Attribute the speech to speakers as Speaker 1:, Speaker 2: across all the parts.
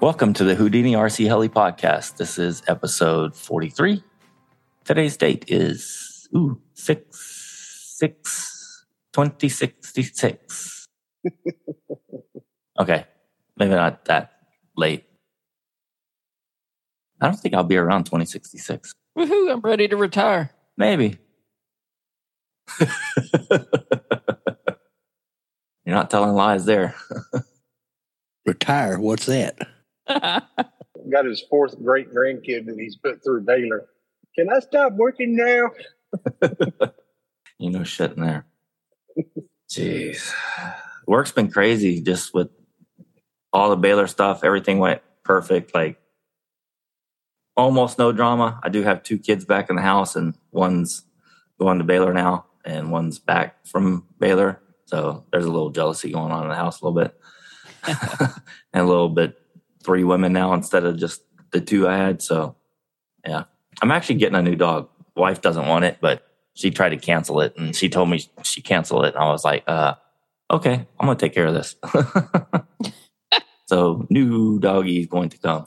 Speaker 1: Welcome to the Houdini RC Heli podcast. This is episode 43. Today's date is ooh, 6 6 2066. okay, maybe not that late. I don't think I'll be around 2066.
Speaker 2: Woohoo, I'm ready to retire.
Speaker 1: Maybe. You're not telling lies there.
Speaker 3: Retire. What's that?
Speaker 4: got his fourth great grandkid that he's put through Baylor. Can I stop working now?
Speaker 1: You know shit in there. Jeez. Work's been crazy just with all the Baylor stuff. Everything went perfect. Like almost no drama. I do have two kids back in the house and one's going to Baylor now and one's back from Baylor. So there's a little jealousy going on in the house a little bit. and a little bit three women now instead of just the two I had. So yeah. I'm actually getting a new dog. Wife doesn't want it, but she tried to cancel it and she told me she canceled it and i was like uh okay i'm gonna take care of this so new doggy is going to come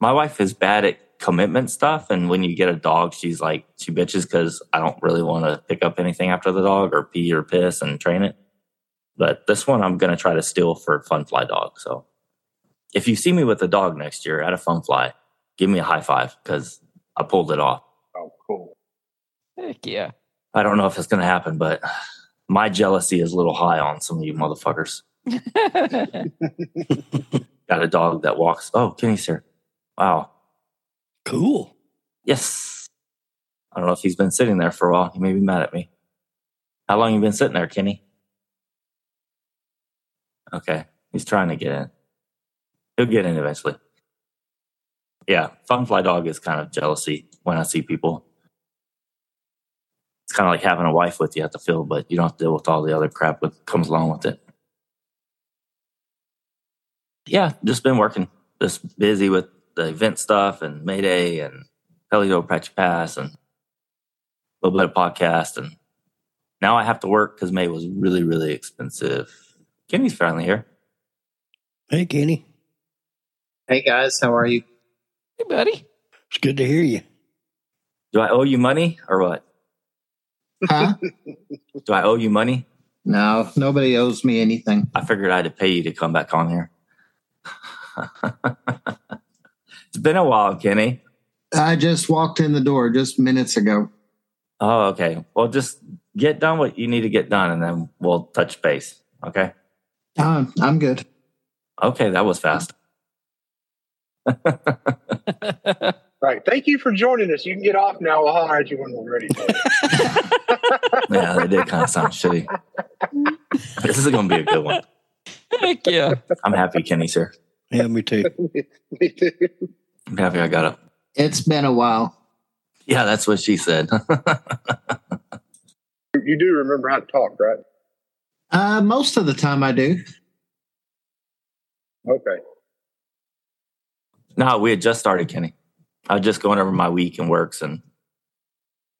Speaker 1: my wife is bad at commitment stuff and when you get a dog she's like she bitches because i don't really want to pick up anything after the dog or pee or piss and train it but this one i'm gonna try to steal for fun fly dog so if you see me with a dog next year at a fun fly give me a high five because i pulled it off
Speaker 4: Oh, cool.
Speaker 2: Heck yeah.
Speaker 1: I don't know if it's going to happen, but my jealousy is a little high on some of you motherfuckers. Got a dog that walks. Oh, Kenny's here. Wow.
Speaker 3: Cool.
Speaker 1: Yes. I don't know if he's been sitting there for a while. He may be mad at me. How long you been sitting there, Kenny? Okay. He's trying to get in. He'll get in eventually. Yeah. Fun fly dog is kind of jealousy when I see people. It's kind of like having a wife with you at the field, but you don't have to deal with all the other crap that comes along with it. Yeah. Just been working, just busy with the event stuff and Mayday and Helio Patch Pass and a little bit of podcast. And now I have to work because May was really, really expensive. Kenny's finally here.
Speaker 3: Hey, Kenny.
Speaker 5: Hey guys, how are you?
Speaker 2: Hey, buddy.
Speaker 3: It's good to hear you.
Speaker 1: Do I owe you money or what?
Speaker 5: Huh?
Speaker 1: Do I owe you money?
Speaker 5: no, nobody owes me anything.
Speaker 1: I figured I had to pay you to come back on here. it's been a while, Kenny.
Speaker 5: I just walked in the door just minutes ago.
Speaker 1: Oh, okay. Well, just get done what you need to get done and then we'll touch base. Okay.
Speaker 5: Uh, I'm good.
Speaker 1: Okay. That was fast.
Speaker 4: Right. Thank you for joining us. You can get off now. I'll holler at you when we're ready.
Speaker 1: Yeah, that did kind of sound shitty. This is going to be a good one.
Speaker 2: Heck yeah.
Speaker 1: I'm happy Kenny's here.
Speaker 3: Yeah, me too.
Speaker 4: Me too.
Speaker 1: I'm happy I got up.
Speaker 5: It's been a while.
Speaker 1: Yeah, that's what she said.
Speaker 4: you do remember how to talk, right?
Speaker 5: Uh, most of the time I do.
Speaker 4: Okay.
Speaker 1: no, we had just started, Kenny. I was just going over my week and works and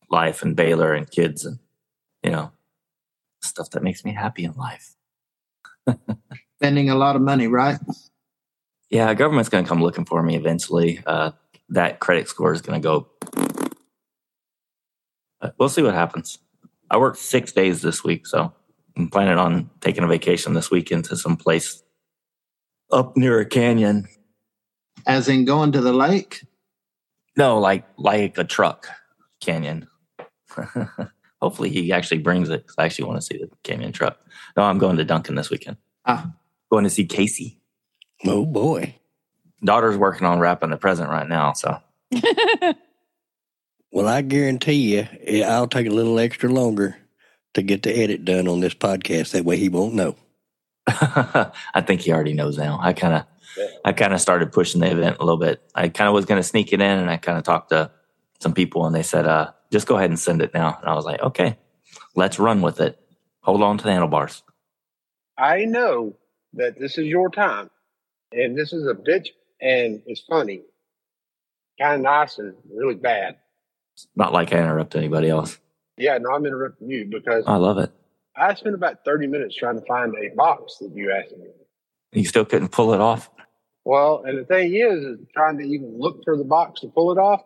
Speaker 1: life and Baylor and kids and, you know, stuff that makes me happy in life.
Speaker 5: Spending a lot of money, right?
Speaker 1: Yeah, government's going to come looking for me eventually. Uh, that credit score is going to go. But we'll see what happens. I worked six days this week, so I'm planning on taking a vacation this weekend to some place up near a canyon.
Speaker 5: As in going to the lake.
Speaker 1: No, like like a truck canyon. Hopefully, he actually brings it 'cause I actually want to see the canyon truck. No, I'm going to Duncan this weekend.
Speaker 5: Ah.
Speaker 1: Going to see Casey.
Speaker 3: Oh, boy.
Speaker 1: Daughter's working on wrapping the present right now, so
Speaker 3: Well, I guarantee you, eh, I'll take a little extra longer to get the edit done on this podcast. That way he won't know.
Speaker 1: I think he already knows now. I kind of,
Speaker 4: Yeah.
Speaker 1: I kind of started pushing the event a little bit. I kind of was going to sneak it in, and I kind of talked to some people, and they said, uh, "Just go ahead and send it now." And I was like, "Okay, let's run with it. Hold on to the handlebars."
Speaker 4: I know that this is your time, and this is a bitch, and it's funny, kind of nice, and really bad.
Speaker 1: Not like I interrupt anybody else.
Speaker 4: Yeah, no, I'm interrupting you because
Speaker 1: I love it.
Speaker 4: I spent about 30 minutes trying to find a box that you asked me.
Speaker 1: You still couldn't pull it off.
Speaker 4: Well, and the thing is, is trying to even look for the box to pull it off.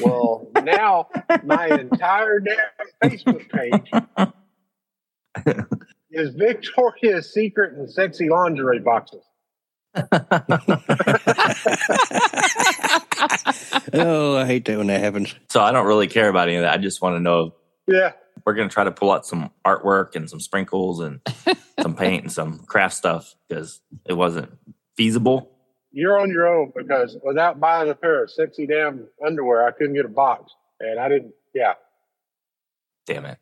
Speaker 4: Well, now my entire damn Facebook page is Victoria's Secret and sexy lingerie boxes.
Speaker 3: oh, I hate that when that happens.
Speaker 1: So I don't really care about any of that. I just want to know
Speaker 4: Yeah,
Speaker 1: we're going to try to pull out some artwork and some sprinkles and some paint and some craft stuff because it wasn't feasible.
Speaker 4: you're on your own because without buying a pair of sexy damn underwear, I couldn't get a box, and I didn't. Yeah,
Speaker 1: Damn it.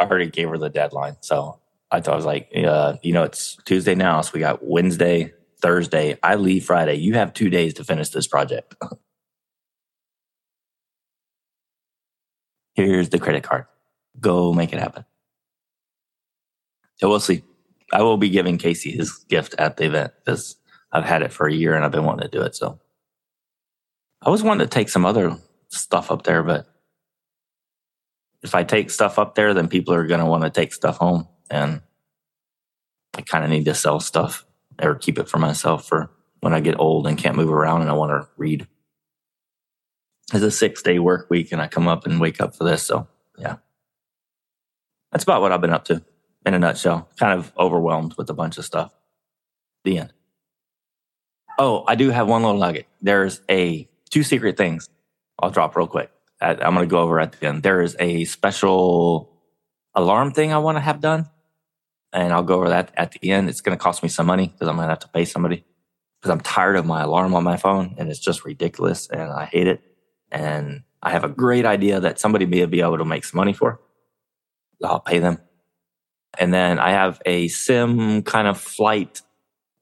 Speaker 1: I already gave her the deadline. So I thought I was like, uh, you know, it's Tuesday now. So we got Wednesday, Thursday. I leave Friday. You have two days to finish this project. Here's the credit card. Go make it happen. So we'll see. I will be giving Casey his gift at the event because I've had it for a year and I've been wanting to do it. So I was wanting to take some other stuff up there, but if I take stuff up there, then people are going to want to take stuff home. And I kind of need to sell stuff or keep it for myself for when I get old and can't move around and I want to read. It's a six day work week and I come up and wake up for this. So, yeah. That's about what I've been up to in a nutshell. Kind of overwhelmed with a bunch of stuff. The end. Oh, I do have one little nugget. There's a two secret things I'll drop real quick. I, I'm going to go over at the end. There is a special alarm thing I want to have done, and I'll go over that at the end. It's going to cost me some money because I'm going to have to pay somebody because I'm tired of my alarm on my phone, and it's just ridiculous, and I hate it. And I have a great idea that somebody may be able to make some money for. I'll pay them, and then I have a sim kind of flight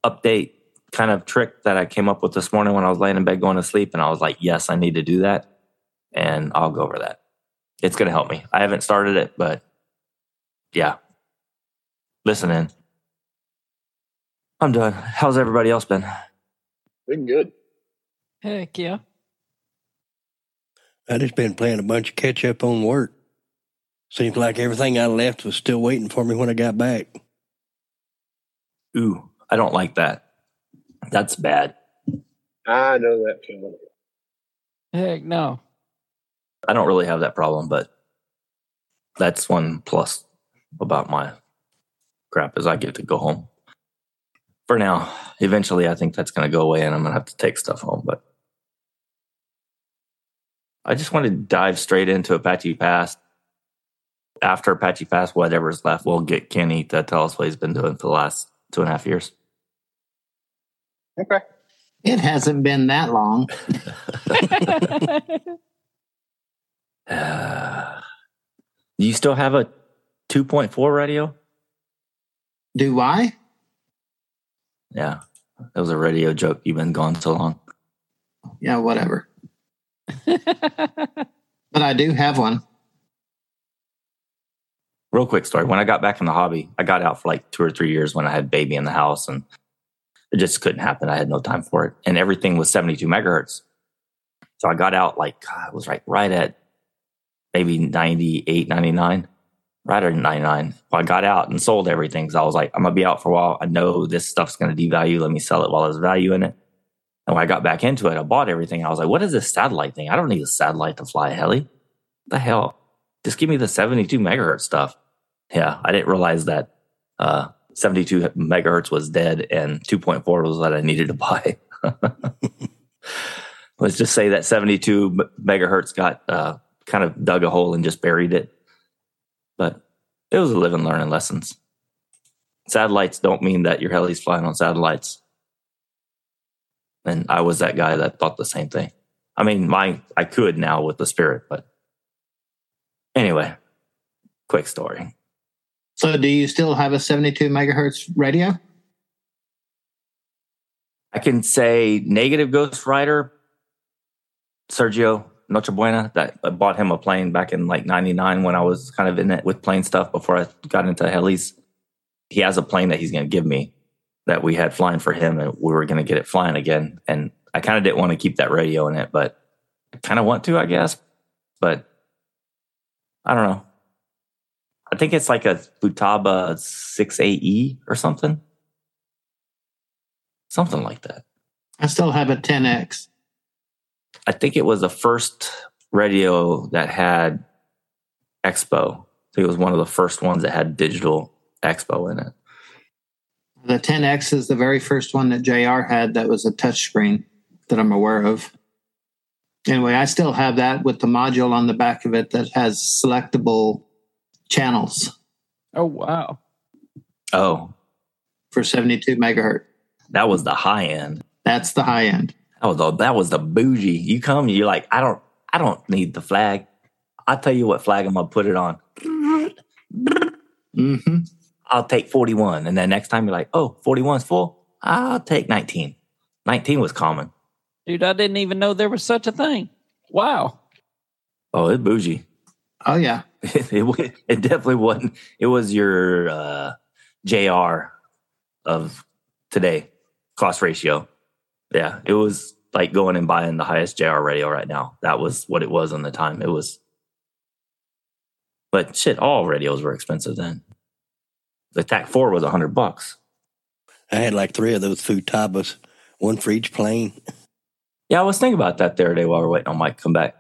Speaker 1: update kind of trick that I came up with this morning when I was laying in bed going to sleep, and I was like, "Yes, I need to do that." and I'll go over that. It's going to help me. I haven't started it, but yeah. Listen in. I'm done. How's everybody else been?
Speaker 4: been good.
Speaker 2: Heck yeah.
Speaker 3: I just been playing a bunch of catch up on work. Seems like everything I left was still waiting for me when I got back.
Speaker 1: Ooh, I don't like that. That's bad.
Speaker 4: I know that feeling.
Speaker 2: Heck no.
Speaker 1: I don't really have that problem, but that's one plus about my crap is I get to go home. For now, eventually I think that's going to go away and I'm going to have to take stuff home, but I just want to dive straight into Apache Pass. After Apache Pass, whatever's left, we'll get Kenny to tell us what he's been doing for the last two and a half years.
Speaker 4: Okay.
Speaker 5: It hasn't been that long.
Speaker 1: Do Uh, you still have a 2.4 radio?
Speaker 5: Do I?
Speaker 1: Yeah, that was a radio joke. You've been gone so long.
Speaker 5: Yeah, whatever. But I do have one.
Speaker 1: real quick story. When I got back in the hobby, I got out for like two or three years when I had baby in the house and it just couldn't happen. I had no time for it. And everything was 72 megahertz. So I got out like, God, it was like right at maybe 98, 99, right at 99. Well, I got out and sold everything. 'cause I was like, I'm going to be out for a while. I know this stuff's going to devalue. Let me sell it while there's value in it. And when I got back into it, I bought everything. I was like, what is this satellite thing? I don't need a satellite to fly a heli. the hell? Just give me the 72 megahertz stuff. Yeah, I didn't realize that uh, 72 megahertz was dead and 2.4 was what I needed to buy. Let's just say that 72 m- megahertz got uh, kind of dug a hole and just buried it. But it was a live and learning lessons. Satellites don't mean that your heli's flying on satellites. And I was that guy that thought the same thing. I mean, my I could now with the spirit, but anyway, quick story.
Speaker 5: So, do you still have a 72 megahertz radio?
Speaker 1: I can say negative Ghost Rider, Sergio Noche Buena, that I bought him a plane back in like 99 when I was kind of in it with plane stuff before I got into helis. He has a plane that he's going to give me that we had flying for him and we were going to get it flying again. And I kind of didn't want to keep that radio in it, but I kind of want to, I guess. But I don't know. I think it's E like a Futaba 6AE or something. something like that.
Speaker 5: I still have a 10X.
Speaker 1: I think it was the first radio that had Expo. I think it was one of the first ones that had digital Expo in it.
Speaker 5: The 10X is the very first one that JR had that was a touchscreen that I'm aware of. Anyway, I still have that with the module on the back of it that has selectable channels
Speaker 2: Oh wow.
Speaker 1: Oh,
Speaker 5: for 72 megahertz.
Speaker 1: that was the high end.
Speaker 5: That's the high end.
Speaker 1: That was the that was the bougie. You come, you're like, I don't, I don't need the flag. I tell you what flag I'm gonna put it on.
Speaker 5: Mm-hmm.
Speaker 1: I'll take 41. And then next time you're like, oh, 41's full. I'll take 19. 19 was common.
Speaker 2: Dude, I didn't even know there was such a thing. Wow.
Speaker 1: Oh, it bougie.
Speaker 5: Oh, yeah.
Speaker 1: it, it, wa- it definitely wasn't. It was your uh, JR of today, cost ratio. Yeah, it was like going and buying the highest JR radio right now. That was what it was on the time. It was, but shit, all radios were expensive then. The TAC 4 was 100 bucks.
Speaker 3: I had like three of those Futabas, one for each plane.
Speaker 1: Yeah, I was thinking about that the other day while we are waiting on Mike to come back.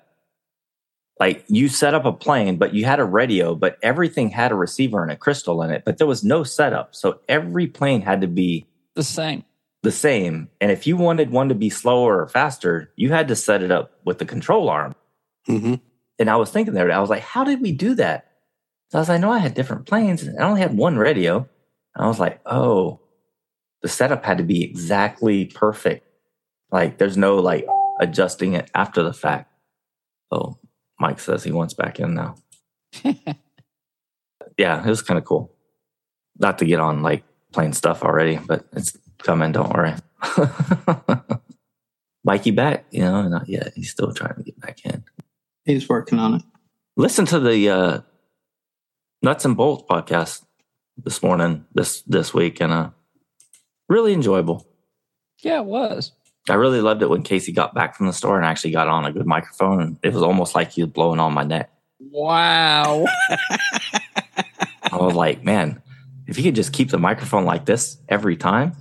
Speaker 1: Like you set up a plane, but you had a radio, but everything had a receiver and a crystal in it, but there was no setup. So every plane had to be
Speaker 2: The same.
Speaker 1: the same. And if you wanted one to be slower or faster, you had to set it up with the control arm.
Speaker 3: Mm-hmm.
Speaker 1: And I was thinking there, I was like, how did we do that? So I was like, no, I had different planes and I only had one radio. And I was like, oh, the setup had to be exactly perfect. Like there's no like adjusting it after the fact. So Mike says he wants back in now. Yeah, it was kind of cool. Not to get on like plain stuff already, but it's coming. Don't worry. Mikey back, you know, not yet. He's still trying to get back in
Speaker 5: He's working on it.
Speaker 1: listen to the uh, nuts and bolts podcast this morning this this week and uh really enjoyable
Speaker 2: yeah, it was.
Speaker 1: i really loved it when casey got back from the store and actually got on a good microphone and it was almost like he was blowing on my neck
Speaker 2: Wow.
Speaker 1: i was like man if he could just keep the microphone like this every time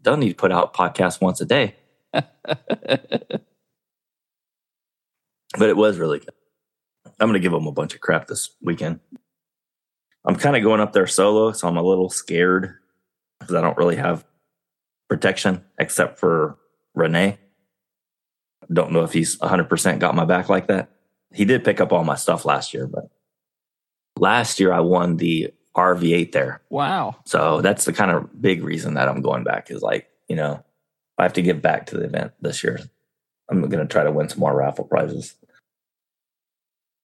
Speaker 1: don't need to put out podcasts once a day but it was really good. I'm going to give them a bunch of crap this weekend. I'm kind of going up there solo, so I'm a little scared because I don't really have protection except for Renee. Don't know if he's 100% got my back like that. He did pick up all my stuff last year, but last year I won the RV8 there.
Speaker 2: wow.
Speaker 1: So that's the kind of big reason that I'm going back is like, you know, I have to give back to the event this year. I'm going to try to win some more raffle prizes.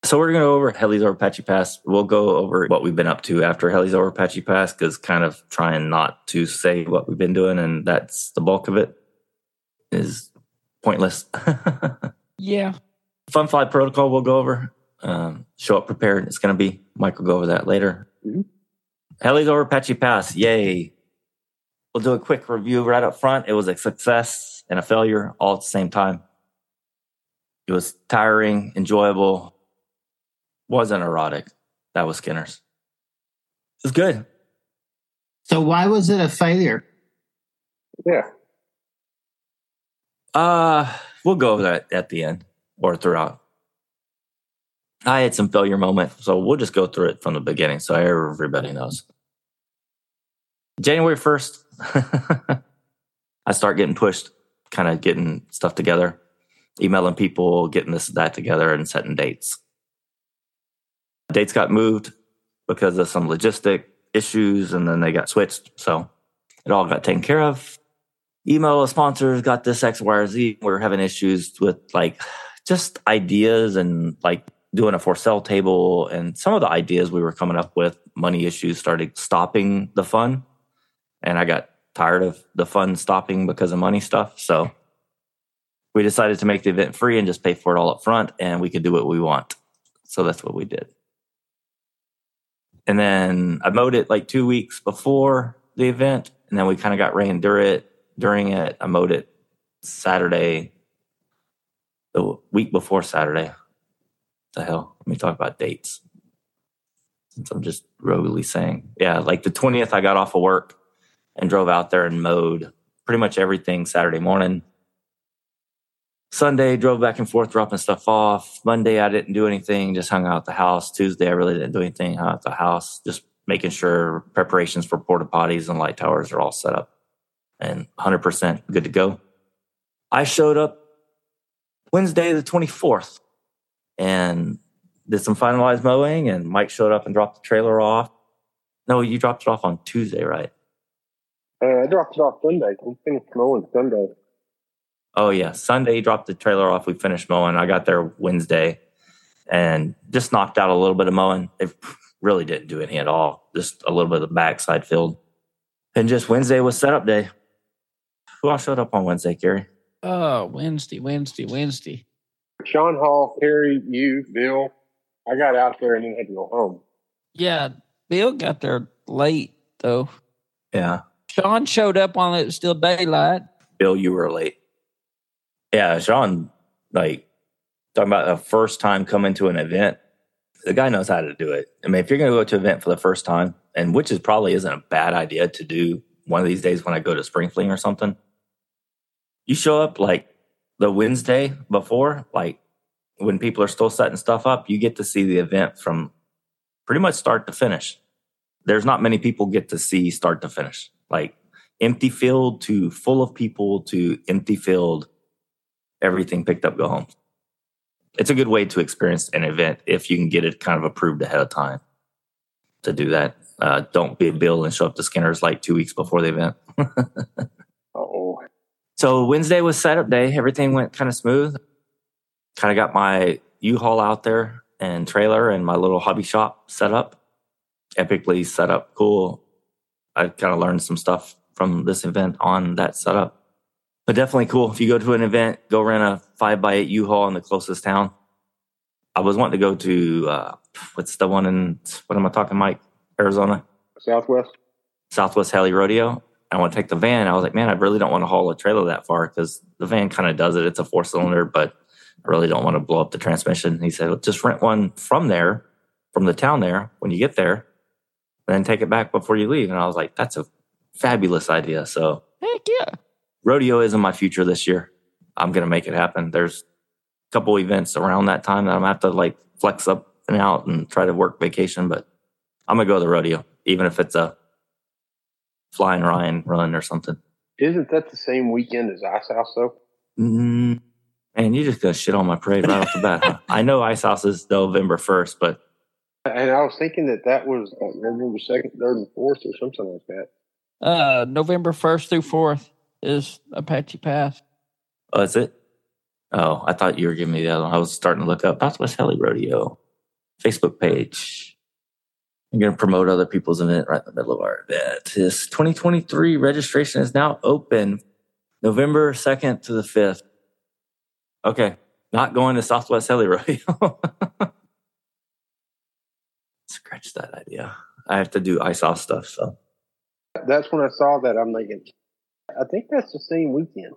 Speaker 1: So we're going to go over Helly's over Apache Pass. We'll go over what we've been up to after Helly's over Apache Pass because kind of trying not to say what we've been doing. And that's the bulk of it is pointless.
Speaker 2: Yeah.
Speaker 1: Fun Fly Protocol we'll go over. Um, show up prepared. It's going to be. Mike will go over that later.
Speaker 4: Mhm.
Speaker 1: Helly's over Apache Pass. Yay. We'll do a quick review right up front. It was a success and a failure all at the same time. It was tiring, enjoyable, wasn't erotic. That was Skinner's. It was good.
Speaker 5: So, why was it a failure?
Speaker 4: Yeah.
Speaker 1: Uh, we'll go over that at the end or throughout. I had some failure moment, so we'll just go through it from the beginning so everybody knows. January 1st, I start getting pushed, kind of getting stuff together, emailing people, getting this, that together, and setting dates. Dates got moved because of some logistic issues, and then they got switched. So it all got taken care of email a sponsor got this X, Y, or Z. We're having issues with like just ideas and like doing a for sale table. And some of the ideas we were coming up with, money issues started stopping the fun. And I got tired of the fun stopping because of money stuff. So we decided to make the event free and just pay for it all up front and we could do what we want. So that's what we did. And then I mowed it like two weeks before the event. And then we kind of got rain during it during it. I mowed it Saturday, the week before Saturday. The hell? Let me talk about dates. Since I'm just roguely saying. Yeah, like the 20th, I got off of work and drove out there and mowed pretty much everything Saturday morning. Sunday, drove back and forth, dropping stuff off. Monday, I didn't do anything, just hung out at the house. Tuesday, I really didn't do anything, hung out at the house, just making sure preparations for porta potties and light towers are all set up and 100% good to go. I showed up Wednesday, the 24th, and did some finalized mowing. And Mike showed up and dropped the trailer off. No, you dropped it off on Tuesday, right?
Speaker 4: Uh, I dropped it off Sunday. We finished mowing Sunday.
Speaker 1: Oh yeah, Sunday he dropped the trailer off. We finished mowing. I got there Wednesday, and just knocked out a little bit of mowing. They really didn't do any at all. Just a little bit of the backside field, and just Wednesday was setup day. Who all showed up on Wednesday, Gary?
Speaker 2: Oh, Wednesday, Wednesday, Wednesday.
Speaker 4: Sean Hall, Harry, you, Bill. I got out there and then had to go home.
Speaker 2: Yeah, Bill got there late though.
Speaker 1: Yeah,
Speaker 2: Sean showed up while it was still daylight.
Speaker 1: Bill, you were late. Yeah, Sean, like talking about a first time coming to an event. The guy knows how to do it. I mean, if you're going to go to an event for the first time, and which is probably isn't a bad idea to do one of these days when I go to spring fling or something, you show up like the Wednesday before, like when people are still setting stuff up, you get to see the event from pretty much start to finish. There's not many people get to see start to finish, like empty field to full of people to empty field, everything picked up, go home. It's a good way to experience an event if you can get it kind of approved ahead of time to do that. Uh, don't be a bill and show up to Skinner's like two weeks before the event.
Speaker 4: Oh,
Speaker 1: So Wednesday was setup day. Everything went kind of smooth. Kind of got my U-Haul out there and trailer and my little hobby shop set up. Epically set up. Cool. I kind of learned some stuff from this event on that setup. But definitely cool. If you go to an event, go rent a five by eight U-Haul in the closest town. I was wanting to go to uh, what's the one in what am I talking, Mike? Arizona.
Speaker 4: Southwest.
Speaker 1: Southwest Heli Rodeo. I want to take the van. I was like, man, I really don't want to haul a trailer that far because the van kind of does it. It's a four cylinder, but I really don't want to blow up the transmission. And he said, well, just rent one from there, from the town there when you get there, and then take it back before you leave. And I was like, that's a fabulous idea. So
Speaker 2: Heck yeah.
Speaker 1: rodeo is in my future this year. I'm going to make it happen. There's a couple events around that time that I'm going to have to like flex up and out and try to work vacation, but I'm going to go to the rodeo, even if it's a flying Ryan run or something.
Speaker 4: Isn't that the same weekend as Ice House, though?
Speaker 1: Mm, man, you just going to shit on my parade right off the bat. Huh? I know Ice House is November 1st, but
Speaker 4: And I was thinking that that was like November 2nd, 3rd, and 4th or something like that.
Speaker 2: Uh, November 1st through 4th is Apache Pass.
Speaker 1: oh, is it? Oh, I thought you were giving me the other one. I was starting to look up Southwest Heli Rodeo Facebook page. I'm going to promote other people's event right in the middle of our event. This 2023 registration is now open November 2nd to the 5th. Okay. Not going to Southwest Heli Rodeo. Scratch that idea. I have to do ISOS stuff. So,
Speaker 4: That's when I saw that. I'm thinking, I think that's the same weekend.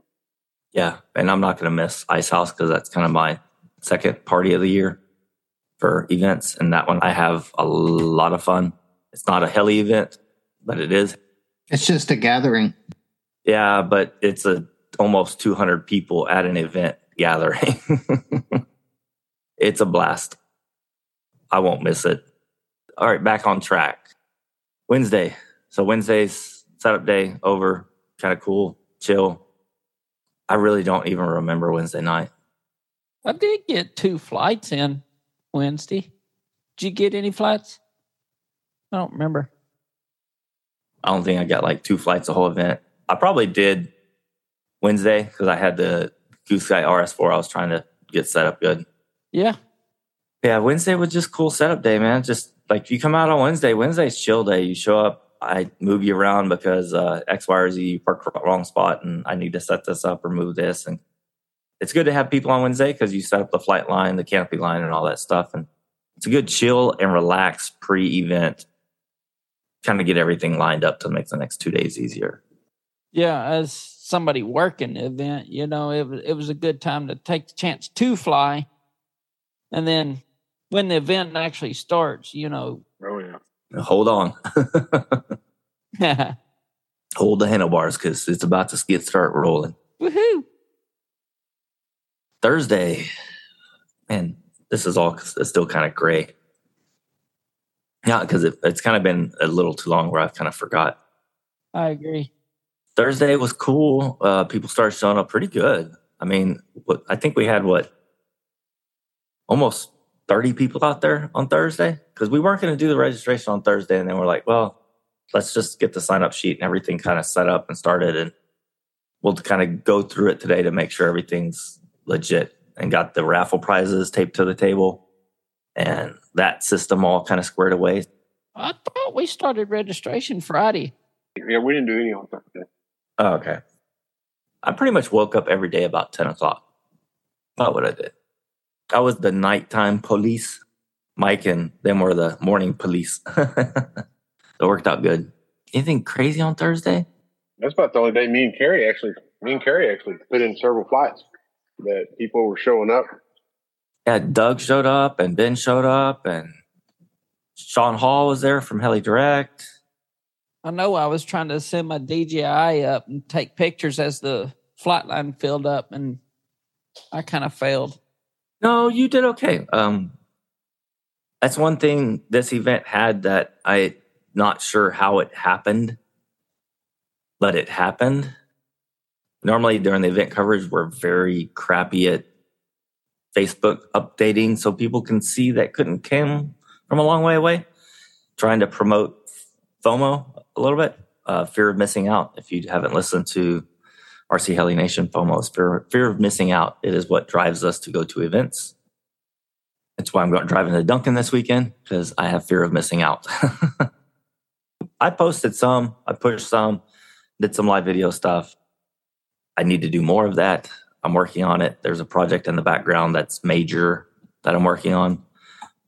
Speaker 1: yeah. And I'm not going to miss Ice House because that's kind of my second party of the year for events. And that one, I have a lot of fun. It's not a heli event, but it is
Speaker 5: It's just a gathering.
Speaker 1: Yeah, but it's a almost 200 people at an event gathering. it's a blast. I won't miss it. All right, back on track. Wednesday. So Wednesday's setup day over. Kind of cool, chill. I really don't even remember Wednesday night.
Speaker 2: I did get two flights in Wednesday. Did you get any flights? I don't remember.
Speaker 1: I don't think I got like two flights the whole event. I probably did Wednesday because I had the Goose Guy RS4. I was trying to get set up good.
Speaker 2: Yeah.
Speaker 1: Yeah, Wednesday was just cool setup day, man. Just like you come out on Wednesday. Wednesday's chill day. You show up. I move you around because uh, X, Y, or Z, you parked the wrong spot and I need to set this up or move this. And it's good to have people on Wednesday because you set up the flight line, the canopy line, and all that stuff. And it's a good chill and relax pre event, kind of get everything lined up to make the next two days easier.
Speaker 2: Yeah. As somebody working the event, you know, it, was- it was a good time to take the chance to fly. And then when the event actually starts, you know,
Speaker 4: Oh, yeah.
Speaker 1: Hold on. hold the handlebars because it's about to get start rolling.
Speaker 2: Woohoo!
Speaker 1: Thursday, and this is all it's still kind of gray. Yeah, because it, it's kind of been a little too long where I've kind of forgot
Speaker 2: I agree.
Speaker 1: Thursday was cool. Uh, people started showing up pretty good. I mean, what, I think we had what almost 30 people out there on Thursday because we weren't going to do the registration on Thursday. And then we're like, well, let's just get the sign up sheet and everything kind of set up and started. And we'll kind of go through it today to make sure everything's legit and got the raffle prizes taped to the table and that system all kind of squared away.
Speaker 2: I thought we started registration Friday.
Speaker 4: Yeah, we didn't do any on Thursday.
Speaker 1: Oh, okay. I pretty much woke up every day about 10 o'clock. Not what I did. I was the nighttime police. Mike and them were the morning police. it worked out good. Anything crazy on Thursday?
Speaker 4: That's about the only day me and Carrie actually, me and Carrie actually put in several flights that people were showing up.
Speaker 1: Yeah, Doug showed up and Ben showed up and Sean Hall was there from Heli Direct.
Speaker 2: I know I was trying to send my DJI up and take pictures as the flight line filled up, and I kind of failed.
Speaker 1: No, you did okay. Um, that's one thing this event had that I not sure how it happened, but it happened. Normally during the event coverage, we're very crappy at Facebook updating so people can see that couldn't come from a long way away. Trying to promote FOMO a little bit, uh, fear of missing out. If you haven't listened to RC Heli Nation, FOMO is fear, fear of missing out. It is what drives us to go to events. That's why I'm going driving to Duncan this weekend because I have fear of missing out. I posted some, I pushed some, did some live video stuff. I need to do more of that. I'm working on it. There's a project in the background that's major that I'm working on.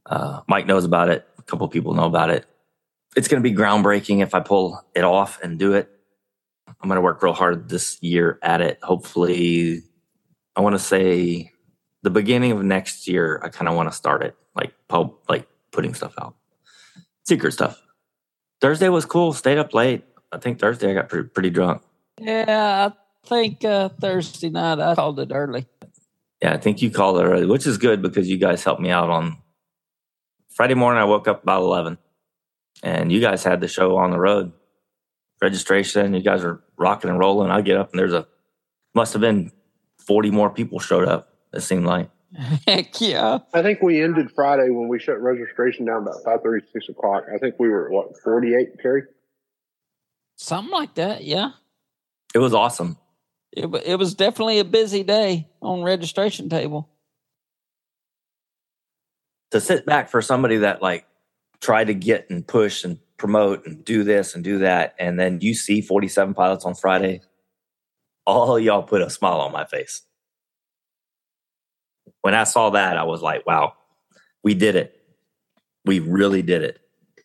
Speaker 1: Uh, Mike knows about it. A couple people know about it it's going to be groundbreaking if I pull it off and do it. I'm going to work real hard this year at it. Hopefully, I want to say the beginning of next year. I kind of want to start it, like pub, like putting stuff out, secret stuff. Thursday was cool. Stayed up late. I think Thursday I got pretty, pretty drunk.
Speaker 2: Yeah, I think uh, Thursday night I called it early.
Speaker 1: Yeah, I think you called it early, which is good because you guys helped me out on Friday morning. I woke up about eleven and you guys had the show on the road registration you guys are rocking and rolling i get up and there's a must have been 40 more people showed up it seemed like
Speaker 2: Heck yeah.
Speaker 4: I think we ended Friday when we shut registration down about five thirty, six o'clock. I think we were at, what, 48, Carrie?
Speaker 2: Something like that. Yeah.
Speaker 1: it was awesome
Speaker 2: It, wa- it was definitely a busy day on registration table.
Speaker 1: to sit back for somebody that like tried to get and push and promote and do this and do that and then you see 47 pilots on friday all y'all put a smile on my face when i saw that i was like wow we did it we really did it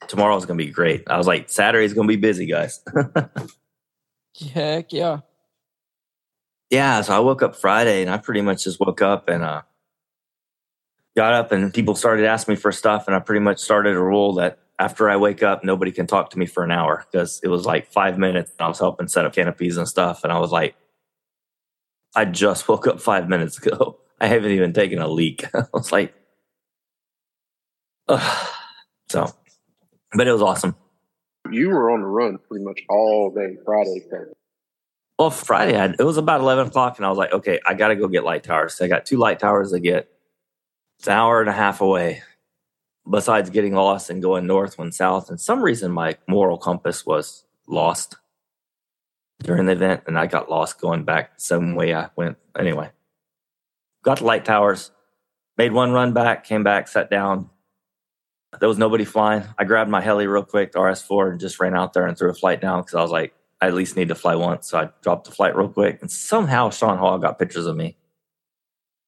Speaker 1: tomorrow's gonna be great i was like saturday's gonna be busy guys
Speaker 2: Heck yeah.
Speaker 1: yeah, so I woke up Friday and I pretty much just woke up and uh, got up and people started asking me for stuff. And I pretty much started a rule that after I wake up, nobody can talk to me for an hour because it was like five minutes. And I was helping set up canopies and stuff. And I was like, I just woke up five minutes ago. I haven't even taken a leak. I was like, Ugh. so, but it was awesome.
Speaker 4: You were on the run pretty much all day Friday. so-
Speaker 1: Well, Friday, I, it was about 11 o'clock, and I was like, okay, I got to go get light towers. So I got two light towers to get. It's an hour and a half away. Besides getting lost and going north when south, and some reason my moral compass was lost during the event, and I got lost going back some way I went. Anyway, got the light towers, made one run back, came back, sat down. There was nobody flying. I grabbed my heli real quick, the RS4, and just ran out there and threw a flight down because I was like, I at least need to fly once. So I dropped the flight real quick. And somehow Sean Hall got pictures of me.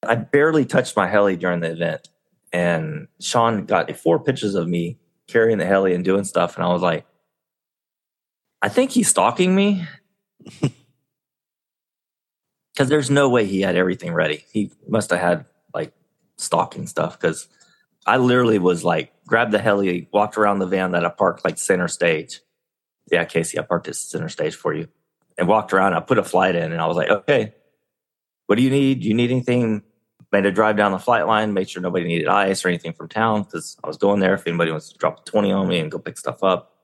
Speaker 1: I barely touched my heli during the event. And Sean got four pictures of me carrying the heli and doing stuff. And I was like, I think he's stalking me. Because there's no way he had everything ready. He must have had like stalking stuff. Because I literally was like, grabbed the heli, walked around the van that I parked like center stage yeah, Casey, I parked at center stage for you and walked around. I put a flight in and I was like, okay, what do you need? Do you need anything? Made a drive down the flight line, made sure nobody needed ice or anything from town because I was going there if anybody wants to drop a 20 on me and go pick stuff up.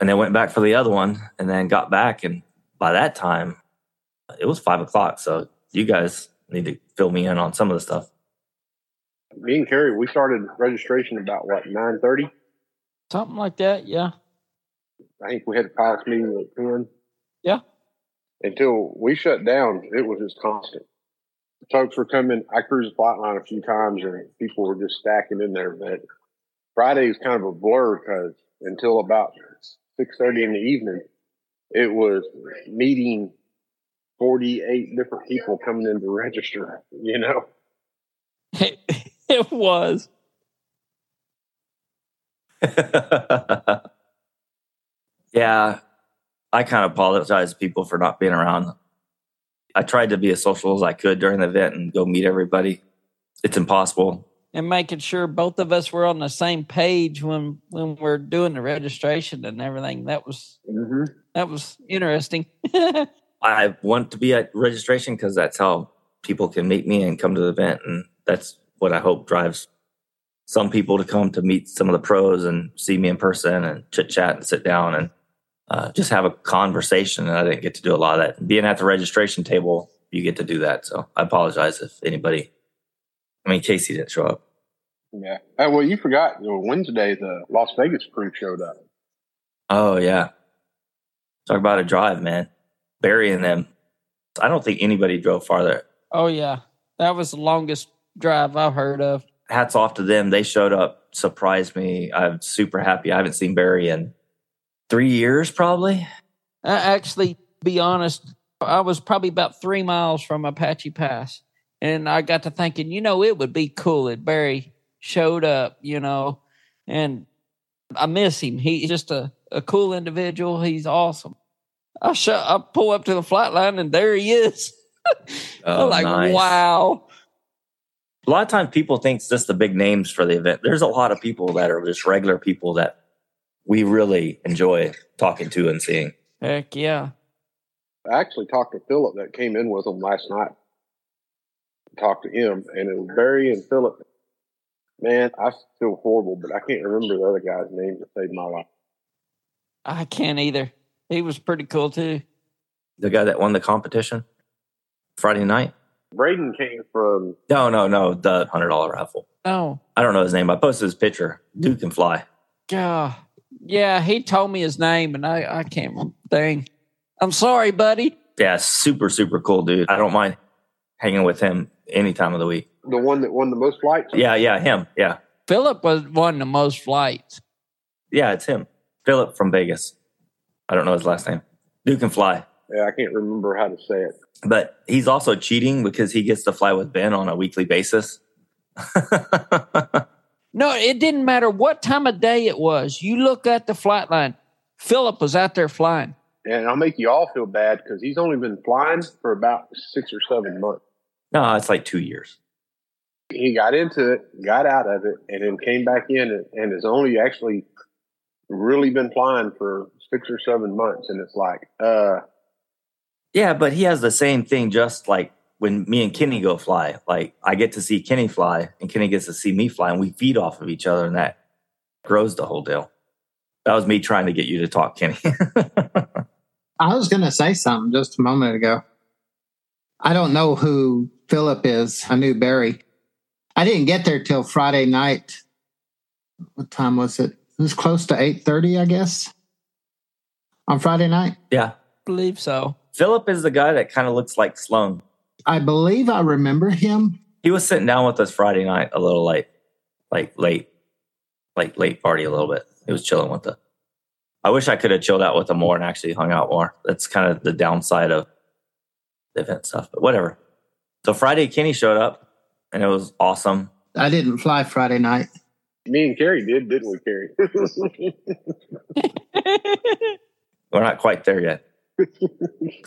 Speaker 1: And then went back for the other one and then got back. And by that time, it was five o'clock. So you guys need to fill me in on some of the stuff.
Speaker 4: Me and Kerry, we started registration about what nine thirty.
Speaker 2: Something like that, yeah.
Speaker 4: I think we had a pilots meeting at ten.
Speaker 2: Yeah.
Speaker 4: Until we shut down, it was just constant. Folks were coming. I cruised the flight line a few times, and people were just stacking in there. But Friday was kind of a blur because until about six thirty in the evening, it was meeting forty-eight different people coming in to register. You know.
Speaker 2: It, it was.
Speaker 1: yeah, I kind of apologize to people for not being around. I tried to be as social as I could during the event and go meet everybody. It's impossible.
Speaker 2: And making sure both of us were on the same page when when we're doing the registration and everything. That was
Speaker 4: Mm-hmm.
Speaker 2: that was interesting.
Speaker 1: I want to be at registration because that's how people can meet me and come to the event, and that's what I hope drives some people to come to meet some of the pros and see me in person and chit chat and sit down and uh, just have a conversation. And I didn't get to do a lot of that. Being at the registration table, you get to do that. So I apologize if anybody. I mean, Casey didn't show up.
Speaker 4: Yeah. Oh, well, you forgot. you know, Wednesday, the Las Vegas crew showed up.
Speaker 1: Oh yeah. Talk about a drive, man. Burying them. I don't think anybody drove farther.
Speaker 2: oh yeah. That was the longest drive I've heard of.
Speaker 1: Hats off to them. They showed up, surprised me. I'm super happy. I haven't seen Barry in three years, probably.
Speaker 2: I actually be honest, I was probably about three miles from Apache Pass. And I got to thinking, you know, it would be cool if Barry showed up, you know, and I miss him. He's just a, a cool individual. He's awesome. I show, I pull up to the flight line and there he is.
Speaker 1: Oh,
Speaker 2: I'm like,
Speaker 1: nice.
Speaker 2: wow.
Speaker 1: A lot of times people think it's just the big names for the event. There's a lot of people that are just regular people that we really enjoy talking to and seeing.
Speaker 2: Heck yeah.
Speaker 4: I actually talked to Philip that came in with them last night. Talked to him, and it was Barry and Philip. Man, I feel horrible, but I can't remember the other guy's name to save my life.
Speaker 2: I can't either. He was pretty cool too.
Speaker 1: The guy that won the competition Friday night.
Speaker 4: Braden came from,
Speaker 1: No, no, no. The hundred dollar raffle.
Speaker 2: Oh,
Speaker 1: I don't know his name. I posted his picture. Dude can fly.
Speaker 2: God. Yeah, he told me his name and I, I can't remember. Dang. I'm sorry, buddy.
Speaker 1: yeah, super, super cool dude. I don't mind hanging with him any time of the week.
Speaker 4: the one that won the most flights.
Speaker 1: Yeah, yeah, him. Yeah.
Speaker 2: Philip was won the most flights.
Speaker 1: Yeah, it's him. Philip from Vegas. I don't know his last name. Dude can fly.
Speaker 4: Yeah, I can't remember how to say it.
Speaker 1: But he's also cheating because he gets to fly with Ben on a weekly basis.
Speaker 2: No, it didn't matter what time of day it was. You look at the flight line. Philip was out there flying.
Speaker 4: And I'll make you all feel bad because he's only been flying for about six or seven months.
Speaker 1: no, it's like two years.
Speaker 4: He got into it, got out of it, and then came back in and, and has only actually really been flying for six or seven months. And it's like, uh,
Speaker 1: Yeah, but he has the same thing just like when me and Kenny go fly. Like I get to see Kenny fly and Kenny gets to see me fly and we feed off of each other and that grows the whole deal. That was me trying to get you to talk, Kenny.
Speaker 5: I was going to say something just a moment ago. I don't know who Philip is. I knew Barry. I didn't get there till Friday night. What time was it? It was close to eight thirty, I guess, on Friday night.
Speaker 1: yeah.
Speaker 2: believe so.
Speaker 1: Philip is the guy that kind of looks like Sloan.
Speaker 5: I believe I remember him.
Speaker 1: He was sitting down with us Friday night a little late, like late, like late party a little bit. He was chilling with us. I wish I could have chilled out with him more and actually hung out more. That's kind of the downside of the event stuff, but whatever. So Friday, Kenny showed up and it was awesome.
Speaker 5: I didn't fly Friday night.
Speaker 4: Me and Carrie did, didn't we, Carrie?
Speaker 1: We're not quite there yet.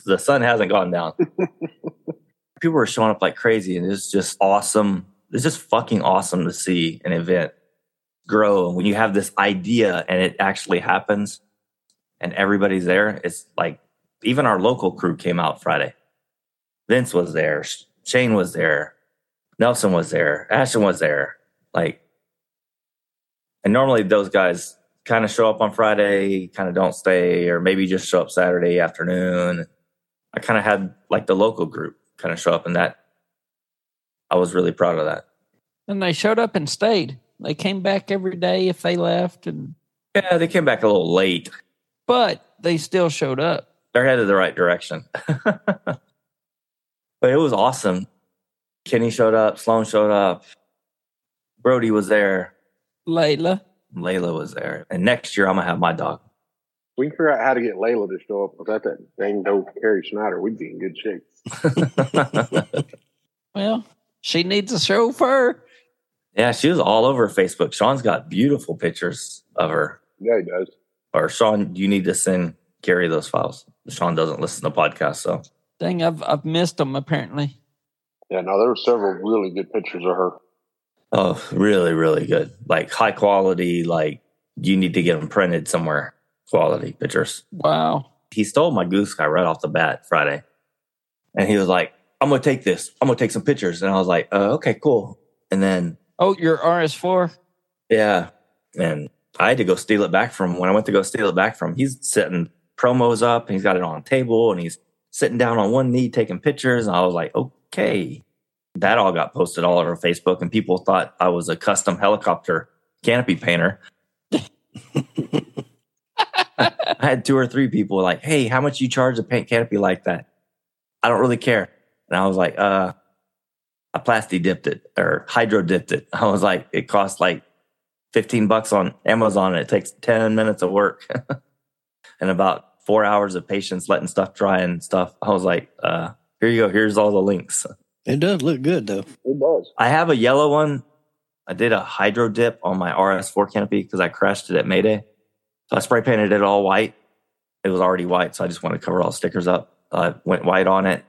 Speaker 1: the sun hasn't gone down. People were showing up like crazy, and it's just awesome. It's just fucking awesome to see an event grow. And when you have this idea and it actually happens, and everybody's there. It's like even our local crew came out Friday. Vince was there, Shane was there, Nelson was there, Ashton was there. Like, and normally those guys kind of show up on Friday, kind of don't stay, or maybe just show up Saturday afternoon. I kind of had like the local group kind of show up, and that I was really proud of that.
Speaker 2: And they showed up and stayed. They came back every day if they left, and
Speaker 1: Yeah, they came back a little late.
Speaker 2: but they still showed up.
Speaker 1: They're headed the right direction. but it was awesome. Kenny showed up, Sloan showed up, Brody was there,
Speaker 2: Layla,
Speaker 1: Layla was there. And next year I'm gonna have my dog.
Speaker 4: We can figure out how to get Layla to show up without that dang dope Carrie Snyder. We'd be in good shape.
Speaker 2: well, she needs a chauffeur.
Speaker 1: yeah, she was all over Facebook. Sean's got beautiful pictures of her.
Speaker 4: Yeah, he does.
Speaker 1: Or Sean, you need to send Gary those files. Sean doesn't listen to podcasts, so
Speaker 2: Dang, I've I've missed them apparently.
Speaker 4: Yeah, no, there were several really good pictures of her.
Speaker 1: Oh, really, really good. Like high quality, like you need to get them printed somewhere. Quality pictures.
Speaker 2: Wow.
Speaker 1: He stole my goose guy right off the bat Friday. And he was like, I'm going to take this. I'm going to take some pictures. And I was like, oh, okay, cool. And then,
Speaker 2: Oh, your RS4.
Speaker 1: yeah. And I had to go steal it back from him. when I went to go steal it back from him. He's setting promos up and he's got it on a table and he's sitting down on one knee taking pictures. And I was like, okay. That all got posted all over Facebook and people thought I was a custom helicopter canopy painter. I had two or three people like, "Hey, how much you charge to paint canopy like that?" I don't really care, and I was like, "Uh, I plasti dipped it or hydro dipped it." I was like, "It costs like fifteen bucks on Amazon, and it takes ten minutes of work and about four hours of patience letting stuff dry and stuff." I was like, "Uh, here you go. Here's all the links."
Speaker 3: It does look good though.
Speaker 4: It does.
Speaker 1: I have a yellow one. I did a hydro dip on my RS4 canopy because I crashed it at Mayday. So I spray painted it all white. It was already white, so I just wanted to cover all the stickers up. I went white on it.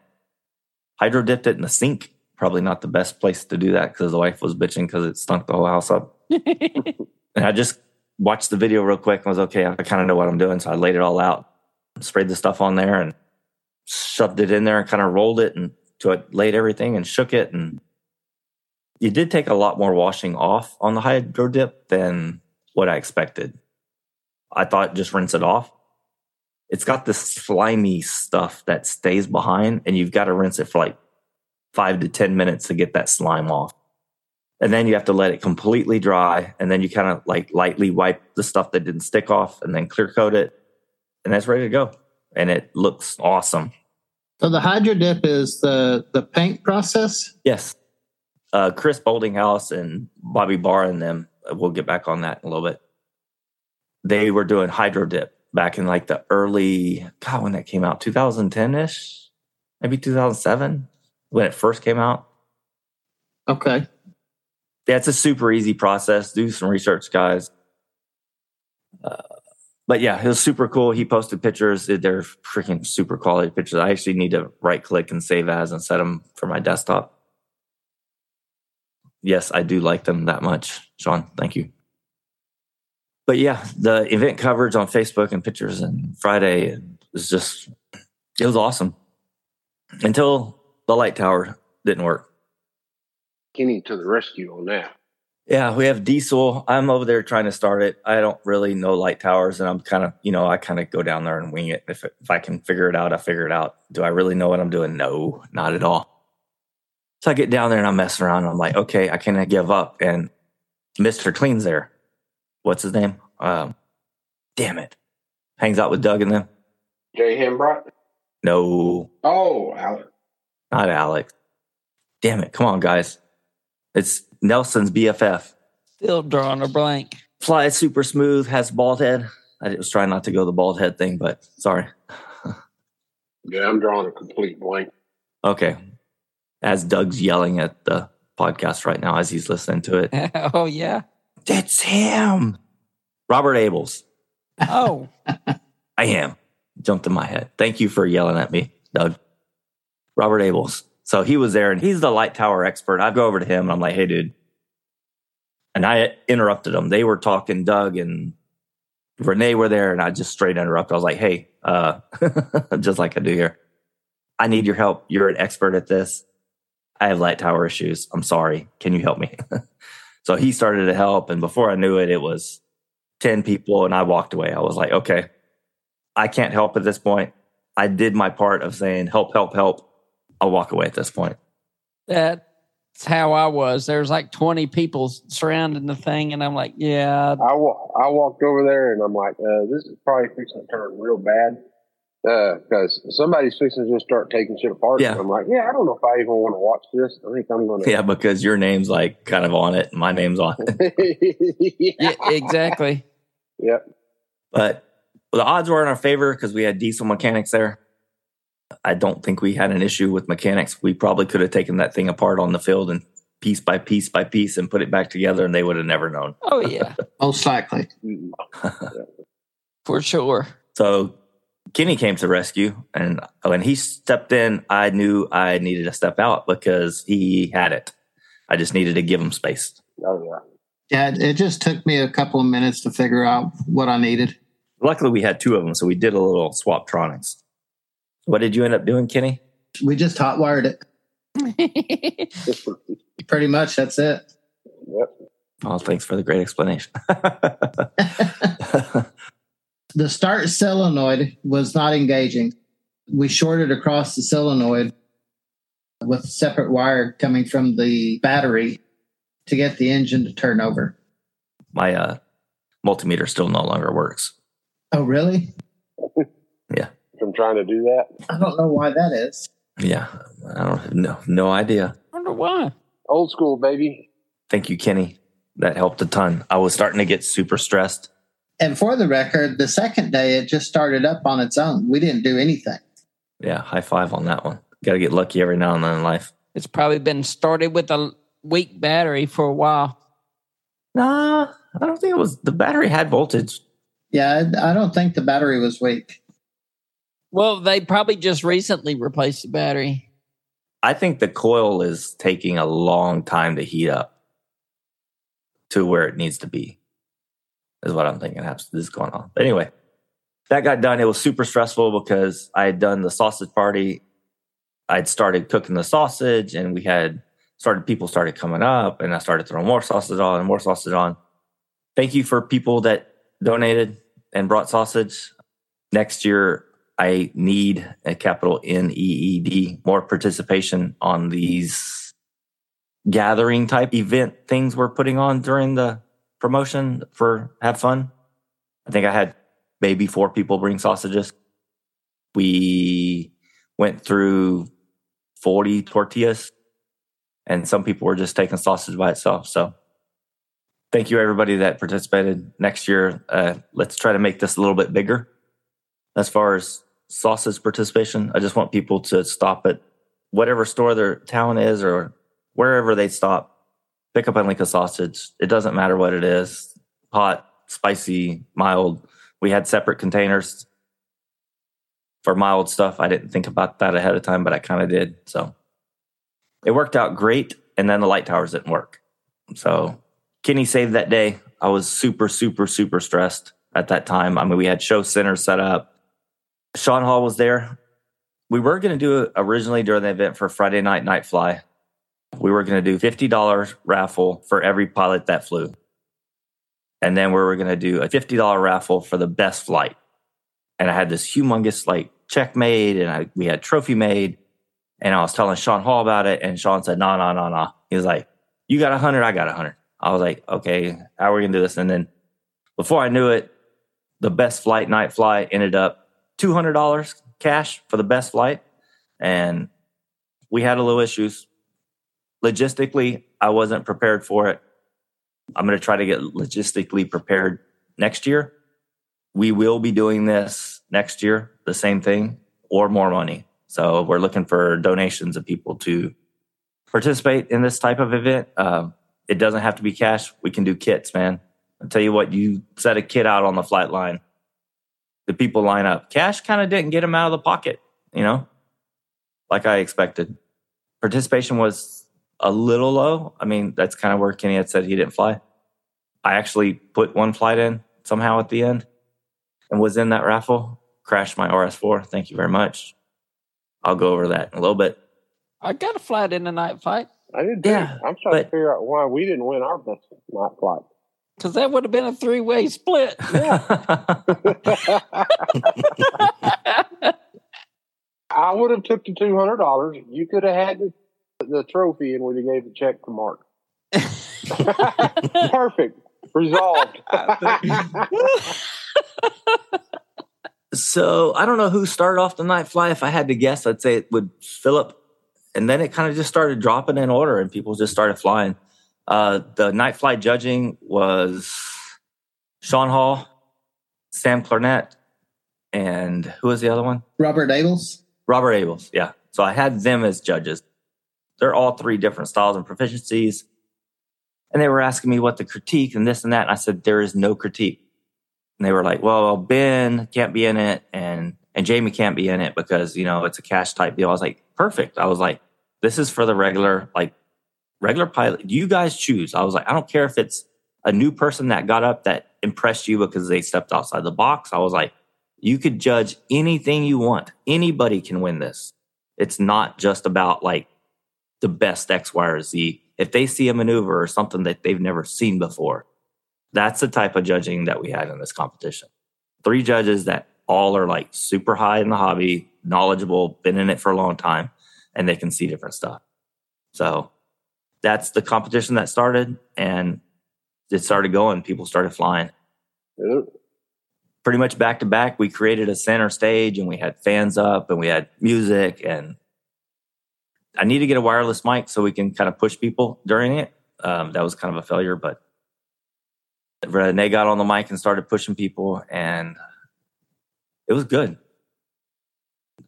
Speaker 1: Hydro dipped it in the sink. Probably not the best place to do that because the wife was bitching because it stunk the whole house up. And I just watched the video real quick and was okay. I kind of know what I'm doing. So I laid it all out, sprayed the stuff on there and shoved it in there and kind of rolled it and to it, laid everything and shook it. And you did take a lot more washing off on the hydro dip than what I expected. I thought just rinse it off. It's got this slimy stuff that stays behind and you've got to rinse it for like five to 10 minutes to get that slime off and then you have to let it completely dry and then you kind of like lightly wipe the stuff that didn't stick off and then clear coat it and that's ready to go and it looks awesome
Speaker 5: So the hydro dip is the the paint process.
Speaker 1: yes uh, chris boldinghouse and bobby barr and them uh, we'll get back on that in a little bit they were doing hydro dip back in like the early god when that came out 2010ish maybe 2007 when it first came out
Speaker 5: Okay.
Speaker 1: that's a super easy process. Do some research, guys. Uh, but yeah, it was super cool. He posted pictures. They're freaking super quality pictures. I actually need to right click and save as and set them for my desktop. Yes, I do like them that much, Sean. Thank you. But yeah, the event coverage on Facebook and pictures and Friday was just, it was awesome until the light tower didn't work.
Speaker 4: Kenny to the rescue on that.
Speaker 1: Yeah, we have diesel. I'm over there trying to start it. I don't really know light towers, and I'm kind of, you know, I kind of go down there and wing it. If if I can figure it out, I figure it out. Do I really know what I'm doing? No, not at all. So I get down there and I'm messing around. I'm like, okay, I cannot give up. And Mister Clean's there. What's his name? Um, damn it, hangs out with Doug and them.
Speaker 4: Jay Hembrot?
Speaker 1: No,
Speaker 4: Oh, Alex.
Speaker 1: not Alex. Damn it, come on, guys. It's Nelson's BFF.
Speaker 2: Still drawing a blank.
Speaker 1: flies super smooth, has bald head. I was trying not to go the bald head thing, but sorry.
Speaker 4: Yeah, I'm drawing a complete blank.
Speaker 1: Okay. As Doug's yelling at the podcast right now as he's listening to it,
Speaker 2: oh yeah.
Speaker 1: that's him. Robert Abels.
Speaker 2: Oh,
Speaker 1: I am. Jumped in my head. Thank you for yelling at me, Doug. Robert Abels. So he was there and he's the light tower expert. I go over to him and I'm like, hey, dude. And I interrupted him. They were talking, Doug and Renee were there and I just straight interrupted. I was like, hey, uh, just like I do here, I need your help. You're an expert at this. I have light tower issues. I'm sorry. Can you help me? so he started to help. And before I knew it, it was 10 people and I walked away. I was like, okay, I can't help at this point. I did my part of saying, help, help, help. I'll walk away at this point.
Speaker 2: That's how I was. There's like 20 people surrounding the thing, and I'm like, yeah,
Speaker 4: I, wa- I walked over there and I'm like, uh, this is probably fixing to turn real bad because somebody's fixing to just start taking shit apart.
Speaker 1: Yeah.
Speaker 4: And I'm like, yeah, I don't know if I even want to watch this. I think I'm going to.
Speaker 1: Yeah, because your name's like kind of on it and my name's on it.
Speaker 2: yeah exactly.
Speaker 1: But the odds were in our favor because we had diesel mechanics there. I don't think we had an issue with mechanics. We probably could have taken that thing apart on the field and piece by piece by piece and put it back together and they would have never known.
Speaker 2: Oh, yeah,
Speaker 5: Most likely.
Speaker 2: for sure.
Speaker 1: So Kenny came to the rescue, and when he stepped in, I knew I needed to step out because he had it. I just needed to give him space.
Speaker 4: Oh, yeah.
Speaker 5: Yeah, it- it just took me a couple of minutes to figure out what I needed.
Speaker 1: Luckily, we had two of them, so we did a little swaptronics. What did you end up doing, Kenny?
Speaker 5: We just hot wired it. Pretty much, that's it.
Speaker 1: Oh, thanks for the great explanation.
Speaker 5: The start solenoid was not engaging. We shorted across the solenoid with separate wire coming from the battery to get the engine to turn over.
Speaker 1: My uh, multimeter still no longer works.
Speaker 5: Oh, really?
Speaker 4: I'm trying to do that.
Speaker 5: I don't know why that is.
Speaker 1: Yeah, I don't have no, no idea.
Speaker 2: wonder why.
Speaker 4: Old school, baby.
Speaker 1: Thank you, Kenny. That helped a ton. I was starting to get super stressed.
Speaker 5: And for the record, the second day it just started up on its own. We didn't do anything.
Speaker 1: Yeah, high five on that one. Got to get lucky every now and then in life.
Speaker 2: It's probably been started with a weak battery for a while.
Speaker 1: Nah, Uh, I don't think it was. The battery had voltage.
Speaker 5: Yeah, I I don't think the battery was weak.
Speaker 2: Well, they probably just recently replaced the battery.
Speaker 1: I think the coil is taking a long time to heat up to where it needs to be, is what I'm thinking. happens- This is going on. But anyway, that got done. It was super stressful because I had done the sausage party. I'd started cooking the sausage and we had started, people started coming up and I started throwing more sausage on and more sausage on. Thank you for people that donated and brought sausage. Next year, I need a capital N E E D more participation on these gathering type event things we're putting on during the promotion for have fun. I think I had maybe four people bring sausages. We went through 40 tortillas and some people were just taking sausage by itself. So thank you everybody that participated next year. Uh, let's try to make this a little bit bigger as far as sausage participation. I just want people to stop at whatever store their town is or wherever they stop, pick up a link of sausage. It doesn't matter what it is hot, spicy, mild. We had separate containers for mild stuff. I didn't think about that ahead of time, but I kind of did. So it worked out great. And then the light towers didn't work. So Kenny saved that day. I was super, super, super stressed at that time. I mean, we had show centers set up. Sean Hall was there. We were going to do it originally during the event for Friday night night fly. We were going to do $50 raffle for every pilot that flew. And then we were going to do a $50 raffle for the best flight. And I had this humongous like check made and I, we had trophy made. And I was telling Sean Hall about it. And Sean said, no, no, no, no. He was like, you got a 100, I got a 100. I was like, okay, how are we going to do this? And then before I knew it, the best flight night fly ended up two hundred dollars cash for the best flight, and we had a little issues. Logistically, I wasn't prepared for it. I'm going to try to get logistically prepared next year. We will be doing this next year, the same thing or more money. So we're looking for donations of people to participate in this type of event. Um, it doesn't have to be cash. We can do kits, man. I tell you what, you set a kid out on the flight line the people line up. Cash kind of didn't get him out of the pocket, you know, like I expected. Participation was a little low. I mean, that's kind of where Kenny had said he didn't fly. I actually put one flight in somehow at the end. and was in that raffle crashed my RS4. Thank you very much. I'll go over that in a little bit.
Speaker 2: I got a flight in the night fight
Speaker 4: I did. too.
Speaker 1: Yeah,
Speaker 4: I'm trying to
Speaker 1: but-
Speaker 4: figure out why we didn't win our best night flight.
Speaker 2: because that would have been a three way split.
Speaker 4: I would have took the two hundred dollars. You could have had the, the trophy, and we'd have gave the check to Mark. Perfect. Resolved.
Speaker 1: so I don't know who started off the night fly. If I had to guess, I'd say it would Philip. And then it kind of just started dropping in order and people just started flying. Uh, the night fly judging was Sean Hall, Sam Clarnett, and who was the other one?
Speaker 5: Robert Abels.
Speaker 1: Robert Abels, yeah. So I had them as judges. They're all three different styles and proficiencies. And they were asking me what the critique and this and that. And I said, there is no critique. And they were like, well, Ben can't be in it and, and Jamie can't be in it because, you know, it's a cash type deal. I was like, perfect. I was like, this is for the regular, like regular pilot. You guys choose. I was like, I don't care if it's a new person that got up that impressed you because they stepped outside the box. I was like, you could judge anything you want. Anybody can win this. It's not just about like the best X, Y, or Z. If they see a maneuver or something that they've never seen before, that's the type of judging that we had in this competition. Three judges that all are like super high in the hobby, knowledgeable, been in it for a long time, and they can see different stuff. So that's the competition that started and it started going. People started flying pretty much back to back. We created a center stage and we had fans up and we had music and I need to get a wireless mic so we can kind of push people during it. Um, that was kind of a failure, but Renee got on the mic and started pushing people and it was good.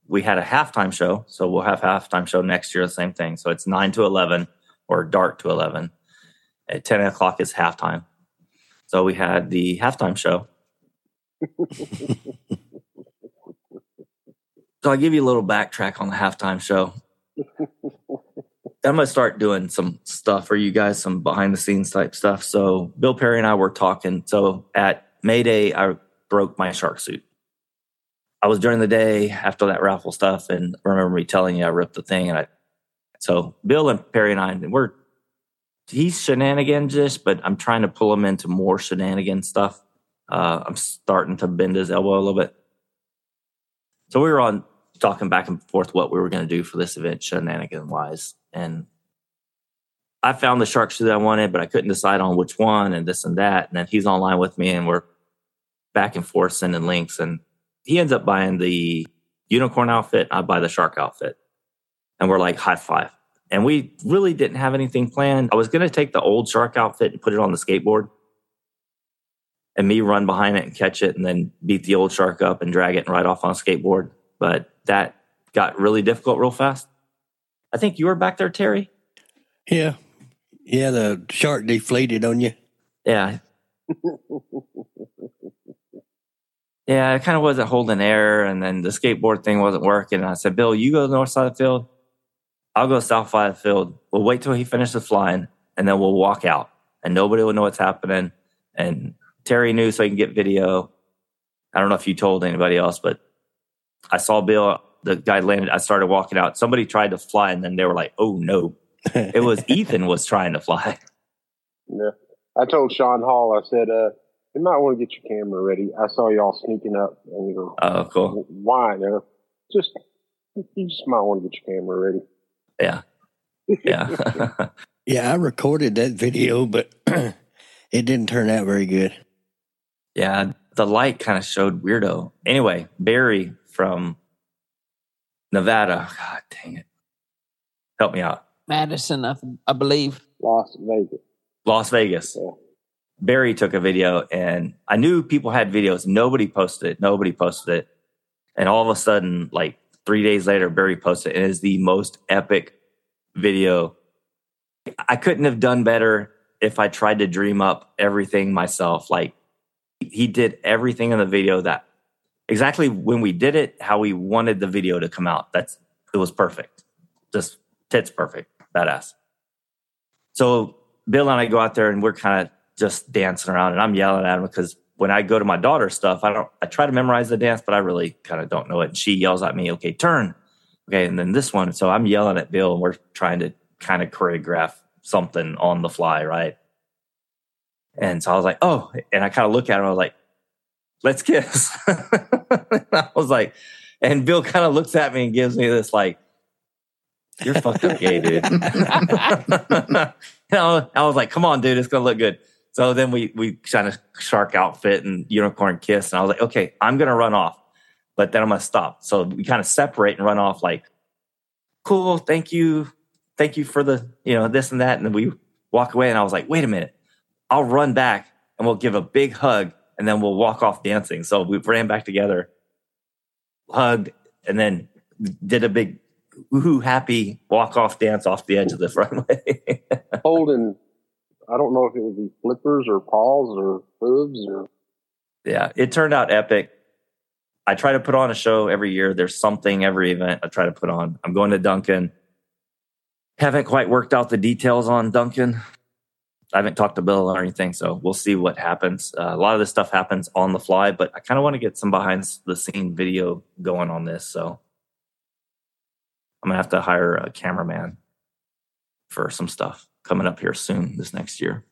Speaker 1: We had a halftime show, so we'll have halftime show next year, the same thing. So it's nine to eleven or dark to eleven. At ten o'clock is halftime. So we had the halftime show So I'll give you a little backtrack on the halftime show. I'm gonna start doing some stuff for you guys, some behind the scenes type stuff. So Bill Perry and I were talking. So at May Day, I broke my shark suit. I was during the day after that raffle stuff, and I remember me telling you I ripped the thing. And I, so Bill and Perry and I, and we're he's shenanigans ish, but I'm trying to pull him into more shenanigan stuff. Uh, I'm starting to bend his elbow a little bit. So we were on talking back and forth what we were going to do for this event, shenanigan wise. And I found the shark suit I wanted, but I couldn't decide on which one and this and that. And then he's online with me and we're back and forth sending links. And he ends up buying the unicorn outfit. I buy the shark outfit. And we're like, high five. And we really didn't have anything planned. I was going to take the old shark outfit and put it on the skateboard and me run behind it and catch it and then beat the old shark up and drag it and ride off on a skateboard. But that got really difficult real fast. I think you were back there, Terry.
Speaker 3: Yeah. Yeah, the shark deflated on you.
Speaker 1: Yeah. yeah, it kind of wasn't holding air. And then the skateboard thing wasn't working. And I said, Bill, you go to the north side of the field. I'll go south side of the field. We'll wait till he finishes flying and then we'll walk out and nobody will know what's happening. And Terry knew so he can get video. I don't know if you told anybody else, but I saw Bill, the guy landed. I started walking out. Somebody tried to fly and then they were like, oh no. It was Ethan was trying to fly.
Speaker 4: I told Sean Hall, I said, uh, you might want to get your camera ready. I saw y'all sneaking up and you
Speaker 1: Oh, cool.
Speaker 4: go, why now? Just you just might want to get your camera ready.
Speaker 1: Yeah.
Speaker 3: yeah, I recorded that video, but it didn't turn out very good.
Speaker 1: yeah. The light kind of showed weirdo. Anyway, Barry from Nevada. God dang it. Help me out.
Speaker 2: Madison, I, I believe.
Speaker 4: Las Vegas.
Speaker 1: Las Vegas.
Speaker 4: Yeah.
Speaker 1: Barry took a video and I knew people had videos. Nobody posted it. Nobody posted it. And all of a sudden, like three days later, Barry posted it. It is the most epic video. I couldn't have done better if I tried to dream up everything myself. Like he did everything in the video that exactly when we did it, how we wanted the video to come out. That's it was perfect. Just tits perfect. Badass. So Bill and I go out there and we're kind of just dancing around and I'm yelling at him because when I go to my daughter's stuff, I don't I try to memorize the dance, but I really kind of don't know it. And she yells at me, okay, turn. Okay, and then this one. So I'm yelling at Bill and we're trying to kind of choreograph something on the fly, right? And so I was like, oh, and I kind of look at him, I was like, let's kiss. and I was like, and Bill kind of looks at me and gives me this like, you're fucking gay, dude. and I, was, I was like, come on, dude, it's gonna look good. So then we we kind of shark outfit and unicorn kiss, and I was like, okay, I'm gonna run off, but then I'm gonna stop. So we kind of separate and run off, like, cool, thank you, thank you for the you know this and that, and then we walk away, and I was like, wait a minute, I'll run back and we'll give a big hug, and then we'll walk off dancing. So we ran back together, hugged, and then did a big woohoo happy walk off dance off the edge of the runway.
Speaker 4: Holding, I don't know if it would be flippers or paws or hooves or.
Speaker 1: yeah, it turned out epic. I try to put on a show every year. There's something every event I try to put on. I'm going to Duncan. Haven't quite worked out the details on Duncan. I haven't talked to Bill or anything, so we'll see what happens. Uh, a lot of this stuff happens on the fly, but I kind of want to get some behind the scene video going on this. So I'm gonna have to hire a cameraman for some stuff coming up here soon this next year.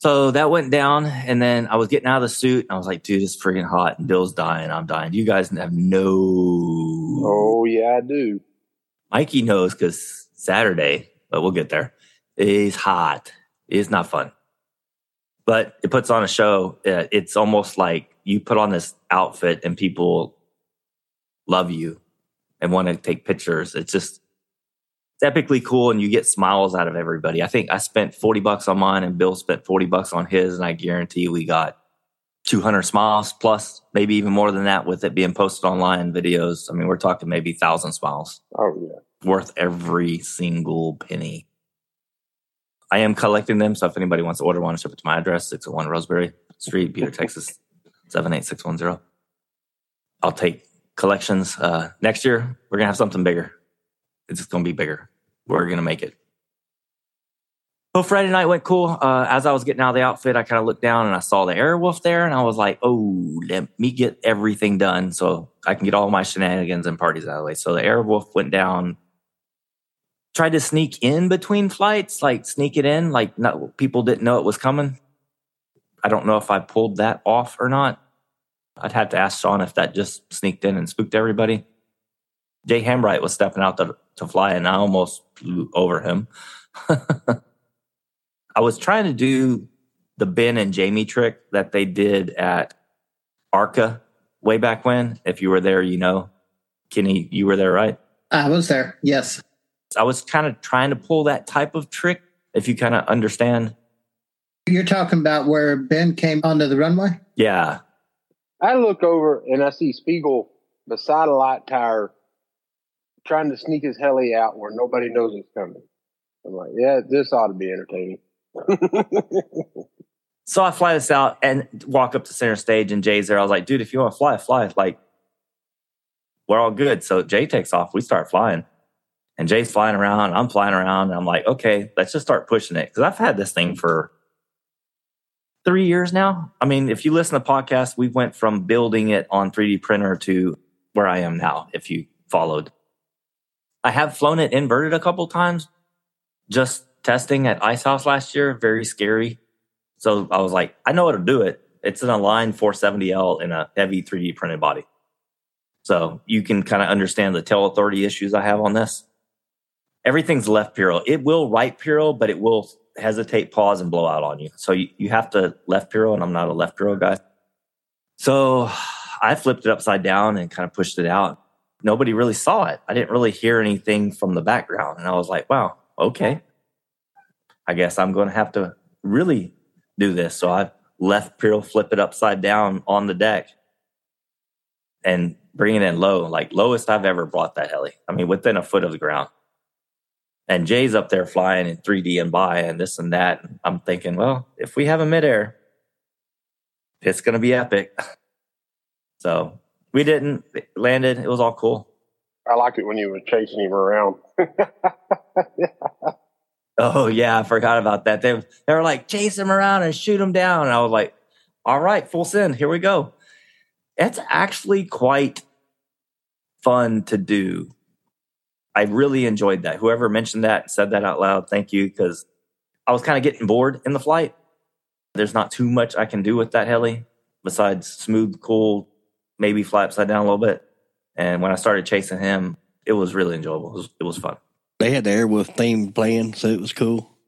Speaker 1: So that went down, and then I was getting out of the suit, and I was like, "Dude, it's freaking hot, and Bill's dying, I'm dying." You guys have no.
Speaker 4: Oh yeah, I do.
Speaker 1: Mikey knows because Saturday, but we'll get there. It's hot. It's not fun, but it puts on a show. Uh, It's almost like you put on this outfit and people love you and want to take pictures. It's just it's epically cool, and you get smiles out of everybody. I think I spent forty bucks on mine, and Bill spent forty bucks on his, and I guarantee we got. 200 smiles plus maybe even more than that with it being posted online videos i mean we're talking maybe 1000 smiles
Speaker 4: Oh yeah.
Speaker 1: worth every single penny. I am collecting them, so if anybody wants to order one, ship it to my address, 601 Roseberry Street, Peter, Texas, 78610. I'll take collections. Uh, next year, we're going to have something bigger. It's just going to be bigger. We're going to make it. So Friday night went cool. Uh, as I was getting out of the outfit, I kind of looked down and I saw the Airwolf there, and I was like, "Oh, let me get everything done so I can get all my shenanigans and parties out of the way." So the Airwolf went down, tried to sneak in between flights, like sneak it in, like not, people didn't know it was coming. I don't know if I pulled that off or not. I'd have to ask Sean if that just sneaked in and spooked everybody. Jay Hambright was stepping out to, to fly, and I almost flew over him. I was trying to do the Ben and Jamie trick that they did at Arca way back when. If you were there, you know, Kenny, you were there, right?
Speaker 5: I was there. Yes.
Speaker 1: I was kind of trying to pull that type of trick. If you kind of understand,
Speaker 5: You're talking about where Ben came onto the runway?
Speaker 1: yeah,
Speaker 4: I look over and I see Spiegel beside a light tire trying to sneak his heli out where nobody knows it's coming. I'm like, yeah, this ought to be entertaining.
Speaker 1: So I fly this out and walk up to center stage, and Jay's there. I was like, dude, if you want to fly, fly. Like, we're all good. So Jay takes off. We start flying, and Jay's flying around. I'm flying around. And I'm like, okay, let's just start pushing it. Cause I've had this thing for three years now. I mean, if you listen to podcasts, we went from building it on 3D printer to where I am now, if you followed. I have flown it inverted a couple times, just testing at Ice House last year. Very scary. So I was like, I know how to do it. It's an aligned 470L in a heavy 3D printed body. So you can kind of understand the tail authority issues I have on this. Everything's left pyrrhal. It will right pyrrhal, but it will hesitate, pause, and blow out on you. So you, you have to left pyrrhal, and I'm not a left pyrrhal guy. So I flipped it upside down and kind of pushed it out. Nobody really saw it. I didn't really hear anything from the background. And I was like, wow, okay. I guess I'm going to have to really do this. So I left Piro flip it upside down on the deck and bring it in low, like lowest I've ever brought that heli. I mean, within a foot of the ground. And Jay's up there flying in 3D and by and this and that. I'm thinking, well, if we have a midair, it's going to be epic. So we didn't, It landed. It was all cool.
Speaker 4: I liked it when you were chasing him around.
Speaker 1: Oh yeah, I forgot about that. They they were like chase him around and shoot him down, and I was like, all right, full send, here we go. That's actually quite fun to do. I really enjoyed that. Whoever mentioned that said that out loud, thank you, because I was kind of getting bored in the flight. There's not too much I can do with that heli besides smooth, cool, maybe fly upside down a little bit. And when I started chasing him, it was really enjoyable. It was, it was fun.
Speaker 3: They had the Airwolf theme playing, so it was cool.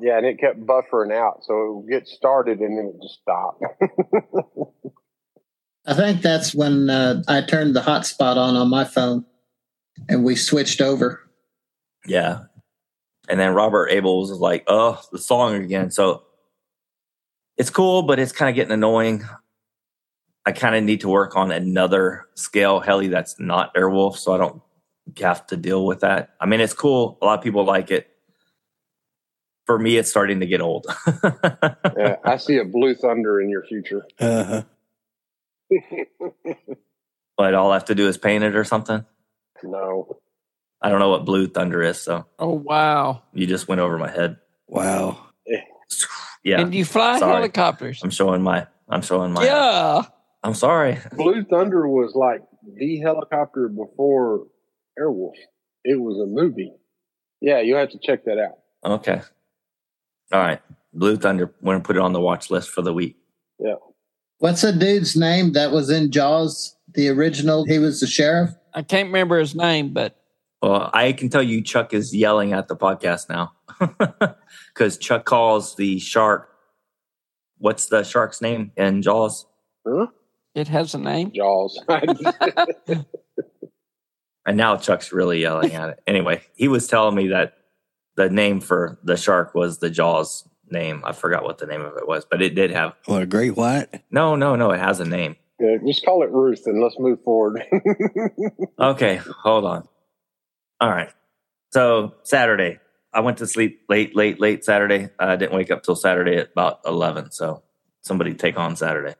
Speaker 4: Yeah, and it kept buffering out, so it would get started and then it just stopped.
Speaker 6: I think that's when uh, I turned the hotspot on on my phone, and we switched over.
Speaker 1: Yeah. And then Robert Abel was like, oh, the song again. So it's cool, but it's kind of getting annoying. I kind of need to work on another scale heli that's not Airwolf, so I don't have to deal with that. I mean, it's cool. A lot of people like it. For me, it's starting to get old.
Speaker 4: yeah, I see a blue thunder in your future.
Speaker 3: Uh-huh.
Speaker 1: but all I have to do is paint it or something.
Speaker 4: no,
Speaker 1: I don't know what blue thunder is, so
Speaker 2: Oh wow!
Speaker 1: you just went over my head.
Speaker 3: Wow.
Speaker 1: Yeah,
Speaker 2: And you fly
Speaker 1: Sorry.
Speaker 2: helicopters?
Speaker 1: I'm showing my. I'm showing my.
Speaker 2: yeah.
Speaker 1: I'm sorry.
Speaker 4: Blue Thunder was like the helicopter before Airwolf. It was a movie. Yeah, you'll have to check that out.
Speaker 1: Okay. All right. Blue Thunder. We're gonna put it on the watch list for the week.
Speaker 6: What's a dude's name that was in Jaws, the original? He was the sheriff.
Speaker 2: I can't remember his name, but
Speaker 1: Well, I can tell you, Chuck is yelling at the podcast now because Chuck calls the shark. What's the shark's name in Jaws?
Speaker 4: Huh?
Speaker 2: it has a name.
Speaker 4: Jaws.
Speaker 1: And now Chuck's really yelling at it. Anyway, he was telling me that the name for the shark was the Jaws name. I forgot what the name of it was, but it did have.
Speaker 3: What a great white.
Speaker 1: No, no, no. It has a name.
Speaker 4: Yeah, Uh, just call it Ruth and let's move forward.
Speaker 1: Okay, hold on. All right. So Saturday, I went to sleep late, late, late Saturday. I didn't wake up till Saturday at about eleven. So somebody take on Saturday.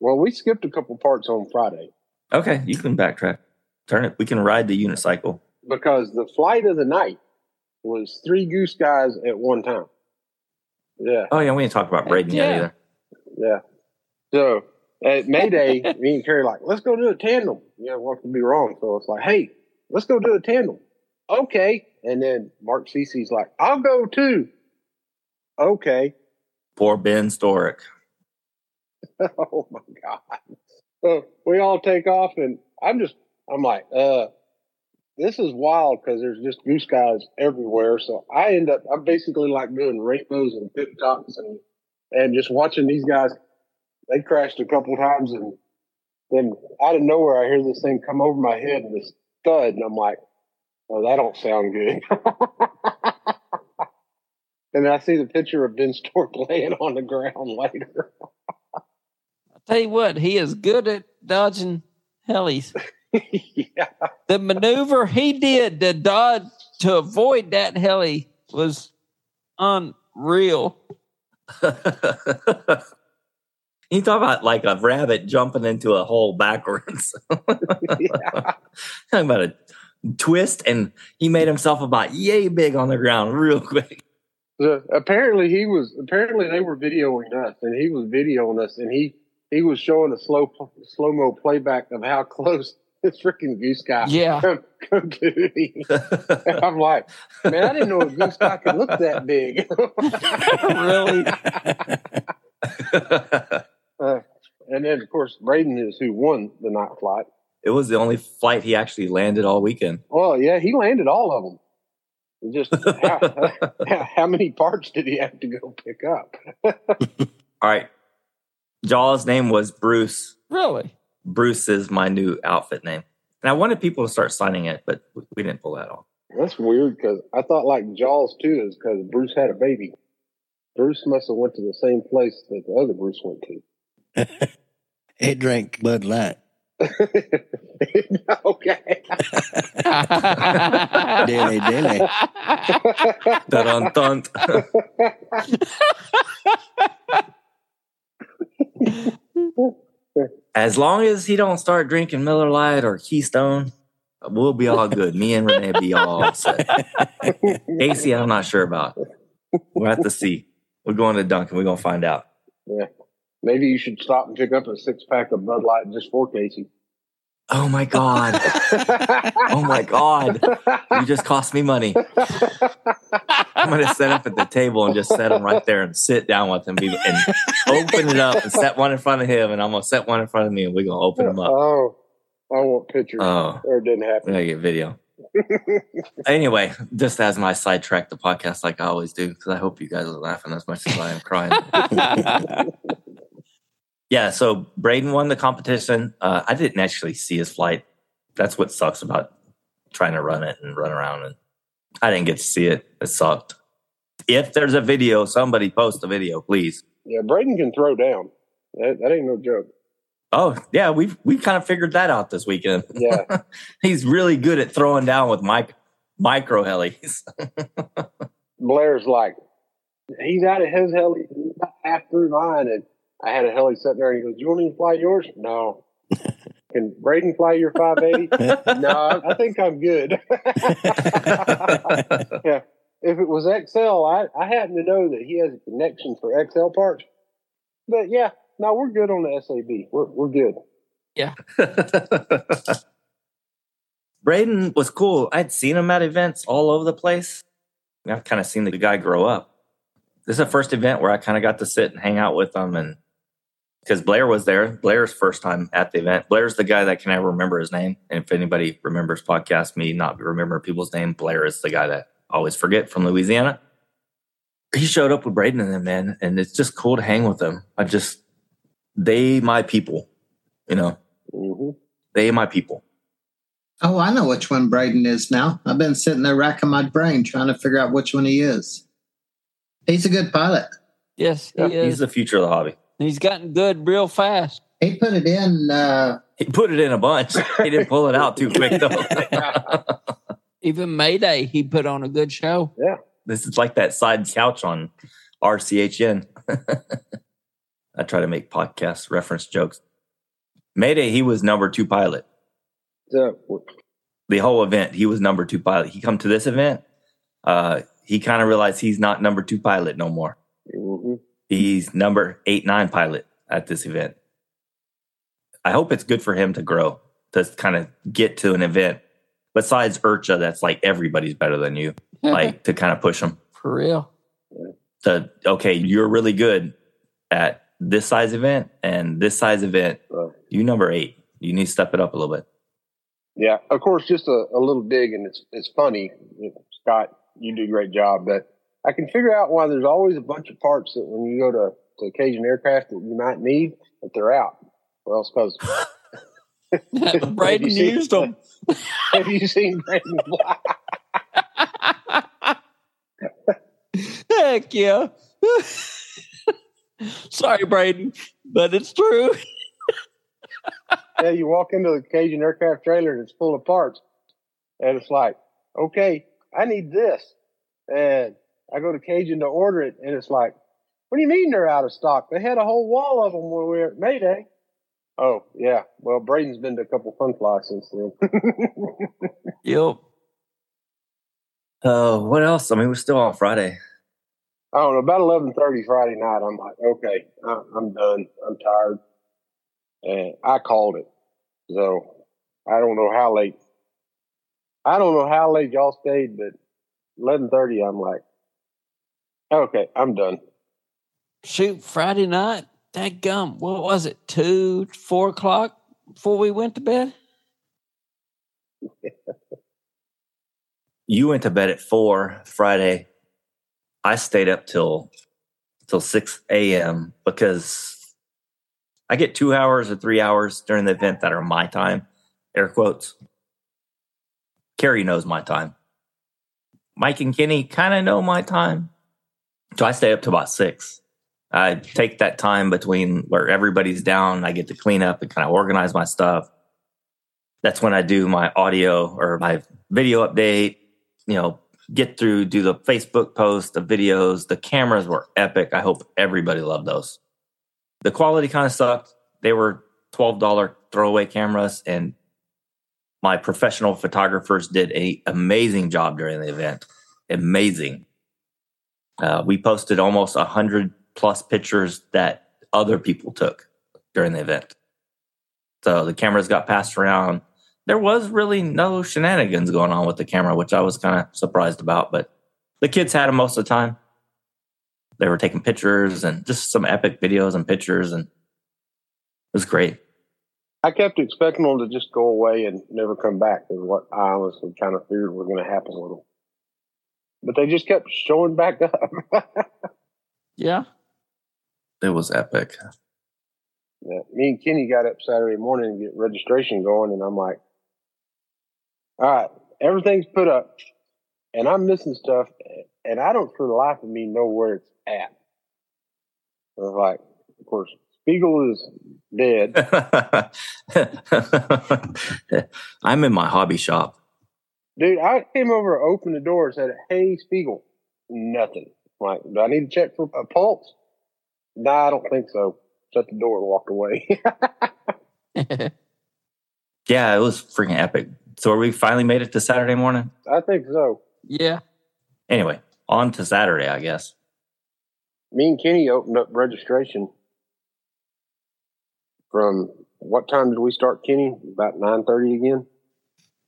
Speaker 4: well, we skipped a couple parts on Friday
Speaker 1: Okay, you can backtrack. Turn it. We can ride the unicycle.
Speaker 4: because the flight of the night was three goose guys at one time. Yeah,
Speaker 1: Oh yeah, we didn't talk about Braden yet
Speaker 2: Yeah.
Speaker 1: either.
Speaker 4: yeah. So at Mayday, me and Carrie like, let's go do a tandem. You know, what could be wrong? So it's like, hey, let's go do a tandem. Okay. And then Mark Cece's like, I'll go too. Okay.
Speaker 1: Poor Ben Storick.
Speaker 4: oh my god so we all take off and i'm just i'm like uh this is wild because there's just goose guys everywhere so i end up i'm basically like doing rainbows and pit tops and and just watching these guys they crashed a couple times and then out of nowhere i hear this thing come over my head and this thud and i'm like oh that don't sound good and i see the picture of ben stork laying on the ground later
Speaker 2: I tell you what, he is good at dodging helis.
Speaker 4: yeah.
Speaker 2: The maneuver he did to dodge to avoid that heli was unreal.
Speaker 1: you talk about like a rabbit jumping into a hole backwards. Talking about a twist, and he made himself about yay big on the ground real quick.
Speaker 4: So apparently he was apparently they were videoing us and he was videoing us and he he was showing a slow slow mo playback of how close this freaking goose guy
Speaker 2: Yeah.
Speaker 4: come, come to me. And I'm like, man, I didn't know a goose guy could look that big.
Speaker 2: really?
Speaker 1: it
Speaker 4: Uh, and then of course Braden is who won the night flight.
Speaker 1: was the only flight he actually landed all weekend.
Speaker 4: Well, yeah, he landed all of them. It's Just how, how many parts did he have to go pick up?
Speaker 1: All right. Jaw's name was Bruce.
Speaker 2: Really?
Speaker 1: Bruce is my new outfit name. And I wanted people to start signing it, but we- we didn't pull that off.
Speaker 4: That's weird because I thought like Jaws too is because Bruce had a baby. Bruce must have went to the same place that the other Bruce went
Speaker 3: It drank Bud Light.
Speaker 4: to. okay.
Speaker 3: Dilly dilly.
Speaker 1: Dun, dun, dun. as long as he don't start drinking Miller Lite or Keystone, We'll be all good. Me and Renee be all set. Casey, I'm not sure about. We'll have to see. We're going to Dunkin'. We're gonna find out.
Speaker 4: Maybe you should stop and pick up a six pack of Bud Light just for Casey.
Speaker 1: Oh my god. Oh my god. You just cost me money. I'm gonna set up at the table and just set them right there and sit down with them be- and open it up and set one in front of him and I'm gonna set one in front of me and we're gonna open them up.
Speaker 4: Oh, I want pictures.
Speaker 1: Oh,
Speaker 4: or it didn't
Speaker 1: we
Speaker 4: happen.
Speaker 1: gotta get video. anyway, just as my sidetrack the podcast like I always do, because I hope you guys are laughing as much as I am crying. yeah, so Braden won the competition. Uh, I didn't actually see his flight. That's what sucks about trying to run it and run around. And I didn't get to see it. It sucked. If there's a video, somebody post a video, please.
Speaker 4: Yeah, Braden can throw down. That, that ain't no joke.
Speaker 1: Oh yeah, we we kind of figured that out this weekend.
Speaker 4: Yeah,
Speaker 1: He's really good at throwing down with mic micro helis.
Speaker 4: Blair's like, he's out of his heli he's not half through mine, and I had a heli sitting there, and he goes, "You want me to fly yours?" No. Can Braden fly your 580? no, I, I think I'm good. if it was XL, I, I happen to know that he has a connection for XL parts. But yeah, no, we're good on the SAB. We're we're good.
Speaker 1: Braden was cool. I'd seen him at events all over the place. And I've kind of seen the guy grow up. This is the first event where I kind of got to sit and hang out with him. And because Blair was there, Blair's first time at the event. Blair's the guy that can never remember his name. And if anybody remembers podcast, me not remember people's name, Blair is the guy that I always forget from Louisiana. He showed up with Braden and them, man. And it's just cool to hang with them. I just, they, my people, you know,
Speaker 4: hmm
Speaker 1: they, my people.
Speaker 6: Oh, I know which one Braden is now. I've been sitting there racking my brain trying to figure out which one he is. He's a good pilot.
Speaker 2: yes, he
Speaker 4: Yeah,
Speaker 1: He's
Speaker 2: is.
Speaker 1: the future of the hobby.
Speaker 2: He's gotten good real fast.
Speaker 6: He put it in. Uh,
Speaker 1: He put it in a bunch. He didn't pull it out too quick though.
Speaker 2: Even Mayday, he put on a good show.
Speaker 1: this is like that side couch on RCHN. I try to make podcast reference jokes. Mayday, he was number two pilot.
Speaker 4: So,
Speaker 1: The whole event, he was number two pilot. He come to this event, uh, he kind of realized he's not number two pilot no more.
Speaker 4: hmm
Speaker 1: He's number eight nine pilot at this event. I hope it's good for him to grow, to kind of get to an event besides Urcha, that's like everybody's better than you. like to kind of push them
Speaker 2: for real.
Speaker 1: to okay you're really good at this size event and this size event
Speaker 4: Right.
Speaker 1: you number eight you need to step it up a little bit
Speaker 4: Yeah, of course, just a, a little dig, and it's it's funny. Scott, you do a great job, but I can figure out why there's always a bunch of parts that when you go to, to occasion aircraft that you might need, but they're out. Well, it's because
Speaker 2: Braden used them.
Speaker 4: Have you seen Braden fly?
Speaker 2: Heck yeah. Sorry, Braden, but it's true.
Speaker 4: Yeah, you walk into the Cajun aircraft trailer and it's full of parts. And it's like, okay, I need this. And I go to Cajun to order it. And it's like, what do you mean they're out of stock? They had a whole wall of them when we were at Mayday. Oh, yeah. Well, Braden's been to a couple fun flies since then.
Speaker 2: Yep.
Speaker 1: oh what else i mean we're still on friday
Speaker 4: I don't know. Oh, About eleven thirty Friday night, I'm like, okay, I- I'm done. I'm tired, and I called it. So I don't know how late. I don't know how late y'all stayed, but eleven thirty, I'm like, okay, I'm done.
Speaker 2: Shoot, Friday night, that gum, what was it, two, four o'clock before we went to bed?
Speaker 1: you went to bed at four friday i stayed up till till 6 a.m because i get two hours or three hours during the event that are my time air quotes carrie knows my time mike and kenny kind of know my time so i stay up to about six i take that time between where everybody's down i get to clean up and kind of organize my stuff that's when i do my audio or my video update you know, get through, do the Facebook post, the videos. The cameras were epic. I hope everybody loved those. The quality kind of sucked. They were $12 throwaway cameras and my professional photographers did a amazing job during the event. Amazing. Uh, we posted almost a hundred plus pictures that other people took during the event. So the cameras got passed around. There was really no shenanigans going on with the camera, which I was kind of surprised about, but the kids had them most of the time. They were taking pictures and just some epic videos and pictures, and it was great.
Speaker 4: I kept expecting them to just go away and never come back, is what I honestly kind of feared was going to happen with them. But they just kept showing back up.
Speaker 2: Yeah.
Speaker 1: It was epic.
Speaker 4: Yeah, me and Kenny got up Saturday morning to get registration going, and I'm like, "All right, everything's put up, and I'm missing stuff, and I don't for the life of me know where it's at." I was like, "Of course, Spiegel is dead.
Speaker 1: I'm in my hobby shop.
Speaker 4: Dude, I came over, opened the door, and said, "Hey, Spiegel," nothing. I'm like, do I need to check for a pulse? Nah, I don't think so. Shut the door and walked away.
Speaker 1: Yeah, it was freaking epic. So we finally made it to Saturday morning.
Speaker 4: I think so.
Speaker 2: yeah.
Speaker 1: Anyway, on to Saturday, I guess.
Speaker 4: me and Kenny opened up registration from what time did we start, Kenny? About nine thirty again.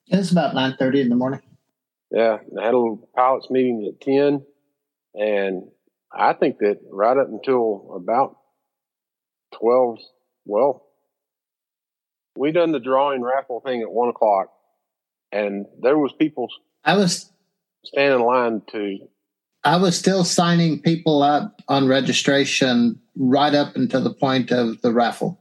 Speaker 6: It's about nine thirty in the morning.
Speaker 4: Yeah, and I had a little pilots meeting at ten, and I think that right up until about twelve, well, we done the drawing raffle thing at one o'clock, and there was people
Speaker 6: I was
Speaker 4: standing in line to
Speaker 6: I was still signing people up on registration right up until the point of the raffle.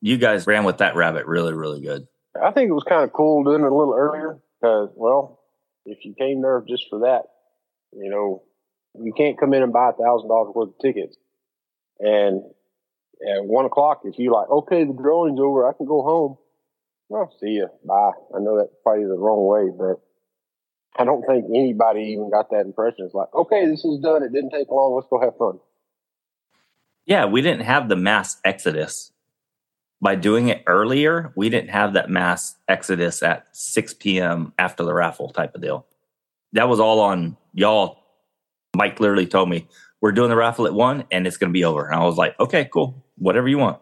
Speaker 1: You guys ran with that rabbit really, really good.
Speaker 4: I think it was kind of cool doing it a little earlier because, well, if you came there just for that, you know, you can't come in and buy a thousand dollars worth of tickets. And at one o'clock, if you like, okay, the drawing's over, I can go home. Well, see you. Bye. I know that's probably the wrong way, but I don't think anybody even got that impression. It's like, okay, this is done. It didn't take long. Let's go have fun.
Speaker 1: Yeah, we didn't have the mass exodus. By doing it earlier, we didn't have that mass exodus at 6 p.m. after the raffle type of deal. That was all on y'all. Mike literally told me, We're doing the raffle at one and it's going to be over. And I was like, Okay, cool. Whatever you want.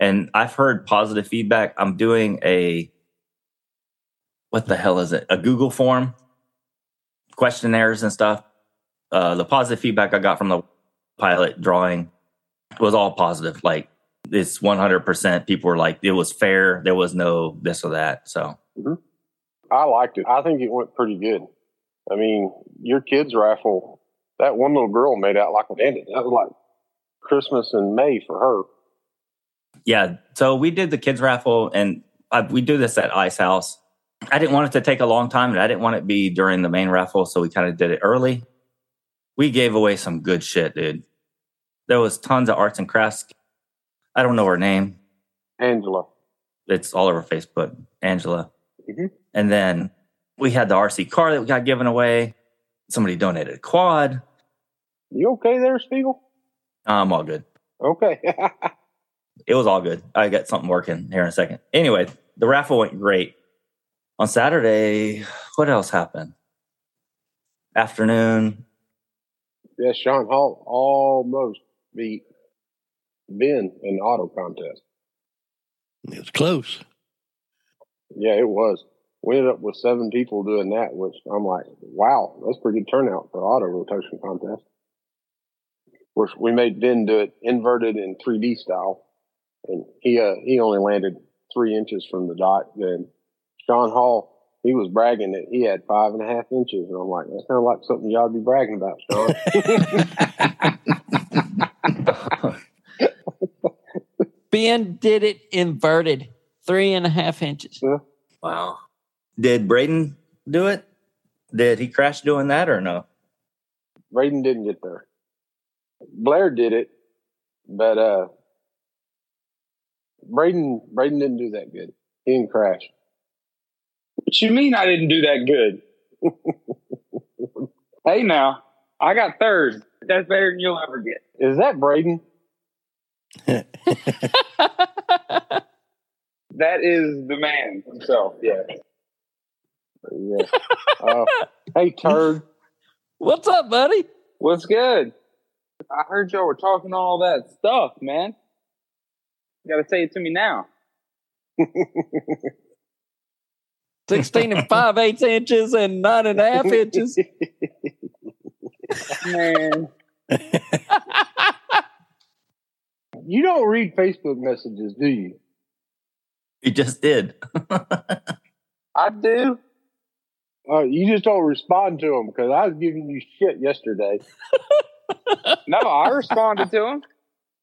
Speaker 1: And I've heard positive feedback. I'm doing a, what the hell is it? A Google form, questionnaires and stuff. Uh, the positive feedback I got from the pilot drawing was all positive. Like it's 100%. People were like, it was fair. There was no this or that. So
Speaker 4: Mm-hmm. I liked it. I think it went pretty good. I mean, your kids' raffle, that one little girl made out like a bandit. That was like Christmas in May for her.
Speaker 1: yeah. So we did the kids raffle and I, we do this at Ice House. I didn't want it to take a long time and I didn't want it to be during the main raffle. So we kind of did it early. We gave away some good shit, dude. There was tons of arts and crafts. I don't know her name.
Speaker 4: Angela.
Speaker 1: it's all over Facebook, Angela.
Speaker 4: Mhm.
Speaker 1: And then we had the RC car that we got given away. Somebody donated a quad.
Speaker 4: You okay there, Spiegel?
Speaker 1: I'm all good.
Speaker 4: Okay.
Speaker 1: It was all good. I got something working here in a second. Anyway, the raffle went great. On Saturday, what else happened? Afternoon.
Speaker 4: yes, Sean Hall almost beat Ben in the auto contest.
Speaker 3: It was close.
Speaker 4: Yeah, it was. We ended up with seven people doing that, which I'm like, wow, that's pretty good turnout for auto rotation contest. Of course, we made Ben do it inverted in 3D style, and he uh, he only landed three inches from the dot. Then Sean Hall, he was bragging that he had five and a half inches, and I'm like, that sounds like something y'all be bragging about, Sean.
Speaker 2: Ben did it inverted, three and a half inches.
Speaker 1: wow. Did Braden do it? Did he crash doing that or no?
Speaker 4: Braden didn't get there. Blair did it, but uh, Braden Braden didn't do that good. He didn't crash.
Speaker 7: What you mean I didn't do that good? hey, now I got third. That's better than you'll ever get.
Speaker 4: Is that Braden?
Speaker 7: That is the man himself. Yeah.
Speaker 4: Yeah. Uh, hey, turd.
Speaker 2: What's up, buddy?
Speaker 7: What's good? I heard y'all were talking all that stuff, man. You gotta say it to me now.
Speaker 2: 16 and 5 eighths inches and nine and a half inches.
Speaker 7: Man.
Speaker 4: You don't read Facebook messages, do you?
Speaker 1: You just did.
Speaker 7: I do.
Speaker 4: Uh, you just don't respond to them because I was giving you shit yesterday.
Speaker 7: No, I responded to him.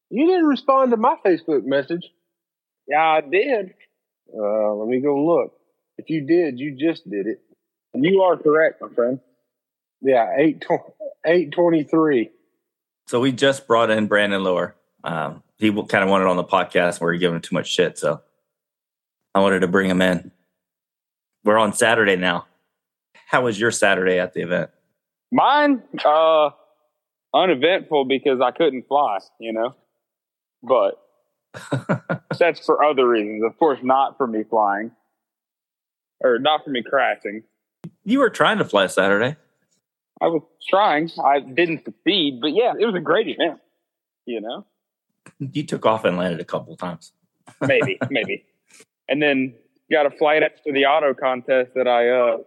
Speaker 4: You didn't respond to my Facebook message.
Speaker 7: Yeah, I did.
Speaker 4: Uh, let me go look. If you did, you just did it. You are correct, my friend. Yeah, eight eight twenty three.
Speaker 1: So we just brought in Brandon Lower. Um, he kind of wanted on the podcast where we are giving him too much shit. So I wanted to bring him in. We're on Saturday now. How was your Saturday at the event?
Speaker 7: Mine, uh, uneventful because I couldn't fly, you know. But that's for other reasons, of course, not for me flying or not for me crashing.
Speaker 1: You were trying to fly Saturday.
Speaker 7: I was trying, I didn't succeed, but yeah, it was a great event, you know.
Speaker 1: You took off and landed a couple of times.
Speaker 7: maybe, maybe. And then got a flight after the auto contest that I uh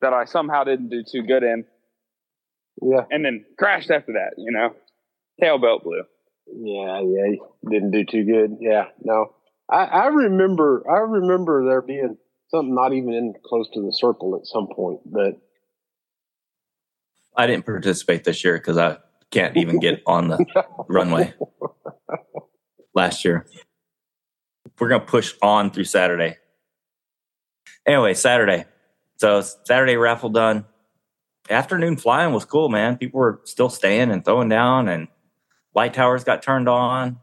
Speaker 7: that I somehow didn't do too good in,
Speaker 4: Yeah,
Speaker 7: and then crashed after that. You know, tail belt blew.
Speaker 4: yeah, yeah. Didn't do too good. Yeah, no. I, I remember. I remember there being something not even in close to the circle at some point, but
Speaker 1: I didn't participate this year because I can't even get on the runway last year. We're going to push on through Saturday. Anyway, Saturday. So, Saturday raffle done. Afternoon flying was cool, man. People were still staying and throwing down, and light towers got turned on.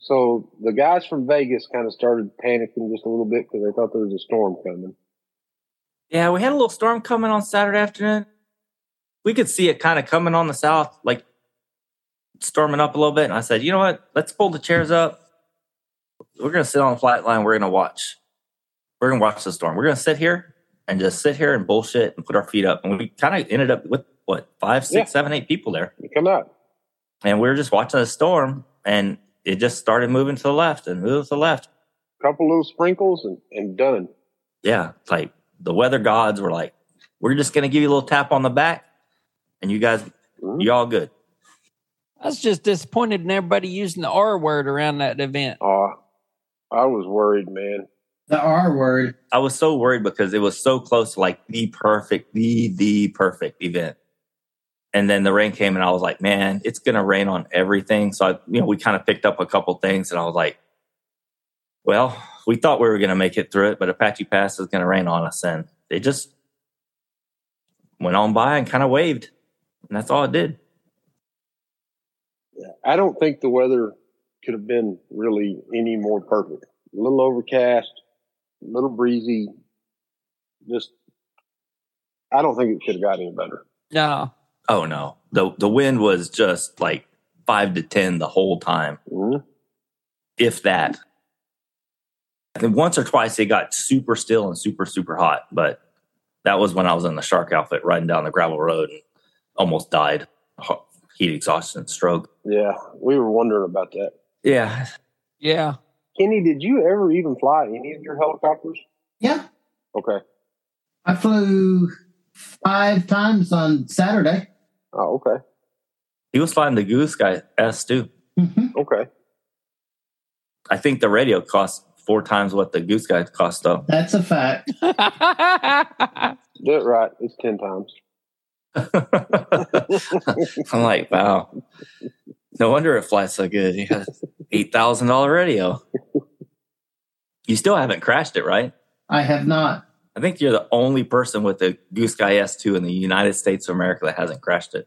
Speaker 4: so the guys from Vegas kind of started panicking just a little bit because they thought there was a storm coming.
Speaker 1: Yeah, we had a little storm coming on Saturday afternoon. We could see it kind of coming on the south, like storming up a little bit. And I said, you know what? Let's pull the chairs up. We're going to sit on the flat line. We're going to watch. We're going to watch the storm. We're going to sit here and just sit here and bullshit and put our feet up. And we kind of ended up with what, five,
Speaker 4: Yeah.
Speaker 1: six, seven, eight people there.
Speaker 4: It come out.
Speaker 1: And we were just watching the storm and it just started moving to the left and moved to the left.
Speaker 4: couple little sprinkles and, and done.
Speaker 1: yeah, it's like the weather gods were like, we're just gonna give you a little tap on the back, and you guys,
Speaker 4: Mhm.
Speaker 1: you all good.
Speaker 2: I was just disappointed in everybody using the R word around that event.
Speaker 4: Uh, I was worried, man.
Speaker 6: The R word.
Speaker 1: I was so worried because it was so close to like the perfect, the the perfect event, and then the rain came, and I was like, man, it's gonna rain on everything. So I, you know, we kind of picked up a couple things, and I was like, well, we thought we were gonna make it through it, but Apache Pass is gonna rain on us, and it just went on by and kind of waved, and that's all it did.
Speaker 4: I don't think the weather could have been really any more perfect. A little overcast, a little breezy. Just, I don't think it could have got any better.
Speaker 2: No,
Speaker 1: Oh no. The the wind was just like five to ten the whole time,
Speaker 4: Mhm.
Speaker 1: if that. And once or twice it got super still and super, super hot, but that was when I was in the shark outfit riding down the gravel road and almost died. Ho- Heat exhaustion stroke.
Speaker 4: Yeah, we were wondering about that.
Speaker 1: Yeah.
Speaker 2: yeah.
Speaker 4: Kenny, did you ever even fly any of your helicopters?
Speaker 6: Yeah.
Speaker 4: Okay.
Speaker 6: I flew five times on Saturday.
Speaker 4: Oh, okay.
Speaker 1: He was flying the goose guy S too.
Speaker 6: hmm
Speaker 4: Okay.
Speaker 1: I think the radio cost four times what the goose guy cost though.
Speaker 6: That's a fact.
Speaker 4: Do it right. It's 10 times.
Speaker 1: I'm like, wow. No wonder it flies so good. He has eight thousand dollar radio. You still haven't crashed it, right?
Speaker 6: I have not.
Speaker 1: I think you're the only person with a Goose Guy S2 in the United States of America that hasn't crashed it.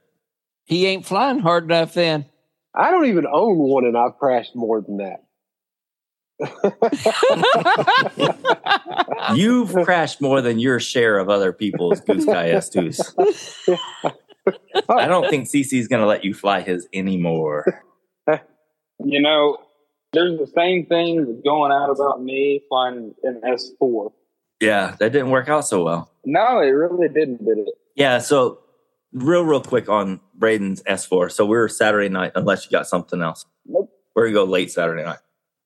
Speaker 2: he ain't flying hard enough then.
Speaker 4: I don't even own one and I've crashed more than that.
Speaker 1: You've crashed more than your share of other people's Goose Guy S2s. I don't think CC's going to let you fly his anymore.
Speaker 7: You know, There's the same thing that's going out about me flying an S4.
Speaker 1: Yeah, that didn't work out so well.
Speaker 7: No, it really didn't, did it?
Speaker 1: Yeah, so real, real quick on Braden's S4. So we are Saturday night, unless you got something else.
Speaker 7: Nope.
Speaker 1: We're going to go late Saturday night.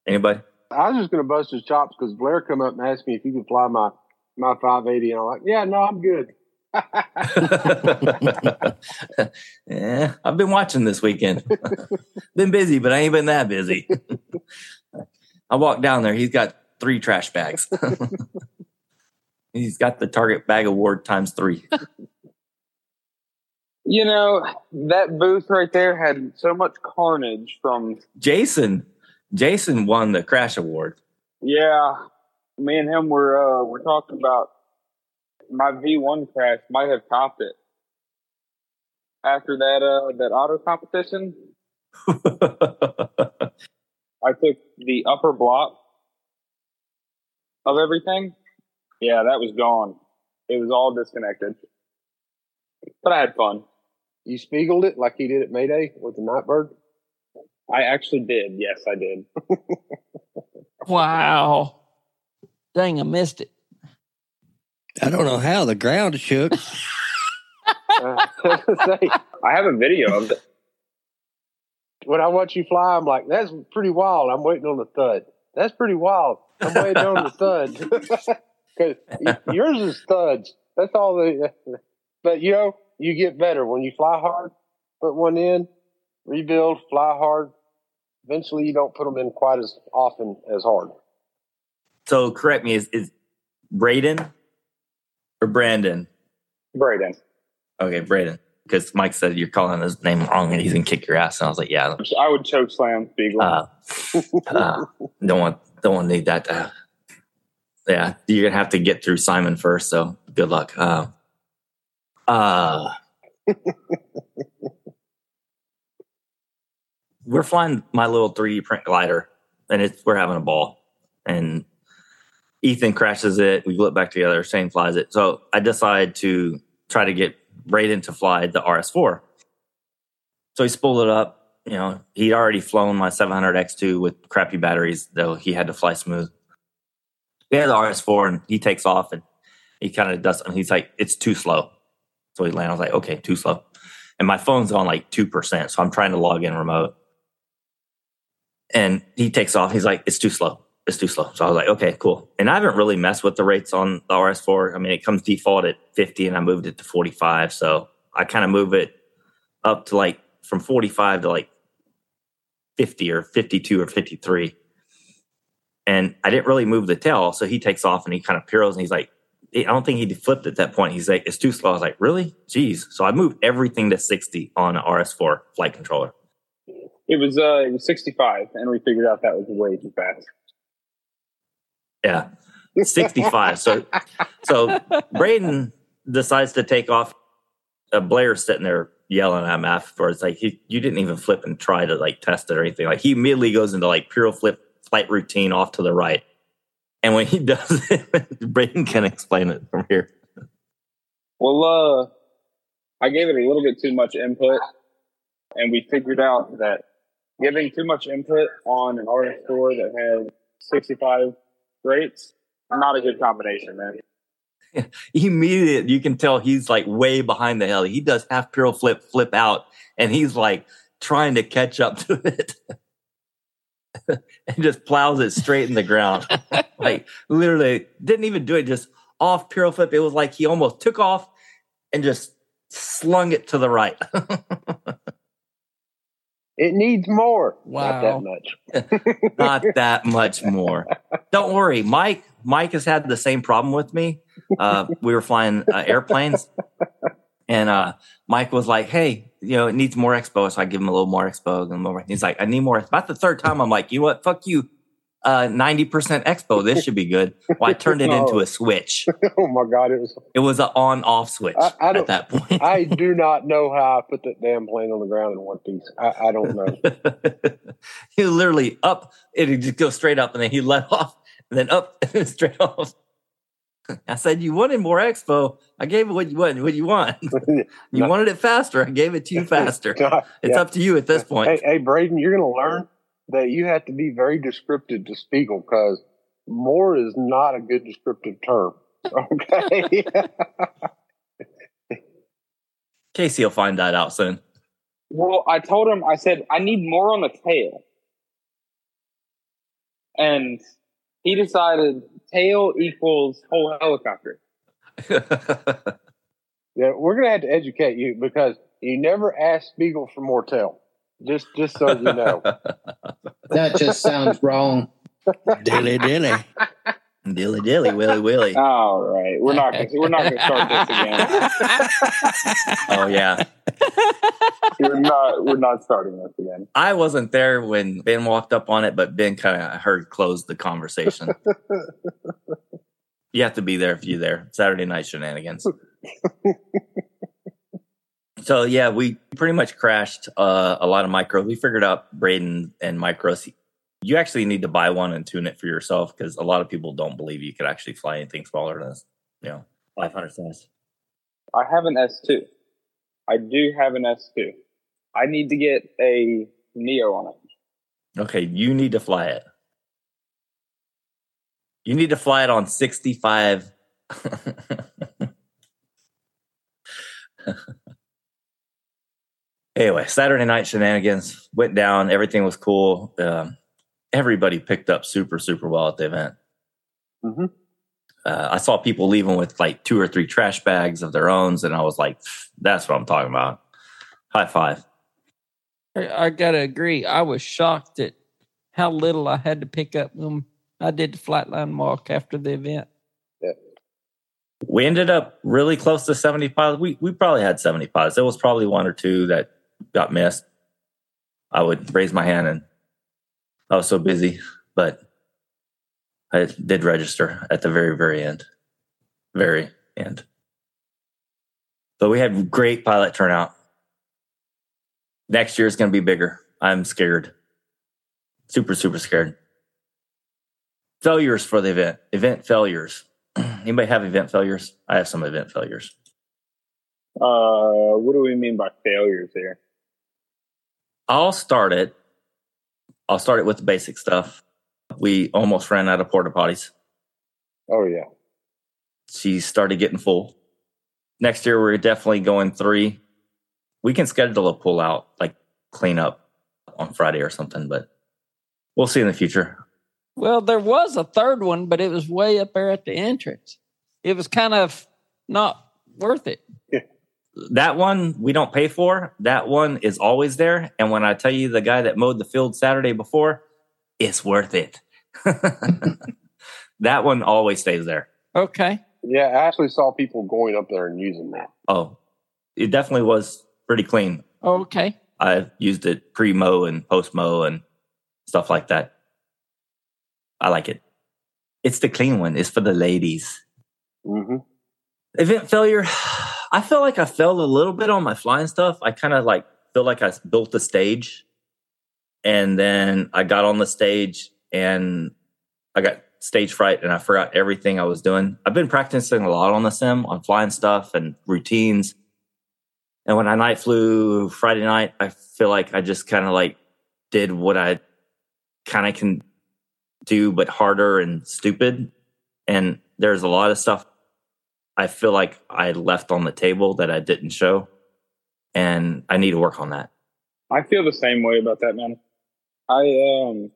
Speaker 1: Anybody?
Speaker 4: I was just gonna bust his chops because Blair come up and asked me if he could fly my my 580, and I'm like, yeah, no, I'm good.
Speaker 1: yeah, Eh, I've been watching this weekend. been busy, but I ain't been that busy. I walked down there. He's got three trash bags. He's got the Target Bag Award times three.
Speaker 7: You know, that booth right there had so much carnage from,
Speaker 1: Jason, Jason won the Crash Award.
Speaker 7: yeah, me and him were, uh, were talking about my V1 crash might have topped it. After that, uh, that auto competition, I took the upper block of everything. Yeah, that was gone. It was all disconnected. But I had fun.
Speaker 4: You spiegeled it like he did at Mayday with the Nightbird.
Speaker 7: I actually did. Yes, I did.
Speaker 2: Wow. Dang, I missed it.
Speaker 3: I don't know how the ground shook.
Speaker 4: Uh,
Speaker 7: I have a video of it.
Speaker 4: when I watch you fly, I'm like, that's pretty wild. I'm waiting on the thud. That's pretty wild. I'm waiting on the thud. Because yours is thuds. That's all the. But you know, you get better when you fly hard. Put one in, rebuild, fly hard. Eventually, you don't put them in quite as often as hard.
Speaker 1: So correct me, is, is Braden or Brandon?
Speaker 7: Braden.
Speaker 1: Okay, Braden. Because Mike said you're calling his name wrong and he's gonna kick your ass. And I was like, yeah,
Speaker 7: I would choke slam Beagle.
Speaker 1: uh, uh, don't want don't want to need that. To, yeah, you're gonna have to get through Simon first. So good luck. Uh, uh, we're flying my little 3D print glider, and it's we're having a ball. And Ethan crashes it. We glue it back together. Shane flies it. So I decide to try to get Braden to fly the RS4. So he spooled it up. You know, he'd already flown my 700X2 with crappy batteries, though he had to fly smooth. We had the RS4 and he takes off and he kind of does, and he's like, it's too slow. So he lands. I was like, okay, too slow. And my phone's on like 2%. So I'm trying to log in remote. And he takes off. He's like, it's too slow. It's too slow. So I was like, okay, cool. And I haven't really messed with the rates on the RS4. I mean, it comes default at 50 and I moved it to 45. So I kind of move it up to like from 45 to like 50 or 52 or 53. And I didn't really move the tail. So he takes off and he kind of piroughs and he's like, I don't think he flipped at that point. He's like, it's too slow. I was like, really? Jeez. So I moved everything to 60 on a RS4 flight controller.
Speaker 7: it was uh, it was 65, and we figured out that was way too fast.
Speaker 1: Yeah. 65. so so Braden decides to take off. Uh, Blair's sitting there yelling at him afterwards, like, he, you didn't even flip and try to like test it or anything. Like, he immediately goes into like pure flip flight routine off to the right. And when he does it, Braden can explain it from here.
Speaker 7: Well, uh, I gave it a little bit too much input, and we figured out that giving too much input on an RS store that has 65 rates not a good combination, man.
Speaker 1: immediate you can tell he's like way behind the heli he does half pure flip flip out and he's like trying to catch up to it and just plows it straight in the ground like literally didn't even do it just off pure flip it was like he almost took off and just slung it to the right
Speaker 4: It needs more. Not that
Speaker 2: Wow.
Speaker 4: much.
Speaker 1: not that much more. Don't worry, Mike. Mike has had the same problem with me. Uh, we were flying uh, airplanes, and uh, Mike was like, "Hey, you know, it needs more expo." So I give him a little more expo, and more. He's like, "I need more." About the third time, I'm like, "You know what? Fuck you." Uh, Ninety percent expo. This should be good. Well, I turned it into a switch.
Speaker 4: Oh my god, it was.
Speaker 1: It was an on-off switch
Speaker 4: I- I
Speaker 1: at
Speaker 4: don't-
Speaker 1: that point.
Speaker 4: I do not know how I put that damn plane on the ground in one piece. I, I don't know.
Speaker 1: he literally up it would just go straight up and then he let off and then up and then straight off i said you wanted more expo i gave it what you want what you want you
Speaker 4: No.
Speaker 1: wanted it faster i gave it to you faster
Speaker 4: God,
Speaker 1: it's
Speaker 4: yeah.
Speaker 1: up to you at this point
Speaker 4: Hey, hey, Braden, you're going to learn. that you have to be very descriptive to Spiegel because more is not a good descriptive term. Okay.
Speaker 1: Casey will find that out soon.
Speaker 7: Well, I told him, I said, I need more on the tail. And he decided tail equals whole helicopter.
Speaker 4: yeah, we're gonna have to educate you because you never ask Spiegel for more tail. Just just so you know.
Speaker 6: That just sounds wrong.
Speaker 3: dilly dilly.
Speaker 1: dilly dilly, willy willy.
Speaker 7: All right, we're not gonna, we're not going to start this again.
Speaker 1: Oh yeah.
Speaker 7: We're not we're not starting this again.
Speaker 1: I wasn't there when Ben walked up on it, but Ben kind of heard closed the conversation. you have to be there if you're there. Saturday night shenanigans. so yeah, we pretty much crashed uh, a lot of micros. We figured out Braden and micros. You actually need to buy one and tune it for yourself because a lot of people don't believe you could actually fly anything smaller than this. You know, 500 size.
Speaker 7: I have an S two. I do have an S two. I need to get a Neo on it.
Speaker 1: Okay, you need to fly it. You need to fly it on 65. anyway, Saturday night shenanigans went down. Everything was cool. Um, everybody picked up super, super well at the event.
Speaker 4: Mhm.
Speaker 1: Uh, I saw people leaving with like two or three trash bags of their own, and I was like, that's what I'm talking about. High five.
Speaker 2: I, I gotta agree. I was shocked at how little I had to pick up when I did the flatline walk after the event.
Speaker 1: we ended up really close to 70 pilots. We, we probably had 70 pilots. There was probably one or two that got missed. I would raise my hand and I was so busy, but I did register at the very, very end. Very end. But we had great pilot turnout. Next year is going to be bigger. I'm scared. Super, super scared. Failures for the event. Event failures. Anybody have event failures? I have some event failures.
Speaker 7: Uh, what do we mean by failures here?
Speaker 1: I'll start it. I'll start it with the basic stuff. We almost ran out of porta potties.
Speaker 4: oh yeah.
Speaker 1: She started getting full. Next year, we're definitely going three. We can schedule a pull out, like clean up on Friday or something, but we'll see in the future.
Speaker 2: Well, there was a third one, but it was way up there at the entrance. It was kind of not worth it.
Speaker 1: That one we don't pay for. That one is always there. And when I tell you the guy that mowed the field Saturday before, it's worth it. that one always stays there.
Speaker 2: Okay.
Speaker 4: Yeah, I actually saw people going up there and using that.
Speaker 1: Oh, it definitely was pretty clean.
Speaker 2: Okay.
Speaker 1: I've used it pre mow and post mow and stuff like that. I like it. It's the clean one. It's for the ladies.
Speaker 4: Mm-hmm.
Speaker 1: Event failure. I feel like I failed a little bit on my flying stuff. I kind of like feel like I built the stage and then I got on the stage and I got stage fright and I forgot everything I was doing. I've been practicing a lot on the sim on flying stuff and routines. And when I night flew Friday night, I feel like I just kind of like did what I kind of can do, but harder and stupid. And there's a lot of stuff I feel like I left on the table that I didn't show. And I need to work on that.
Speaker 7: I feel the same way about that, man. I um,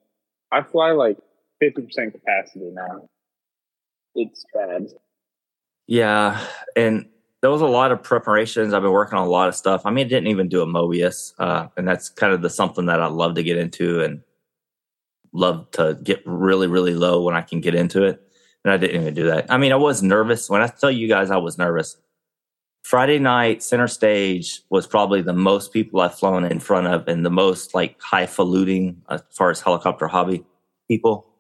Speaker 7: I fly like fifty percent capacity now. It's bad.
Speaker 1: Yeah, and there was a lot of preparations. I've been working on a lot of stuff. I mean, I didn't even do a Mobius, uh, and that's kind of the something that I love to get into and love to get really, really low when I can get into it. And I didn't even do that. I mean, I was nervous. When I tell you guys, I was nervous. Friday night center stage was probably the most people I've flown in front of, and the most like highfalutin as far as helicopter hobby people.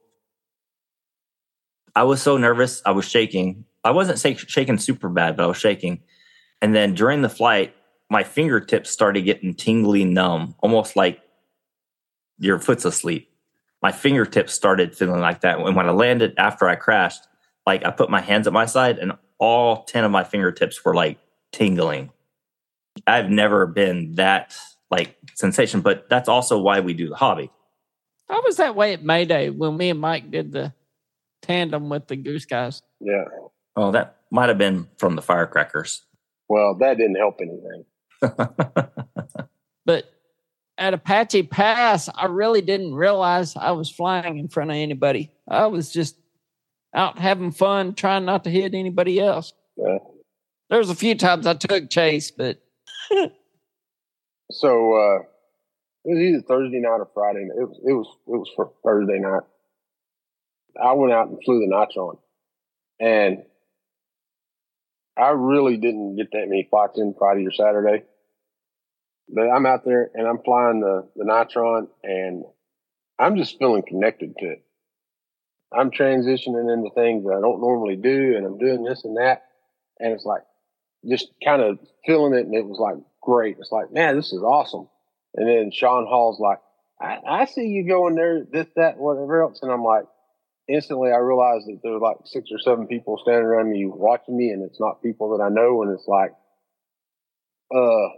Speaker 1: I was so nervous. I was shaking. I wasn't shak- shaking super bad, but I was shaking. And then during the flight, my fingertips started getting tingly numb, almost like your foot's asleep. My fingertips started feeling like that. And when I landed after I crashed, like I put my hands at my side and all 10 of my fingertips were like tingling. I've never been that like sensation, but that's also why we do the hobby.
Speaker 2: I was that way at Mayday when me and Mike did the tandem with the Goose Guys.
Speaker 4: Yeah.
Speaker 1: Oh, that might have been from the firecrackers.
Speaker 4: Well, that didn't help anything.
Speaker 2: But at Apache Pass, I really didn't realize I was flying in front of anybody. I was just out having fun, trying not to hit anybody else.
Speaker 4: Yeah.
Speaker 2: There was a few times I took chase, but
Speaker 4: So uh, it was either Thursday night or Friday. Night. It was it was it was for Thursday night. I went out and flew the notch on, and I really didn't get that many flights in Friday or Saturday. But I'm out there and I'm flying the, the Nitron and I'm just feeling connected to it. I'm transitioning into things that I don't normally do and I'm doing this and that. And it's like just kind of feeling it. And it was like, great. It's like, man, this is awesome. And then Sean Hall's like, I, I see you going there, this, that, whatever else. And I'm like, instantly I realized that there were like six or seven people standing around me watching me and it's not people that I know. And it's like, uh,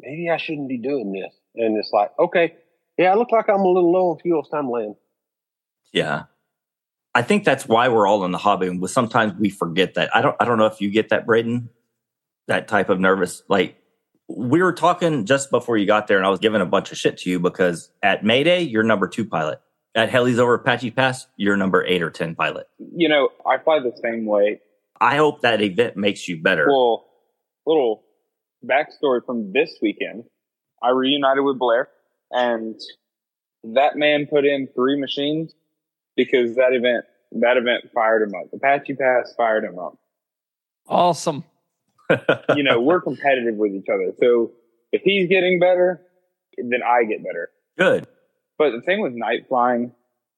Speaker 4: maybe I shouldn't be doing this. And it's like, okay, yeah, I look like I'm a little low on fuel. It's time to land.
Speaker 1: Yeah. I think that's why we're all in the hobby. And sometimes we forget that. I don't I don't know if you get that, Braden, that type of nervous. Like we were talking just before you got there, and I was giving a bunch of shit to you because at Mayday, you're number two pilot. At Heli's over Apache Pass, you're number eight or ten pilot.
Speaker 7: You know, I fly the same way.
Speaker 1: I hope that event makes you better.
Speaker 7: Well, little backstory from this weekend. I reunited with Blair, and that man put in three machines because that event that event fired him up. Apache Pass fired him up.
Speaker 2: awesome.
Speaker 7: you know, we're competitive with each other. So if he's getting better, then I get better.
Speaker 1: Good.
Speaker 7: But the thing with night flying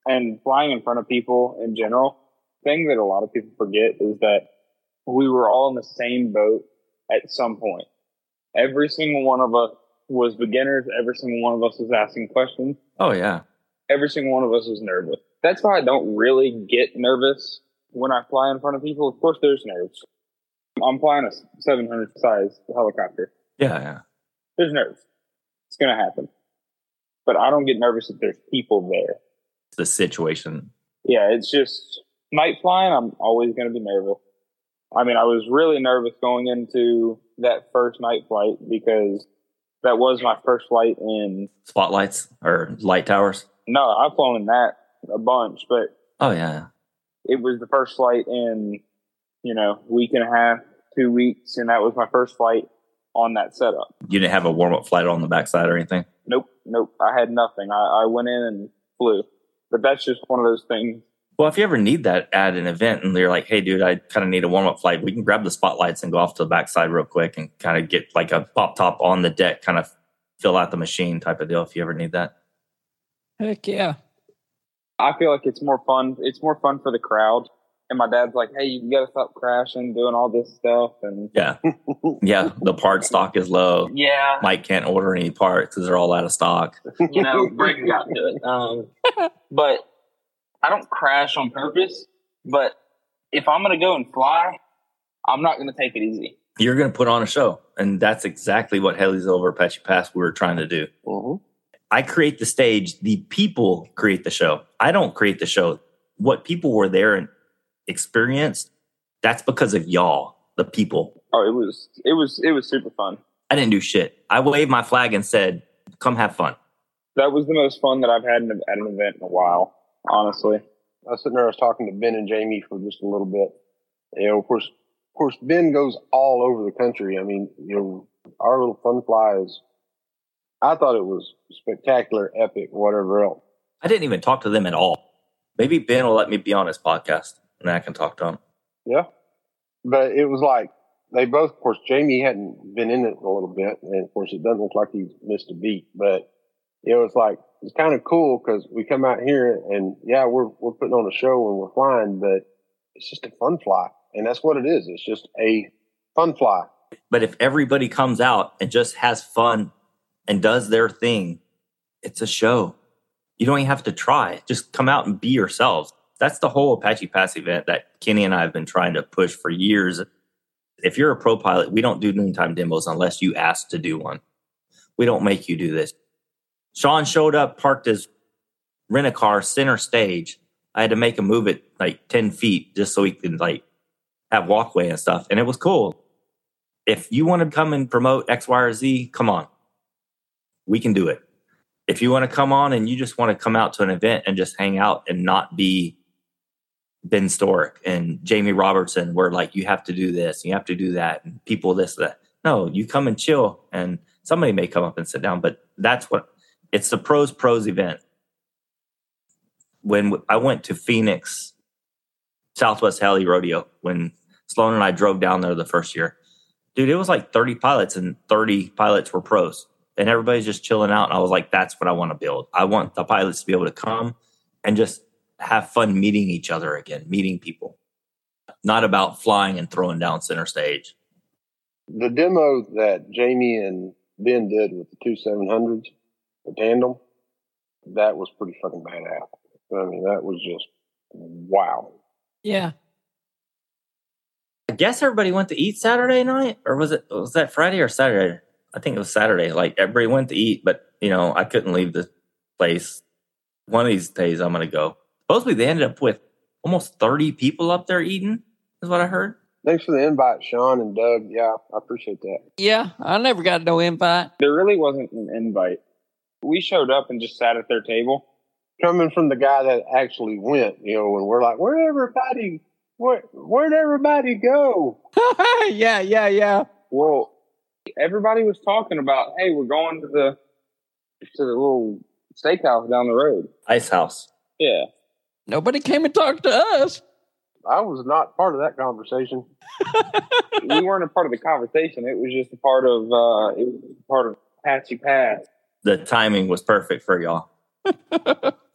Speaker 7: and flying in front of people in general, thing that a lot of people forget is that we were all in the same boat at some point. Every single one of us was beginners. Every single one of us was asking questions.
Speaker 1: Oh yeah.
Speaker 7: Every single one of us was nervous. That's why I don't really get nervous when I fly in front of people. Of course, there's nerves. I'm flying a 700 size helicopter
Speaker 1: Yeah. Yeah.
Speaker 7: there's nerves. It's going to happen. But I don't get nervous if there's people there.
Speaker 1: The situation.
Speaker 7: Yeah, it's just night flying. I'm always going to be nervous. I mean, I was really nervous going into that first night flight because that was my first flight in.
Speaker 1: Spotlights or light towers.
Speaker 7: No, I've flown in that a bunch, but
Speaker 1: Oh yeah.
Speaker 7: it was the first flight in, you know, week and a half, two weeks, and that was my first flight on that setup.
Speaker 1: You didn't have a warm up flight on the backside or anything.
Speaker 7: Nope, nope. I had nothing. I, I went in and flew. But that's just one of those things.
Speaker 1: Well, if you ever need that at an event and you're like, hey, dude, I kind of need a warm up flight, we can grab the spotlights and go off to the backside real quick and kind of get like a pop top on the deck, kind of fill out the machine type of deal if you ever need that.
Speaker 2: Heck yeah.
Speaker 7: I feel like it's more fun. It's more fun for the crowd. And my dad's like, "Hey, you gotta stop crashing, doing all this stuff." And
Speaker 1: Yeah. yeah. The part stock is low.
Speaker 7: yeah,
Speaker 1: Mike can't order any parts because they're all out of stock.
Speaker 7: you know, Brick got to it. Um, but I don't crash on purpose. But if I'm gonna go and fly, I'm not gonna take it easy.
Speaker 1: You're going to put on a show. And that's exactly what Haley's Over Apache Pass we were trying to do.
Speaker 4: Mm-hmm.
Speaker 1: I create the stage. The people create the show. I don't create the show. What people were there and experienced, that's because of y'all, the people.
Speaker 7: Oh, it was, it was, it was super fun.
Speaker 1: I didn't do shit. I waved my flag and said, come have fun.
Speaker 7: That was the most fun that I've had in- at an event in a while, honestly.
Speaker 4: I was sitting there, I was talking to Ben and Jamie for just a little bit. You know, of course, of course, Ben goes all over the country. I mean, you know, our little fun fly is, I thought it was spectacular, epic, whatever else.
Speaker 1: I didn't even talk to them at all. Maybe Ben will let me be on his podcast and then I can talk to him.
Speaker 4: Yeah. But it was like they both, of course, Jamie hadn't been in it a little bit. And of course, it doesn't look like he's missed a beat, but it was like, it's kind of cool because we come out here and yeah, we're, we're putting on a show and we're flying, but it's just a fun fly. And that's what it is. It's just a fun fly.
Speaker 1: But if everybody comes out and just has fun and does their thing, it's a show. You don't even have to try. Just come out and be yourselves. That's the whole Apache Pass event that Kenny and I have been trying to push for years. If you're a pro pilot, we don't do noontime demos unless you ask to do one. We don't make you do this. Sean showed up, parked his rent a car center stage. I had to make him move it like 10 feet just so he could like have walkway and stuff. And it was cool. If you want to come and promote X, Y, or Z, come on. We can do it. If you want to come on and you just want to come out to an event and just hang out and not be Ben Storick and Jamie Robertson, where like you have to do this, you have to do that, and people this, that. No, you come and chill, and somebody may come up and sit down, but that's what it's the pros pros event when I went to Phoenix, Southwest Heli Rodeo, when Sloan and I drove down there the first year, dude, it was like 30 pilots and 30 pilots were pros and everybody's just chilling out. And I was like, that's what I want to build. I want the pilots to be able to come and just have fun meeting each other again, meeting people, not about flying and throwing down center stage.
Speaker 4: The demo that Jamie and Ben did with the two 700s, the tandem, that was pretty fucking badass. I mean, that was just wow.
Speaker 2: Yeah.
Speaker 1: I guess everybody went to eat Saturday night, or was it was that Friday or Saturday? I think it was Saturday. Like everybody went to eat, but you know, I couldn't leave the place. One of these days, I'm gonna go. Supposedly, they ended up with almost 30 people up there eating. Is what I heard.
Speaker 4: Thanks for the invite, Sean and Doug. Yeah, I appreciate that.
Speaker 2: Yeah. I never got no invite.
Speaker 7: There really wasn't an invite. We showed up and just sat at their table.
Speaker 4: Coming from the guy that actually went, you know, and we're like, where everybody, where where'd everybody go?
Speaker 2: yeah. Yeah. Yeah.
Speaker 7: Well, everybody was talking about, hey, we're going to the to the little steakhouse down the road.
Speaker 1: Ice House.
Speaker 7: Yeah.
Speaker 2: Nobody came and talked to us.
Speaker 4: I was not part of that conversation.
Speaker 7: we weren't a part of the conversation. It was just a part of uh it was a part of Patsy Pass.
Speaker 1: the timing was perfect for y'all.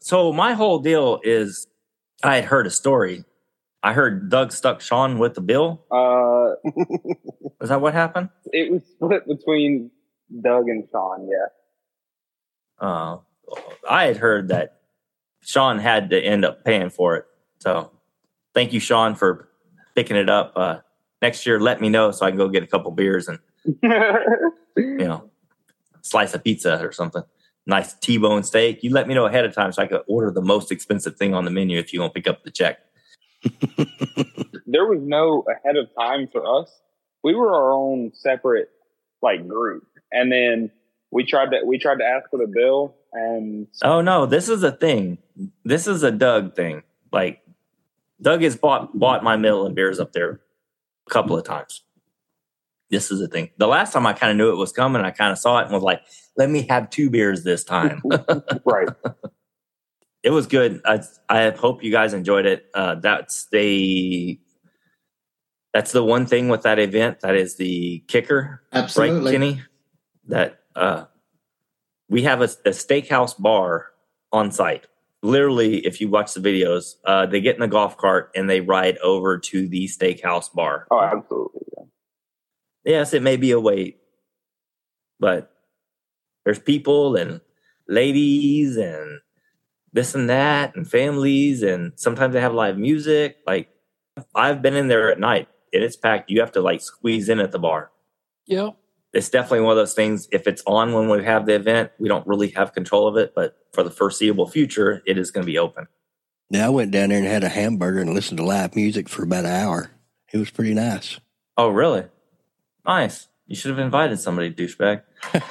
Speaker 1: so my whole deal is I had heard a story. I heard Doug stuck Sean with the bill.
Speaker 7: Uh
Speaker 1: Is that what happened?
Speaker 7: it was split between Doug and Sean, yeah.
Speaker 1: Uh, I had heard that Sean had to end up paying for it. So thank you, Sean, for picking it up. Uh, next year, let me know so I can go get a couple beers and you know slice of pizza or something. Nice T-bone steak. You let me know ahead of time so I could order the most expensive thing on the menu if you won't pick up the check.
Speaker 7: there was no ahead of time for us. We were our own separate like group. And then we tried to we tried to ask for the bill and
Speaker 1: Oh no, this is a thing. This is a Doug thing. Like Doug has bought bought my meal and beers up there a couple of times. This is a thing. The last time I kind of knew it was coming, I kind of saw it and was like, "Let me have two beers this time."
Speaker 4: right.
Speaker 1: it was good. I I hope you guys enjoyed it. Uh, that's the that's the one thing with that event that is the kicker right,
Speaker 6: Absolutely.
Speaker 1: Kenny? That uh, we have a, a steakhouse bar on site. Literally, if you watch the videos, uh, they get in the golf cart and they ride over to the steakhouse bar.
Speaker 7: Oh absolutely.
Speaker 1: Yes, it may be a wait, but there's people and ladies and this and that and families and sometimes they have live music. Like I've been in there at night and it's packed. You have to like squeeze in at the bar
Speaker 2: Yep.
Speaker 1: it's definitely one of those things. If it's on when we have the event, we don't really have control of it, but for the foreseeable future, it is going to be open.
Speaker 3: Now I went down there and had a hamburger and listened to live music for about an hour. It was pretty nice.
Speaker 1: Oh, really? Nice. You should have invited somebody, douchebag.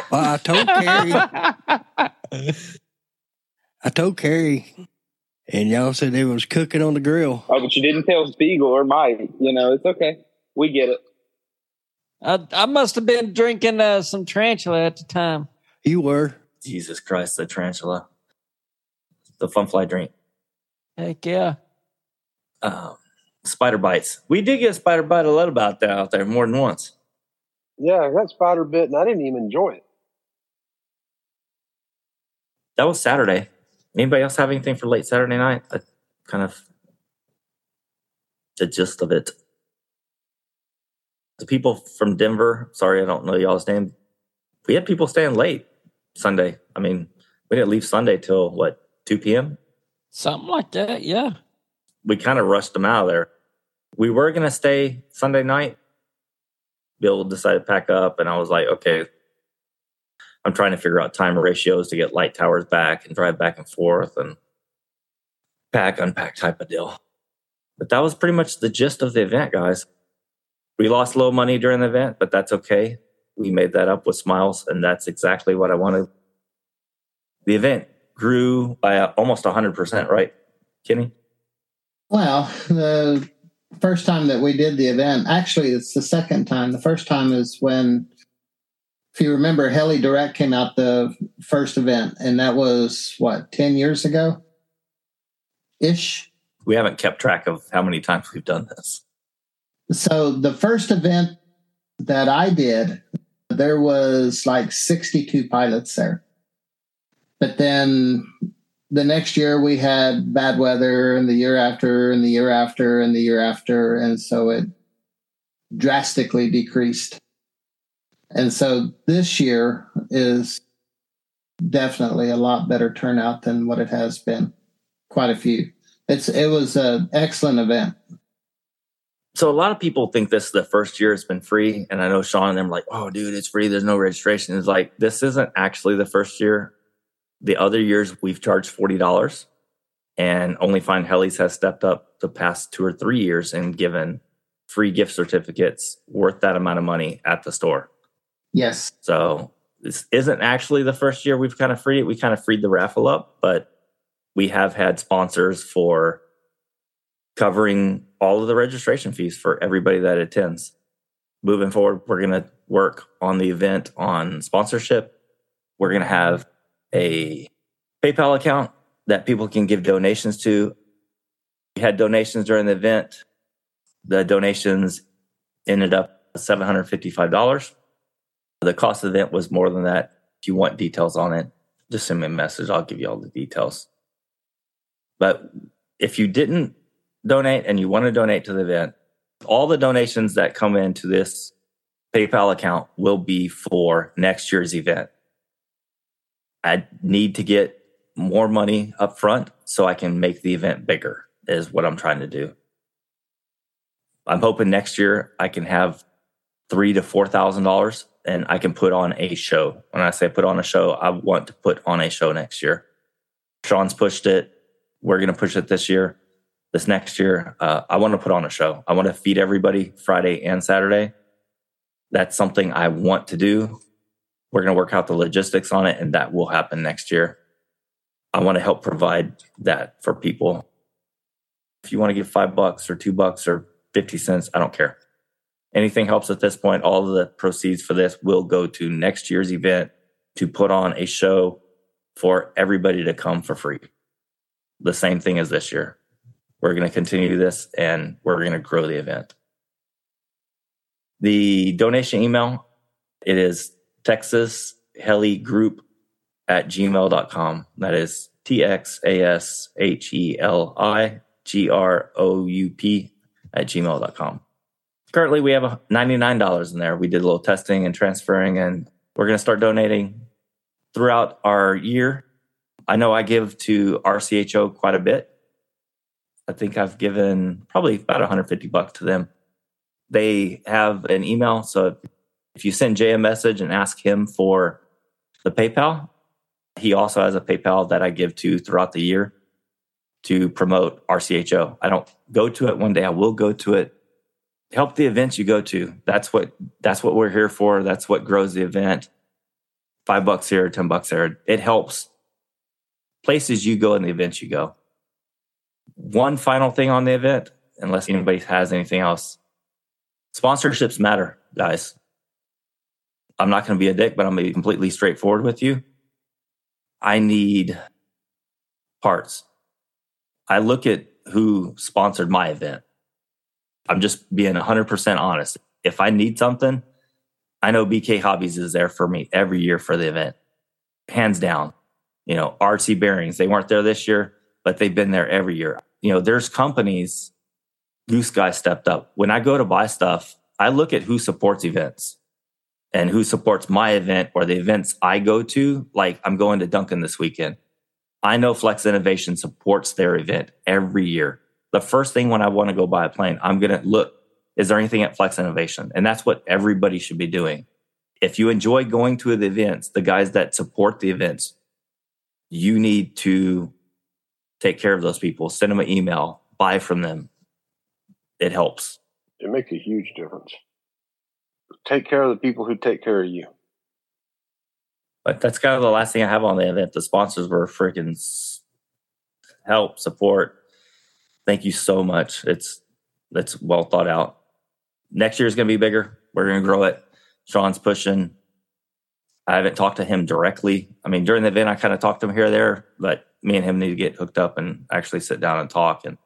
Speaker 3: Well, I told Carrie, I told Carrie, and y'all said they was cooking on the grill.
Speaker 7: Oh, but you didn't tell Spiegel or Mike, you know, it's okay. We get it.
Speaker 2: I, I must have been drinking uh, some tarantula at the time.
Speaker 3: You were.
Speaker 1: Jesus Christ, the tarantula, the fun fly drink,
Speaker 2: Heck yeah.
Speaker 1: um, spider bites. We did get a spider bite a lot about that out there more than once.
Speaker 4: Yeah, I got spider bit and I didn't even enjoy it.
Speaker 1: That was Saturday. Anybody else have anything for late Saturday night? I kind of the gist of it. The people from Denver, sorry, I don't know y'all's name. We had people staying late Sunday. I mean, we didn't leave Sunday till what, 2 p.m.?
Speaker 2: Something like that. Yeah.
Speaker 1: We kind of rushed them out of there. We were going to stay Sunday night. Bill decided to pack up, and I was like, okay, I'm trying to figure out time ratios to get light towers back and drive back and forth and pack, unpack type of deal. But that was pretty much the gist of the event, guys. We lost a little money during the event, but that's okay. We made that up with smiles, and that's exactly what I wanted. The event grew by uh, almost 100%, right, Kenny?
Speaker 6: Well, the first time that we did the event, actually, it's the second time. The first time is when, if you remember, Heli Direct came out the first event, and that was what, 10 years ago ish?
Speaker 1: We haven't kept track of how many times we've done this.
Speaker 6: So the first event that I did, there was like 62 pilots there. But then the next year we had bad weather and the year after and the year after and the year after and so it drastically decreased and so this year is definitely a lot better turnout than what it has been quite a few it's it was an excellent event
Speaker 1: so a lot of people think this is the first year it's been free and i know sean and them are like oh dude it's free there's no registration it's like this isn't actually the first year the other years we've charged forty dollars, and Only Fine Helis has stepped up the past two or three years and given free gift certificates worth that amount of money at the store.
Speaker 6: Yes.
Speaker 1: So this isn't actually the first year we've kind of freed it. We kind of freed the raffle up, but we have had sponsors for covering all of the registration fees for everybody that attends. Moving forward, we're going to work on the event on sponsorship. We're going to have a PayPal account that people can give donations to. We had donations during the event. The donations ended up $755. The cost of the event was more than that. If you want details on it, just send me a message. I'll give you all the details. But if you didn't donate and you want to donate to the event, all the donations that come into this PayPal account will be for next year's event. I need to get more money up front so I can make the event bigger, is what I'm trying to do. I'm hoping next year I can have three to four thousand dollars and I can put on a show. When I say put on a show, I want to put on a show next year. Sean's pushed it. We're gonna push it this year. This next year, uh, I want to put on a show. I want to feed everybody Friday and Saturday. That's something I want to do we're going to work out the logistics on it and that will happen next year i want to help provide that for people if you want to give five bucks or two bucks or 50 cents i don't care anything helps at this point all of the proceeds for this will go to next year's event to put on a show for everybody to come for free the same thing as this year we're going to continue this and we're going to grow the event the donation email it is Texas Heli Group at gmail.com. That is T X A S H E L I G R O U P at gmail.com. Currently, we have $99 in there. We did a little testing and transferring, and we're going to start donating throughout our year. I know I give to RCHO quite a bit. I think I've given probably about 150 bucks to them. They have an email, so if you send Jay a message and ask him for the PayPal, he also has a PayPal that I give to throughout the year to promote RCHO. I don't go to it one day. I will go to it. Help the events you go to. That's what that's what we're here for. That's what grows the event. Five bucks here, ten bucks there. It helps places you go and the events you go. One final thing on the event, unless anybody has anything else. Sponsorships matter, guys. I'm not going to be a dick, but I'm going to be completely straightforward with you. I need parts. I look at who sponsored my event. I'm just being 100% honest. If I need something, I know BK Hobbies is there for me every year for the event, hands down. You know, RC Bearings, they weren't there this year, but they've been there every year. You know, there's companies, Goose Guy stepped up. When I go to buy stuff, I look at who supports events and who supports my event or the events I go to. Like I'm going to Duncan this weekend. I know Flex Innovation supports their event every year. The first thing when I want to go buy a plane, I'm going to look, is there anything at Flex Innovation? And that's what everybody should be doing. if you enjoy going to the events, the guys that support the events, you need to take care of those people, send them an email, buy from them. It helps.
Speaker 4: It makes a huge difference. Take care of the people who take care of you.
Speaker 1: But that's kind of the last thing I have on the event. The sponsors were freaking s- help, support. Thank you so much. It's it's well thought out. Next year is going to be bigger. We're going to grow it. Sean's pushing. I haven't talked to him directly. I mean, during the event, I kind of talked to him here or there, but me and him need to get hooked up and actually sit down and talk. And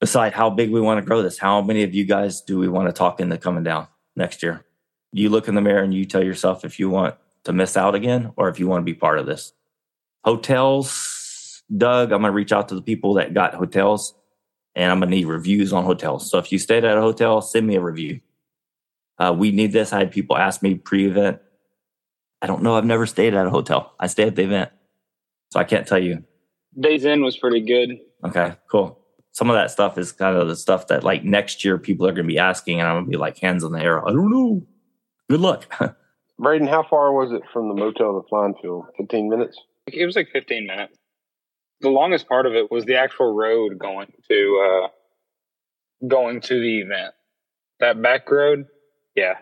Speaker 1: decide how big we want to grow this. How many of you guys do we want to talk into coming down next year? You look in the mirror and you tell yourself if you want to miss out again or if you want to be part of this. Hotels, Doug, I'm going to reach out to the people that got hotels and I'm going to need reviews on hotels. So if you stayed at a hotel, send me a review. Uh, we need this. I had people ask me pre event. I don't know. I've never stayed at a hotel. I stayed at the event. So I can't tell you.
Speaker 7: Days in was pretty good.
Speaker 1: Okay, cool. Some of that stuff is kind of the stuff that like next year people are going to be asking, and I'm going to be like hands on the arrow. I don't know. Good luck.
Speaker 4: Braden, how far was it from the motel to flying field? 15 minutes?
Speaker 7: It was like 15 minutes. The longest part of it was the actual road going to uh, going to the event. That back road, yeah,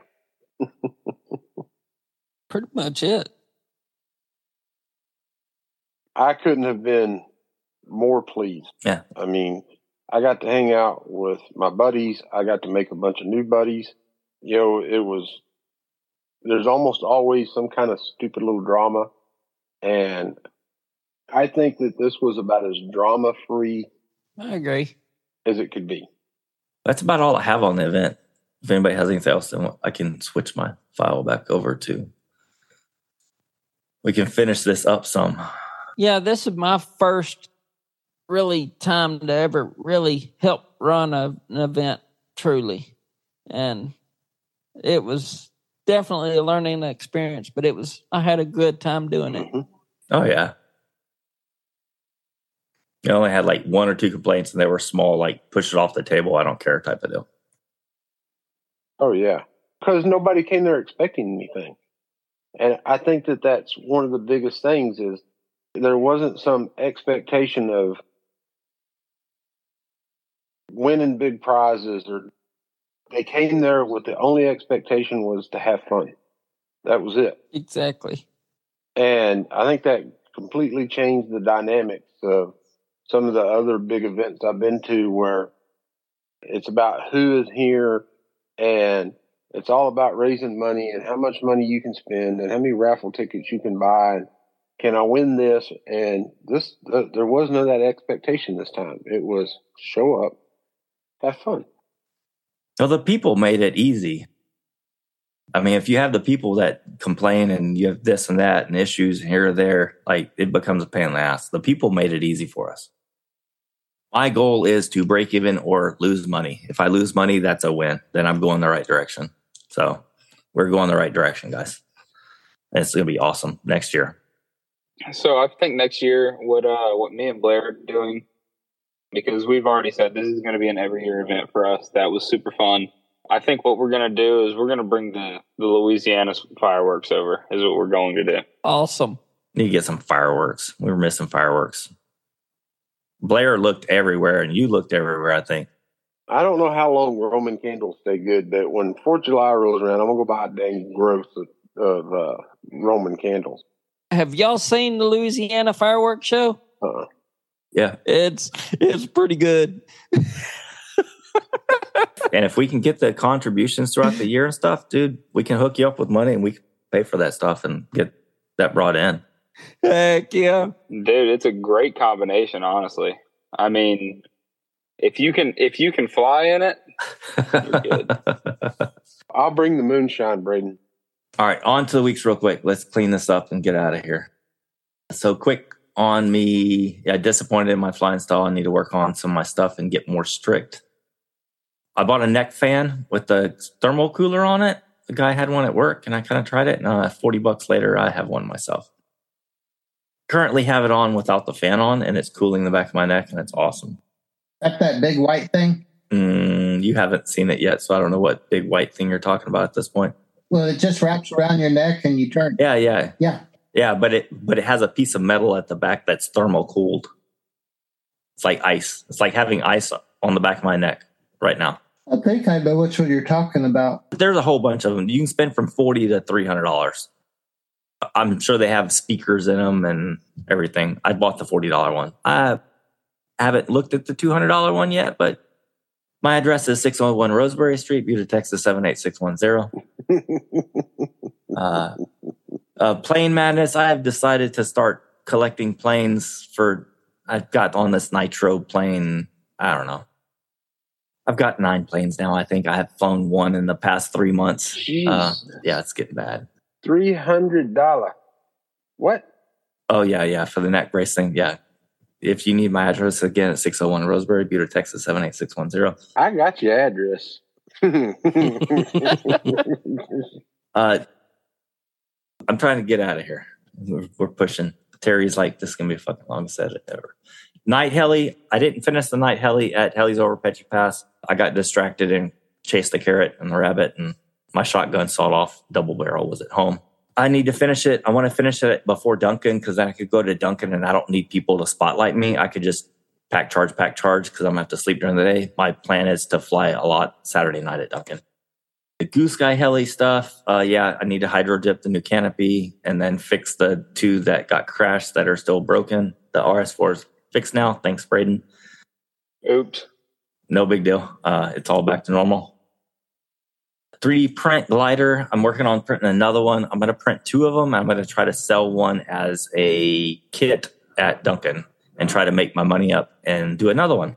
Speaker 2: Pretty much it.
Speaker 4: I couldn't have been more pleased.
Speaker 1: Yeah.
Speaker 4: I mean, I got to hang out with my buddies. I got to make a bunch of new buddies. You know, it was, there's almost always some kind of stupid little drama. And I think that this was about as drama free
Speaker 2: I agree.
Speaker 4: as it could be.
Speaker 1: That's about all I have on the event. If anybody has anything else, then I can switch my file back over to. We can finish this up some.
Speaker 2: Yeah, this is my first really time to ever really help run a, an event truly. And it was definitely a learning experience, but it was, I had a good time doing
Speaker 7: Mm-hmm.
Speaker 2: it.
Speaker 4: Mhm.
Speaker 1: Oh yeah. I only had like one or two complaints, and they were small, like push it off the table. I don't care type of deal.
Speaker 4: Oh, yeah. Because nobody came there expecting anything. And I think that that's one of the biggest things is there wasn't some expectation of winning big prizes or they came there with the only expectation was to have fun. That was it.
Speaker 2: Exactly.
Speaker 4: And I think that completely changed the dynamics of some of the other big events I've been to where it's about who is here and it's all about raising money and how much money you can spend and how many raffle tickets you can buy and can I win this? And this, th- there was no that expectation this time. It was show up, have fun.
Speaker 1: Well, the people made it easy. I mean, if you have the people that complain and you have this and that and issues here or there, like it becomes a pain in the ass. The people made it easy for us. My goal is to break even or lose money. If I lose money, that's a win. Then I'm going the right direction. So we're going the right direction, guys. And it's going to be awesome next year.
Speaker 7: So I think next year, what uh, what me and Blair are doing, because we've already said this is going to be an every year event for us. That was super fun. I think what we're going to do is we're going to bring the the Louisiana fireworks over. Is what we're going to do.
Speaker 2: Awesome.
Speaker 1: Need to get some fireworks. We were missing fireworks. Blair looked everywhere and you looked everywhere, I think.
Speaker 4: I don't know how long Roman candles stay good, but when Fourth of July rolls around, I'm gonna go buy a dang gross of, of uh, Roman candles.
Speaker 2: Have y'all seen the Louisiana fireworks show?
Speaker 4: Uh-uh.
Speaker 1: Yeah.
Speaker 2: It's it's pretty good.
Speaker 1: and if we can get the contributions throughout the year and stuff, dude, we can hook you up with money and we can pay for that stuff and get that brought in.
Speaker 2: Heck yeah.
Speaker 7: Dude, it's a great combination. Honestly, I mean, if you can if you can fly in it, good.
Speaker 4: I'll bring the moonshine, Braden.
Speaker 1: All right, on to the weeks real quick. Let's clean this up and get out of here. So quick on me, yeah, disappointed in my flying style. I need to work on some of my stuff and get more strict. I bought a neck fan with the thermal cooler on it. The guy had one at work and I kind of tried it. And uh, 40 bucks later, I have one myself. Currently have it on without the fan on and it's cooling the back of my neck and it's awesome.
Speaker 6: That that big white thing.
Speaker 1: Mm, you haven't seen it yet, so I don't know what big white thing you're talking about at this point.
Speaker 6: Well, it just wraps around your neck and you turn.
Speaker 1: Yeah, yeah,
Speaker 6: Yeah.
Speaker 1: yeah. But it but it has a piece of metal at the back that's thermal cooled. It's like ice. It's like having ice on the back of my neck right now.
Speaker 6: I think I know which one you're talking about.
Speaker 1: There's a whole bunch of them. You can spend from forty to three hundred dollars. I'm sure they have speakers in them and everything. I bought the forty dollar one. I haven't looked at the two hundred dollar one yet, but my address is six oh one one Roseberry Street, Buda, Texas seven eight six one zero. uh, uh, plane madness. I have decided to start collecting planes for. I've got on this nitro plane. I don't know. I've got nine planes now. I think I have flown one in the past three months.
Speaker 4: Jeez,
Speaker 1: Uh, yeah, it's getting bad.
Speaker 4: three hundred dollar. What?
Speaker 1: Oh yeah, yeah. For the neck brace thing, yeah. If you need my address again, oh at 601 Roseberry, Buter, Texas 78610.
Speaker 4: I got your address.
Speaker 1: Uh, I'm trying to get out of here. We're, we're pushing. Terry's like, this is gonna be a fucking longest edit ever. Night heli. I didn't finish the night heli at Heli's over Petchy Pass. I got distracted and chased the carrot and the rabbit, and my shotgun sawed off. Double barrel was at home. I need to finish it. I want to finish it before Duncan because then I could go to Duncan and I don't need people to spotlight me. I could just pack charge, pack charge because I'm gonna have to sleep during the day. My plan is to fly a lot Saturday night at Duncan the goose guy heli stuff uh yeah i need to hydro dip the new canopy and then fix the two that got crashed that are still broken the rs4 is fixed now thanks braden
Speaker 4: Oops.
Speaker 1: no big deal uh it's all back to normal 3d print glider i'm working on printing another one i'm going to print two of them i'm going to try to sell one as a kit at duncan and try to make my money up and do another one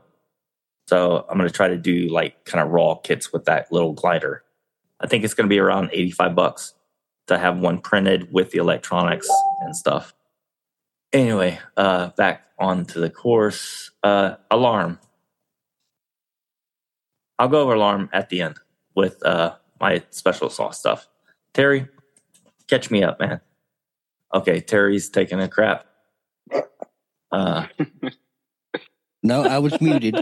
Speaker 1: so i'm going to try to do like kind of raw kits with that little glider I think it's going to be around 85 bucks to have one printed with the electronics and stuff. Anyway, uh, back onto the course. Uh, alarm. I'll go over alarm at the end with uh, my special sauce stuff. Terry, catch me up, man. Okay, Terry's taking a crap. Uh,
Speaker 3: No, I was muted.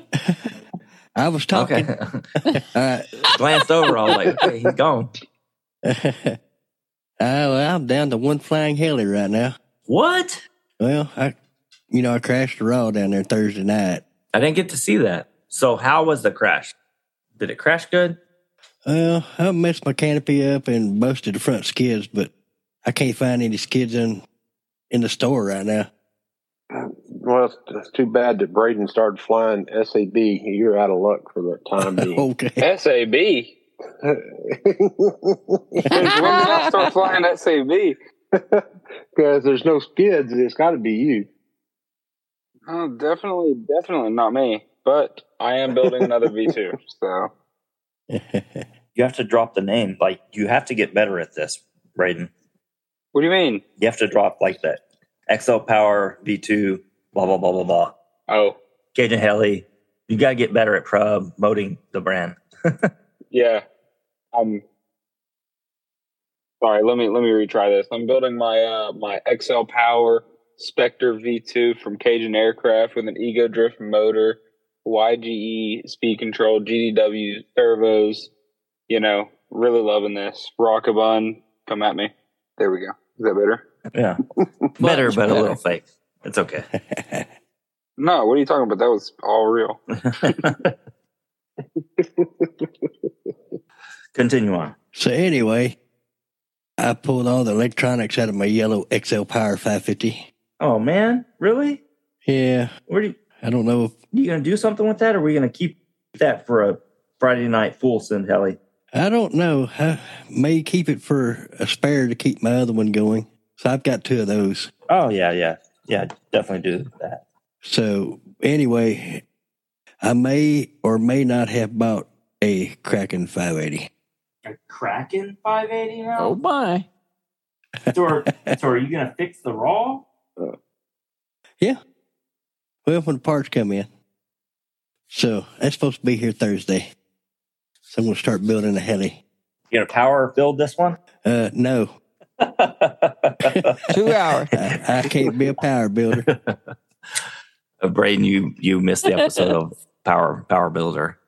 Speaker 3: I was talking.
Speaker 1: okay,
Speaker 3: All
Speaker 1: glanced over. I was like, okay, he's gone.
Speaker 3: right. Uh, well, I'm down to one flying heli right now.
Speaker 1: What?
Speaker 3: Well, I, you know, I crashed the raw down there Thursday night.
Speaker 1: I didn't get to see that. So, how was the crash? Did it crash good?
Speaker 3: Well, I messed my canopy up and busted the front skids, but I can't find any skids in in the store right now.
Speaker 4: Well, it's, it's too bad that Braden started flying SAB. You're out of luck for that time being.
Speaker 3: okay.
Speaker 7: SAB. When did I start flying SAB?
Speaker 4: Because there's no skids, it's got to be you.
Speaker 7: Oh, definitely, definitely not me. But I am building another V2. So
Speaker 1: You have to drop the name. Like, you have to get better at this, Braden.
Speaker 7: what do you mean?
Speaker 1: You have to drop like that XL Power V2, blah, blah, blah, blah, blah.
Speaker 7: Oh,
Speaker 1: Cajun Heli. You got to get better at promoting the brand.
Speaker 7: yeah. I'm sorry. Let me let me retry this. I'm building my uh my XL Power Spectre V2 from Cajun Aircraft with an Ego Drift motor, YGE speed control, GDW servos. You know, really loving this. Rock a bun. Come at me. There we go. Is that better?
Speaker 1: Yeah. better,
Speaker 2: Much
Speaker 1: but a
Speaker 2: better.
Speaker 1: little fake. It's okay.
Speaker 7: No, what are you talking about? That was all real.
Speaker 1: Continue on.
Speaker 3: so anyway, I pulled all the electronics out of my yellow XL Power 550.
Speaker 1: Oh, man. Really?
Speaker 3: Yeah,
Speaker 1: Where do you,
Speaker 3: I don't know if
Speaker 1: you going to do something with that? Or are we going to keep that for a Friday night full send heli?
Speaker 3: I don't know. I may keep it for a spare to keep my other one going. So I've got two of those.
Speaker 1: Oh, yeah, yeah. Yeah, definitely do that.
Speaker 3: So anyway, I may or may not have bought a Kraken 580.
Speaker 1: a Kraken 580
Speaker 2: Oh
Speaker 1: now?
Speaker 2: my.
Speaker 1: so, are, so are you going to fix the raw?
Speaker 3: Well, when the parts come in. So that's supposed to be here Thursday. So I'm going to start building a heli.
Speaker 1: You going to power build this one?
Speaker 3: Uh, no,
Speaker 2: Two hours.
Speaker 3: I, I can't be a power builder.
Speaker 1: Uh, Braden, you you missed the episode of Power Power Builder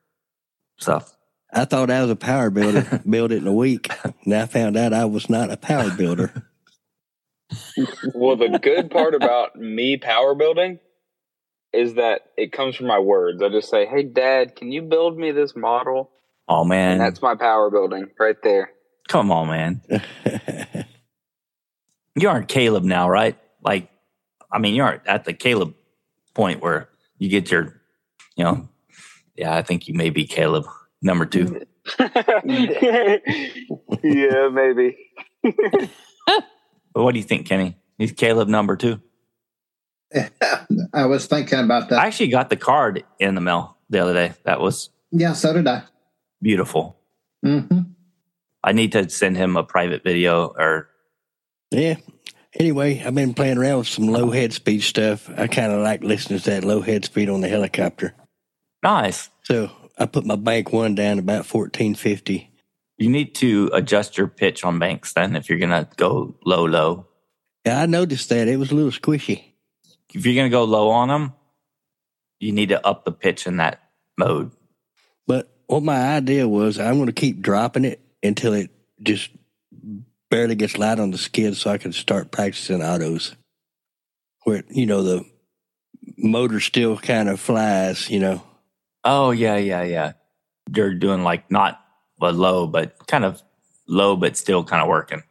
Speaker 1: stuff.
Speaker 3: I thought I was a power builder, build it in a week. And I found out I was not a power builder.
Speaker 7: well, the good part about me power building is that it comes from my words. I just say, "Hey, Dad, can you build me this model?"
Speaker 1: Oh man,
Speaker 7: And that's my power building right there.
Speaker 1: come on, man. You aren't Caleb now, right? Like, I mean, you aren't at the Caleb point where you get your, you know, yeah. I think you may be Caleb number two.
Speaker 7: yeah, maybe.
Speaker 1: But what do you think, Kenny? He's Caleb number two.
Speaker 6: I was thinking about that.
Speaker 1: I actually got the card in the mail the other day. That was
Speaker 6: yeah, so did I.
Speaker 1: beautiful.
Speaker 6: hmm
Speaker 1: I need to send him a private video or
Speaker 3: yeah. Anyway, I've been playing around with some low head speed stuff. I kind of like listening to that low head speed on the helicopter.
Speaker 1: nice.
Speaker 3: So I put my bank one down about 1450.
Speaker 1: You need to adjust your pitch on banks then if you're gonna go low, low.
Speaker 3: Yeah, I noticed that. It was a little squishy.
Speaker 1: If you're gonna go low on them, you need to up the pitch in that mode.
Speaker 3: But what my idea was, I'm going to keep dropping it until it just barely gets light on the skid so I can start practicing autos. Where, you know, the motor still kind of flies, you know.
Speaker 1: Oh yeah, yeah, yeah. You're doing like not a low, but kind of low, but still kind of working.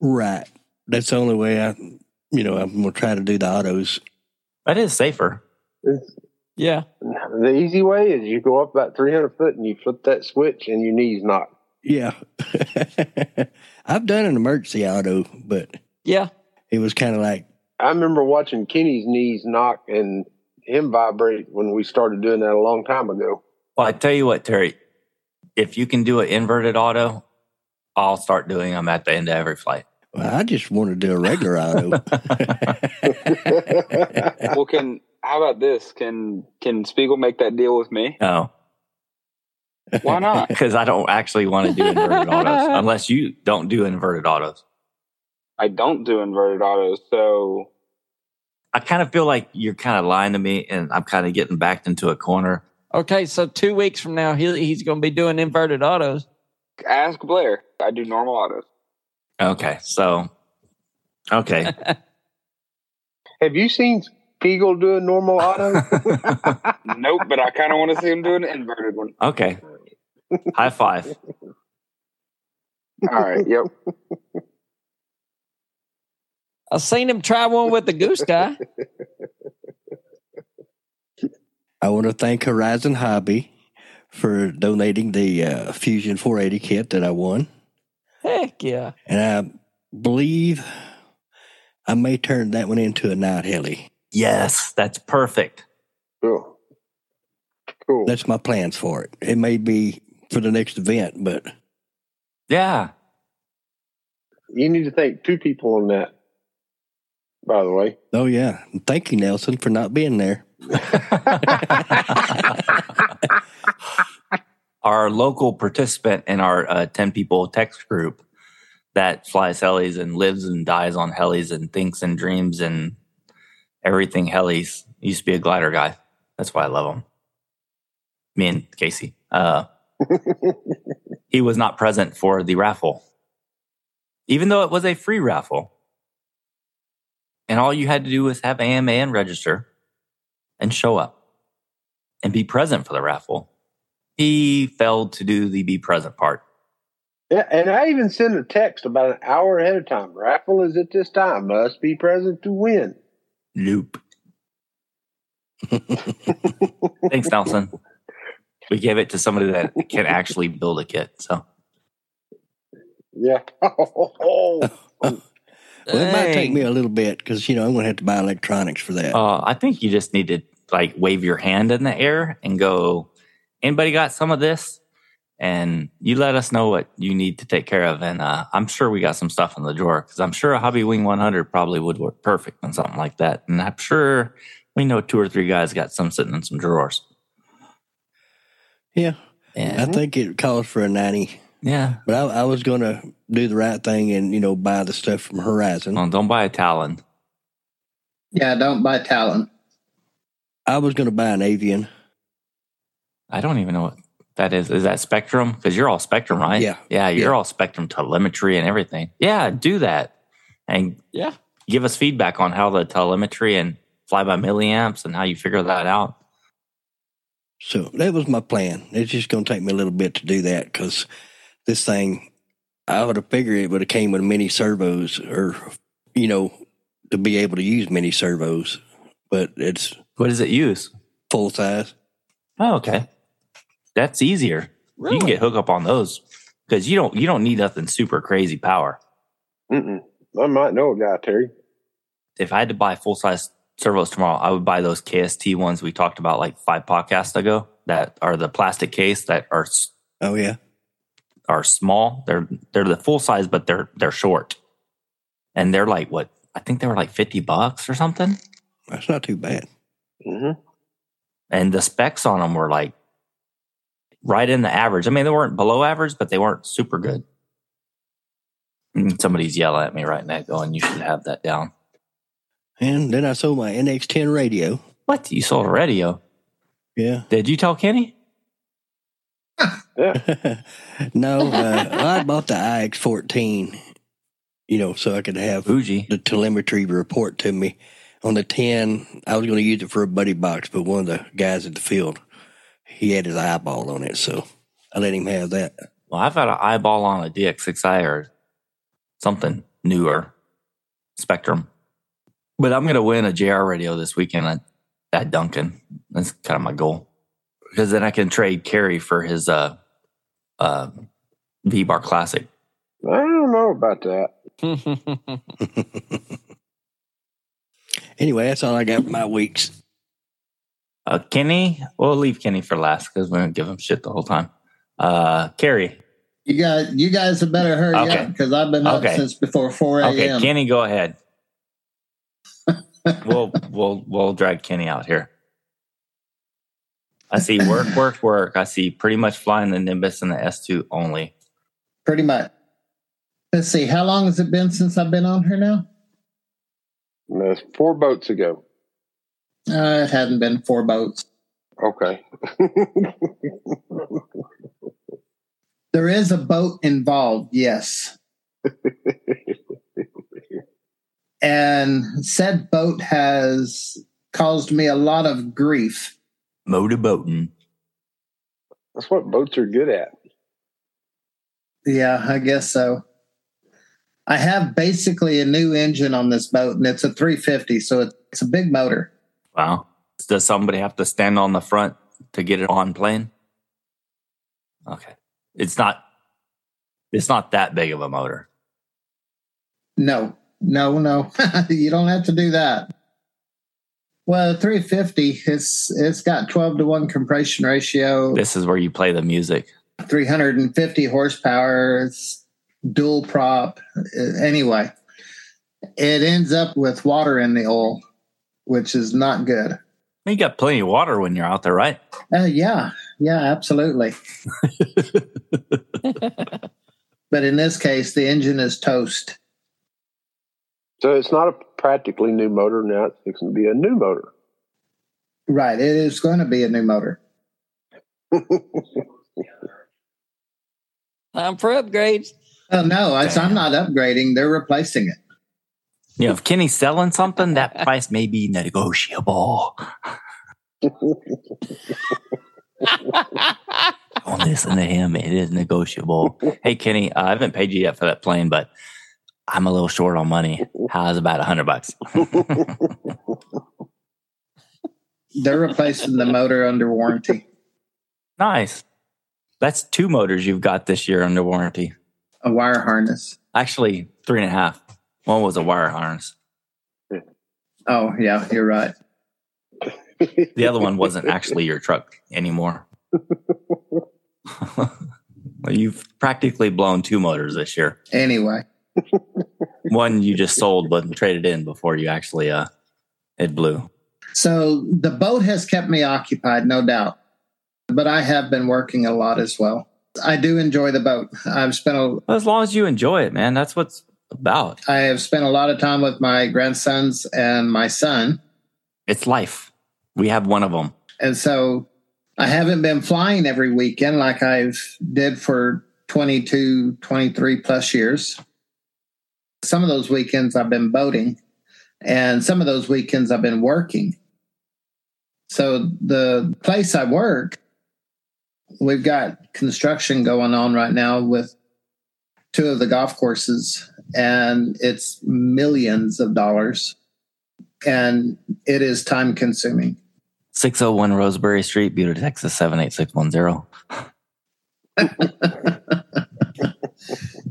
Speaker 3: Right. That's the only way I, you know, I'm going to try to do the autos.
Speaker 1: That is safer.
Speaker 2: Yeah.
Speaker 4: The easy way is you go up about 300 foot and you flip that switch and your knees knock.
Speaker 3: Yeah. I've done an emergency auto, but
Speaker 2: Yeah.
Speaker 3: it was kind of like,
Speaker 4: I remember watching Kenny's knees knock and him vibrate when we started doing that a long time ago.
Speaker 1: Well, I tell you what, Terry, if you can do an inverted auto, I'll start doing them at the end of every flight.
Speaker 3: well, I just want to do a regular auto.
Speaker 7: Well, can how about this? Can can Spiegel make that deal with me?
Speaker 1: No,
Speaker 7: Why not?
Speaker 1: because I don't actually want to do inverted autos unless you don't do inverted autos.
Speaker 7: I don't do inverted autos, so
Speaker 1: I kind of feel like you're kind of lying to me, and I'm kind of getting backed into a corner.
Speaker 2: Okay. So two weeks from now, he, he's going to be doing inverted autos.
Speaker 7: ask Blair. I do normal autos.
Speaker 1: Okay, so okay,
Speaker 4: Have you seen Spiegel do a normal auto?
Speaker 7: Nope, but I kind of want to see him do an inverted one.
Speaker 1: okay. High five.
Speaker 7: All right, yep.
Speaker 2: I seen him try one with the goose guy.
Speaker 3: I want to thank Horizon Hobby for donating the uh, Fusion 480 kit that I won.
Speaker 2: Heck yeah.
Speaker 3: And I believe I may turn that one into a night heli.
Speaker 1: Yes, that's perfect.
Speaker 4: cool. Cool.
Speaker 3: That's my plans for it. It may be for the next event, but
Speaker 1: Yeah,
Speaker 4: you need to thank two people on that, by the way.
Speaker 3: oh yeah. And Thank you, Nelson, for not being there.
Speaker 1: our local participant in our uh, 10 people text group that flies helis and lives and dies on helis and thinks and dreams and everything helis He used to be a glider guy. That's why I love him. Me and Casey. Uh, he was not present for the raffle, even though it was a free raffle. And all you had to do was have AMA and register and show up and be present for the raffle. He failed to do the be present part.
Speaker 4: Yeah, and I even sent a text about an hour ahead of time. Raffle is at this time. Must be present to win.
Speaker 1: Loop. Thanks, Nelson. We gave it to somebody that can actually build a kit. So
Speaker 4: Yeah. Oh,
Speaker 3: Well, it might take
Speaker 2: Dang.
Speaker 3: me a little bit because you know I'm going to have to buy electronics for that.
Speaker 1: uh, I think you just need to like wave your hand in the air and go, anybody got some of this? And you let us know what you need to take care of. And uh, I'm sure we got some stuff in the drawer because I'm sure a Hobby Wing 100 probably would work perfect on something like that. And I'm sure we know two or three guys got some sitting in some drawers.
Speaker 3: yeah, I
Speaker 1: Yeah.
Speaker 3: think it calls for a ninety.
Speaker 1: Yeah.
Speaker 3: But I, I was going to do the right thing and you know buy the stuff from Horizon.
Speaker 1: Well, don't buy a Talon.
Speaker 6: Yeah, don't buy Talon.
Speaker 3: I was going to buy an avian.
Speaker 1: I don't even know what That is, is that Spectrum? Because you're all Spectrum, right?
Speaker 3: Yeah.
Speaker 1: Yeah. You're
Speaker 3: Yeah.
Speaker 1: all Spectrum telemetry and everything. Yeah. Do that and
Speaker 2: Yeah.
Speaker 1: give us feedback on how the telemetry and fly by milliamps and how you figure that out.
Speaker 3: So that was my plan. It's just going to take me a little bit to do that because this thing, I would have figured it would have came with mini servos or, you know, to be able to use mini servos, but it's
Speaker 1: What does it use?
Speaker 3: full size.
Speaker 1: Oh, okay. That's easier. You can get hookup on those because you don't you don't need nothing super crazy power.
Speaker 4: Mm-mm. I might know a guy, Terry.
Speaker 1: If I had to buy full size servos tomorrow, I would buy those KST ones we talked about like five podcasts ago that are the plastic case that are s-
Speaker 3: Oh, yeah.
Speaker 1: are small. They're they're the full size, but they're they're short, and they're like what I think they were like fifty bucks or something.
Speaker 3: That's not too bad.
Speaker 4: Mm-hmm.
Speaker 1: and the specs on them were like right in the average. I mean, they weren't below average, but they weren't super good. Mm, Somebody's yelling at me right now, going, "You should have that down."
Speaker 3: And then I sold my NX10 radio.
Speaker 1: What you sold a radio?
Speaker 3: Yeah.
Speaker 1: Did you tell Kenny?
Speaker 3: no, uh, I bought the IX14, you know, so I could have
Speaker 1: Bougie.
Speaker 3: the telemetry report to me on the 10 i was going to use it for a buddy box but one of the guys at the field he had his eyeball on it so i let him have that
Speaker 1: Well, I've had an eyeball on a DX6i or something newer Spectrum, but I'm gonna win a JR radio this weekend at, at Duncan. That's kind of my goal because then I can trade Kerry for his uh, uh, V Bar Classic.
Speaker 4: I don't know about that.
Speaker 3: anyway that's all i got for my weeks
Speaker 1: Uh, Kenny, we'll leave Kenny for last because we're gonna give him shit the whole time. Uh, Kerry,
Speaker 6: You got you guys had better hurry up
Speaker 1: Okay.
Speaker 6: because I've been up
Speaker 1: Okay.
Speaker 6: since before four
Speaker 1: okay,
Speaker 6: a.m.
Speaker 1: Kenny, go ahead. we'll we'll we'll drag Kenny out here. I see work, work, work. I see pretty much flying the Nimbus and the S2 only.
Speaker 6: pretty much. Let's see, how long has it been since I've been on here now?
Speaker 4: No, it's Uh, four boats ago.
Speaker 6: Uh, it hadn't been four boats.
Speaker 4: Okay.
Speaker 6: There is a boat involved, yes. and said boat has caused me a lot of grief.
Speaker 1: Motor boating.
Speaker 4: That's what boats are good at.
Speaker 6: Yeah, I guess so. I have basically a new engine on this boat, and it's a 350, so it's- it's a big motor.
Speaker 1: Wow. Does somebody have to stand on the front to get it on plane? Okay, it's not. It's not that big of a motor.
Speaker 6: No, no, no. you don't have to do that. Well, 350, it's it's got 12 to 1 compression ratio,
Speaker 1: This is where you play the music.
Speaker 6: 350 horsepower, it's dual prop. Uh, Anyway, it ends up with water in the oil, which is not good.
Speaker 1: You got plenty of water when you're out there, right?
Speaker 6: Uh, yeah, yeah, absolutely. but in this case, the engine is toast.
Speaker 4: So it's not a practically new motor now. It's fixing to be a new motor.
Speaker 6: Right, it is going to be a new motor.
Speaker 2: Time for upgrades.
Speaker 6: Well, Oh, no, I, I'm not upgrading. They're replacing it.
Speaker 1: You know, if Kenny's selling something, that price may be negotiable. Don't listen to him. It is negotiable. Hey, Kenny, uh, I haven't paid you yet for that plane, but I'm a little short on money. How's about a hundred bucks?
Speaker 6: They're replacing the motor under warranty.
Speaker 1: nice. That's two motors you've got this year under warranty.
Speaker 6: A wire harness.
Speaker 1: Actually, three and a half. One was a wire harness.
Speaker 6: Oh yeah, you're right.
Speaker 1: The other one wasn't actually your truck anymore. well, you've practically blown two motors this year.
Speaker 6: Anyway,
Speaker 1: One you just sold but traded in before you actually uh it blew.
Speaker 6: so the boat has kept me occupied, no doubt. But I have been working a lot as well. I do enjoy the boat. I've spent a
Speaker 1: As long as you enjoy it, man, that's what's about.
Speaker 6: I have spent a lot of time with my grandsons and my son,
Speaker 1: It's life. We have one of them.
Speaker 6: and so I haven't been flying every weekend like I've did for 22, 23 plus years. Some of those weekends I've been boating and some of those weekends I've been working. So the place I work, we've got construction going on right now with two of the golf courses and it's millions of dollars and it is time consuming.
Speaker 1: 601 Roseberry oh Street, Buda, Texas 78610.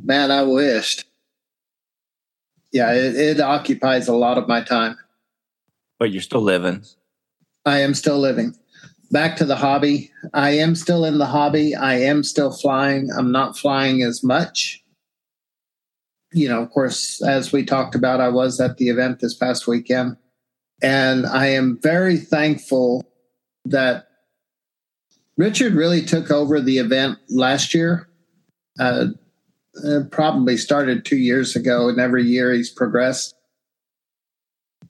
Speaker 6: Man, I wished. Yeah, it, it occupies a lot of my time.
Speaker 1: But you're still living.
Speaker 6: I am still living. Back to the hobby. I am still in the hobby. I am still flying. I'm not flying as much. You know, of course, as we talked about, I was at the event this past weekend. And I am very thankful that Richard really took over the event last year. Uh, it probably started two years ago, and every year he's progressed.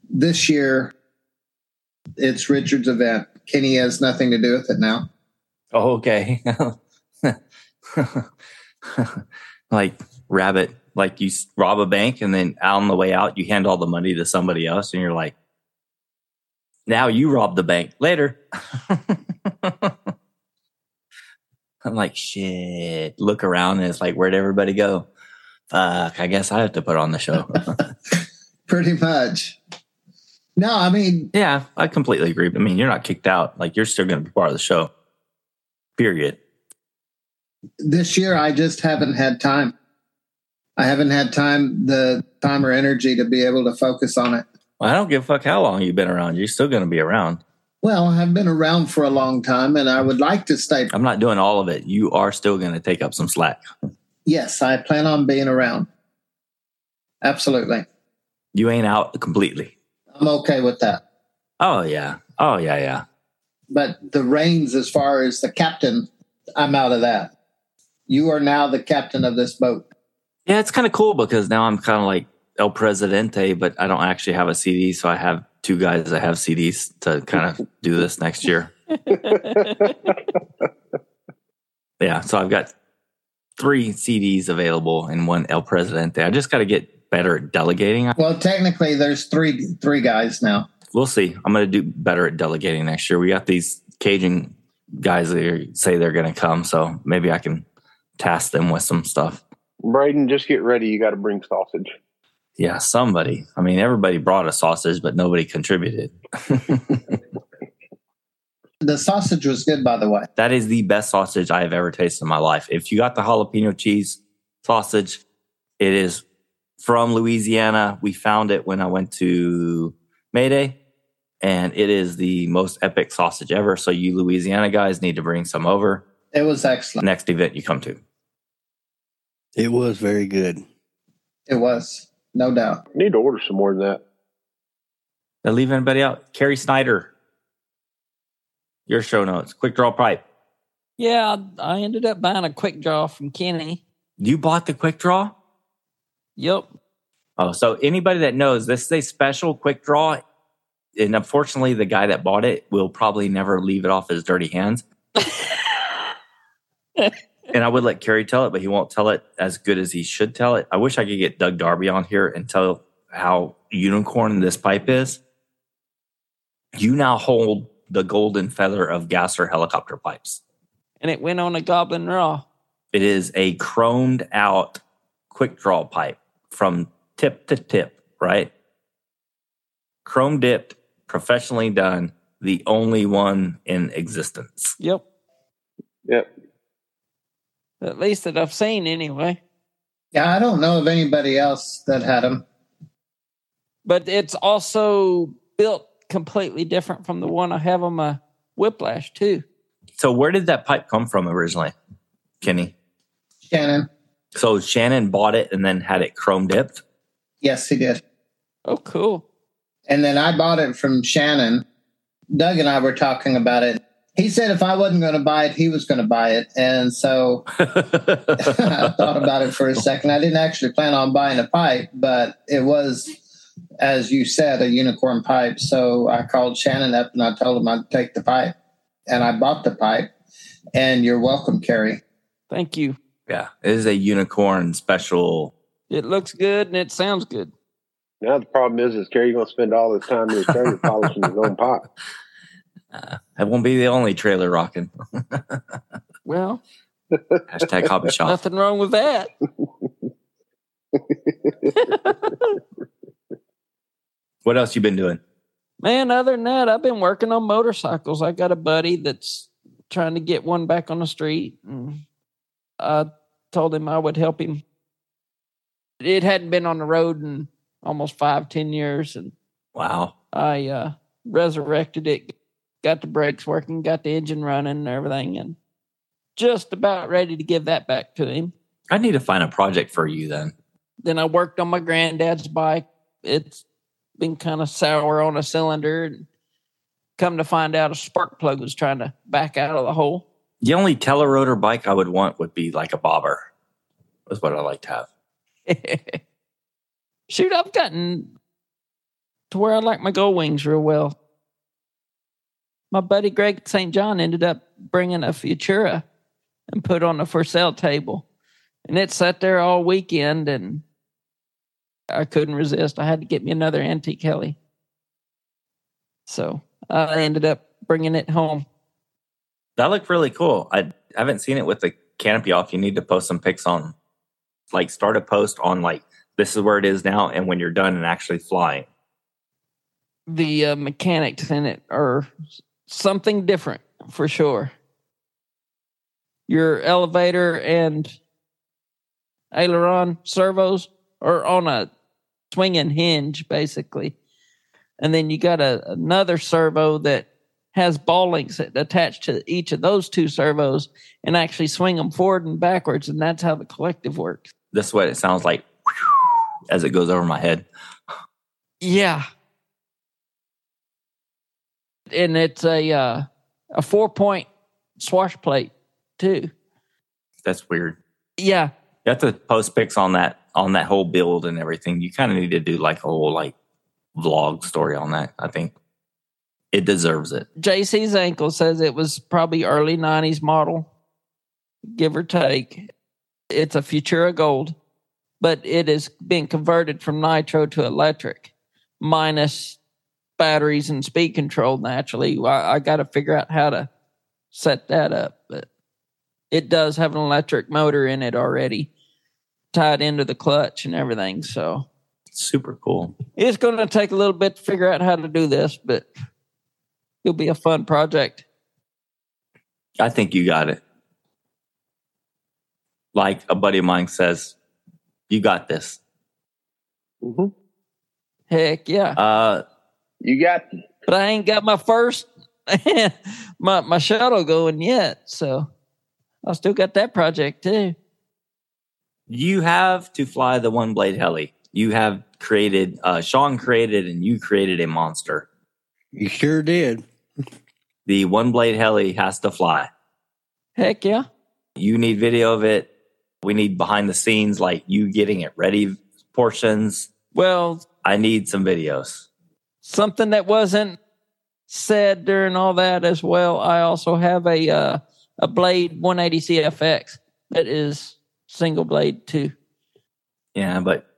Speaker 6: This year, it's Richard's event. Kenny has nothing to do with it now.
Speaker 1: Oh, okay. like rabbit, like you s- rob a bank and then on the way out, you hand all the money to somebody else and you're like, now you rob the bank later. I'm like, shit, look around and it's like, where'd everybody go? Fuck, I guess I have to put on the show.
Speaker 6: Pretty much. No, I mean,
Speaker 1: yeah, I completely agree. I mean, you're not kicked out. Like, you're still going to be part of the show, period.
Speaker 6: this year I just haven't had time. I haven't had time, the time or energy to be able to focus on it.
Speaker 1: Well, I don't give a fuck how long you've been around. You're still going to be around.
Speaker 6: Well, I've been around for a long time and I would like to stay.
Speaker 1: I'm not doing all of it. You are still going to take up some slack.
Speaker 6: Yes, I plan on being around. Absolutely.
Speaker 1: You ain't out completely.
Speaker 6: I'm okay with that.
Speaker 1: Oh, yeah. Oh, yeah, yeah.
Speaker 6: but the reins as far as the captain i'm out of that you are now the captain of this boat
Speaker 1: Yeah, it's kind of cool because now I'm kind of like El Presidente, but I don't actually have a CD. So I have two guys that have CDs to kind of do this next year. Yeah. So I've got three CDs available and one El Presidente. I just got to get better at delegating.
Speaker 6: well technically there's three three guys now
Speaker 1: We'll see. I'm going to do better at delegating next year. We got these Cajun guys that are, say they're going to come. So maybe I can task them with some stuff.
Speaker 4: Braden, just get ready. You got to bring sausage.
Speaker 1: Yeah, somebody. I mean, everybody brought a sausage, but nobody contributed.
Speaker 6: the sausage was good by the way
Speaker 1: That is the best sausage I have ever tasted in my life. If you got the jalapeno cheese sausage, it is from Louisiana. We found it when I went to Mayday, and it is the most epic sausage ever. So, you Louisiana guys need to bring some over
Speaker 6: it was excellent
Speaker 1: next event you come to.
Speaker 3: It was very good.
Speaker 6: it was no doubt
Speaker 4: Need to order some more than that.
Speaker 1: Did I leave anybody out? Carrie Snyder, your show notes, quick draw pipe.
Speaker 2: yeah, I, I ended up buying a quick draw from Kenny.
Speaker 1: You bought the quick draw?
Speaker 2: Yep.
Speaker 1: Oh, so anybody that knows this is a special quick draw, and unfortunately, the guy that bought it will probably never leave it off his dirty hands. and I would let Kerry tell it, but he won't tell it as good as he should tell it. I wish I could get Doug Darby on here and tell how unicorn this pipe is. You now hold the golden feather of gasser helicopter pipes.
Speaker 2: And it went on a Goblin Raw.
Speaker 1: It is a chromed out quick draw pipe from tip to tip, right? Chrome dipped, professionally done, the only one in existence.
Speaker 2: Yep.
Speaker 4: Yep.
Speaker 2: At least that I've seen anyway.
Speaker 6: yeah i don't know of anybody else that had them
Speaker 2: But it's also built completely different from the one I have on my Whiplash too.
Speaker 1: So, where did that pipe come from originally, Kenny?
Speaker 6: shannon
Speaker 1: So, Shannon bought it and then had it chrome dipped.
Speaker 6: yes he did
Speaker 2: Oh, cool.
Speaker 6: and then i bought it from shannon doug and i were talking about it he said if i wasn't going to buy it he was going to buy it and so I thought about it for a second. I didn't actually plan on buying a pipe, but it was, as you said, a unicorn pipe. So I called Shannon up and I told him I'd take the pipe. and I bought the pipe. And you're welcome, Kerry.
Speaker 2: Thank you.
Speaker 1: Yeah, it is a unicorn special.
Speaker 2: It looks good and it sounds good.
Speaker 4: Now the problem is, is Kerry's gonna spend all his time in his trailer polishing his own pot.
Speaker 1: Uh, I won't be the only trailer rocking.
Speaker 2: Well,
Speaker 1: Hashtag hobby shop.
Speaker 2: nothing wrong with that.
Speaker 1: What else you been doing?
Speaker 2: Man, other than that, I've been working on motorcycles. I got a buddy that's trying to get one back on the street. And I told him I would help him. It hadn't been on the road in almost five, ten years, and
Speaker 1: Wow.
Speaker 2: I uh, resurrected it, got the brakes working, got the engine running, and everything, and just about ready to give that back to him.
Speaker 1: I need to find a project for you then.
Speaker 2: Then I worked on my granddad's bike. It's been kind of sour on a cylinder. And come to find out, a spark plug was trying to back out of the hole.
Speaker 1: The only telerotor bike I would want would be like a bobber. That's what I like to have.
Speaker 2: Shoot, I've gotten to where I like my gold wings real well. My buddy Greg St. John ended up bringing a Futura and put on a for sale table. And it sat there all weekend and I couldn't resist. I had to get me another antique heli. So I ended up bringing it home.
Speaker 1: That looked really cool. I haven't seen it with the canopy off. You need to post some pics on, like, start a post on like this is where it is now, and when you're done and actually flying.
Speaker 2: The uh, mechanics in it are something different for sure. Your elevator and aileron servos are on a swinging hinge, basically. And then you got a, another servo that has ball links that attached to each of those two servos and actually swing them forward and backwards. And that's how the collective works.
Speaker 1: This is what it sounds like as it goes over my head.
Speaker 2: Yeah. And it's a uh, a four point swash plate too.
Speaker 1: That's weird.
Speaker 2: Yeah.
Speaker 1: You have to post pics on that on that whole build and everything. You kind of need to do like a whole like vlog story on that. I think it deserves it.
Speaker 2: JC's ankle says it was probably early nineties model, give or take. It's a Futura Gold, but it has been converted from nitro to electric, minus batteries and speed control. Naturally, I, I got to figure out how to set that up, but it does have an electric motor in it already, tied into the clutch and everything. So
Speaker 1: Super cool.
Speaker 2: it's going to take a little bit to figure out how to do this, but it'll be a fun project.
Speaker 1: I think you got it. Like a buddy of mine says, you got this.
Speaker 2: Heck yeah.
Speaker 1: Uh,
Speaker 4: Mm-hmm. You got
Speaker 2: But I ain't got my first my my shuttle going yet, so I still got that project too.
Speaker 1: you have to fly the one blade heli. You have created, uh, Sean created, and you created a monster.
Speaker 3: You sure did.
Speaker 1: The one blade heli has to fly.
Speaker 2: Heck yeah.
Speaker 1: You need video of it. We need behind the scenes, like you getting it ready portions.
Speaker 2: Well,
Speaker 1: I need some videos.
Speaker 2: something that wasn't said during all that as well. I also have a uh, a blade 180 CFX that is single blade too.
Speaker 1: Yeah, but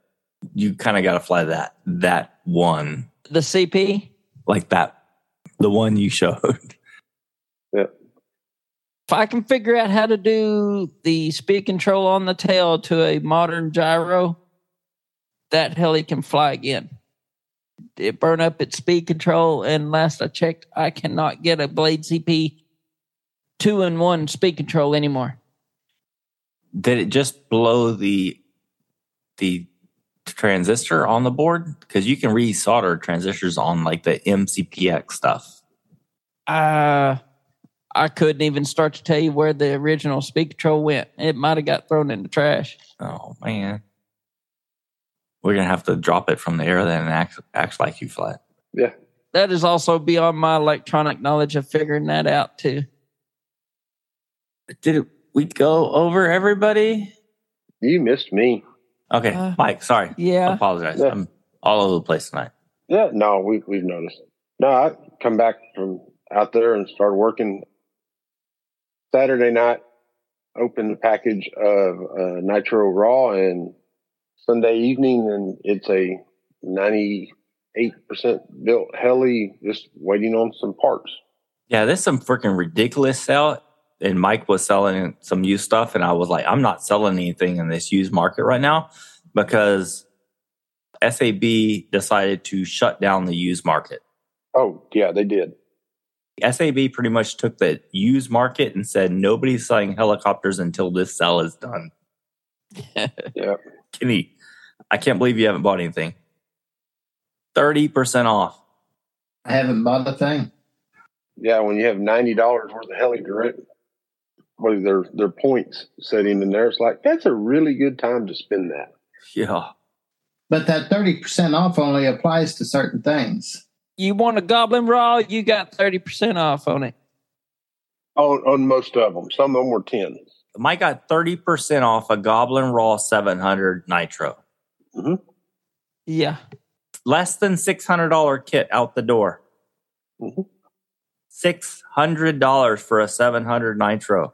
Speaker 1: you kind of got to fly that that one,
Speaker 2: The CP
Speaker 1: like that, the one you showed.
Speaker 2: if I can figure out how to do the speed control on the tail to a modern gyro, that heli can fly again. It burned up its speed control, and last I checked, I cannot get a Blade CP two in one speed control anymore.
Speaker 1: did it just blow the the transistor on the board because you can re-solder transistors on like the mcpx stuff
Speaker 2: Uh, I couldn't even start to tell you where the original speed control went. It might have got thrown in the trash.
Speaker 1: oh man we're gonna have to drop it from the air then and act, act like you fly it.
Speaker 2: That is also beyond my electronic knowledge of figuring that out, too.
Speaker 1: But did we go over everybody
Speaker 4: you missed me.
Speaker 1: okay
Speaker 2: Uh,
Speaker 1: mike sorry i
Speaker 2: Yeah.
Speaker 1: apologize
Speaker 4: Yeah.
Speaker 1: i'm all over the place tonight
Speaker 4: Yeah, no, we we've noticed. No, I come back from out there and started working Saturday night, opened the package of uh, Nitro Raw, and Sunday evening, and it's a 98% built heli just waiting on some parts.
Speaker 1: Yeah, there's some freaking ridiculous sale. And Mike was selling some used stuff, and I was like, I'm not selling anything in this used market right now because SAB decided to shut down the used market.
Speaker 4: Oh, yeah, they did.
Speaker 1: SAB pretty much took the used market and said nobody's selling helicopters until this sale is done.
Speaker 4: Yeah.
Speaker 1: Kenny, I can't believe you haven't bought anything. 30% off.
Speaker 6: I haven't bought a thing.
Speaker 4: Yeah, when you have $90 worth of heli direct, what are their, their points sitting in there? It's like, that's a really good time to spend that.
Speaker 1: Yeah.
Speaker 6: But that 30% off only applies to certain things.
Speaker 2: You want a Goblin Raw? You got 30% off on it.
Speaker 4: On, on most of them. Some of them were 10.
Speaker 1: Mike got 30% off a Goblin Raw 700 Nitro.
Speaker 2: Yeah.
Speaker 1: Less than $600 kit out the door.
Speaker 4: Mhm.
Speaker 1: $600 for a 700 Nitro.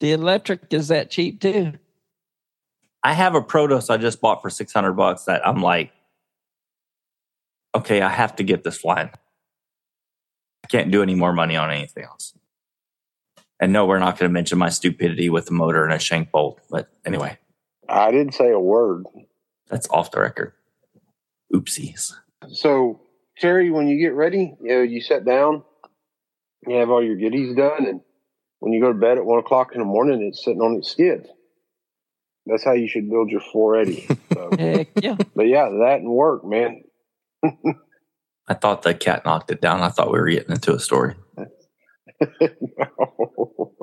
Speaker 2: The electric is that cheap too.
Speaker 1: I have a Protos I just bought for 600 bucks that I'm like, okay, I have to get this flying. I can't do any more money on anything else. And no, we're not going to mention my stupidity with the motor and a shank bolt. But anyway,
Speaker 4: I didn't say a word.
Speaker 1: that's off the record. Oopsies.
Speaker 4: So, Terry, when you get ready, you know, you sit down, you have all your goodies done, and when you go to bed at one o'clock in the morning, it's sitting on its skid. That's how you should build your 480. So,
Speaker 2: Heck yeah.
Speaker 4: but yeah, that and work, man.
Speaker 1: I thought the cat knocked it down. I thought we were getting into a story.
Speaker 4: Just Oh,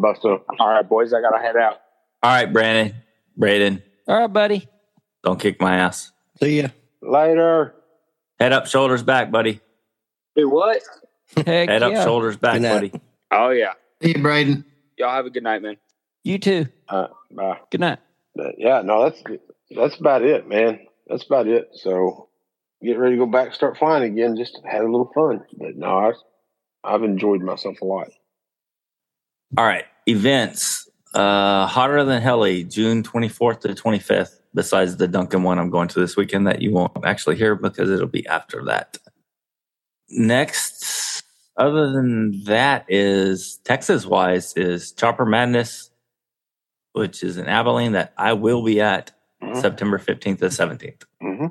Speaker 4: bust up.
Speaker 7: All right, boys, I gotta head out.
Speaker 1: All right, Brandon, Braden,
Speaker 2: All right, buddy.
Speaker 1: don't kick my ass.
Speaker 3: See ya.
Speaker 4: Later.
Speaker 1: Head up, shoulders back, buddy.
Speaker 7: Hey, what?
Speaker 2: Heck
Speaker 1: Head up,
Speaker 2: yeah.
Speaker 1: shoulders back,
Speaker 3: Good
Speaker 1: buddy.
Speaker 3: night.
Speaker 7: Oh yeah.
Speaker 5: See you, Braden.
Speaker 7: Y'all have a good night, man.
Speaker 2: You too.
Speaker 4: Bye.
Speaker 2: Good night.
Speaker 4: But yeah, no, that's that's about it, man. That's about it. So get ready to go back, start flying again. Just had a little fun, but no, I, I've enjoyed myself a lot.
Speaker 1: All right, events. Uh, hotter than Helly, June 24th to 25th. Besides the Duncan one, I'm going to this weekend that you won't actually hear because it'll be after that. Next, other than that, is Texas wise is Chopper Madness, which is an Abilene that I will be at September 15th to 17th.
Speaker 4: Mm-hmm.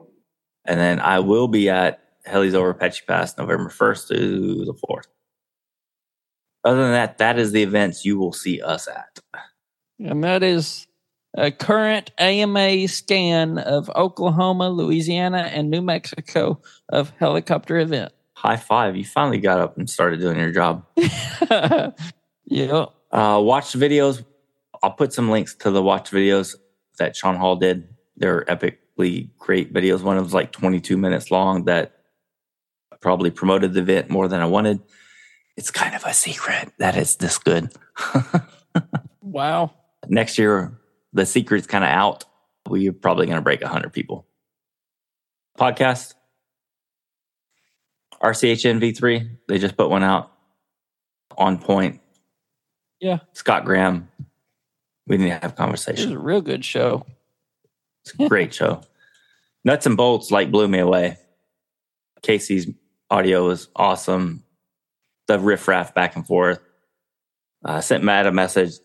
Speaker 1: And then I will be at Helly's Over Apache Pass November 1st to the 4th. Other than that, that is the events you will see us at.
Speaker 2: And that is a current AMA scan of Oklahoma, Louisiana, and New Mexico of helicopter event.
Speaker 1: High five. You finally got up and started doing your job.
Speaker 2: yeah.
Speaker 1: Uh, watch videos. I'll put some links to the watch videos that Sean Hall did. They're epically great videos. One of them's like 22 minutes long that probably promoted the event more than I wanted. It's kind of a secret that it's this good.
Speaker 2: Wow.
Speaker 1: next year the secret's kind of out we're probably going to break 100 people podcast rchnv3 they just put one out on point
Speaker 2: Yeah.
Speaker 1: scott graham we need to have
Speaker 2: This is
Speaker 1: conversation
Speaker 2: a real good show.
Speaker 1: it's a great show nuts and bolts like blew me away casey's audio was awesome the riffraff back and forth I sent Matt a message,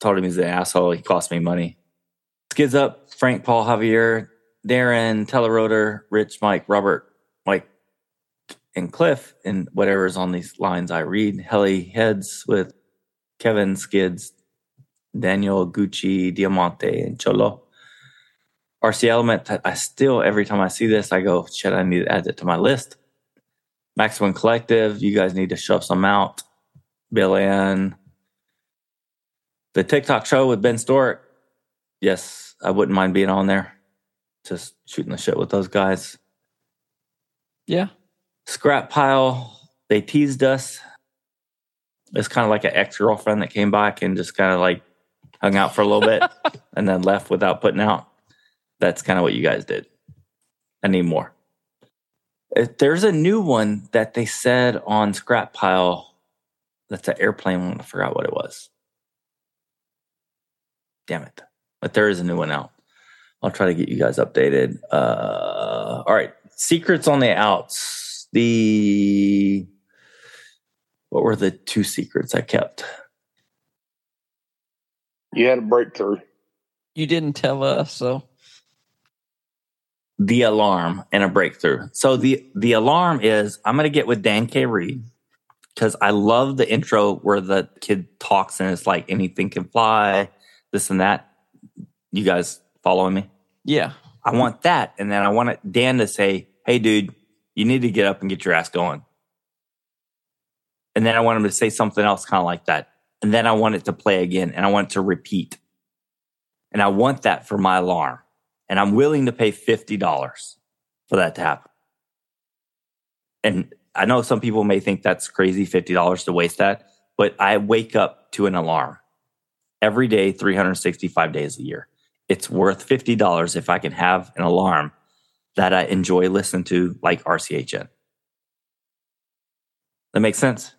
Speaker 1: told him he's an asshole. He cost me money. Skids up, Frank, Paul, Javier, Darren, Telerotor, Rich, Mike, Robert, Mike, and Cliff, and whatever's on these lines I read. Helly heads with Kevin, Skids, Daniel, Gucci, Diamante, and Cholo. RC Element that I still, every time I see this, I go, shit, I need to add it to my list. Maximum Collective, you guys need to shove some out. Bill Ann. The TikTok show with Ben Stork. Yes, I wouldn't mind being on there. Just shooting the shit with those guys.
Speaker 2: Yeah.
Speaker 1: Scrap pile. They teased us. It's kind of like an ex girlfriend that came back and just kind of like hung out for a little bit and then left without putting out. That's kind of what you guys did. I need more. Uh, If there's a new one that they said on Scrap Pile That's an airplane one. I forgot what it was. Damn it. But there is a new one out. I'll try to get you guys updated. Uh, all right. Secrets on the outs. The what were the two secrets I kept?
Speaker 4: You had a breakthrough.
Speaker 2: You didn't tell us, so
Speaker 1: the alarm and a breakthrough. So the the alarm is I'm gonna get with Dan K. Reed because I love the intro where the kid talks and it's like anything can fly, this and that. You guys following me?
Speaker 2: yeah.
Speaker 1: I want that, and then I want it- Dan to say, "Hey, dude, you need to get up and get your ass going." And then I want him to say something else, kind of like that. And then I want it to play again, and I want it to repeat. And I want that for my alarm, and I'm willing to pay fifty dollars for that to happen. And I know some people may think that's crazy, fifty dollars to waste that, but I wake up to an alarm every day, 365 days a year it's worth $50 if I can have an alarm that I enjoy listening to, like RCHN. That makes sense.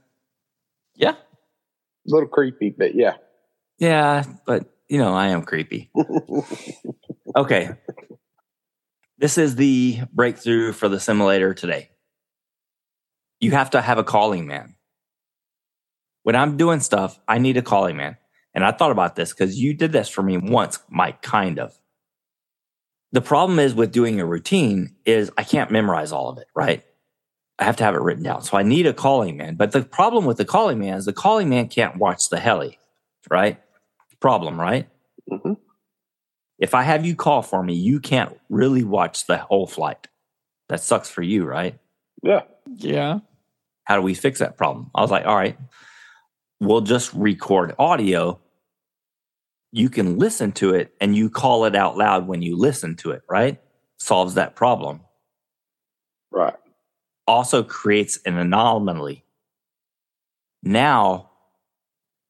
Speaker 2: Yeah.
Speaker 4: A little creepy, but yeah.
Speaker 1: Yeah, but you know, I am creepy. okay. This is the breakthrough for the simulator today. You have to have a calling man. When I'm doing stuff, I need a calling man. And I thought about this because you did this for me once, Mike, kind of. The problem is with doing a routine is I can't memorize all of it, right? I have to have it written down. So I need a calling man. But the problem with the calling man is the calling man can't watch the heli right? Problem, right?
Speaker 4: Mhm.
Speaker 1: If I have you call for me, you can't really watch the whole flight. That sucks for you, right?
Speaker 4: Yeah.
Speaker 2: Yeah.
Speaker 1: How do we fix that problem? I was like, all right, we'll just record audio. You can listen to it and you call it out loud when you listen to it, right? Solves that problem.
Speaker 4: Right.
Speaker 1: also creates an anomaly. Now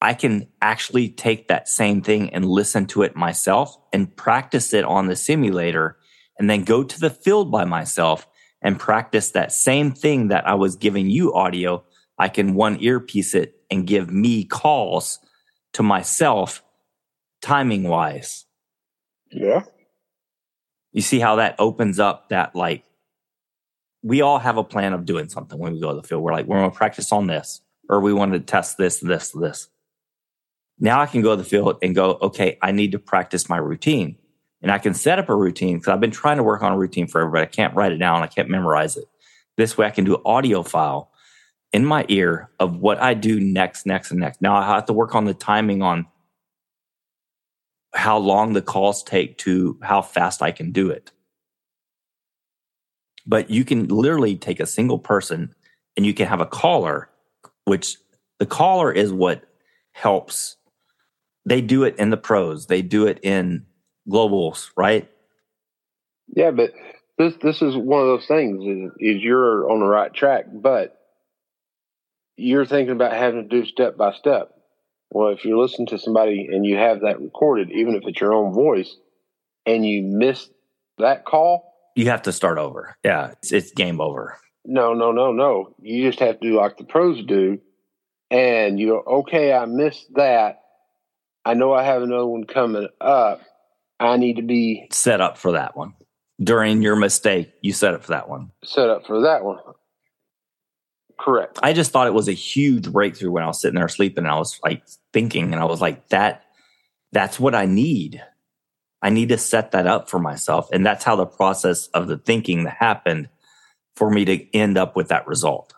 Speaker 1: I can actually take that same thing and listen to it myself and practice it on the simulator and then go to the field by myself and practice that same thing that I was giving you audio. I can one earpiece it and give me calls to myself timing wise.
Speaker 4: Yeah.
Speaker 1: You see how that opens up that like we all have a plan of doing something when we go to the field. We're like, we're gonna practice on this, or we want to test this, this, this. Now I can go to the field and go, okay, I need to practice my routine. And I can set up a routine because I've been trying to work on a routine forever, but I can't write it down. I can't memorize it. This way I can do an audio file in my ear of what I do next, next, and next. Now I have to work on the timing on how long the calls take to how fast I can do it. But you can literally take a single person and you can have a caller, which the caller is what helps. They do it in the pros, they do it in globals, right?
Speaker 4: Yeah, but this this is one of those things is, is you're on the right track, but you're thinking about having to do step by step. Well, if you listen to somebody and you have that recorded, even if it's your own voice, and you miss that call,
Speaker 1: You have to start over. Yeah, it's, it's game over.
Speaker 4: no, no, no, no. You just have to do like the pros do, and you go, okay, I missed that. I know I have another one coming up. I need to be
Speaker 1: Set up for that one. During your mistake, you set up for that one.
Speaker 4: set up for that one. Correct.
Speaker 1: I just thought it was a huge breakthrough when I was sitting there sleeping. And I was like thinking, and I was like, that, that's what I need. I need to set that up for myself. And that's how the process of the thinking that happened for me to end up with that result.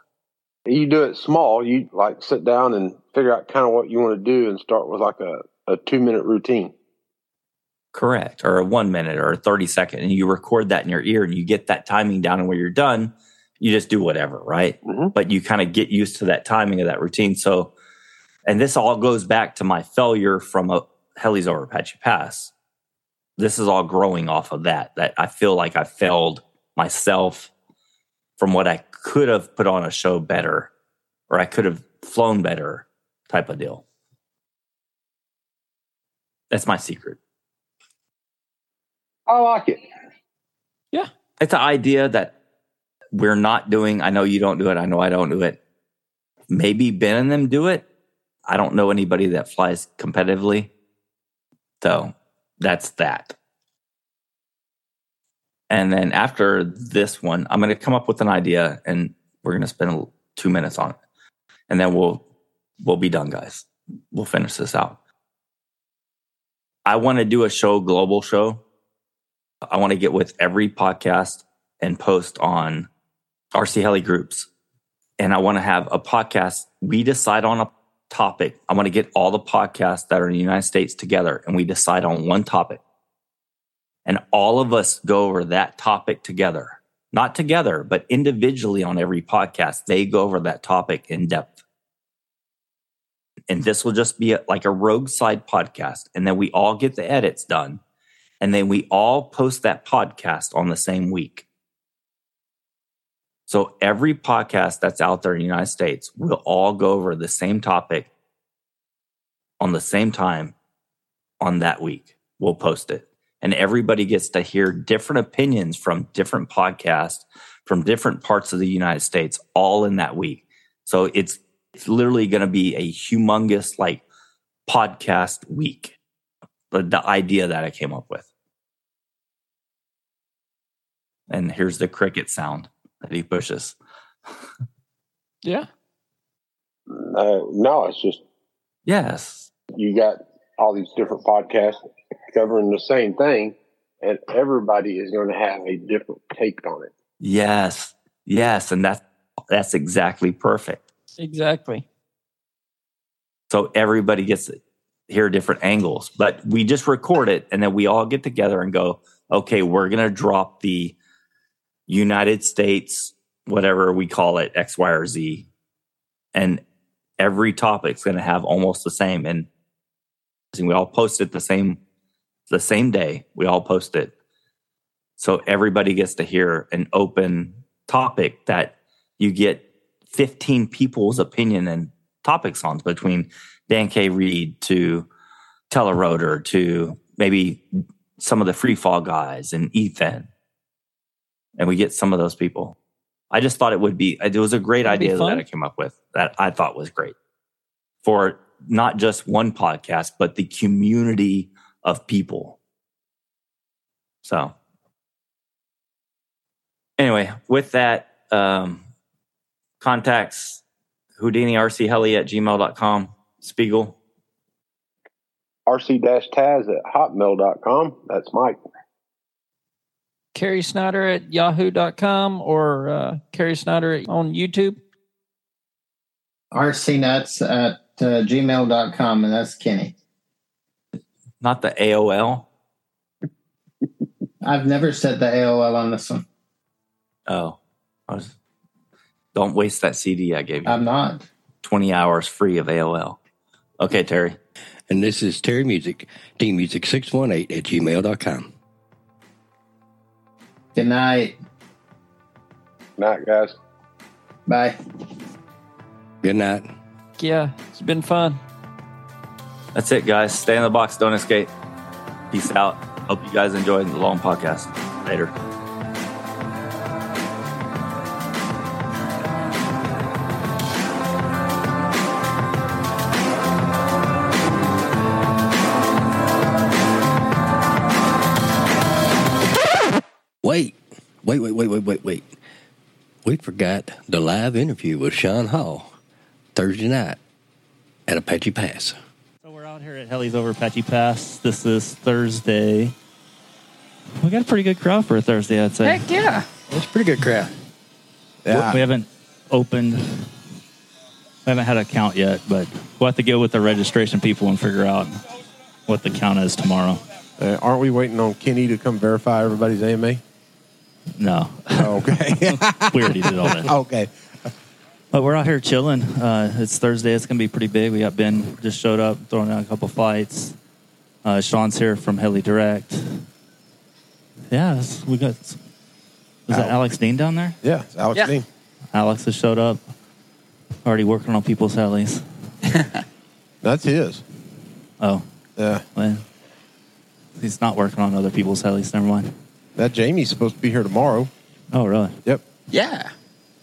Speaker 4: you do it small you like sit down and figure out kind of what you want to do and start with like a, a two minute routine
Speaker 1: Correct. Or a one minute or a 30 second. And you record that in your ear and you get that timing down. And when you're done, you just do whatever, right?
Speaker 4: Mhm.
Speaker 1: But you kind of get used to that timing of that routine. So, and this all goes back to my failure from a Helly's over Apache Pass. This is all growing off of that, that I feel like I failed myself from what I could have put on a show better or I could have flown better type of deal. That's my secret.
Speaker 4: i like it
Speaker 1: it's an idea that we're not doing. I know you don't do it. I know I don't do it. Maybe Ben and them do it, I don't know anybody that flies competitively. So that's that. And then after this one, I'm going to come up with an idea and we're going to spend two minutes on it. And then we'll, we'll be done, guys. We'll finish this out. I want to do a show, global show. I want to get with every podcast and post on RC Heli groups. And I want to have a podcast. We decide on a topic. I want to get all the podcasts that are in the United States together and we decide on one topic. And all of us go over that topic together, not together, but individually on every podcast. They go over that topic in depth. And this will just be a, like a rogue side podcast. And then we all get the edits done. And then we all post that podcast on the same week. So every podcast that's out there in the United States will all go over the same topic on the same time on that week. We'll post it. And everybody gets to hear different opinions from different podcasts from different parts of the United States all in that week. So it's it's literally going to be a humongous like podcast week. The, the idea that I came up with. And here's the cricket sound that he pushes.
Speaker 2: Yeah.
Speaker 4: Uh, no, it's just
Speaker 1: Yes.
Speaker 4: you got all these different podcasts covering the same thing, and everybody is going to have a different take on it.
Speaker 1: Yes. Yes. And that's that's exactly perfect.
Speaker 2: Exactly.
Speaker 1: So everybody gets to hear different angles. But we just record it and then we all get together and go, okay, we're gonna drop the United States, whatever we call it, X, Y, or Z. And every topic's gonna have almost the same. And we all post it the same the same day. We all post it. So everybody gets to hear an open topic that you get 15 people's opinion and topics on between Dan K. Reed to Telerotor to maybe some of the free fall guys and Ethan. And we get some of those people. I just thought it would be, it was a great
Speaker 2: That'd be
Speaker 1: idea
Speaker 2: fun.
Speaker 1: that I came up with that I thought was great for not just one podcast, but the community of people. So, anyway, with that, um, contacts HoudiniRCHeli at gmail.com. Spiegel.
Speaker 4: RC Taz at hotmail.com. That's Mike.
Speaker 2: Carrie Snyder at yahoo.com or uh, Carrie Snyder on YouTube.
Speaker 6: rcnuts at uh, gmail.com, and that's Kenny.
Speaker 1: Not the AOL.
Speaker 6: I've never said the AOL on this one.
Speaker 1: Oh, I was, don't waste that CD I gave you.
Speaker 6: I'm not.
Speaker 1: 20 hours free of AOL. Okay, Terry.
Speaker 3: And this is Terry Music, dmusic618 at gmail.com.
Speaker 6: Good night.
Speaker 4: Night, guys.
Speaker 6: Bye.
Speaker 3: Good night.
Speaker 2: Yeah, it's been fun.
Speaker 1: That's it, guys. Stay in the box. Don't escape. Peace out. Hope you guys enjoyed the long podcast. Later.
Speaker 3: Wait, wait, wait, wait, wait, wait, wait. We forgot the live interview with Sean Hall Thursday night at Apache Pass.
Speaker 8: So we're out here at Helly's over Apache Pass. This is Thursday. We got a pretty good crowd for a Thursday, I'd say.
Speaker 2: Heck yeah.
Speaker 3: It's a pretty good crowd.
Speaker 8: We haven't opened. We haven't had a count yet, but we'll have to get with the registration people and figure out what the count is tomorrow.
Speaker 9: Uh, aren't we waiting on Kenny to come verify everybody's AMA?
Speaker 8: No,
Speaker 9: Oh, Okay.
Speaker 8: we already did all that.
Speaker 9: okay.
Speaker 8: But we're out here chilling. Uh, it's Thursday. It's gonna be pretty big. We got Ben just showed up, throwing out a couple fights. Uh, Sean's here from Heli Direct. Yeah, that's- we got. Is that
Speaker 9: Al.
Speaker 8: Alex Dean down there?
Speaker 9: Yeah. it's Alex
Speaker 2: Yeah.
Speaker 9: Dean.
Speaker 8: Alex has showed up. Already working on people's helis.
Speaker 9: That's his.
Speaker 8: Oh,
Speaker 9: Yeah.
Speaker 8: well, he's not working on other people's helis. Never mind.
Speaker 9: That Jamie's supposed to be here tomorrow.
Speaker 8: Oh, really?
Speaker 9: Yep.
Speaker 2: Yeah.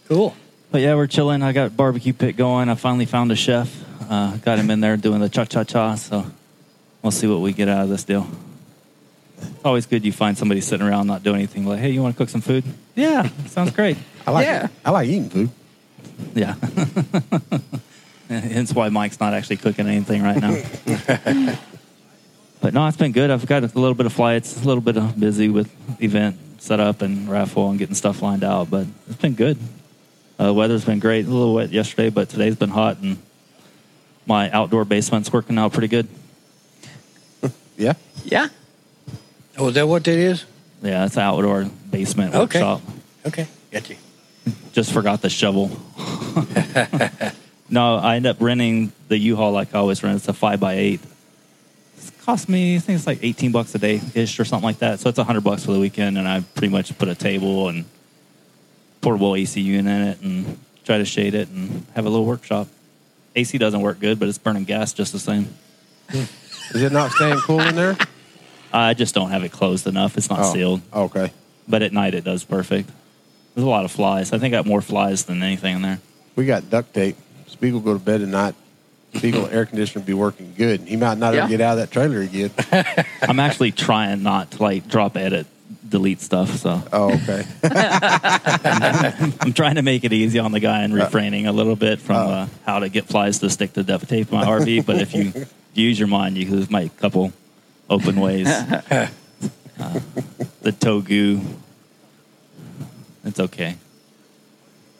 Speaker 3: Cool.
Speaker 8: But yeah, we're chilling. I got barbecue pit going. I finally found a chef. Uh, got him in there doing the cha cha cha. So we'll see what we get out of this deal. Always good you find somebody sitting around not doing anything. Like, hey, you want to cook some food? Yeah, sounds great.
Speaker 9: I like
Speaker 2: Yeah.
Speaker 9: I like eating food.
Speaker 8: Yeah. Hence why Mike's not actually cooking anything right now. but no, it's been good. I've got a little bit of flights, a little bit of busy with event setup and raffle and getting stuff lined out, but it's been good. Uh, weather's been great. A little wet yesterday, but today's been hot, and my outdoor basement's working out pretty good.
Speaker 9: Yeah.
Speaker 2: Yeah.
Speaker 3: Oh, is that what that is?
Speaker 8: Yeah, it's an outdoor basement
Speaker 3: Okay.
Speaker 8: workshop.
Speaker 3: Okay, got you.
Speaker 8: just forgot the shovel. no, I end up renting the U-Haul like I always rent. It's a five by eight. It's cost me, I think it's like eighteen bucks a day ish or something like that. So it's hundred bucks for the weekend, and I pretty much put a table and portable AC unit in it, and try to shade it, and have a little workshop. AC doesn't work good, but it's burning gas just the same.
Speaker 9: Is it not staying cool in there?
Speaker 8: I just don't have it closed enough. It's not
Speaker 9: Oh,
Speaker 8: sealed,
Speaker 9: Okay.
Speaker 8: but at night it does perfect. There's a lot of flies. I think I got more flies than anything in there.
Speaker 9: We got duct tape. Spiegel go to bed tonight. Spiegel air conditioner be working good. He might not
Speaker 2: Yeah.
Speaker 9: ever get out of that trailer again.
Speaker 8: I'm actually trying not to like drop edit, delete stuff. So
Speaker 9: Oh, okay.
Speaker 8: I'm trying to make it easy on the guy
Speaker 9: Uh,
Speaker 8: and refraining a little bit from uh, how to get flies to stick to duct tape in my RV. But if you use your mind, you can there's my couple open ways. uh, the Togu. It's okay.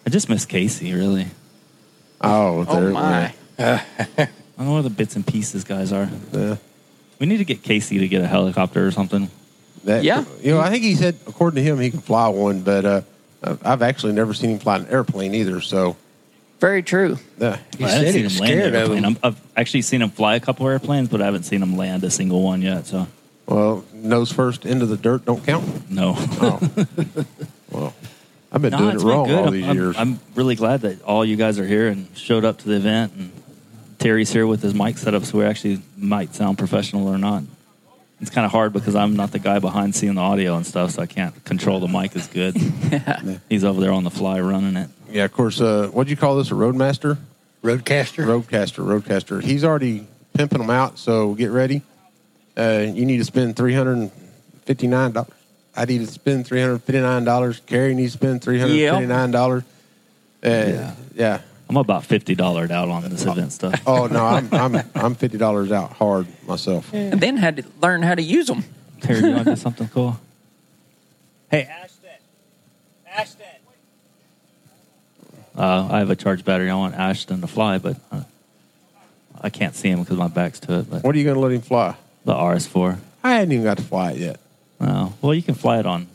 Speaker 8: I just miss Casey, really.
Speaker 9: Oh,
Speaker 2: Oh
Speaker 9: there,
Speaker 2: my.
Speaker 8: I don't know where the bits and pieces guys are.
Speaker 9: there. Yeah.
Speaker 8: We need to get Casey to get a helicopter or something.
Speaker 9: That,
Speaker 2: Yeah.
Speaker 9: You know, I think he said, according to him, he could fly one, but uh, I've- I've actually never seen him fly an airplane either. So,
Speaker 2: Very true.
Speaker 9: yeah.
Speaker 3: He
Speaker 8: I haven't
Speaker 3: said he
Speaker 8: seen
Speaker 3: was
Speaker 8: him land an
Speaker 3: scared of
Speaker 8: airplane.
Speaker 3: him.
Speaker 8: I'm, I've actually seen him fly a couple of airplanes, but I haven't seen him land a single one yet. So
Speaker 9: Well, nose first into the dirt don't count.
Speaker 8: no,
Speaker 9: Oh. well, I've been
Speaker 8: no,
Speaker 9: doing it
Speaker 8: it's been
Speaker 9: wrong
Speaker 8: good.
Speaker 9: all
Speaker 8: I'm-
Speaker 9: these
Speaker 8: I'm,
Speaker 9: years.
Speaker 8: I'm really glad that all you guys are here and showed up to the event. And Terry's here with his mic set up, so we actually might sound professional or not. It's kind of hard because I'm not the guy behind seeing the audio and stuff, so I can't control the mic as good. He's over there on the fly running it.
Speaker 9: yeah, of course. Uh, what'd you call this? A roadmaster?
Speaker 3: Roadcaster.
Speaker 9: Roadcaster, roadcaster. He's already pimping them out, so get ready. Uh, you need to spend three hundred and fifty nine dollars. I need to spend three hundred fifty nine dollars. Carrie needs to spend three hundred fifty nine dollars. Uh, yeah.
Speaker 8: I'm about fifty dollars out on this event stuff.
Speaker 9: Oh no, I'm I'm I'm fifty dollars out hard myself.
Speaker 2: And then had to learn how to use them.
Speaker 8: Terry, you want to do something cool? Hey, Ashton. Ashton. Uh, I have a charged battery. I want Ashton to fly, but uh, I can't see him because my back's to it. But
Speaker 9: What are you going to let him fly?
Speaker 8: the RS4.
Speaker 9: I hadn't even got to fly it yet.
Speaker 8: Oh, well, you can fly it on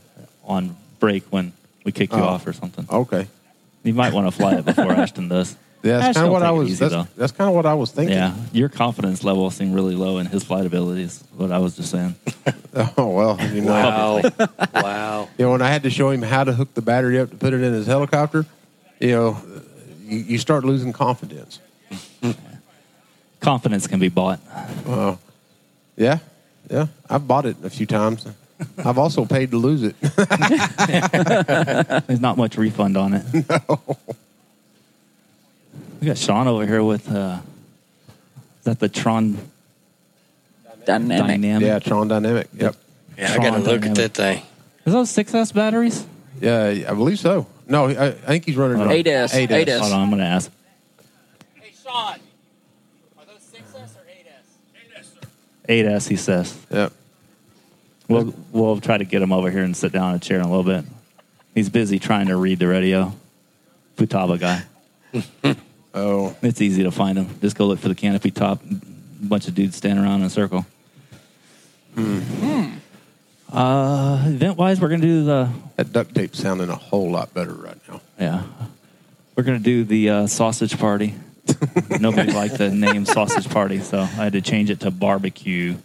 Speaker 8: on break when we kick you
Speaker 9: Oh.
Speaker 8: off or something.
Speaker 9: Okay.
Speaker 8: You might want to fly it before Ashton does.
Speaker 9: Yeah, that's
Speaker 8: Ashton
Speaker 9: kind of
Speaker 8: will
Speaker 9: what
Speaker 8: take
Speaker 9: I
Speaker 8: it
Speaker 9: was.
Speaker 8: easy,
Speaker 9: that's that's kind of what I was thinking.
Speaker 8: Yeah, your confidence level seemed really low in his flight abilities. What I was just saying.
Speaker 9: Oh well, you know,
Speaker 10: Wow. wow.
Speaker 9: you know, when I had to show him how to hook the battery up to put it in his helicopter, you know, you, you start losing confidence.
Speaker 8: Confidence can be bought.
Speaker 9: Yeah, yeah. I've bought it a few times. I've also paid to lose it.
Speaker 8: There's not much refund on it. No. We got Sean over here with uh is that the Tron
Speaker 2: Dynamic.
Speaker 8: Dynamic?
Speaker 9: yeah, Tron Dynamic. Yep.
Speaker 10: Yeah, I got to
Speaker 8: Tron
Speaker 10: look at
Speaker 8: Dynamic.
Speaker 10: that thing.
Speaker 8: Is those 6S batteries?
Speaker 9: Yeah, I believe so. No, I, I think he's running.
Speaker 8: Hold on.
Speaker 2: 8S. 8S.
Speaker 8: Hold on, I'm gonna ask.
Speaker 11: Hey, Sean, are those 6S or 8S? 8S, sir.
Speaker 8: 8S he says.
Speaker 9: Yep.
Speaker 8: We'll we'll try to get him over here and sit down in a chair in a little bit. He's busy trying to read the radio. Futaba guy.
Speaker 9: Oh,
Speaker 8: It's easy to find him. Just go look for the canopy top. Bunch of dudes standing around in a circle.
Speaker 9: Hmm.
Speaker 8: Uh, event wise, we're gonna do the
Speaker 9: that duct tape's sounding a whole lot better right now.
Speaker 8: Yeah. We're going to do the uh, sausage party. Nobody liked the name sausage party, so I had to change it to barbecue.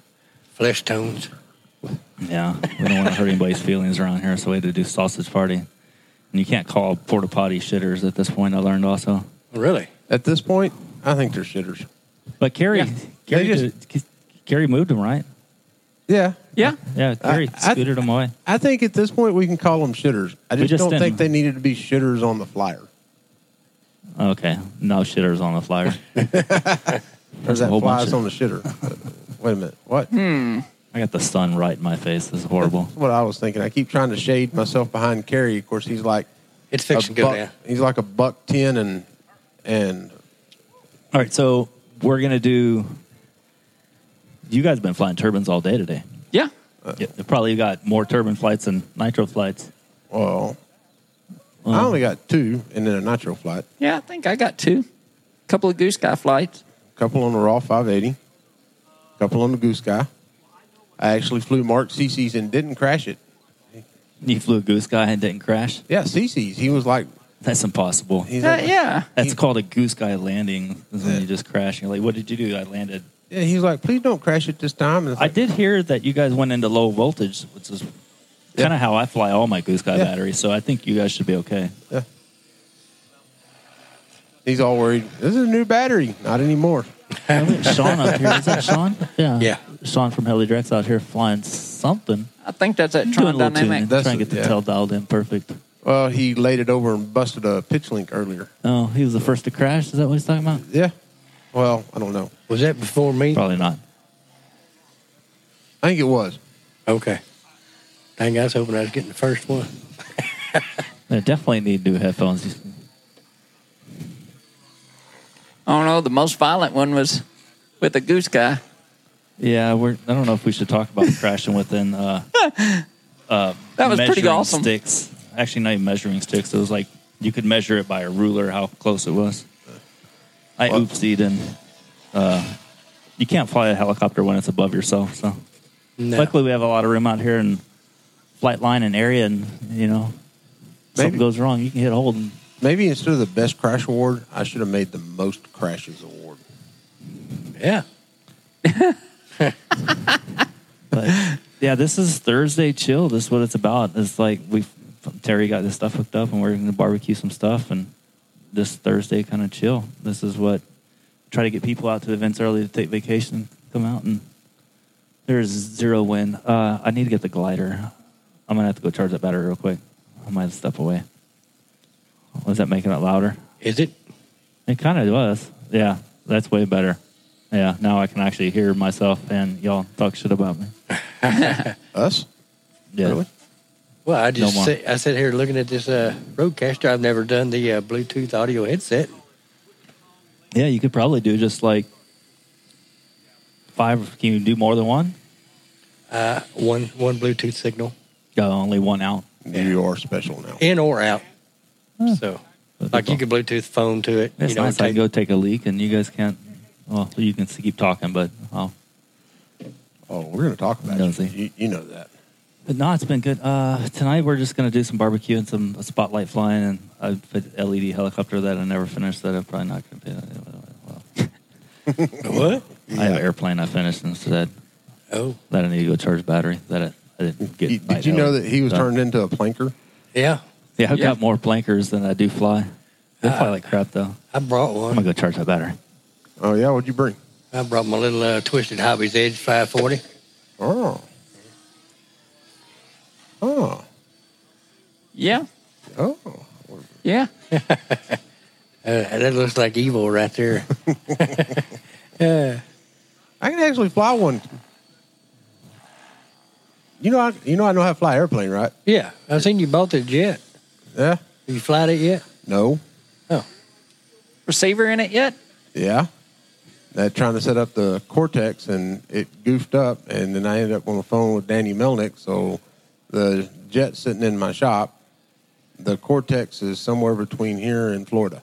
Speaker 10: Flesh tones.
Speaker 8: Yeah. We don't want to hurt anybody's feelings around here, so we had to do sausage party. And you can't call porta potty shitters at this point, I learned also.
Speaker 10: Really?
Speaker 9: At this point, I think they're shitters.
Speaker 8: But Carrie,
Speaker 2: Yeah.
Speaker 8: Carrie,
Speaker 9: They
Speaker 8: did- Carrie moved them, right?
Speaker 9: Yeah,
Speaker 2: Yeah.
Speaker 8: Yeah, Carrie
Speaker 9: I-
Speaker 8: scooted them away.
Speaker 9: I think at this point we can call them shitters. I
Speaker 8: We
Speaker 9: just,
Speaker 8: just
Speaker 9: don't
Speaker 8: didn't.
Speaker 9: think they needed to be shitters on the flyer.
Speaker 8: Okay, no shitters on the flyer.
Speaker 9: There's that
Speaker 8: whole bunch of-
Speaker 9: flies on the shitter. Wait a minute. What?
Speaker 2: Hmm.
Speaker 8: I got the sun right in my face. This is horrible.
Speaker 9: That's what I was thinking. I keep trying to shade myself behind Kerry. Of course, he's like
Speaker 10: It's
Speaker 9: a
Speaker 10: fixing to go
Speaker 9: buck-
Speaker 10: down.
Speaker 9: He's like a buck ten and and
Speaker 8: All right, so we're gonna do. You guys been flying turbines all day today.
Speaker 2: Yeah.
Speaker 9: Uh,
Speaker 8: yeah, they probably got more turbine flights than nitro flights. Um,
Speaker 9: well, I only got two, and then a nitro flight.
Speaker 2: Yeah, I think I got two. Couple of goose guy flights.
Speaker 9: couple on the Raw 580, couple on the Goose Guy. I actually flew Mark CC's and didn't crash it.
Speaker 8: You flew a goose guy and didn't crash.
Speaker 9: Yeah, CC's. He was like,
Speaker 8: That's impossible.
Speaker 9: he's
Speaker 2: Uh,
Speaker 9: like
Speaker 2: yeah.
Speaker 8: That's called a goose guy landing. Is when you just crash. You're like, what did you do? I landed.
Speaker 9: yeah, he's like, please don't crash it this time. And it's
Speaker 8: I
Speaker 9: like,
Speaker 8: did hear that you guys went into low voltage, which is kind of how I fly all my goose guy
Speaker 9: Yeah.
Speaker 8: batteries. So I think you guys should be okay.
Speaker 9: he's all worried. This is a new battery, not anymore.
Speaker 8: I think Sean up here. Is that Sean? Yeah.
Speaker 10: Yeah.
Speaker 8: Sean from Heli Directs out here flying something.
Speaker 2: I think that's that
Speaker 8: Doing a
Speaker 2: Tron
Speaker 8: little
Speaker 2: Dynamic.
Speaker 8: tuning. Trying
Speaker 9: That's
Speaker 8: to
Speaker 9: it,
Speaker 8: get the
Speaker 9: yeah.
Speaker 8: tail dialed in perfect.
Speaker 9: Well, he laid it over and busted a pitch link earlier.
Speaker 8: Oh, he was the first to crash. Is that what he's talking about?
Speaker 9: Yeah. Well, I don't know.
Speaker 10: Was that before me?
Speaker 8: Probably not.
Speaker 9: I think it was.
Speaker 10: Okay. Dang, I was hoping I was getting the first one.
Speaker 8: They definitely need new headphones.
Speaker 2: Oh no, the most violent one was with the goose guy.
Speaker 8: Yeah, we're. I don't know if we should talk about crashing within. Uh, uh,
Speaker 2: That was pretty
Speaker 8: measuring
Speaker 2: awesome.
Speaker 8: Sticks. Actually, not even measuring sticks. It was like you could measure it by a ruler how close it was. I
Speaker 9: Well-
Speaker 8: oopsied and uh, you can't fly a helicopter when it's above yourself. So
Speaker 10: No.
Speaker 8: luckily we have a lot of room out here and flight line and area, and you know something
Speaker 9: Maybe.
Speaker 8: goes wrong, you can hit a hold. And,
Speaker 9: Maybe instead of the best crash award, I should have made the most crashes award.
Speaker 10: Yeah.
Speaker 8: but yeah, this is Thursday chill. This is what it's about. It's like we Terry got this stuff hooked up, and we're going to barbecue some stuff, and this Thursday kind of chill. This is what try to get people out to events early to take vacation, come out, and there's zero win. Uh, I need to get the glider. I'm gonna have to go charge that battery real quick. I might step away. Was that making it louder?
Speaker 10: Is it?
Speaker 8: It kind of was. Yeah, that's way better. Yeah, now I can actually hear myself and y'all talk shit about me.
Speaker 9: Us?
Speaker 8: Yeah.
Speaker 9: Really?
Speaker 10: Well, I just
Speaker 8: more.
Speaker 10: sit, I sit here looking at this uh, roadcaster. I've never done the uh, Bluetooth audio headset.
Speaker 8: Yeah, you could probably do just like five. Can you do more than one?
Speaker 10: Uh, one one Bluetooth signal
Speaker 8: Go only one out.
Speaker 9: You are special now.
Speaker 10: in or out.
Speaker 8: Huh.
Speaker 10: So, like you could Bluetooth phone to it.
Speaker 8: It's
Speaker 10: you know,
Speaker 8: nice.
Speaker 10: take-
Speaker 8: I can go take a leak, and you guys can't. Well, you can s- keep talking, but oh,
Speaker 9: Oh, we're going to talk about
Speaker 8: Does
Speaker 9: you.
Speaker 8: he?
Speaker 9: you. You know that.
Speaker 8: but no, it's been good. Uh, tonight we're just gonna do some barbecue and some spotlight flying, and I put LED helicopter that I never finished. That I'm probably not gonna be. uh, Well,
Speaker 10: What?
Speaker 8: I have an airplane I finished instead
Speaker 10: Oh,
Speaker 8: that I need to go charge battery. That I, I didn't get.
Speaker 9: You-
Speaker 8: night
Speaker 9: did you know
Speaker 8: heli.
Speaker 9: that he was
Speaker 8: So-
Speaker 9: turned into a planker?
Speaker 10: yeah.
Speaker 8: Yeah, I've
Speaker 2: Yeah.
Speaker 8: got more plankers than I do fly. They fly
Speaker 10: Ah.
Speaker 8: like crap though.
Speaker 10: I brought
Speaker 8: I'm
Speaker 10: one.
Speaker 8: gonna go charge that battery.
Speaker 9: Oh yeah, what'd you bring?
Speaker 10: I brought my little uh, Twisted Hobbies Edge 540.
Speaker 9: Oh, oh,
Speaker 2: Yeah,
Speaker 9: oh!
Speaker 2: yeah.
Speaker 10: Uh, that looks like evil right there.
Speaker 9: I can actually fly one. You know, I you know I know how to fly airplane, right?
Speaker 10: Yeah, I've seen you bought the jet.
Speaker 9: Yeah.
Speaker 10: Have you flied it yet?
Speaker 9: No.
Speaker 2: Receiver in it yet?
Speaker 9: Yeah. That trying to set up the Cortex and it goofed up, and then I ended up on the phone with Danny Melnick. So the jet's sitting in my shop. The Cortex is somewhere between here and Florida.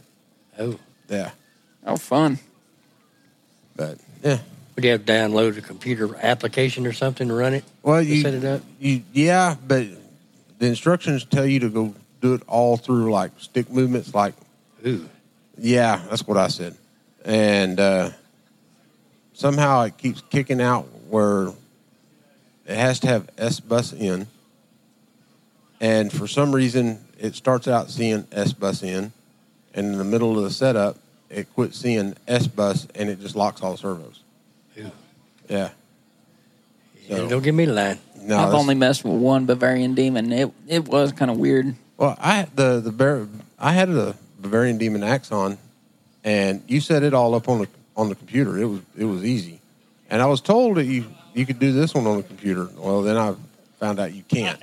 Speaker 10: Oh,
Speaker 9: Yeah,
Speaker 2: Oh, fun.
Speaker 9: but yeah.
Speaker 10: would you have to download a computer application or something to run it?
Speaker 9: Well,
Speaker 10: to
Speaker 9: you
Speaker 10: set it up.
Speaker 9: You, yeah, but the instructions tell you to go do it all through like stick movements. Like,
Speaker 10: Ooh,
Speaker 9: yeah, that's what I said. And uh, somehow it keeps kicking out where it has to have S bus in. And for some reason, it starts out seeing S bus in. And in the middle of the setup, it quits seeing S bus and it just locks all servos.
Speaker 10: Ew.
Speaker 9: Yeah. So-
Speaker 10: don't give me the line.
Speaker 9: No,
Speaker 2: I've
Speaker 9: that's-
Speaker 2: only messed with one Bavarian demon. It it was kind of weird.
Speaker 9: Well, I the the bear I had a Bavarian Demon Axon, and you set it all up on the on the computer. It was it was easy, and I was told that you you could do this one on the computer. Well, then I found out you can't.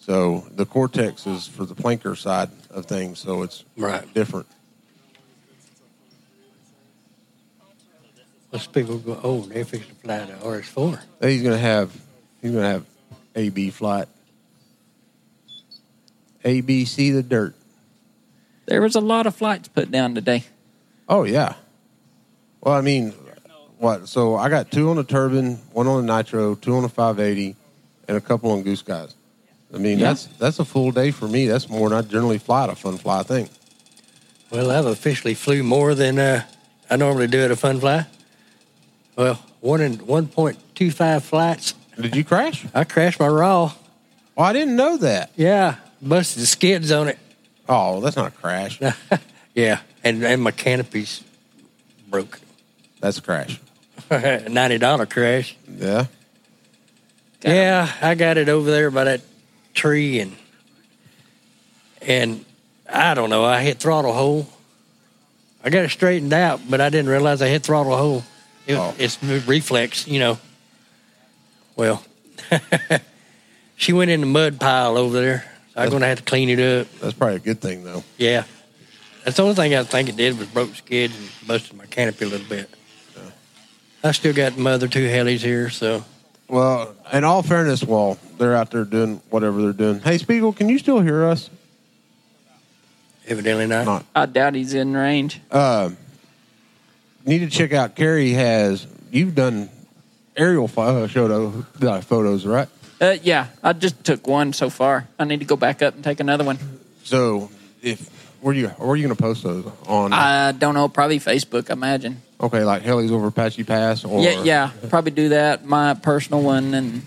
Speaker 9: So the Cortex is for the planker side of things, so it's
Speaker 3: Right.
Speaker 9: different.
Speaker 3: Those people go, oh, they fixed to fly to RS4.
Speaker 9: Then he's gonna have he's gonna have A B flight. A B C the dirt.
Speaker 2: There was a lot of flights put down today.
Speaker 9: Oh yeah. Well, I mean, what? So I got two on the turbine, one on the nitro, two on the 580, and a couple on goose guys. I mean,
Speaker 3: Yeah.
Speaker 9: that's that's a full day for me. That's more than I generally fly at a fun fly thing.
Speaker 3: Well, I've officially flew more than uh, I normally do at a fun fly. Well, one in 1.25 flights.
Speaker 9: Did you crash?
Speaker 3: I crashed my raw.
Speaker 9: Oh, I didn't know that.
Speaker 3: Yeah, busted the skids on it.
Speaker 9: Oh, that's not a crash.
Speaker 3: yeah, and, and my canopies broke.
Speaker 9: That's a crash.
Speaker 3: $90 crash.
Speaker 9: Yeah.
Speaker 3: yeah, I got it over there by that tree and and I don't know, I hit throttle hole. I got it straightened out, but I didn't realize I hit throttle hole. It, It's reflex, you know. Well, she went in the mud pile over there. I'm going to have to clean it up.
Speaker 9: That's probably a good thing though.
Speaker 3: Yeah. That's the only thing I think it did was broke the skid and busted my canopy a little bit. I still got my other two helis here, so
Speaker 9: Well, in all fairness, Wall, they're out there doing whatever they're doing. Hey, Spiegel, can you still hear us?
Speaker 3: evidently not.
Speaker 9: Not.
Speaker 2: I doubt he's in range.
Speaker 9: Um, need to check out. Carrie has you've done aerial photo, photo uh, photos, right?
Speaker 2: Uh, yeah, I just took one so far. I need to go back up and take another one.
Speaker 9: So if where you where are you going to post those on?
Speaker 2: I don't know, probably Facebook, I imagine.
Speaker 9: okay, like Helly's over Apache Pass, or
Speaker 2: yeah, yeah, probably do that. My personal one, and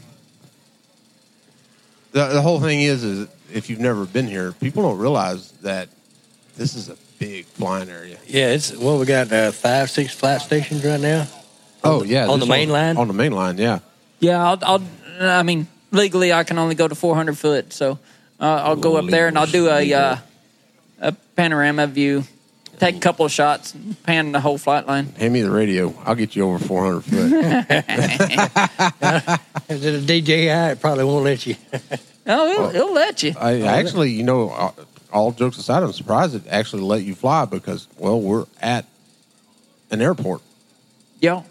Speaker 9: The, the whole thing is, is if you've never been here, people don't realize that this is a big flying area.
Speaker 3: Yeah, it's well, we got uh, five, six flat stations right now.
Speaker 9: Oh yeah,
Speaker 3: on the
Speaker 9: this
Speaker 3: main line?
Speaker 9: On the main line, yeah.
Speaker 2: yeah, I'll, I'll. I mean, legally, I can only go to 400 foot, so uh, I'll go up there and I'll do a uh, a panorama view, take a couple of shots, and pan the whole flight line.
Speaker 9: Hand me the radio. I'll get you over 400 foot.
Speaker 3: Is it a DJI? It probably won't let you.
Speaker 2: Oh, it'll, it'll let you.
Speaker 9: I, I actually, you know, uh, all jokes aside, I'm surprised it actually let you fly because, well, we're at an airport.
Speaker 2: Yeah,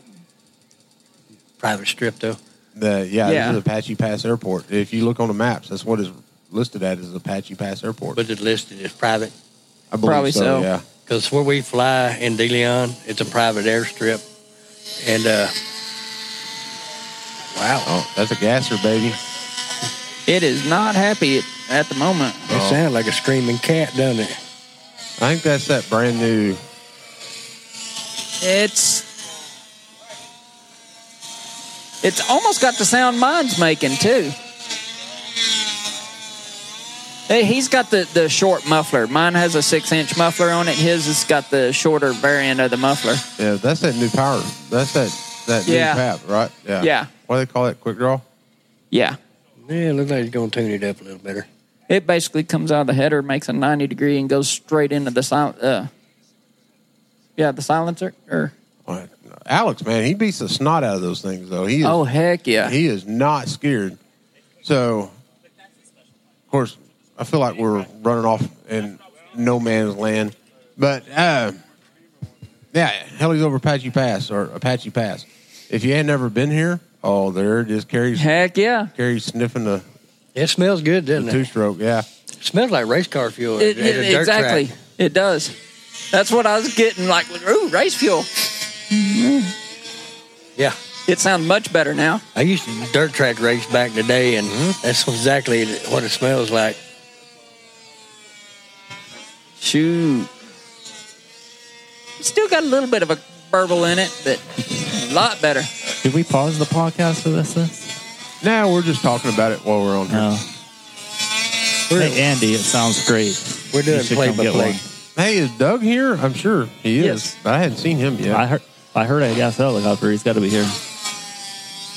Speaker 3: Private strip though.
Speaker 9: The yeah,
Speaker 2: Yeah.
Speaker 9: this is Apache Pass Airport. If you look on the maps, that's what is listed at is Apache Pass Airport.
Speaker 3: but it's listed as private.
Speaker 9: I believe
Speaker 2: probably so.
Speaker 9: Yeah,
Speaker 3: Because where we fly in De Leon, it's a private airstrip. And uh, wow,
Speaker 9: oh, that's a gasser, baby.
Speaker 2: it is not happy at, at the moment.
Speaker 3: it sounds like a screaming cat, doesn't it?
Speaker 9: I think that's that brand new.
Speaker 2: It's it's almost got the sound mine's making too. Hey, he's got the, the short muffler. Mine has a six inch muffler on it. His has got the shorter variant of the muffler.
Speaker 9: Yeah, that's that new power. That's that that
Speaker 2: Yeah.
Speaker 9: new pap, right? Yeah.
Speaker 2: Yeah.
Speaker 9: What do they call that? Quick draw.
Speaker 2: Yeah.
Speaker 3: Yeah, it looks like it's going to tune it up a little better.
Speaker 2: It basically comes out of the header, makes a 90 degree, and goes straight into the sil- uh, yeah, the silencer. Or,
Speaker 9: All right. Alex, man, he beats the snot out of those things though. He is,
Speaker 2: oh, heck yeah.
Speaker 9: he is not scared. So, of course, I feel like we're running off in no man's land. But uh, yeah, Helly's over Apache Pass or Apache Pass. If you ain't never been here, oh, there it is. Carrie's,
Speaker 2: heck yeah.
Speaker 9: Carrie's sniffing the,
Speaker 3: It smells good,
Speaker 9: the
Speaker 3: doesn't
Speaker 9: two
Speaker 3: it?
Speaker 9: stroke. Yeah.
Speaker 3: It smells like race car fuel.
Speaker 2: It,
Speaker 3: at a
Speaker 2: it-
Speaker 3: dirt track.
Speaker 2: exactly. It does. That's what I was getting. Like, ooh, race fuel.
Speaker 3: Yeah.
Speaker 2: It sounds much better now.
Speaker 3: I used to dirt track race back in the day, and that's exactly what it smells like.
Speaker 2: Shoot. Still got a little bit of a burble in it, but a lot better.
Speaker 8: Did we pause the podcast for this? this?
Speaker 9: Now we're just talking about it while we're on here.
Speaker 8: No. Hey, Andy, it sounds great.
Speaker 3: We're doing
Speaker 8: You should
Speaker 3: play
Speaker 8: come
Speaker 3: by
Speaker 8: get
Speaker 3: play.
Speaker 8: one.
Speaker 9: Hey, is Doug here? I'm sure he is.
Speaker 2: Yes.
Speaker 9: But I hadn't seen him yet.
Speaker 8: I heard. I heard a gas helicopter. He's got to be here.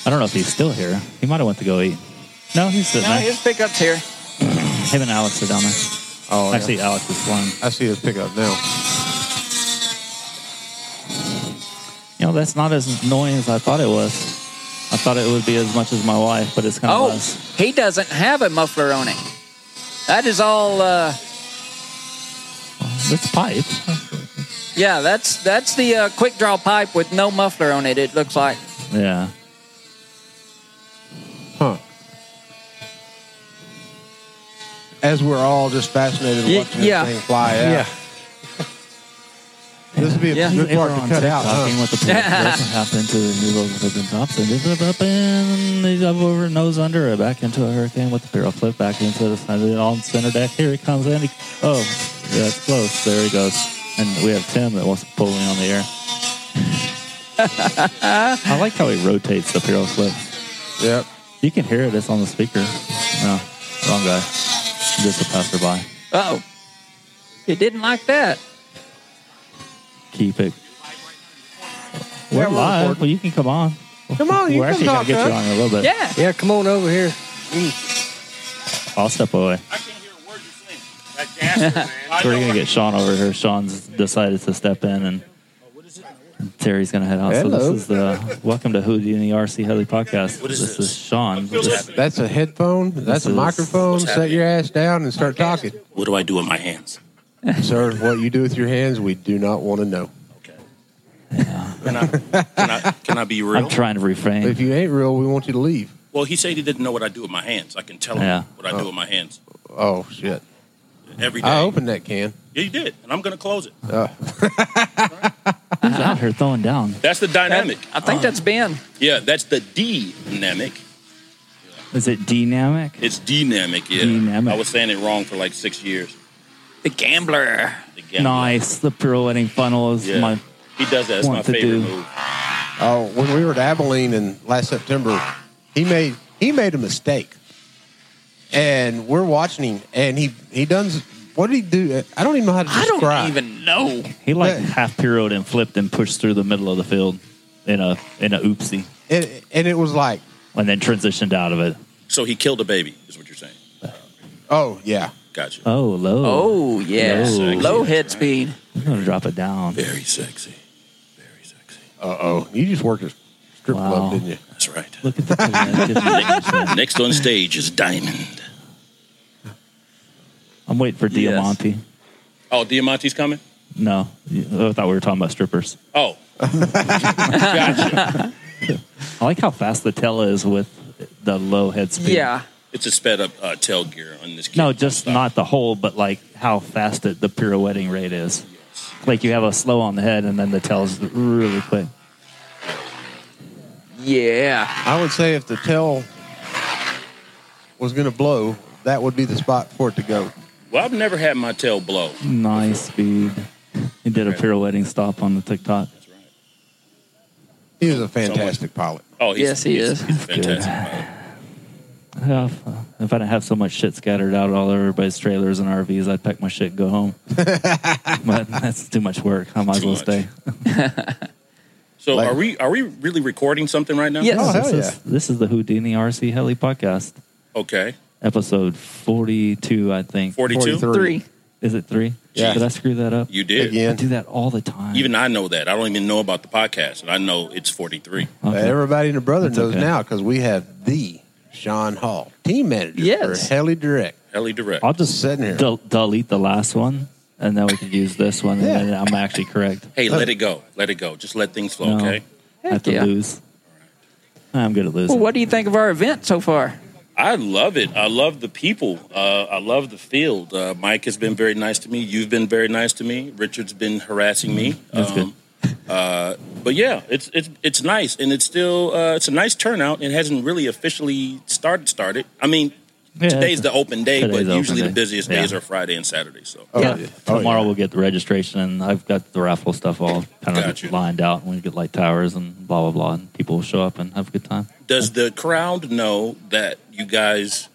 Speaker 8: I don't know if he's still here. He might have went to go eat. No, he's sitting
Speaker 2: Now
Speaker 8: there.
Speaker 2: his pickup's here.
Speaker 8: Him and Alex are down there.
Speaker 9: Oh,
Speaker 8: Actually, Alex is flying.
Speaker 9: I see his pickup now.
Speaker 8: You know, that's not as annoying as I thought it was. I thought it would be as much as my wife, but it's kind of
Speaker 12: Oh,
Speaker 8: less.
Speaker 12: he doesn't have a muffler on it. That is all. Uh,
Speaker 8: It's pipe.
Speaker 12: yeah, that's that's the uh, quick draw pipe with no muffler on it. It looks like.
Speaker 8: Yeah.
Speaker 9: Huh. As we're all just fascinated
Speaker 12: Ye-
Speaker 9: watching
Speaker 12: yeah.
Speaker 9: this thing fly out.
Speaker 12: Yeah.
Speaker 9: This would be a
Speaker 12: Yeah.
Speaker 9: good
Speaker 8: They were
Speaker 9: part to
Speaker 8: on
Speaker 9: cut
Speaker 8: TikTok
Speaker 9: out. huh?
Speaker 8: talking with the police. What happened to the new logo of the Thompson? They flip up and they jump over nose under it, back into a hurricane with the barrel flip back into the center, on center deck. Here he comes, and he, oh, yeah, it's close. There he goes. And we have Tim that wants to pull me on the air. I like how he rotates the barrel flip.
Speaker 9: Yep.
Speaker 8: You can hear it. It's on the speaker. No, wrong guy. Just a passerby.
Speaker 12: Oh, he didn't like that.
Speaker 8: Keep it. We're
Speaker 12: Yeah, we're
Speaker 8: live.
Speaker 12: recording.
Speaker 8: Well, you can come on.
Speaker 9: Come on, you
Speaker 8: We're
Speaker 9: can
Speaker 8: actually gonna
Speaker 9: talk
Speaker 8: get
Speaker 9: to
Speaker 8: you
Speaker 9: us.
Speaker 8: on in a little bit.
Speaker 12: Yeah.
Speaker 10: Yeah, come on over here.
Speaker 8: I'll step away. We're gonna get Sean over here. Sean's decided to step in, and Terry's gonna head out. So
Speaker 9: Hello.
Speaker 8: this is the welcome to Houdini RC Heli podcast. this, is Sean. This-
Speaker 9: That's a headphone. That's a
Speaker 8: is-
Speaker 9: microphone. Set your ass down and start talking.
Speaker 13: What do I do with my hands?
Speaker 9: Sir, what you do with your hands, we do not want to know.
Speaker 13: Can I, can I, can I be real?
Speaker 8: I'm trying to refrain.
Speaker 9: If you ain't real, we want you to leave.
Speaker 13: Well, he said he didn't know what I do with my hands. I can tell him
Speaker 8: Yeah.
Speaker 13: what I do with my hands
Speaker 9: Oh, shit.
Speaker 13: every day.
Speaker 9: I opened that can.
Speaker 13: Yeah, you did, and I'm going to close it.
Speaker 9: Uh,
Speaker 8: Who's out here throwing down?
Speaker 13: That's the dynamic.
Speaker 12: I think that's Ben.
Speaker 13: Yeah, that's the D dynamic.
Speaker 8: Is it dynamic?
Speaker 13: It's dynamic. Yeah,
Speaker 8: Dynamic.
Speaker 13: I was saying it wrong for like six years.
Speaker 12: The gambler.
Speaker 13: The gambler.
Speaker 8: Nice. The pirouetting funnel is
Speaker 13: Yeah.
Speaker 8: my.
Speaker 13: He does that. That's my
Speaker 8: Want to
Speaker 13: favorite
Speaker 8: do.
Speaker 13: move.
Speaker 9: oh, when we were at Abilene in last September, he made he made a mistake, and we're watching him, and he he does. What did he do? I don't even know how to
Speaker 12: I
Speaker 9: describe.
Speaker 12: don't even know.
Speaker 8: He like
Speaker 9: Hey.
Speaker 8: half pirouetted and flipped and pushed through the middle of the field in a in a oopsie,
Speaker 9: And, and it was like,
Speaker 8: and then transitioned out of it.
Speaker 13: So he killed a baby, is what you're saying.
Speaker 9: oh yeah,
Speaker 13: Gotcha.
Speaker 8: Oh, low.
Speaker 12: Oh yeah,
Speaker 8: No.
Speaker 12: low head speed.
Speaker 8: I'm gonna drop it down.
Speaker 13: Very sexy. Very sexy.
Speaker 9: uh oh, you just worked a strip
Speaker 8: Wow.
Speaker 9: club, didn't you?
Speaker 13: That's right.
Speaker 8: Look at the collective engagement.
Speaker 13: Next on stage is Diamond.
Speaker 8: I'm waiting for
Speaker 12: Yes.
Speaker 8: Diamante.
Speaker 13: Oh, Diamante's coming.
Speaker 8: No, I thought we were talking about strippers.
Speaker 13: Oh, gotcha.
Speaker 8: I like how fast the tell is with the low head speed.
Speaker 12: Yeah,
Speaker 13: It's a sped up uh, tail gear on this. Kid.
Speaker 8: No, just not the whole, but like how fast it, the pirouetting rate is. Like you have a slow on the head and then the tail's really quick.
Speaker 12: yeah.
Speaker 9: I would say if the tail was going to blow, that would be the spot for it to go.
Speaker 13: Well, I've never had my tail blow.
Speaker 8: Nice speed. He did a pirouetting stop on the TikTok.
Speaker 13: That's right.
Speaker 9: He was a fantastic pilot.
Speaker 13: Oh, he's,
Speaker 12: Yes, he
Speaker 13: he's-
Speaker 12: is.
Speaker 13: He's fantastic. pilot.
Speaker 8: Yeah, if, uh, if I didn't have so much shit scattered out all over everybody's trailers and RVs, I'd pack my shit and go home. but that's too much work. I might as
Speaker 13: Too
Speaker 8: well
Speaker 13: much.
Speaker 8: stay.
Speaker 13: So,
Speaker 9: Like-
Speaker 13: are we are we really recording something right now?
Speaker 12: Yes.
Speaker 9: Oh,
Speaker 8: this,
Speaker 9: hell yeah.
Speaker 8: is, this is the Houdini RC Heli podcast,
Speaker 13: Okay.
Speaker 8: episode 42, I think.
Speaker 13: Forty-two.
Speaker 12: Three.
Speaker 8: Is it three?
Speaker 9: Yeah.
Speaker 8: Did I screw that up?
Speaker 13: You did.
Speaker 9: Again.
Speaker 8: I do that all the time.
Speaker 13: Even I know that. I don't even know about the podcast, and I know it's forty-three.
Speaker 8: Okay.
Speaker 9: Everybody and the brother
Speaker 8: That's
Speaker 9: knows
Speaker 8: okay.
Speaker 9: now because we have the Sean Hall, team manager
Speaker 12: Yes.
Speaker 9: for Heli Direct.
Speaker 13: Heli direct.
Speaker 8: I'll just
Speaker 9: Sitting here.
Speaker 8: del- delete the last one, and then we can use this one,
Speaker 9: Yeah.
Speaker 8: and then I'm actually correct.
Speaker 13: Hey, let it go. Let it go. Just let things flow.
Speaker 8: No.
Speaker 13: Okay.
Speaker 8: I have to
Speaker 12: yeah.
Speaker 8: lose. I'm good at losing.
Speaker 12: Well, what do you think of our event so far?
Speaker 13: I love it. I love the people. Uh, I love the field. Uh, Mike has been very nice to me. You've been very nice to me. Richard's been harassing me.
Speaker 8: Mm-hmm.
Speaker 13: Um,
Speaker 8: That's good.
Speaker 13: Uh, but yeah, it's it's it's nice, and it's still uh, it's a nice turnout. It hasn't really officially started started. I mean,
Speaker 8: Yeah,
Speaker 13: today's
Speaker 8: it's-
Speaker 13: the open day,
Speaker 8: today's
Speaker 13: but
Speaker 8: the open
Speaker 13: usually the
Speaker 8: day.
Speaker 13: busiest
Speaker 8: Yeah.
Speaker 13: days are Friday and Saturday. So
Speaker 9: Oh,
Speaker 12: Yeah.
Speaker 9: Oh,
Speaker 8: Tomorrow we'll get the registration, and I've got the raffle stuff all kind of
Speaker 13: Gotcha.
Speaker 8: lined out, and we get like towers and blah blah blah, and people will show up and have a good time.
Speaker 13: does the crowd know that you guys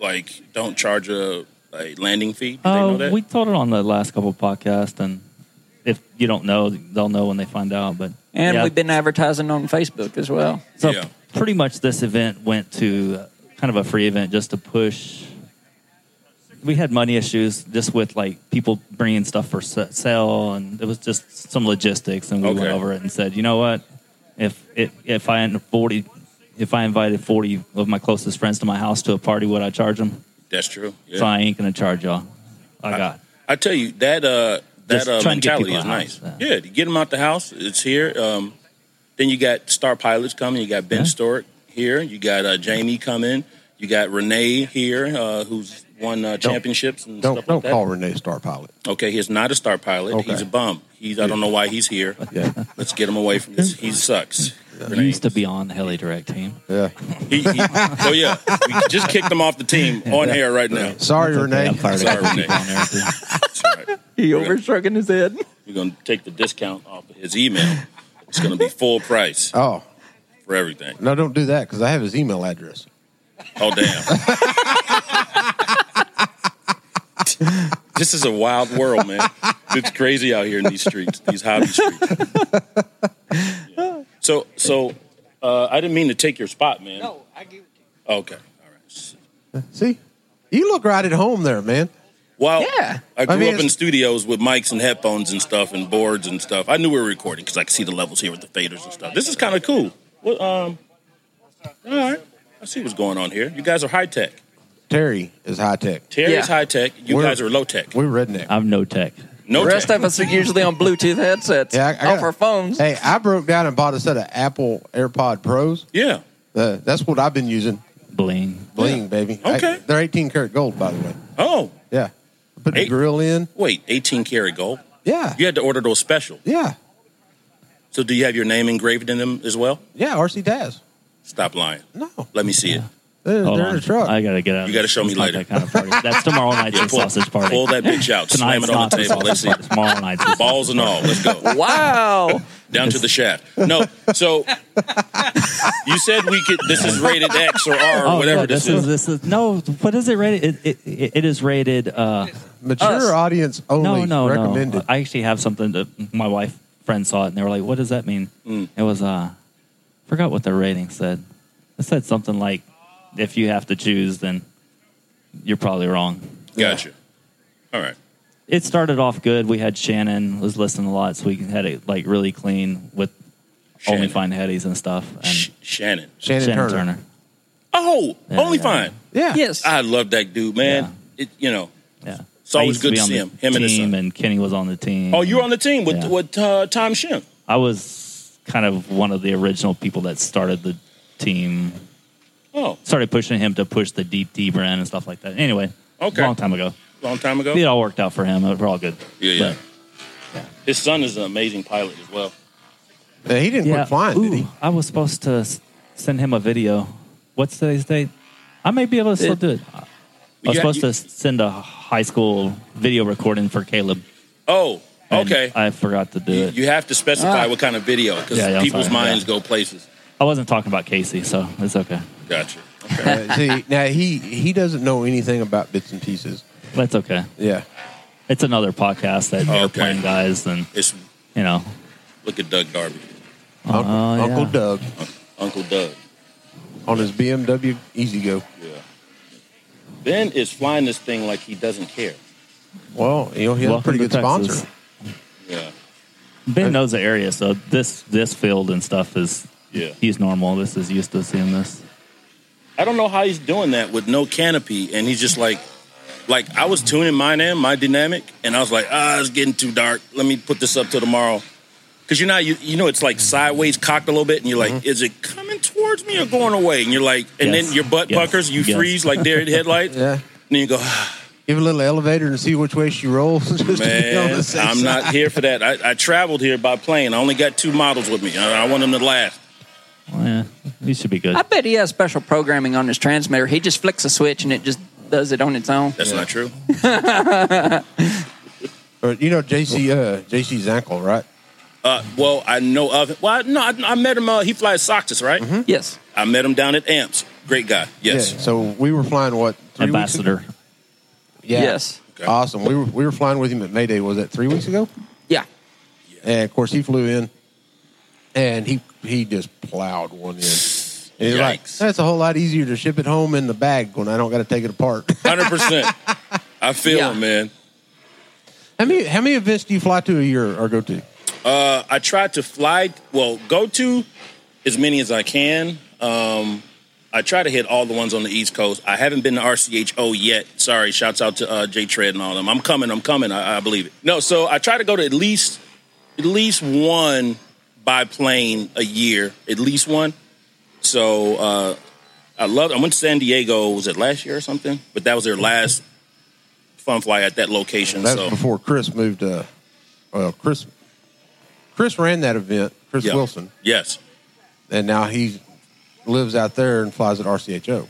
Speaker 13: like don't charge a, a landing fee? Do they know
Speaker 8: Oh,
Speaker 13: that?
Speaker 8: we told it on the last couple podcasts, and if you don't know, they'll know when they find out. But
Speaker 12: And
Speaker 8: yeah.
Speaker 12: we've been advertising on Facebook as well.
Speaker 8: So
Speaker 13: Yeah.
Speaker 8: pretty much this event went to uh, kind of a free event just to push we had money issues just with like people bringing stuff for s- sale, and it was just some logistics. And we
Speaker 13: Okay.
Speaker 8: went over it and said, you know what, if it, if I had forty, if I invited forty of my closest friends to my house to a party, would I charge them?
Speaker 13: That's true. Yeah.
Speaker 8: So I ain't gonna charge y'all. I got.
Speaker 13: I tell you that uh, that
Speaker 8: Just
Speaker 13: uh,
Speaker 8: trying to get
Speaker 13: mentality
Speaker 8: people
Speaker 13: is
Speaker 8: out of
Speaker 13: nice. Yeah, you get them out the house. It's here. Um, then you got Star Pilots coming. You got Ben Stork here. You got uh, Jamie coming. You got Renee here, uh, who's won uh, championships and
Speaker 9: Don't
Speaker 13: stuff
Speaker 9: don't
Speaker 13: like
Speaker 9: call
Speaker 13: that.
Speaker 9: Renee Star Pilot.
Speaker 13: Okay, he's not a star pilot.
Speaker 9: Okay.
Speaker 13: He's a bum. He's, I don't know why he's here.
Speaker 9: Yeah.
Speaker 13: Let's get him away from this. He sucks.
Speaker 8: You used to be on the Heli Direct team.
Speaker 9: Yeah.
Speaker 13: He, he, oh yeah, we just kicked him off the team on air right now.
Speaker 9: Sorry, Renee.
Speaker 8: I'm fired
Speaker 13: Sorry,
Speaker 8: up.
Speaker 13: Renee.
Speaker 8: He over shrugging his head.
Speaker 13: We're gonna take the discount off of his email. It's gonna be full price
Speaker 9: Oh
Speaker 13: for everything.
Speaker 9: no, don't do that because I have his email address.
Speaker 13: Oh damn! this is a wild world, man. It's crazy out here in these streets, these hobby streets. Yeah. So, so uh, I didn't mean to take your spot, man. No, I give it to you. Okay.
Speaker 9: See, you look right at home there, man.
Speaker 13: Well, yeah. I
Speaker 9: I
Speaker 13: grew
Speaker 9: mean,
Speaker 13: up in studios with mics and headphones and stuff and boards and stuff. I knew we were recording because I could see the levels here with the faders and stuff. This is kind of cool. Well, um, all right. I see what's going on here. You guys are high tech.
Speaker 9: Terry is high tech.
Speaker 13: Terry's high tech. You
Speaker 9: We're-
Speaker 13: guys are low tech.
Speaker 9: We're redneck.
Speaker 8: I'm no tech.
Speaker 13: No
Speaker 12: the rest
Speaker 13: tech.
Speaker 12: of us are usually on Bluetooth headsets
Speaker 9: Yeah, I- I
Speaker 12: off
Speaker 9: gotta-
Speaker 12: our phones.
Speaker 9: Hey, I broke down and bought a set of Apple AirPod Pros.
Speaker 13: Yeah.
Speaker 9: Uh, that's what I've been using.
Speaker 8: Bling.
Speaker 9: Bling, baby. I-
Speaker 13: Okay.
Speaker 9: they're 18 karat gold, by the way.
Speaker 13: Oh,
Speaker 9: Yeah. Put the
Speaker 13: Eight-
Speaker 9: grill in.
Speaker 13: wait. 18 karat gold.
Speaker 9: Yeah.
Speaker 13: You had to order those special.
Speaker 9: Yeah.
Speaker 13: So do you have your name engraved in them as well?
Speaker 9: Yeah. RC Daz.
Speaker 13: Stop lying.
Speaker 9: No.
Speaker 13: Let me see it.
Speaker 9: They're,
Speaker 8: Hold
Speaker 9: they're in
Speaker 8: on.
Speaker 9: the truck.
Speaker 8: I gotta get out.
Speaker 13: You got to show me
Speaker 8: It's not
Speaker 13: later.
Speaker 8: that kind of party. That's tomorrow night's
Speaker 13: Yeah,
Speaker 8: a
Speaker 13: pull-
Speaker 8: sausage party.
Speaker 13: Pull that bitch out. Slam
Speaker 8: Tonight's
Speaker 13: it on the
Speaker 8: not a
Speaker 13: table.
Speaker 8: sausage
Speaker 13: Let's see.
Speaker 8: party. Tomorrow night's a
Speaker 13: Balls and all. Let's go.
Speaker 12: Wow.
Speaker 13: down to the shaft. No, so you said we could. This is rated X or R or
Speaker 8: Oh,
Speaker 13: whatever
Speaker 8: no,
Speaker 13: this is.
Speaker 8: This is no. What is it rated? It, it, it is rated. Uh,
Speaker 9: Mature
Speaker 8: Us.
Speaker 9: audience
Speaker 8: no,
Speaker 9: only.
Speaker 8: no,
Speaker 9: recommended.
Speaker 8: no. I actually have something that my wife friend saw it and they were like, "What does that mean?"
Speaker 13: Mm.
Speaker 8: It was uh, forgot what the rating said. It said something like, "If you have to choose, then you're probably wrong."
Speaker 13: Gotcha. All right.
Speaker 8: it started off good. We had Shannon was listening a lot, so we had it like really clean with
Speaker 13: Shannon.
Speaker 8: only fine headies and stuff. And
Speaker 13: Sh- Shannon.
Speaker 9: Shannon, Turner.
Speaker 13: Oh,
Speaker 8: Yeah,
Speaker 13: only
Speaker 8: yeah.
Speaker 13: fine.
Speaker 9: Yeah.
Speaker 12: Yes.
Speaker 13: I love that dude, man. It, you know,
Speaker 8: Yeah,
Speaker 13: it's always
Speaker 8: I
Speaker 13: good to
Speaker 8: used
Speaker 13: see
Speaker 8: be
Speaker 13: him.
Speaker 8: on the
Speaker 13: Him and his
Speaker 8: team,
Speaker 13: son.
Speaker 8: and Kenny was on the team.
Speaker 13: Oh, you were on the team with
Speaker 8: Yeah.
Speaker 13: with uh, Tom Shim.
Speaker 8: I was kind of one of the original people that started the team.
Speaker 13: Oh,
Speaker 8: Started pushing him to push the deep D brand and stuff like that. Anyway,
Speaker 13: Okay.
Speaker 8: long time ago.
Speaker 13: long time ago.
Speaker 8: It all worked out for him. We're all good.
Speaker 13: Yeah, yeah. His son is an amazing pilot as well.
Speaker 9: Yeah, he didn't quit flying, did he?
Speaker 8: Ooh, I was supposed to s- send him a video. What's today's date? I may be able to still do it. I was
Speaker 13: Yeah,
Speaker 8: supposed
Speaker 13: you-
Speaker 8: to send a high school video recording for Caleb.
Speaker 13: Oh,
Speaker 8: and
Speaker 13: okay.
Speaker 8: I forgot to do
Speaker 13: You,
Speaker 8: it.
Speaker 13: you have to
Speaker 9: Ah.
Speaker 13: specify what kind of video because
Speaker 8: Yeah, yeah, I'm
Speaker 13: people's
Speaker 8: sorry.
Speaker 13: minds
Speaker 8: Yeah.
Speaker 13: go places.
Speaker 8: I wasn't talking about Casey, so it's okay.
Speaker 13: Gotcha.
Speaker 9: Uh, see, now he he doesn't know anything about bits and pieces.
Speaker 8: That's okay.
Speaker 9: Yeah.
Speaker 8: It's another podcast that
Speaker 13: Okay.
Speaker 8: airplane guys and
Speaker 13: It's
Speaker 8: you know.
Speaker 13: look at Doug Darby,
Speaker 9: Uncle,
Speaker 8: Oh, yeah.
Speaker 9: Uncle Doug
Speaker 13: Uncle Doug.
Speaker 9: on his BMW Easy Go.
Speaker 13: Yeah. Ben is flying this thing like he doesn't care.
Speaker 9: Well, you know, he has a
Speaker 8: Welcome to
Speaker 9: pretty good
Speaker 8: Texas.
Speaker 9: sponsor.
Speaker 13: Yeah.
Speaker 8: Ben knows the area, so this this field and stuff is
Speaker 13: Yeah.
Speaker 8: he's normal. This is used to seeing this.
Speaker 13: I don't know how he's doing that with no canopy, and he's just like, like I was tuning mine in, my dynamic, and I was like, ah, it's getting too dark. Let me put this up till tomorrow. Cause you're not, you, you know, it's like sideways cocked a little bit, and you're like, is it coming towards me or going away? And you're like, and
Speaker 8: Mm-hmm. Yes.
Speaker 13: then your butt
Speaker 8: Yes.
Speaker 13: puckers, you
Speaker 8: Yes.
Speaker 13: freeze like deer in headlights, and
Speaker 9: Yeah.
Speaker 13: then you go, "Ah,
Speaker 9: Give it a little elevator and see which way she rolls. just to be on
Speaker 13: Man,
Speaker 9: the safe
Speaker 13: I'm
Speaker 9: side.
Speaker 13: not here for that. I, I traveled here by plane. I only got two models with me. I, I want them to last.
Speaker 8: Well, yeah, he should be good.
Speaker 12: I bet he has special programming on his transmitter. He just flicks a switch and it just does it on its own.
Speaker 13: That's not true.
Speaker 9: Or, you know, JC uh, JC Zankel, right?
Speaker 13: Uh, well, I know of him. Well, I- no, I, I met him. Uh, he flies Soxus, right?
Speaker 12: Yes.
Speaker 13: I met him down at Amps. Great guy. Yes.
Speaker 9: Mm-hmm. Yeah. So we were flying what? Three Weeks
Speaker 8: Ambassador.
Speaker 9: ago? Yeah.
Speaker 12: Yes.
Speaker 13: Okay.
Speaker 9: Awesome. We were we were flying with him at Mayday. Was that three weeks ago?
Speaker 12: Yeah.
Speaker 9: And of course he flew in, and he he just plowed one in. And he's like,
Speaker 13: Yikes.
Speaker 9: "That's a whole lot easier to ship it home in the bag when I don't got to take it apart."
Speaker 13: Hundred percent. I feel
Speaker 9: Yeah.
Speaker 13: him, man.
Speaker 9: How many how many events do you fly to a year or go to?
Speaker 13: Uh, I try to fly, well, go to as many as I can. Um, I try to hit all the ones on the East Coast. I haven't been to RCHO yet. Sorry. Shouts out to uh, Jay Tread and all them. I'm coming. I'm coming. I, I believe it. No, so I try to go to at least at least one by plane a year. At least one. So uh, I love. I went to San Diego. Was it last year or something? But that was their last fun fly at that location.
Speaker 9: That's
Speaker 13: so
Speaker 9: before Chris moved to. Well, Chris, Chris ran that event. Chris
Speaker 13: Yeah.
Speaker 9: Wilson,
Speaker 13: Yes.
Speaker 9: and now he lives out there and flies at RCHO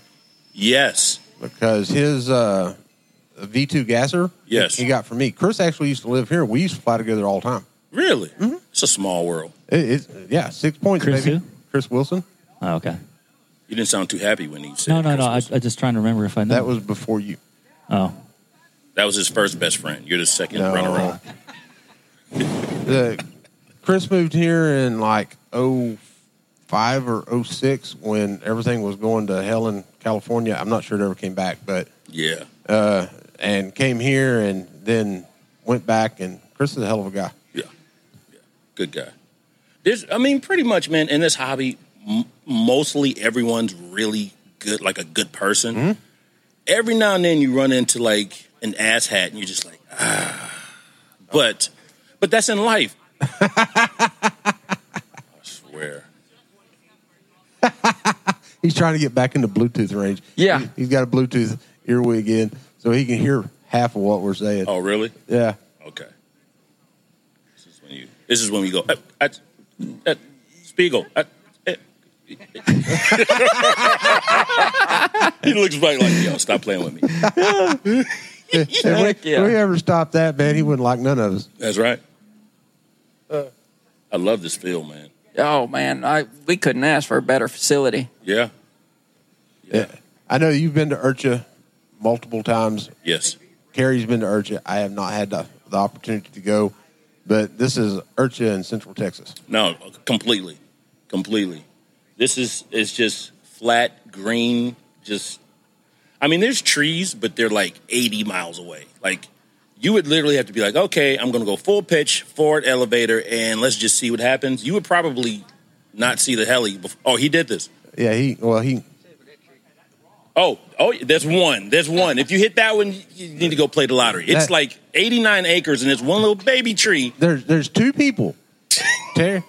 Speaker 13: Yes.
Speaker 9: because his uh, V2 gasser.
Speaker 13: Yes.
Speaker 9: he got from me. Chris actually used to live here. We used to fly together all the time. Mm-hmm.
Speaker 13: Really? It's a small world.
Speaker 9: It, it, yeah, six points,
Speaker 13: Chris
Speaker 9: baby. Chris Wilson.
Speaker 8: Oh, okay.
Speaker 13: You didn't sound too happy when he said
Speaker 8: No, no, no. I, I just trying to remember if I know. That
Speaker 9: was before you.
Speaker 8: Oh,
Speaker 13: that was his first best friend. You're the second
Speaker 9: No.
Speaker 13: runner-up.
Speaker 9: the Uh, Chris moved here in like oh five or 06 when everything was going to hell in California. I'm not sure it ever came back, but
Speaker 13: Yeah.
Speaker 9: uh, and came here and then went back. And Chris is a hell of a guy.
Speaker 13: Good guy. There's, I mean, pretty much, man. In this hobby, m- mostly everyone's really good, like a good person. Every now and then, you run into like an asshat, and you're just like, ah. But, but that's in life. I swear.
Speaker 9: He's trying to get back into Bluetooth range.
Speaker 12: Yeah.
Speaker 9: He- he's got a Bluetooth earwig in, so he can hear half of what we're saying.
Speaker 13: Oh, really?
Speaker 9: Yeah.
Speaker 13: Okay. This is when you. This is when we go. Uh, uh, uh, Spiegel. Uh, uh, he looks right like yo. Stop playing with me.
Speaker 9: If we,
Speaker 13: Heck yeah.
Speaker 9: if we ever stopped that, man, he wouldn't like none of us.
Speaker 13: That's right. I love this field, man.
Speaker 2: Oh man, I we couldn't ask for a better facility.
Speaker 13: Yeah.
Speaker 9: Yeah. I know you've been to Urcha multiple times.
Speaker 13: Yes.
Speaker 9: Carrie's been to Urcha. I have not had the, the opportunity to go, but this is Urcha in Central Texas.
Speaker 13: No, completely, completely. This is it's just flat green. Just, I mean, there's trees, but they're like 80 miles away. Like, you would literally have to be like, okay, I'm gonna go full pitch, forward elevator, and let's just see what happens. You would probably not see the heli. Before. Oh, he did this.
Speaker 9: Yeah, he well he
Speaker 13: Oh, oh, there's one. There's one. If you hit that one, you need to go play the lottery. It's
Speaker 9: That-
Speaker 13: like 89 acres, and it's one little baby tree.
Speaker 9: there's there's two people. Terry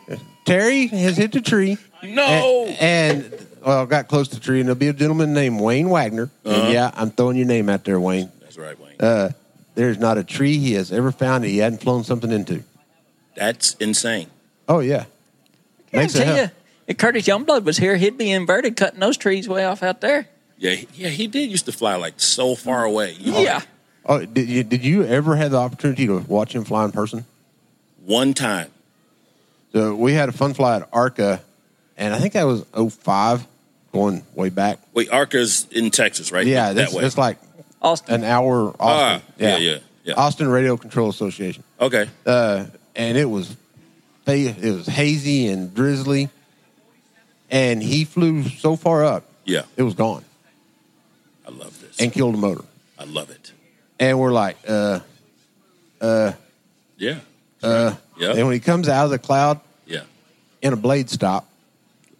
Speaker 9: Terry has hit the tree.
Speaker 13: No.
Speaker 9: And, and, well got close to the tree, and there'll be a gentleman named Wayne Wagner.
Speaker 13: Uh-huh.
Speaker 9: And yeah, I'm throwing your name out there, Wayne.
Speaker 13: That's right, Wayne.
Speaker 9: Uh, there's not a tree he has ever found that he hadn't flown something into.
Speaker 13: That's insane.
Speaker 9: Oh yeah. Makes it
Speaker 2: Tell
Speaker 12: uh,
Speaker 9: hell.
Speaker 2: you, if Curtis Youngblood was here, he'd be inverted cutting those trees way off out there.
Speaker 13: Yeah, he- yeah, he did used to fly like so far away.
Speaker 2: Yeah.
Speaker 9: Oh, did you, did you ever have the opportunity to watch him fly in person?
Speaker 13: One time.
Speaker 9: So we had a fun fly at ARCA, and I think that was 05, going way back.
Speaker 13: Wait, Arca's in Texas, right?
Speaker 9: yeah,
Speaker 13: that
Speaker 9: that's,
Speaker 13: way.
Speaker 9: that's like
Speaker 2: Austin.
Speaker 9: an hour. Austin.
Speaker 13: Ah, yeah,
Speaker 9: yeah.
Speaker 13: yeah, yeah.
Speaker 9: Austin Radio Control Association.
Speaker 13: Okay.
Speaker 9: Uh, and it was fa- it was hazy and drizzly, and he flew so far up,
Speaker 13: Yeah,
Speaker 9: it was gone
Speaker 13: I love this.
Speaker 9: and killed a motor.
Speaker 13: I love it.
Speaker 9: And we're like, uh, uh,
Speaker 13: Yeah,
Speaker 9: uh.
Speaker 13: Yeah.
Speaker 9: And when he comes out of the cloud,
Speaker 13: yeah.
Speaker 9: in a blade stop.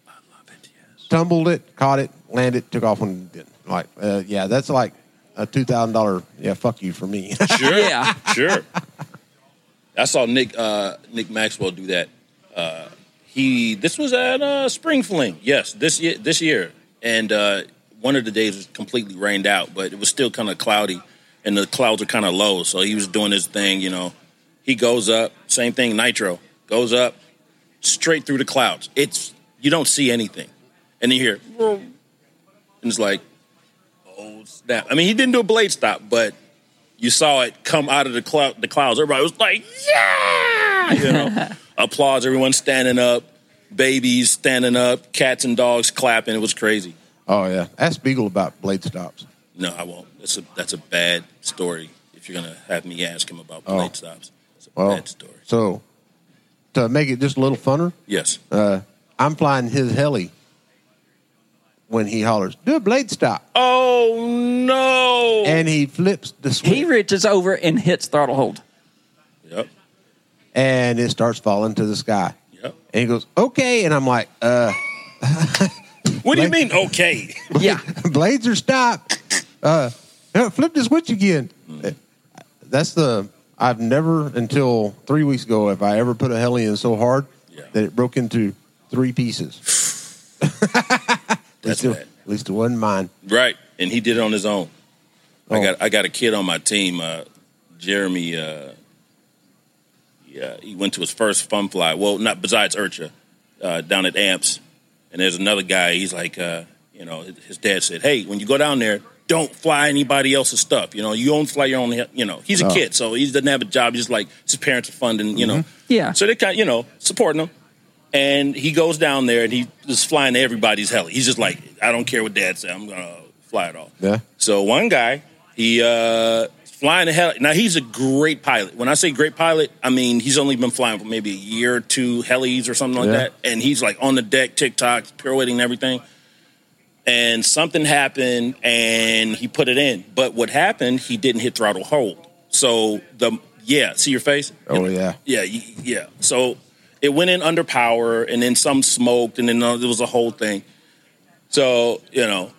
Speaker 9: I love it. Yes. Tumbled it, caught it, landed, took off when it didn't. Like, uh, yeah, that's like a two thousand dollar. Yeah, fuck you for me.
Speaker 13: Sure. yeah. Sure. I saw Nick uh, Nick Maxwell do that. Uh, he this was at uh, Spring Fling. Yes, this year this year, and uh, one of the days was completely rained out, but it was still kind of cloudy, and the clouds are kind of low. So he was doing his thing, you know. He goes up, same thing. Nitro goes up straight through the clouds. It's you don't see anything, and you hear, and it's like, oh snap! I mean, he didn't do a blade stop, but you saw it come out of the cloud. The clouds. Everybody was like, yeah, you know, applause. Everyone standing up, babies standing up, cats and dogs clapping. It was crazy.
Speaker 9: oh yeah, ask Beagle about blade stops.
Speaker 13: No, I won't. That's a that's a bad story. If you're gonna have me ask him about
Speaker 9: Oh.
Speaker 13: blade stops,
Speaker 9: Well, so to make it just a little funner,
Speaker 13: yes.
Speaker 9: uh, I'm flying his heli when he hollers, "Do a blade stop!"
Speaker 13: Oh no!
Speaker 9: And he flips the switch.
Speaker 12: He reaches over and hits throttle hold.
Speaker 13: Yep.
Speaker 9: And it starts falling to the sky. Yep. And he goes, "Okay," and I'm like, "Uh."
Speaker 13: What do you mean? oh, Okay.
Speaker 12: Yeah.
Speaker 9: blades are stopped. Uh, no, flip the switch again. That's the I've never until three weeks ago if I ever put a heli in so hard that it broke into three pieces. at, least it, at least it wasn't mine.
Speaker 13: Right, and he did it on his own. I got I got a kid on my team, uh, Jeremy. Uh, yeah, he went to his first fun fly. Well, not besides Urcha, uh, down at Amps, and there's another guy. He's like, uh, you know, his dad said, "Hey, when you go down there, don't fly anybody else's stuff. You know, you don't fly your own. You know, he's a
Speaker 12: Oh.
Speaker 13: kid, so he doesn't have a job. He's like his parents are funding. You
Speaker 2: Mm-hmm.
Speaker 13: know,
Speaker 12: Mm-hmm. Yeah.
Speaker 13: so they kind of, you know, supporting him. And he goes down there and he is flying everybody's heli. He's just like, I don't care what dad said, I'm gonna fly it all.
Speaker 9: Yeah.
Speaker 13: So one guy, he uh flying the heli. Now he's a great pilot. When I say great pilot, I mean he's only been flying for maybe a year or two helis or something like
Speaker 9: Yeah.
Speaker 13: that. And he's like on the deck, TikTok, pirouetting and everything. And something happened and he put it in. But what happened, he didn't hit throttle hold. So the yeah, see your face?
Speaker 9: Oh yeah.
Speaker 13: Yeah, y- yeah. So it went in under power, and then some smoked, and then uh, there was a whole thing. So you know,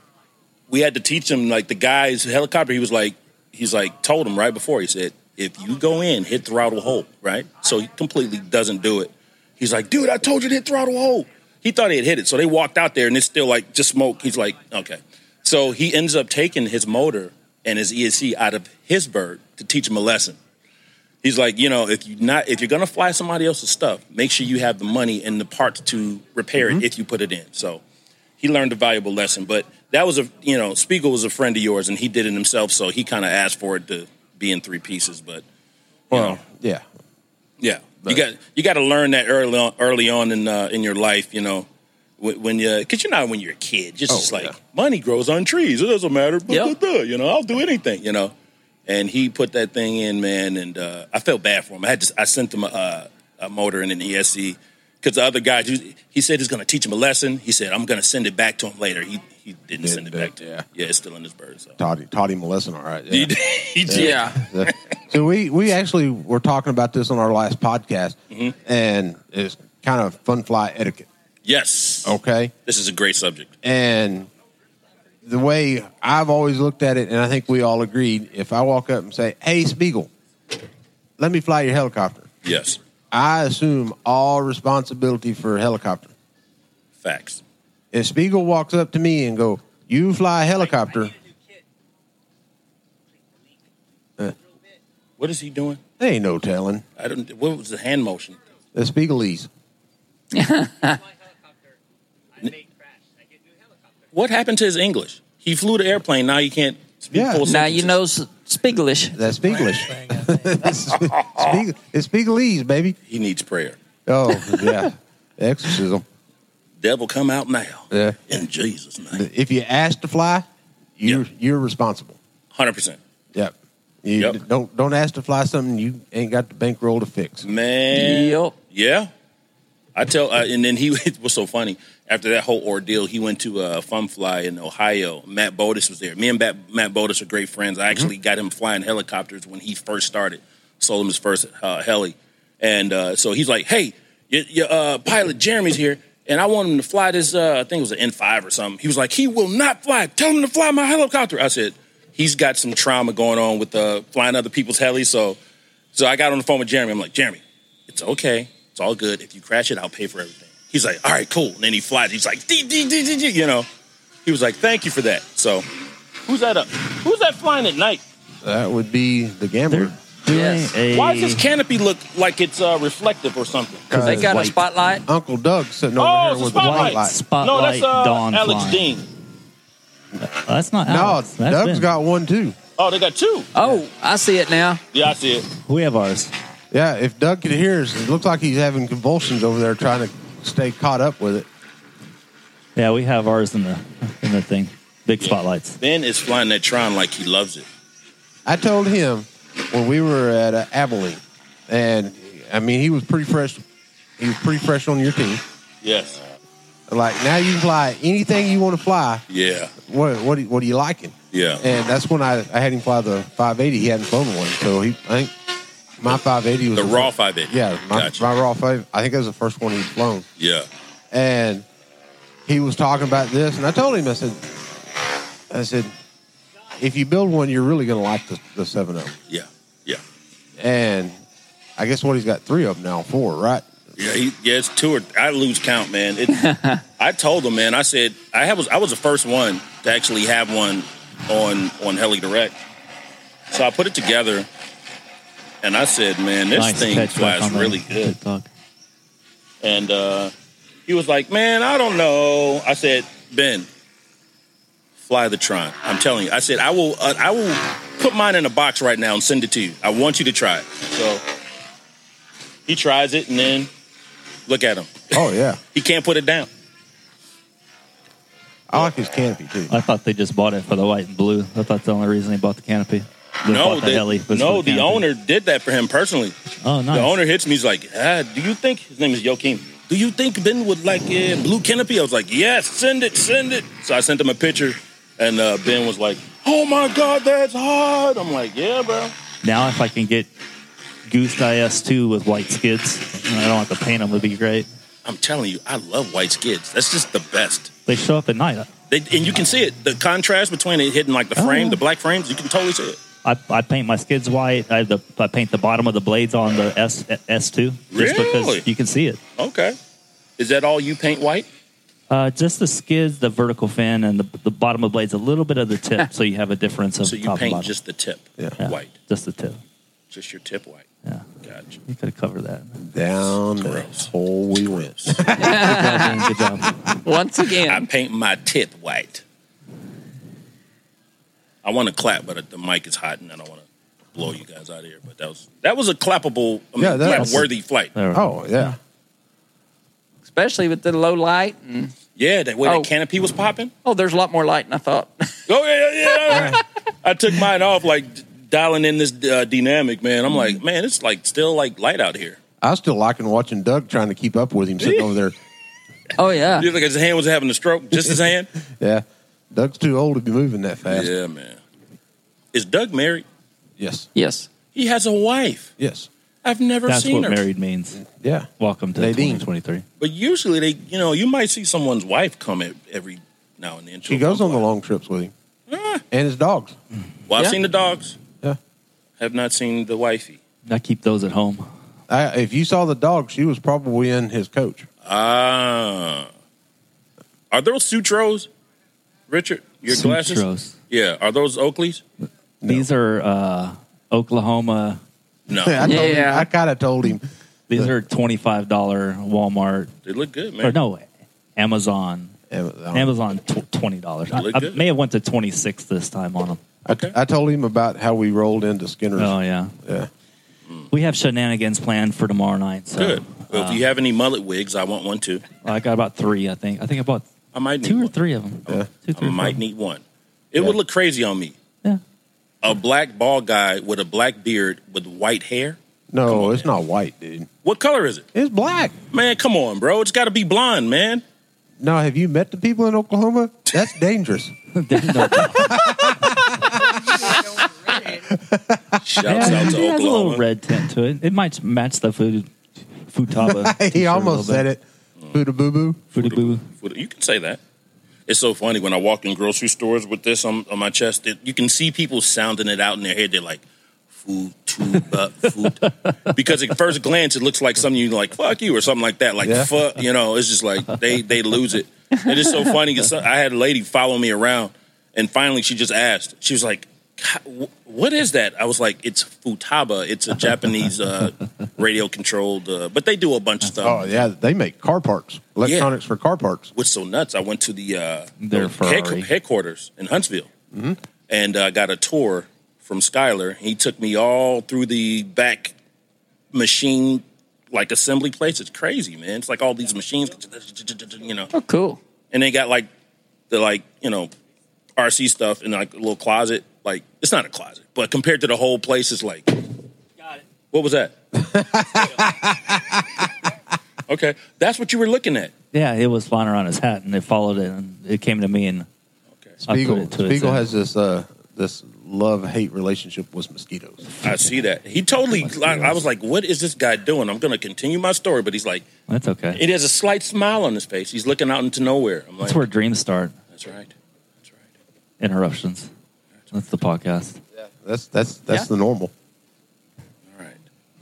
Speaker 13: we had to teach him like the guy's helicopter. He was like, he's like told him right before. He said, if you go in, hit throttle hold, right? So he completely doesn't do it. He's like, dude, I told you to hit throttle hold. He thought he had hit it, so they walked out there, and it's still like just smoke. He's like, okay. So he ends up taking his motor and his ESC out of his bird to teach him a lesson. He's like, you know, if you not if you're gonna fly somebody else's stuff, make sure you have the money and the parts to repair it if you put it in. So he learned a valuable lesson. But that was a you know, Spiegel was a friend of yours and he did it himself, so he kinda asked for it to be in three pieces. But
Speaker 9: Well, yeah.
Speaker 13: yeah. you got you got to learn that early on, early on in uh, in your life, you know, when, when you because you know when you're a kid, just, just like money grows on trees. It doesn't matter. Blah, blah, blah, you know, I'll do anything. You know, and he put that thing in, man, and uh, I felt bad for him. I had to I sent him a, uh, a motor and an E ESC because the other guy he, he said he's going to teach him a lesson. He said I'm going to send it back to him later. He he didn't send it back to him. Yeah, it's still in his bird. So.
Speaker 9: Taught, taught him a lesson, E. all right.
Speaker 13: He did. He did.
Speaker 9: Yeah. so we we actually were talking about this on our last podcast, and it's kind of fun fly etiquette.
Speaker 13: Yes.
Speaker 9: Okay.
Speaker 13: This is a great subject.
Speaker 9: And the way I've always looked at it, and I think we all agreed, if I walk up and say, "Hey, Spiegel, let me fly your helicopter,"
Speaker 13: Yes.
Speaker 9: I assume all responsibility for a helicopter.
Speaker 13: Facts.
Speaker 9: If Spiegel walks up to me and go, "You fly a helicopter,"
Speaker 13: What is he doing?
Speaker 9: there ain't no telling.
Speaker 13: I don't. What was the hand motion?
Speaker 9: The Spiegelese.
Speaker 13: What happened to his English? He flew the airplane. Now you can't speak full
Speaker 12: Now you
Speaker 13: sentences.
Speaker 12: know s- Spieglish.
Speaker 9: That's Spieglish. Spiegel, it's Spiegelese, baby.
Speaker 13: He needs prayer.
Speaker 9: Oh yeah, exorcism.
Speaker 13: Devil come out now.
Speaker 9: Yeah.
Speaker 13: In Jesus' name.
Speaker 9: If you ask to fly, you're you're responsible.
Speaker 13: Hundred percent.
Speaker 9: Yep. You d- don't don't ask to fly something you ain't got the bankroll to fix.
Speaker 13: Man. Yeah. I tell, uh, and then he it was so funny. After that whole ordeal, he went to uh, Fun Fly in Ohio. Matt Bodis was there. Me and Matt, Matt Bodis are great friends. I actually got him flying helicopters when he first started. Sold him his first uh, heli, and uh, so he's like, "Hey, your, your uh, pilot Jeremy's here, and I want him to fly this. Uh, I think it was an N five or something." He was like, "He will not fly. Tell him to fly my helicopter." I said, "He's got some trauma going on with uh, flying other people's helis." So, so I got on the phone with Jeremy. I'm like, "Jeremy, it's okay. It's all good. If you crash it, I'll pay for everything. He's like, all right, cool. And then he flies. He's like, dee, dee, dee, dee, dee, you know. He was like, thank you for that. So, who's that up? Who's that flying at night?
Speaker 9: That would be the gambler.
Speaker 13: Why does his canopy look like it's uh, reflective or something?
Speaker 12: spotlight.
Speaker 9: Uncle Doug sitting over
Speaker 13: Oh,
Speaker 9: here
Speaker 13: it's a
Speaker 9: with the
Speaker 13: spotlight.
Speaker 9: spotlight.
Speaker 13: No, that's uh, Alex Dean.
Speaker 8: that's not Alex.
Speaker 9: No,
Speaker 8: That's
Speaker 9: Doug's
Speaker 8: Ben.
Speaker 9: got one too.
Speaker 13: Oh, they got two.
Speaker 12: Oh, I see it now.
Speaker 13: Yeah, I see it.
Speaker 8: We have ours.
Speaker 9: Yeah, if Doug could hear us, it looks like he's having convulsions over there trying to stay caught up with it.
Speaker 8: Yeah, we have ours in the in the thing. Big spotlights.
Speaker 13: Ben is flying that Tron like he loves it.
Speaker 9: I told him when we were at uh, Abilene, and I mean he was pretty fresh. He was pretty fresh on your team.
Speaker 13: Yes.
Speaker 9: Like now you can fly anything you want to fly.
Speaker 13: Yeah.
Speaker 9: What what do- what are you liking?
Speaker 13: Yeah.
Speaker 9: And that's when I, I had him fly the 580. He hadn't flown one, so he I think my 580 was
Speaker 13: The raw
Speaker 9: first-
Speaker 13: 580.
Speaker 9: Yeah, my,
Speaker 13: Gotcha.
Speaker 9: my raw 580. I think that was the first one he'd flown,
Speaker 13: Yeah.
Speaker 9: and he was talking about this, and I told him I said, I said, if you build one, you're really gonna like the the 70.
Speaker 13: Yeah. Yeah.
Speaker 9: And I guess what he's got three of them now, four, right?
Speaker 13: Yeah, he, yeah, it's two or I lose count, man. It, I told him, man. I said I have, was I was the first one to actually have one on on Heli Direct, so I put it together, and I said, man, this
Speaker 8: Nice
Speaker 13: thing
Speaker 8: catch by
Speaker 13: flies
Speaker 8: Conrad.
Speaker 13: really good.
Speaker 8: Good talk.
Speaker 13: And uh, he was like, man, I don't know. I said, Ben, fly the Tron. I'm telling you. I said I will. Uh, I will put mine in a box right now and send it to you. I want you to try it. So he tries it, and then look at him.
Speaker 9: Oh yeah.
Speaker 13: He can't put it down.
Speaker 9: I like his canopy too.
Speaker 8: I thought they just bought it for the white and blue. I thought the only reason they bought the canopy. They
Speaker 13: no,
Speaker 8: bought
Speaker 13: the-
Speaker 8: heli was for
Speaker 13: no, the,
Speaker 8: canopy.
Speaker 13: owner did that for him personally.
Speaker 8: Oh, nice.
Speaker 13: The owner hits me. He's like, ah, "Do you think his name is Joachim? Do you think Ben would like a blue canopy?" I was like, "Yes, send it, send it." So I sent him a picture, and uh, Ben was like, "Oh my God, that's hard." I'm like, "Yeah, bro."
Speaker 8: Now, if I can get Goose IS two with white skids, and I don't have to paint them, would be great.
Speaker 13: I'm telling you, I love white skids. That's just the best.
Speaker 8: They show up at night.
Speaker 13: They, and you can see it. The contrast between it hitting like the
Speaker 8: Oh,
Speaker 13: frame,
Speaker 8: yeah.
Speaker 13: the black frames. You can totally see it.
Speaker 8: I, I paint my skids white. I, have the, I paint the bottom of the blades on the S S two. Just
Speaker 13: Really?
Speaker 8: because you can see it.
Speaker 13: Okay. Is that all you paint white?
Speaker 8: Uh, just the skids, the vertical fin, and the, the bottom of the blades. A little bit of the tip, so you have a difference of
Speaker 13: So you
Speaker 8: top and
Speaker 13: paint
Speaker 8: bottom.
Speaker 13: just the tip
Speaker 8: Yeah,
Speaker 13: white,
Speaker 8: just the tip.
Speaker 13: just your tip white.
Speaker 8: Yeah.
Speaker 13: Gotcha.
Speaker 8: You could cover that.
Speaker 9: Down the hole we went.
Speaker 8: Good job.
Speaker 13: Once again, I paint my tip white. I want to clap, but the mic is hot, and I don't want to blow you guys out of here. But that was that was a clappable, I mean,
Speaker 9: Yeah, that-
Speaker 13: clap worthy flight.
Speaker 9: Oh yeah.
Speaker 12: especially with the low light. And,
Speaker 13: yeah, that way the canopy was popping.
Speaker 12: Oh, there's a lot more light than I thought.
Speaker 13: Oh yeah, yeah, yeah. I took mine off like d- dialing in this uh, dynamic, man. I'm like, man, it's like still like light out here.
Speaker 9: I was still liking watching Doug trying to keep up with him sitting over there.
Speaker 12: Oh yeah,
Speaker 13: you look at his hand was having a stroke, just his hand.
Speaker 9: Yeah. Doug's too old to be moving that fast.
Speaker 13: yeah, man. Is Doug married?
Speaker 9: Yes.
Speaker 12: Yes.
Speaker 13: He has a wife.
Speaker 9: Yes.
Speaker 13: I've never
Speaker 8: That's
Speaker 13: seen
Speaker 8: what
Speaker 13: her.
Speaker 8: married means.
Speaker 9: Yeah.
Speaker 8: Welcome to
Speaker 9: Nadine.
Speaker 8: 2023.
Speaker 13: But usually they, you know, you might see someone's wife come e- every now and then.
Speaker 9: She goes on the long trips with him. And his dogs.
Speaker 13: Well, I've
Speaker 9: Yeah.
Speaker 13: seen the dogs.
Speaker 9: Yeah.
Speaker 13: Have not seen the wifey.
Speaker 8: I keep those at home.
Speaker 9: I, if you saw the dog, she was probably in his coach.
Speaker 13: Ah. are those Sutros, Richard? Your
Speaker 8: Sutros.
Speaker 13: glasses? Yeah. Are those Oakleys?
Speaker 8: These are uh, Oklahoma.
Speaker 13: No.
Speaker 9: I, told him, I kind of told him.
Speaker 8: These are twenty five dollar Walmart.
Speaker 13: They look good, man.
Speaker 8: Or no, Amazon.
Speaker 9: Amazon,
Speaker 8: tw- twenty dollars.
Speaker 9: They
Speaker 8: I,
Speaker 9: look
Speaker 8: I
Speaker 9: good.
Speaker 8: may have went to twenty six this time on them.
Speaker 9: I, I told him about how we rolled into Skinner's.
Speaker 8: Oh yeah,
Speaker 9: yeah.
Speaker 8: We have shenanigans planned for tomorrow night. So,
Speaker 13: Good. Well,
Speaker 8: uh,
Speaker 13: if you have any mullet wigs, I want one too.
Speaker 8: I got about three. I think. I think I bought
Speaker 13: I might need
Speaker 8: two or
Speaker 13: one.
Speaker 8: three of them. Two,
Speaker 13: I
Speaker 8: three,
Speaker 13: might
Speaker 8: four.
Speaker 13: need one. It would look crazy on me.
Speaker 8: Yeah.
Speaker 13: A black bald guy with a black beard with white hair.
Speaker 9: No, it's not white, dude.
Speaker 13: What color is it?
Speaker 9: It's black.
Speaker 13: Man, come on, bro. It's got to be blonde, man.
Speaker 9: Now, have you met the people in Oklahoma? That's dangerous.
Speaker 13: Shouts
Speaker 8: Yeah,
Speaker 13: out to
Speaker 8: it has a little
Speaker 13: Oklahoma.
Speaker 8: red tint to it. It might match the food futaba.
Speaker 9: he almost said it. Fuda boo boo.
Speaker 8: Fuda boo.
Speaker 13: But You can say that. It's so funny when I walk in grocery stores with this on, on my chest. It, you can see people sounding it out in their head. They're like, "Food, too, but food," because at first glance it looks like something you like, "Fuck you" or something like that. Like,
Speaker 9: Yeah.
Speaker 13: "Fuck," you know. It's just like they they lose it. And it's so funny because I had a lady follow me around, and finally she just asked. She was like, "God, wh- "What is that?" I was like, "It's futaba. It's a Japanese uh, radio controlled, uh, but they do a bunch of stuff."
Speaker 9: Oh, yeah. They make car parts, electronics for car parts.
Speaker 13: What's so nuts? I went to the uh,
Speaker 9: Their
Speaker 13: the head-
Speaker 9: Ferrari.
Speaker 13: headquarters in Huntsville,
Speaker 9: Mm-hmm.
Speaker 13: and I got a tour from Skyler. He took me all through the back machine like assembly place. It's crazy, man. It's like all these machines, you know.
Speaker 12: Oh, cool.
Speaker 13: And they got like the like you know RC stuff in like a little closet. Like it's not a closet, but compared to the whole place, it's like. What was that? okay, that's what you were looking at.
Speaker 8: Yeah, it was flying around his hat, and it followed it, and it came to me, and I put
Speaker 9: Spiegel,
Speaker 8: it to
Speaker 9: Spiegel
Speaker 8: its
Speaker 9: has this uh, this love hate relationship with mosquitoes.
Speaker 13: I see that. He totally, I, I was like, what is this guy doing? I'm going to continue my story, but he's like,
Speaker 8: That's okay.
Speaker 13: it has a slight smile on his face. He's looking out into nowhere. I'm like,
Speaker 8: That's where dreams start.
Speaker 13: that's right.
Speaker 8: Interruptions. That's the podcast.
Speaker 9: That's that's that's the normal.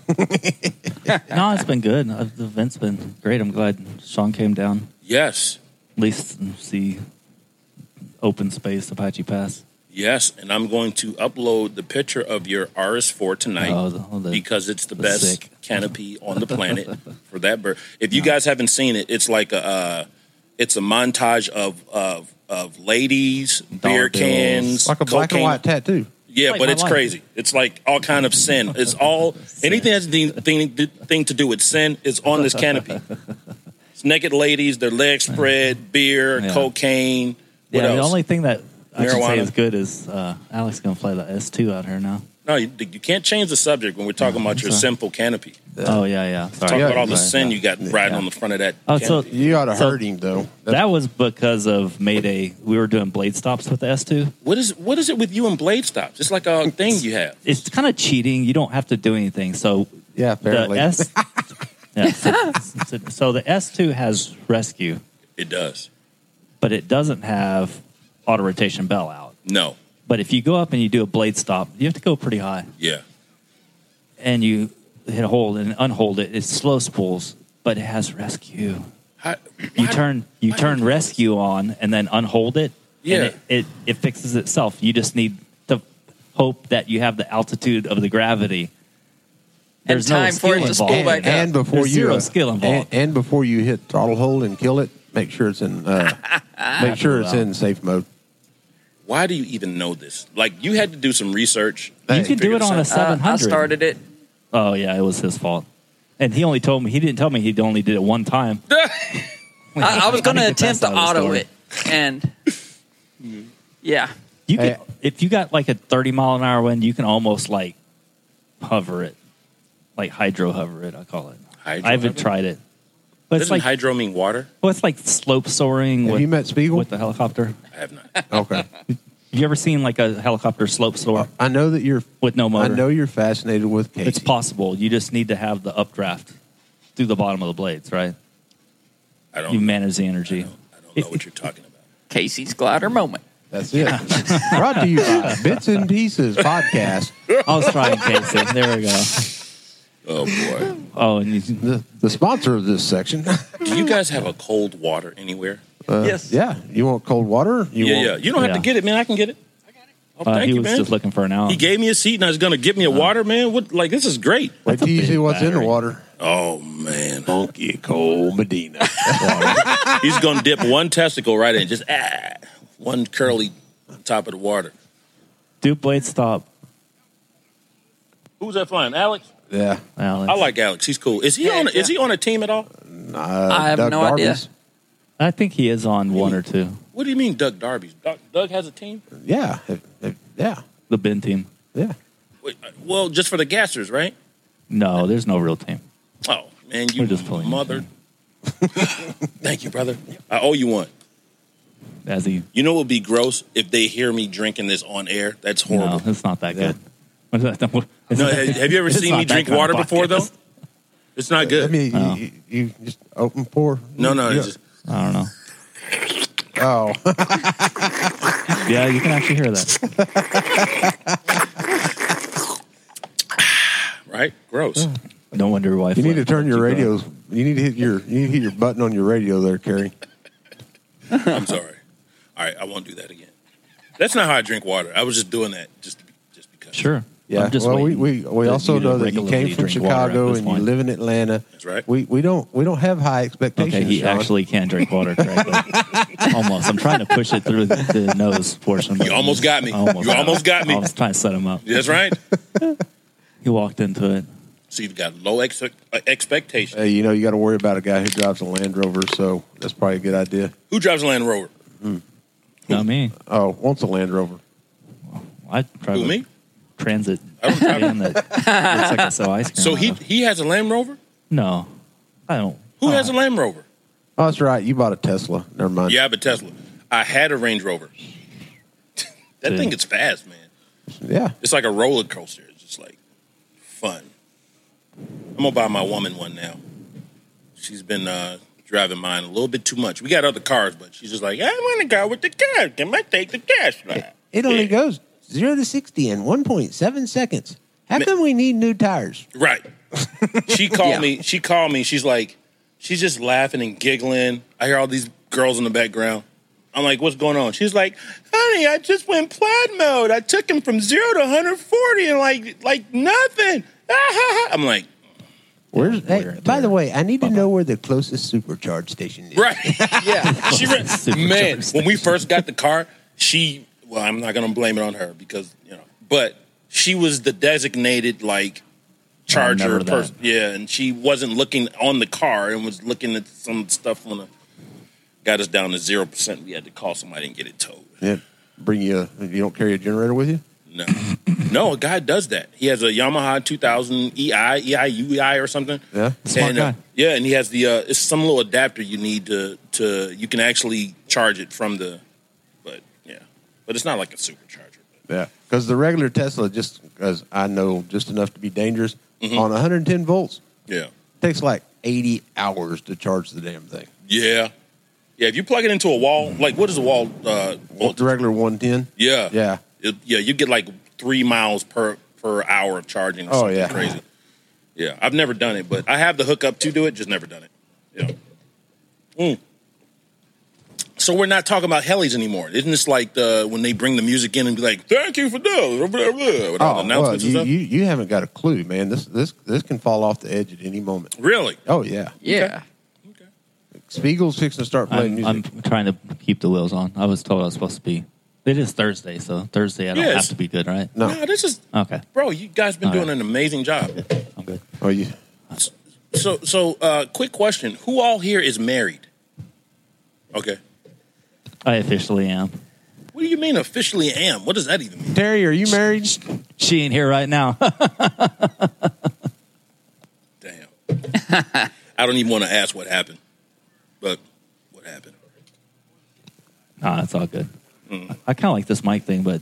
Speaker 8: no, it's been good. Uh, The event's been great. I'm glad Sean came down.
Speaker 13: Yes.
Speaker 8: At least see open space Apache Pass.
Speaker 13: Yes, and I'm going to upload the picture of your RS4 tonight
Speaker 8: Oh, the- oh, the-
Speaker 13: because it's the
Speaker 8: the
Speaker 13: best
Speaker 8: sick.
Speaker 13: canopy on the planet for that bird. If you guys haven't seen it, it's like a uh, it's a montage of of of ladies, beer cans,
Speaker 9: like a black
Speaker 13: cocaine.
Speaker 9: and white tattoo.
Speaker 13: Yeah,
Speaker 9: Like
Speaker 13: but
Speaker 9: my
Speaker 13: it's
Speaker 9: life.
Speaker 13: crazy. It's like all kind of sin. It's all anything that's the thing thing to do with sin is on this canopy. It's naked ladies, their legs spread, beer,
Speaker 8: Yeah.
Speaker 13: cocaine. What
Speaker 8: yeah,
Speaker 13: else?
Speaker 8: the only thing that I should say
Speaker 13: Marijuana.
Speaker 8: is good is uh, Alex gonna fly the S2 out here now.
Speaker 13: No, you, you can't change the subject when we're talking about your
Speaker 8: sorry.
Speaker 13: simple canopy.
Speaker 8: Oh yeah, yeah. Sorry.
Speaker 13: Talk about all the
Speaker 8: Sorry.
Speaker 13: sin you got riding on the front of that.
Speaker 8: Oh, so
Speaker 13: canopy.
Speaker 9: You ought to
Speaker 8: so
Speaker 9: hurt him though.
Speaker 8: that was because of Mayday. We were doing blade stops with the S2.
Speaker 13: what is what is it with you and blade stops? It's like a thing you have.
Speaker 8: It's kind of cheating. You don't have to do anything. So
Speaker 9: yeah,
Speaker 13: apparently.
Speaker 8: The S, yeah, so, so- so the S2 has rescue,
Speaker 13: It does.
Speaker 8: but it doesn't have auto rotation bell out.
Speaker 13: No.
Speaker 8: But if you go up and you do a blade stop, you have to go pretty high.
Speaker 13: Yeah.
Speaker 8: and you hit a hold and unhold it, it slow spools, but it has rescue.
Speaker 13: How-
Speaker 8: you turn you
Speaker 13: why
Speaker 8: turn rescue on and then unhold it.
Speaker 13: Yeah.
Speaker 8: And it, it, it fixes itself. You just need to hope that you have the altitude of the gravity.
Speaker 12: And time for it to spool
Speaker 9: and,
Speaker 12: back up.
Speaker 9: and before
Speaker 8: There's
Speaker 9: you
Speaker 8: zero
Speaker 9: uh,
Speaker 8: skill involved.
Speaker 9: and, and before you hit throttle hold and kill it, make sure it's in uh, make sure it's in safe mode.
Speaker 13: Why do you even know this? Like you had to do some research.
Speaker 8: You could do it on a seven hundred.
Speaker 12: it.
Speaker 8: Oh yeah, it was his fault. And he only told me he didn't tell me he only did it one time.
Speaker 12: I, I was going
Speaker 8: I
Speaker 12: to
Speaker 8: think that's
Speaker 12: attempt to
Speaker 8: how the
Speaker 12: auto
Speaker 8: story-
Speaker 12: it, and yeah,
Speaker 8: You could,
Speaker 12: Hey.
Speaker 8: if you got like a thirty mile an hour wind, you can almost like hover it, like hydro hover it. I call it.
Speaker 13: Hydro
Speaker 8: I haven't
Speaker 13: hover?
Speaker 8: tried it, but
Speaker 13: Doesn't
Speaker 8: it's like
Speaker 13: hydro mean water?
Speaker 8: well, it's like slope soaring. Have with,
Speaker 9: you met Spiegel
Speaker 8: with the helicopter?
Speaker 13: I have not.
Speaker 9: Okay,
Speaker 8: Have you ever seen like a helicopter slope soar?
Speaker 9: I know that you're
Speaker 8: with no motor.
Speaker 9: I know you're fascinated with Casey.
Speaker 8: It's possible. You just need to have the updraft through the bottom of the blades, right?
Speaker 13: I don't.
Speaker 8: You manage the energy.
Speaker 13: I don't know what you're talking about.
Speaker 12: Casey's glider moment.
Speaker 9: That's it. Brought to you by Bits and Pieces podcast.
Speaker 8: I was trying Casey. There we go.
Speaker 13: Oh boy.
Speaker 8: Oh, and
Speaker 9: the, the sponsor of this section.
Speaker 13: Do you guys have a cold water anywhere?
Speaker 9: Uh, Yeah. You want cold water? You
Speaker 13: yeah,
Speaker 9: want,
Speaker 13: yeah. You don't have to get it, man. I can get it. I got it. Oh,
Speaker 8: Uh,
Speaker 13: thank
Speaker 8: he
Speaker 13: you,
Speaker 8: was
Speaker 13: man.
Speaker 8: just looking for an hour.
Speaker 9: Uh-huh.
Speaker 13: He gave me a seat and I was going to get me a water, man. What? Like this is great.
Speaker 9: Wait till you see what's in the water.
Speaker 13: Oh man,
Speaker 9: funky cold Medina.
Speaker 13: He's going to dip one testicle right in, just ah, one curly top of the water.
Speaker 8: Do blade stop,
Speaker 13: Who's that flying? Alex.
Speaker 9: Yeah.
Speaker 8: Alex.
Speaker 13: I like Alex. He's cool. Is he on? Is he on a team at all?
Speaker 9: Uh,
Speaker 12: I have no idea.
Speaker 8: I think he is on one or two.
Speaker 13: What do you mean, Doug Darby's? Doug, Doug has a team.
Speaker 9: Yeah. Yeah.
Speaker 8: The Ben team.
Speaker 13: Wait, uh, well, just for the gassers, right?
Speaker 8: No, there's no real team.
Speaker 13: Oh man, you
Speaker 8: We're just pulling
Speaker 13: mother. Thank you, brother. I owe you one.
Speaker 8: As he,
Speaker 13: You know what would be gross if they hear me drinking this on air? That's horrible.
Speaker 8: no, it's not that good.
Speaker 13: No, have, have you ever
Speaker 8: It's
Speaker 13: seen
Speaker 8: not
Speaker 13: me
Speaker 8: that
Speaker 13: drink
Speaker 8: kind of
Speaker 13: water before though?
Speaker 8: podcast.
Speaker 13: It's not
Speaker 9: I
Speaker 13: good.
Speaker 9: mean, you, you you just open pour.
Speaker 13: no, no.
Speaker 9: Yeah.
Speaker 13: It's just,
Speaker 8: Oh. I don't know.
Speaker 9: Oh.
Speaker 8: Yeah, you can actually hear that.
Speaker 13: right? Gross.
Speaker 8: No wonder your wife.
Speaker 9: You need to
Speaker 8: left.
Speaker 9: turn your radios. You need to hit your you need to hit your button on your radio there, Kerry. Mm.
Speaker 13: I'm sorry. All right, I won't do that again. That's not how I drink water. I was just doing that. Just
Speaker 8: Sure.
Speaker 9: Yeah.
Speaker 8: I'm just
Speaker 9: well, we,
Speaker 8: waiting
Speaker 9: we, we
Speaker 8: that
Speaker 9: also
Speaker 8: you to
Speaker 9: know that you
Speaker 8: regularly
Speaker 9: came from
Speaker 8: drink water at
Speaker 9: Chicago
Speaker 8: this
Speaker 9: and you
Speaker 8: point.
Speaker 9: live in Atlanta.
Speaker 13: That's right.
Speaker 9: We we don't we don't have high expectations.
Speaker 8: Okay, he
Speaker 9: Sean.
Speaker 8: actually can drink water correctly. almost. I'm trying to push it through the, the nose portion. but
Speaker 13: You almost got me.
Speaker 8: I almost
Speaker 13: You almost got me.
Speaker 8: I was trying to set him up.
Speaker 13: that's right.
Speaker 8: He walked into it.
Speaker 13: So you've got low ex- uh, expectations.
Speaker 9: Hey, Uh, you know, you got to worry about a guy who drives a Land Rover, so that's probably a good idea.
Speaker 13: Who drives a Land Rover?
Speaker 8: Not me.
Speaker 9: Oh, wants a Land Rover.
Speaker 8: I drive
Speaker 13: Who
Speaker 8: a
Speaker 13: me? Oh.
Speaker 8: transit
Speaker 13: I don't drive.
Speaker 8: van that looks like I sell ice cream.
Speaker 13: So
Speaker 8: out
Speaker 13: he
Speaker 8: of.
Speaker 13: he has a Land Rover.
Speaker 8: no, I don't.
Speaker 13: Who has a Land Rover?
Speaker 9: Oh, that's right. You bought a Tesla. Never mind.
Speaker 13: Yeah, but Tesla. I had a Range Rover. that
Speaker 9: Dude.
Speaker 13: thing gets fast, man.
Speaker 9: Yeah.
Speaker 13: It's like a roller coaster. It's just like fun. I'm gonna buy my woman one now. She's been uh, driving mine a little bit too much. We got other cars, but she's just like, I want to go with the car. Can I take the test ride?
Speaker 9: It only goes zero to sixty in one point seven seconds. How come we need new tires?
Speaker 13: Right. She called me. She called me. She's like, she's just laughing and giggling. I hear all these girls in the background. I'm like, what's going on? She's like, honey, I just went plaid mode. I took him from zero to 140 and like like nothing. I'm like,
Speaker 9: Where's? Hey, by the way, I need to know where the closest supercharge station is.
Speaker 13: right? yeah. She ran, man. When we first got the car, she well, I'm not gonna blame it on her because you know, but she was the designated like charger
Speaker 8: remember that.
Speaker 13: person. Yeah, and she wasn't looking on the car and was looking at some stuff on the. Got us down to zero percent. We had to call somebody and get it towed.
Speaker 9: Yeah. Bring you. A, you don't carry a generator with you?
Speaker 13: No, no, a guy does that. He has a Yamaha E 2000 EI, EIUEI or something.
Speaker 9: Yeah.
Speaker 13: and, uh, yeah, and he has the uh, it's some little adapter you need to to you can actually charge it from the, but yeah, but it's not like a supercharger.
Speaker 9: Yeah, because the regular Tesla, just because I know just enough to be dangerous, on 110 volts
Speaker 13: Mm-hmm. Yeah,
Speaker 9: takes like 80 hours to charge the damn thing.
Speaker 13: yeah, yeah. If you plug it into a wall, like what is a wall? Uh, volt-
Speaker 9: The regular 110.
Speaker 13: yeah,
Speaker 9: Yeah.
Speaker 13: It- yeah. You get like three miles per per hour of charging. Or
Speaker 9: Oh,
Speaker 13: something
Speaker 9: yeah.
Speaker 13: crazy. Yeah, I've never done it, but I have the hookup to do it. Just never done it. Yeah. Mm. So we're not talking about helis anymore, isn't this like the when they bring the music in and be like, "Thank you for doing," blah, blah, blah, with all the
Speaker 9: Oh, well,
Speaker 13: announcements
Speaker 9: you,
Speaker 13: and stuff?
Speaker 9: you, you haven't got a clue, man. This this this can fall off the edge at any moment.
Speaker 13: Really?
Speaker 9: Oh yeah,
Speaker 13: Yeah.
Speaker 9: Spiegel's fixing to start playing
Speaker 8: I'm,
Speaker 9: music.
Speaker 8: I'm trying to keep the wheels on. I was told I was supposed to be. It is Thursday, so Thursday I don't
Speaker 13: Yes.
Speaker 8: have to be good, right?
Speaker 13: No, this is
Speaker 8: Okay.
Speaker 13: bro. You guys been
Speaker 8: All
Speaker 13: doing
Speaker 8: right.
Speaker 13: an amazing job.
Speaker 9: Oh yeah.
Speaker 13: So, so uh, quick question: Who all here is married? Okay.
Speaker 8: I officially am.
Speaker 13: What do you mean officially am? What does that even mean?
Speaker 9: Terry, are you married?
Speaker 8: She ain't here right now.
Speaker 13: I don't even want to ask what happened, but
Speaker 8: Nah, it's all good. I kind of like this mic thing, but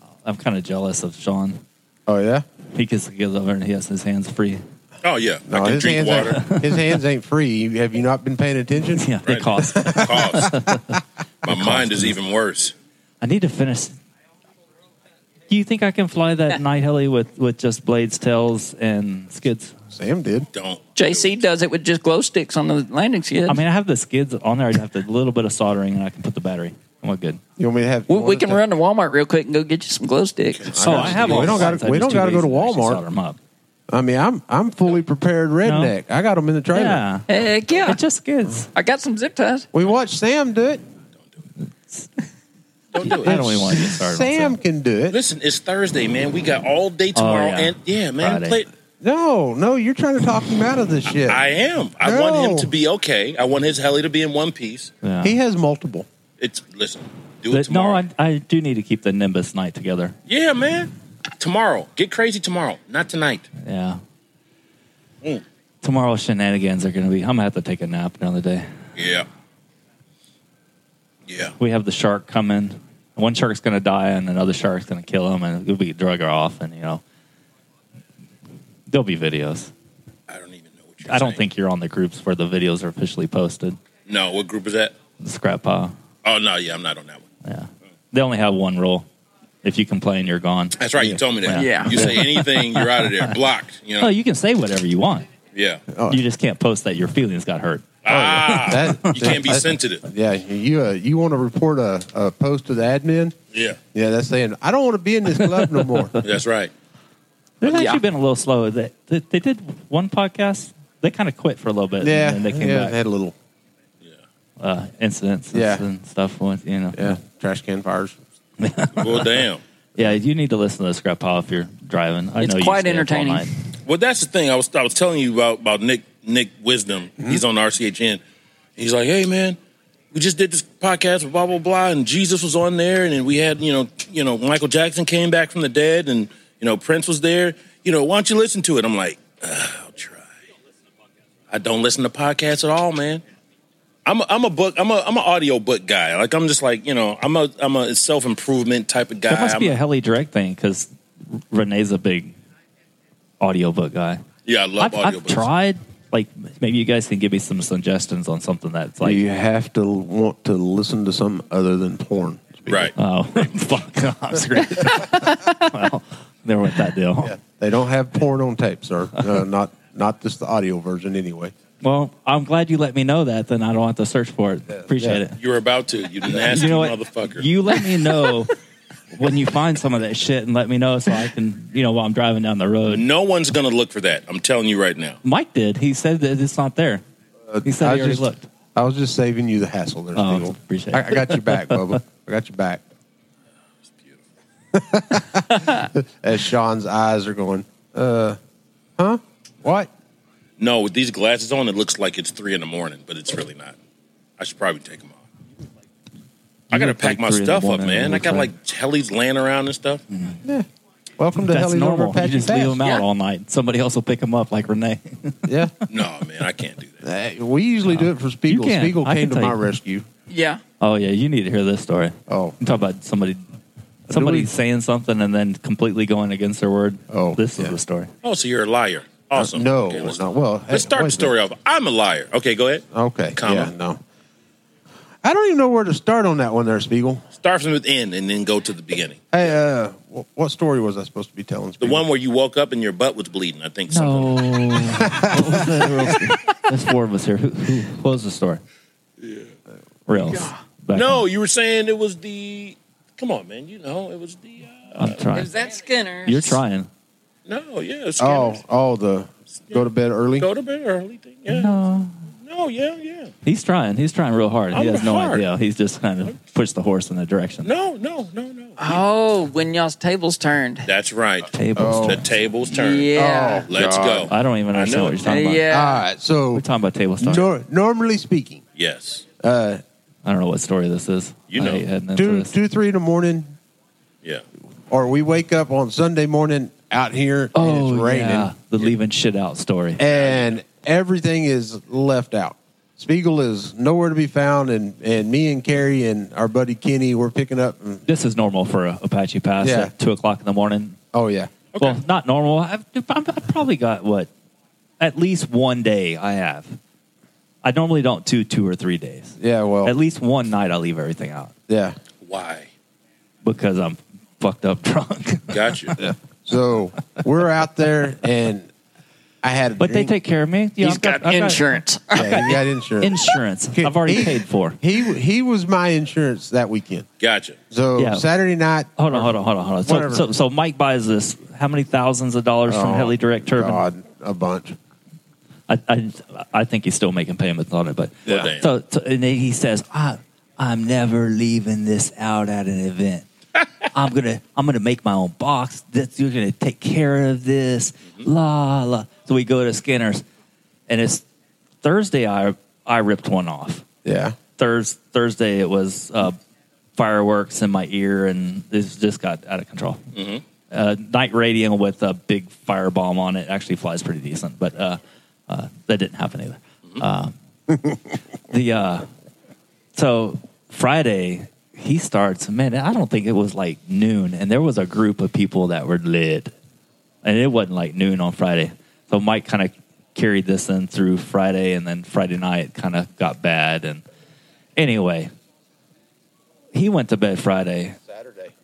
Speaker 8: uh, I'm kind of jealous of Sean.
Speaker 9: Oh yeah,
Speaker 8: he gets he goes over and he has his hands free.
Speaker 13: oh yeah, I
Speaker 9: No,
Speaker 13: can
Speaker 9: his
Speaker 13: drink
Speaker 9: hands,
Speaker 13: water.
Speaker 9: ain't, his hands ain't free. Have you not been paying attention?
Speaker 8: Yeah, they cost.
Speaker 13: cost. My mind is even worse.
Speaker 8: I need to finish. Do you think I can fly that night heli with with just blades, tails, and skids?
Speaker 9: Sam did.
Speaker 13: Don't.
Speaker 2: JC does it with just glow sticks on the landing skid.
Speaker 8: I mean, I have the skids on there. I have a little bit of soldering, and I can put the battery. I'm all good.
Speaker 9: You want me to have?
Speaker 2: we, we can run to Walmart real quick and go get you some glow sticks.
Speaker 8: Oh, I have. all
Speaker 9: we don't
Speaker 8: the
Speaker 9: got
Speaker 8: sides. I
Speaker 9: we
Speaker 8: just
Speaker 9: don't
Speaker 8: do
Speaker 9: got to go to
Speaker 8: these and actually
Speaker 9: Walmart.
Speaker 8: solder 'em up.
Speaker 9: I mean, I'm I'm fully prepared redneck. I got them in the trailer.
Speaker 8: Yeah,
Speaker 2: Heck yeah.
Speaker 8: it just skids.
Speaker 2: I got some zip ties.
Speaker 9: We watched Sam do it.
Speaker 13: Don't do it.
Speaker 8: I don't even want to get started. on
Speaker 9: Sam can do it.
Speaker 13: Listen, it's Thursday, man. We got all day tomorrow,
Speaker 8: Oh, yeah.
Speaker 13: and yeah, man.
Speaker 8: Friday.
Speaker 13: Play,
Speaker 9: No, no, you're trying to talk him out of this shit.
Speaker 13: I am. I want him to be okay. I want his heli to be in one piece.
Speaker 8: Yeah.
Speaker 9: He has multiple.
Speaker 13: It's listen. Do
Speaker 8: But
Speaker 13: it tomorrow.
Speaker 8: no, I, I do need to keep the Nimbus night together.
Speaker 13: yeah, man. Tomorrow, get crazy tomorrow, not tonight.
Speaker 8: Yeah.
Speaker 13: Mm.
Speaker 8: Tomorrow's shenanigans are going to be. I'm going to have to take a nap during the day.
Speaker 13: Yeah.
Speaker 8: We have the shark coming. One shark's going to die, and another shark's going to kill him, and we could drug her off, and you know, there'll be videos. I don't even know what you're I don't think you're on the groups where the videos are officially posted.
Speaker 13: No, what group is that?
Speaker 8: The scrap pile.
Speaker 13: Oh no, yeah, I'm not on that one.
Speaker 8: They only have one rule. If you complain, you're gone.
Speaker 13: That's right. You told me that. You say anything, you're out of there. Blocked. You know.
Speaker 8: Oh, you can say whatever you want.
Speaker 13: yeah.
Speaker 8: You just can't post that your feelings got hurt.
Speaker 13: Ah,
Speaker 9: Oh, That-
Speaker 13: you can't be
Speaker 9: that-
Speaker 13: sensitive.
Speaker 9: Yeah, you uh, you want to report a, a post to the admin?
Speaker 13: Yeah,
Speaker 9: Yeah, that's saying I don't want to be in this club no more.
Speaker 13: that's right.
Speaker 8: They've
Speaker 13: Yeah.
Speaker 8: actually been a little slow. They, they, they did one podcast. They kind of quit for a little bit.
Speaker 9: Yeah,
Speaker 8: and then they came
Speaker 9: yeah,
Speaker 8: back.
Speaker 9: they had a little
Speaker 8: uh, incidents.
Speaker 9: Yeah.
Speaker 8: and stuff. With, you know,
Speaker 9: yeah, trash can fires.
Speaker 13: Well, damn.
Speaker 8: Yeah, you need to listen to the scrap pile if you're driving. I
Speaker 13: It's
Speaker 8: know you
Speaker 13: quite
Speaker 8: stay up all
Speaker 13: entertaining.
Speaker 8: night.
Speaker 13: Well, that's the thing. I was I was telling you about about Nick Nick Wisdom. He's on RCHN. He's like, hey man, we just did this podcast with blah blah blah, and Jesus was on there, and then we had you know you know Michael Jackson came back from the dead, and you know Prince was there. You know, why don't you listen to it? "Ah, I'm like, "Ugh, I'll try. I don't listen to podcasts at all, man. I'm a, I'm a book I'm a I'm an audio book guy. Like I'm just like you know I'm a I'm a self improvement type of guy.
Speaker 8: That must
Speaker 13: I'm
Speaker 8: be a heli direct thing because Renee's a big audiobook guy.
Speaker 13: Yeah, I
Speaker 8: I've,
Speaker 13: love
Speaker 8: I've
Speaker 13: audiobooks.
Speaker 8: tried. Like maybe you guys can give me some suggestions on something that's like
Speaker 9: you have to want to listen to something other than porn.
Speaker 13: Right.
Speaker 8: Oh, fuck. I'm screwed. well, there went that deal.
Speaker 9: They don't have porn on tape, sir. Uh, not not just the audio version, anyway.
Speaker 8: Well, I'm glad you let me know that. Then I don't have to search for it. Appreciate it.
Speaker 13: You were about to, you nasty
Speaker 8: You know what?
Speaker 13: motherfucker.
Speaker 8: You let me know when you find some of that shit and let me know so I can, you know, while I'm driving down the road.
Speaker 13: no one's gonna look for that. I'm telling you right now.
Speaker 8: Mike did. He said that it's not there. He said
Speaker 9: Uh, I
Speaker 8: he already
Speaker 9: just-
Speaker 8: looked.
Speaker 9: I was just saving you the hassle there,
Speaker 8: Oh,
Speaker 9: Steve.
Speaker 8: appreciate
Speaker 9: I,
Speaker 8: it.
Speaker 9: I got your back, Bubba. I got your back. As Sean's eyes are going, uh, huh? What?
Speaker 13: No, with these glasses on, it looks like it's three in the morning, but it's really not. I should probably take them off. I gotta
Speaker 8: look
Speaker 13: pack
Speaker 8: like
Speaker 13: my
Speaker 8: three in the
Speaker 13: stuff up,
Speaker 8: morning,
Speaker 13: man.
Speaker 8: it
Speaker 13: I got
Speaker 8: looks Mm.
Speaker 13: like helis laying around and stuff.
Speaker 9: Welcome to
Speaker 8: That's
Speaker 9: Helly's
Speaker 8: normal.
Speaker 9: Over Apache
Speaker 8: you just
Speaker 9: Pass.
Speaker 8: leave them out
Speaker 9: Yeah.
Speaker 8: all night. Somebody else will pick them up, like Renee.
Speaker 9: yeah.
Speaker 13: No, Oh, man, I can't do
Speaker 9: that. we usually do it for Spiegel.
Speaker 8: can.
Speaker 9: Spiegel
Speaker 8: I
Speaker 9: came
Speaker 8: can
Speaker 9: to
Speaker 8: tell
Speaker 9: my
Speaker 8: you.
Speaker 9: rescue.
Speaker 12: Yeah.
Speaker 8: Oh yeah, you need to hear this story.
Speaker 9: Oh,
Speaker 8: you talk about somebody, somebody saying something and then completely going against their word. Oh, this is the story.
Speaker 13: Oh, so you're a liar.
Speaker 8: Uh,
Speaker 13: Awesome.
Speaker 9: no,
Speaker 13: let's,
Speaker 9: no, well,
Speaker 13: let's start
Speaker 9: wait
Speaker 13: the
Speaker 9: a
Speaker 13: story off. I'm a liar. Okay, go ahead.
Speaker 8: Oh.
Speaker 9: Okay.
Speaker 13: Comma.
Speaker 9: Yeah, no. I don't even know where to start on that one there, Spiegel.
Speaker 13: Start from within and then go to the beginning.
Speaker 9: Hey, uh, wh- what story was I supposed to be telling?
Speaker 13: The one where you woke up and your butt was bleeding. I think so.
Speaker 8: No, What was that real- there's four of us here. Who, who what was the story? Yeah, real. Back
Speaker 13: No, you were saying it was the. Come on, man. You know it was the.
Speaker 8: I'm trying.
Speaker 13: that Skinner?
Speaker 8: You're trying.
Speaker 13: No, yeah. Skinner.
Speaker 9: Oh, oh, the go to bed early.
Speaker 13: Go to bed early thing. Yeah.
Speaker 8: No.
Speaker 13: No, yeah, yeah.
Speaker 8: He's trying. He's trying real hard.
Speaker 13: I'm
Speaker 8: he has no
Speaker 13: hard.
Speaker 8: idea. He's just kind of pushed the horse in the direction.
Speaker 13: No, no, no, no.
Speaker 12: Oh, when y'all's tables turned.
Speaker 13: That's right.
Speaker 8: Tables
Speaker 13: The tables turn.
Speaker 12: Yeah.
Speaker 13: Oh, let's
Speaker 9: God.
Speaker 13: go.
Speaker 8: I don't even
Speaker 13: I
Speaker 8: understand
Speaker 13: know.
Speaker 8: what you're talking about.
Speaker 12: Yeah.
Speaker 9: All right, so
Speaker 8: We're talking about table stock.
Speaker 9: nor- normally speaking,
Speaker 13: Yes.
Speaker 9: uh,
Speaker 8: I don't know what story this is.
Speaker 13: You
Speaker 8: I
Speaker 13: know.
Speaker 8: hate heading into
Speaker 9: two,
Speaker 8: this.
Speaker 9: two, three in the morning,
Speaker 13: Yeah.
Speaker 9: or we wake up on Sunday morning out here and it's
Speaker 8: Oh,
Speaker 9: raining,
Speaker 8: yeah. The leaving shit out story.
Speaker 9: and everything is left out. Spiegel is nowhere to be found, and, and me and Carrie and our buddy Kenny, we're picking up. And,
Speaker 8: This is normal for a Apache Pass
Speaker 9: Yeah.
Speaker 8: at 2 o'clock in the morning.
Speaker 9: oh yeah,
Speaker 8: Well, not normal. I've, I've I've probably got, what, at least one day I have. I normally don't do two or three days.
Speaker 9: yeah, well,
Speaker 8: At least one night I leave everything out
Speaker 9: yeah.
Speaker 13: Why?
Speaker 8: because I'm fucked up drunk.
Speaker 13: Got you.
Speaker 9: So we're out there, and I had. A
Speaker 8: But they
Speaker 9: drink.
Speaker 8: take care of me. Yeah,
Speaker 12: He's
Speaker 8: I've
Speaker 12: got,
Speaker 8: I've
Speaker 12: insurance.
Speaker 9: Yeah, he got insurance.
Speaker 8: Insurance. I've already
Speaker 9: He-
Speaker 8: paid for.
Speaker 9: He he was my insurance that weekend.
Speaker 13: Gotcha.
Speaker 9: So
Speaker 8: Yeah.
Speaker 9: Saturday night.
Speaker 8: Hold on, hold on, hold on, hold on. So,
Speaker 9: Whatever.
Speaker 8: so, so Mike buys this. How many thousands of dollars from
Speaker 9: Oh,
Speaker 8: Heli Direct Turbine?
Speaker 9: God, a bunch.
Speaker 8: I, I, I think he's still making payments on it, but
Speaker 13: Well, damn.
Speaker 8: so, so and then he says, I, "I'm never leaving this out at an event. I'm gonna I'm gonna make my own box. That's you're gonna take care of this. La la." So we go to Skinner's, and it's Thursday. I I ripped one off.
Speaker 9: Yeah.
Speaker 8: Thurs, Thursday it was uh, fireworks in my ear, and this just got out of control.
Speaker 13: Mhm.
Speaker 8: Uh, night radiant with a big firebomb on it actually flies pretty decent, but uh, uh, that didn't happen either. Um the uh, so Friday he starts. Man, I don't think it was like noon, and there was a group of people that were lit, and it wasn't like noon on Friday. So Mike kind of carried this in through Friday, and then Friday night kind of got bad. And anyway, he went to bed Friday.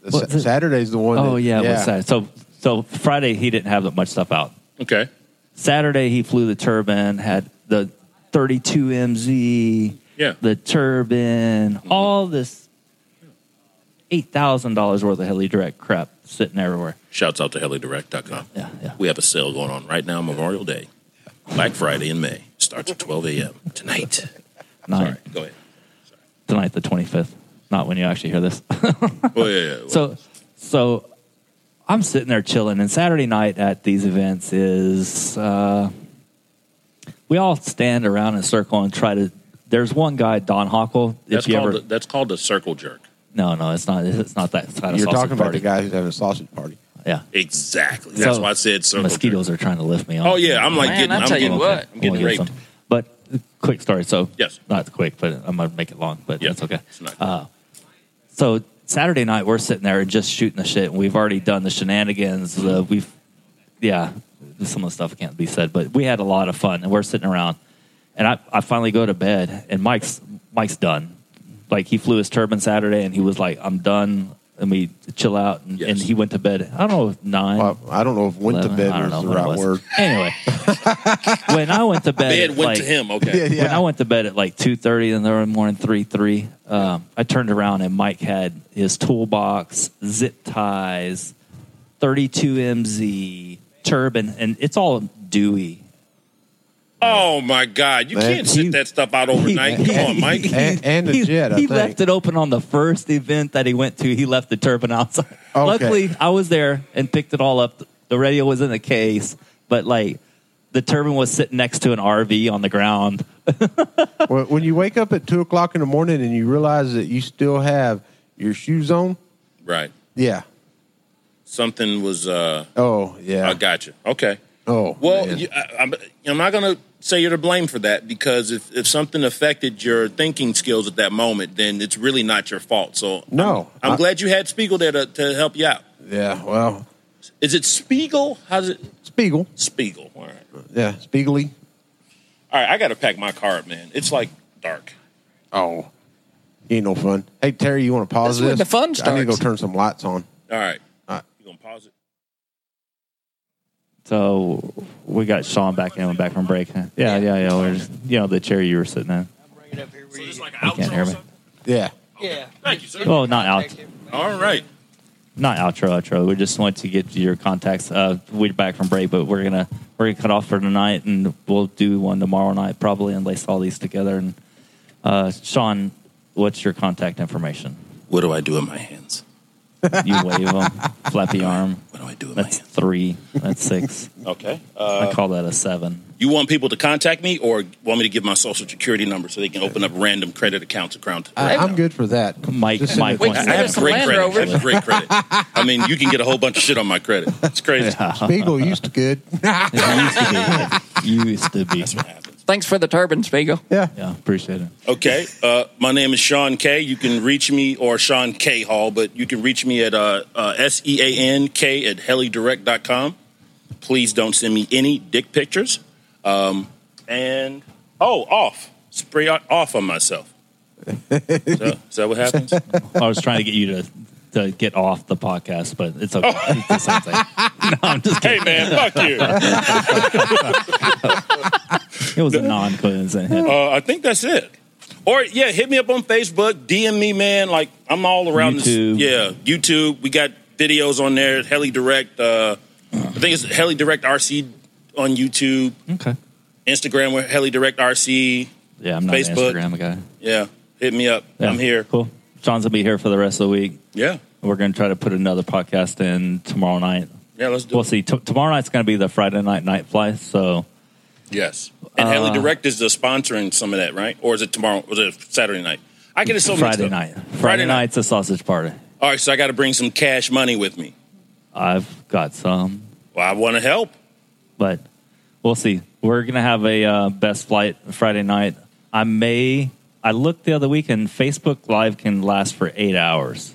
Speaker 9: The
Speaker 8: What
Speaker 9: Sa-
Speaker 8: the-
Speaker 9: Saturday's the one.
Speaker 8: Oh
Speaker 9: that-
Speaker 8: yeah, what's that? So so Friday he didn't have that much stuff out.
Speaker 13: Okay.
Speaker 8: Saturday he flew the turbine, had the 32 MZ,
Speaker 13: Yeah. Mm-hmm.
Speaker 8: the turbine, all this eight thousand dollars worth of heli direct crap sitting everywhere.
Speaker 13: Shouts out to helidirect.com.
Speaker 8: Yeah, yeah.
Speaker 13: We have a sale going on right now, Memorial Day, Black Friday in May. Starts at 12 a.m. tonight.
Speaker 8: Not
Speaker 13: Sorry, go ahead.
Speaker 8: tonight the 25th. Not when you actually hear this.
Speaker 13: Oh yeah, yeah.
Speaker 8: so so I'm sitting there chilling, and Saturday night at these events is uh, we all stand around in a circle and try to. There's one guy, Don Hockel. If
Speaker 13: that's
Speaker 8: you
Speaker 13: called
Speaker 8: ever,
Speaker 13: the, that's called the circle jerk.
Speaker 8: no, no, it's not. It's not that kind of
Speaker 9: You're
Speaker 8: sausage
Speaker 9: talking about
Speaker 8: party.
Speaker 9: the guy who's having a sausage party.
Speaker 8: Yeah,
Speaker 13: Exactly. That's
Speaker 8: So,
Speaker 13: why I said circle.
Speaker 8: mosquitoes are trying to lift me.
Speaker 13: jerk. Oh yeah, I'm like
Speaker 12: Man,
Speaker 13: getting.
Speaker 12: I'll
Speaker 13: I'm
Speaker 12: tell you
Speaker 13: getting,
Speaker 12: what.
Speaker 13: I'm getting
Speaker 8: We'll get
Speaker 13: raped.
Speaker 8: some. But quick story. So
Speaker 13: Yes.
Speaker 8: not quick, but I'm gonna make it long. But that's okay.
Speaker 13: not-
Speaker 8: Uh, so Saturday night we're sitting there just shooting the shit, and we've already done the shenanigans. The, we've yeah, some of the stuff can't be said, but we had a lot of fun, and we're sitting around, and I, I finally go to bed, and Mike's Mike's done. Like he flew his turbine Saturday, and he was like, "I'm done." And we chill out, and, and he went to bed. I don't know if nine.
Speaker 9: I don't know if went to bed is the right word.
Speaker 8: Anyway, when I went to bed,
Speaker 13: Bed
Speaker 8: at,
Speaker 13: went
Speaker 8: like-
Speaker 13: to him, okay. Yeah, yeah.
Speaker 8: When I went to bed at like two thirty in the morning, three three, um, I turned around and Mike had his toolbox, zip ties, thirty two MZ turban, and it's all dewy.
Speaker 13: Oh my God! You
Speaker 8: Man.
Speaker 13: can't sit that stuff out overnight. Come on, Mike.
Speaker 8: he, He left it open on the first event that he went to. He left the turban outside. Luckily, I was there and picked it all up. The radio was in the case, but like the turban was sitting next to an RV on the ground.
Speaker 9: when when you wake up at two o'clock in the morning and you realize that you still have your shoes on,
Speaker 13: Right.
Speaker 9: yeah.
Speaker 13: Something was. uh
Speaker 9: Oh yeah.
Speaker 13: I got you. Okay.
Speaker 9: Oh
Speaker 13: Well,
Speaker 9: man.
Speaker 13: you, I, I'm, I'm not going to say you're to blame for that because if, if something affected your thinking skills at that moment, then it's really not your fault. So
Speaker 9: no.
Speaker 13: I'm
Speaker 9: I-
Speaker 13: glad you had Spiegel there to, to help you out.
Speaker 9: Yeah. Well.
Speaker 13: Is it Spiegel? How's it?
Speaker 9: Spiegel.
Speaker 13: Spiegel. All right.
Speaker 9: Yeah. Spiegely.
Speaker 13: All right. I got to pack my car up, man. It's like dark.
Speaker 9: Oh. Ain't no fun. Hey Terry, you want to pause
Speaker 13: That's when
Speaker 9: this?
Speaker 13: the fun
Speaker 9: I need to go
Speaker 13: starts.
Speaker 9: turn some lights on.
Speaker 13: All right.
Speaker 9: All right.
Speaker 13: You going to pause it?
Speaker 8: So we got Sean back in back from break. huh? Yeah, yeah, yeah. We're just, you know the chair you were sitting in. You can't hear me.
Speaker 9: Yeah.
Speaker 13: Yeah. Thank you, sir.
Speaker 8: Oh, not out.
Speaker 13: All right.
Speaker 8: not outro outro we just want to get to your contacts uh we're back from break but we're gonna we're gonna cut off for tonight and we'll do one tomorrow night probably and lace all these together and uh sean what's your contact information
Speaker 13: what do i do with my hands
Speaker 8: you wave them flappy arm what
Speaker 13: do i do with
Speaker 8: that's three that's six
Speaker 13: Okay.
Speaker 8: i
Speaker 13: Uh,
Speaker 8: call that a seven
Speaker 13: you want people to contact me or want me to give my social security number so they can open up random credit accounts around
Speaker 9: I, I'm good for that.
Speaker 8: Mike,
Speaker 9: Just send it
Speaker 13: I
Speaker 9: to me.
Speaker 13: have great credit. I have great credit. I mean, you can get a whole bunch of shit on my credit. It's crazy.
Speaker 9: Spiegel used to good.
Speaker 8: used to be.
Speaker 12: Thanks for the turban, Spiegel.
Speaker 9: Yeah.
Speaker 8: Yeah, appreciate it.
Speaker 13: Okay. Uh, my name is Sean K. You can reach me or Sean K Hall, but you can reach me at uh, uh, S E A N K at helidirect.com. Please don't send me any dick pictures. Um, and, oh, off. Spray off on myself. Is that- is that what happens?
Speaker 8: i was trying to get you to to get off the podcast but it's okay
Speaker 13: Oh.
Speaker 8: it's the same thing no i'm just kidding
Speaker 13: Hey, man, fuck you.
Speaker 8: it was a non-coincidence
Speaker 13: Uh, I think that's it. Or yeah, hit me up on Facebook, DM me, man. Like I'm all around.
Speaker 8: YouTube.
Speaker 13: This, yeah, YouTube. We got videos on there. Heli Direct. Uh, I think it's Heli Direct RC on YouTube.
Speaker 8: Okay.
Speaker 13: Instagram with Heli Direct RC.
Speaker 8: yeah i'm not
Speaker 13: Facebook.
Speaker 8: an instagram guy
Speaker 13: Yeah, hit me up.
Speaker 8: Yeah.
Speaker 13: I'm here.
Speaker 8: Cool. John's gonna be here for the rest of the week.
Speaker 13: Yeah,
Speaker 8: We're gonna try to put another podcast in tomorrow night.
Speaker 13: yeah. Let's do.
Speaker 8: We'll
Speaker 13: it.
Speaker 8: see. T- tomorrow night's gonna be the Friday night night fly. So
Speaker 13: Yes. And
Speaker 8: Uh,
Speaker 13: Heli Direct is the sponsoring some of that, right? Or is it tomorrow? Or is it Saturday night? I get it so mixed
Speaker 8: Friday
Speaker 13: up.
Speaker 8: night. Friday,
Speaker 13: Friday night.
Speaker 8: night's a sausage party.
Speaker 13: All right, so I got to bring some cash money with me.
Speaker 8: I've got some,
Speaker 13: Well, I want to help.
Speaker 8: but we'll see. We're gonna have a uh, best flight Friday night. I may. I looked the other week, and Facebook Live can last for eight hours.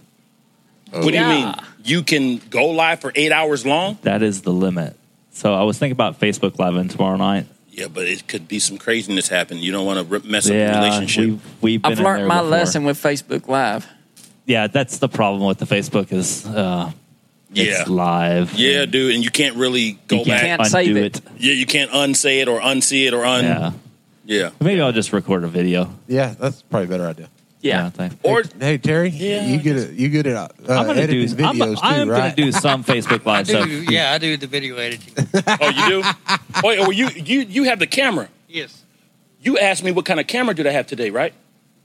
Speaker 13: What do you mean? You can go live for eight hours long?
Speaker 8: That is the limit. So I was thinking about Facebook Live and tomorrow night.
Speaker 13: Yeah, but it could be some craziness happen. You don't want to mess up
Speaker 8: Yeah,
Speaker 13: the relationship.
Speaker 8: we've, we've been
Speaker 12: I've
Speaker 8: in
Speaker 12: learned
Speaker 8: there
Speaker 12: my
Speaker 8: before.
Speaker 12: lesson with Facebook Live.
Speaker 8: Yeah, that's the problem with the Facebook is uh, it's live.
Speaker 13: yeah, dude, and you can't really go
Speaker 8: can't
Speaker 13: back.
Speaker 8: Can't save undo it. it.
Speaker 13: Yeah, you can't unsay it or unsee it or un.
Speaker 8: Yeah.
Speaker 13: Yeah. Yeah.
Speaker 8: Maybe I'll just record a video.
Speaker 9: Yeah, that's probably a better idea.
Speaker 8: Yeah. thanks.
Speaker 13: Or
Speaker 9: hey Terry, you get it. You get it. Uh,
Speaker 8: I'm gonna do.
Speaker 9: editing
Speaker 8: I'm,
Speaker 9: videos too,
Speaker 8: I'm gonna
Speaker 9: right?
Speaker 8: do some Facebook
Speaker 10: I
Speaker 8: Live
Speaker 10: do,
Speaker 8: stuff.
Speaker 10: yeah, I do the video editing.
Speaker 13: Oh, you do? oh, yeah, well, you you you have the camera.
Speaker 10: Yes.
Speaker 13: You asked me what kind of camera did I have today, right?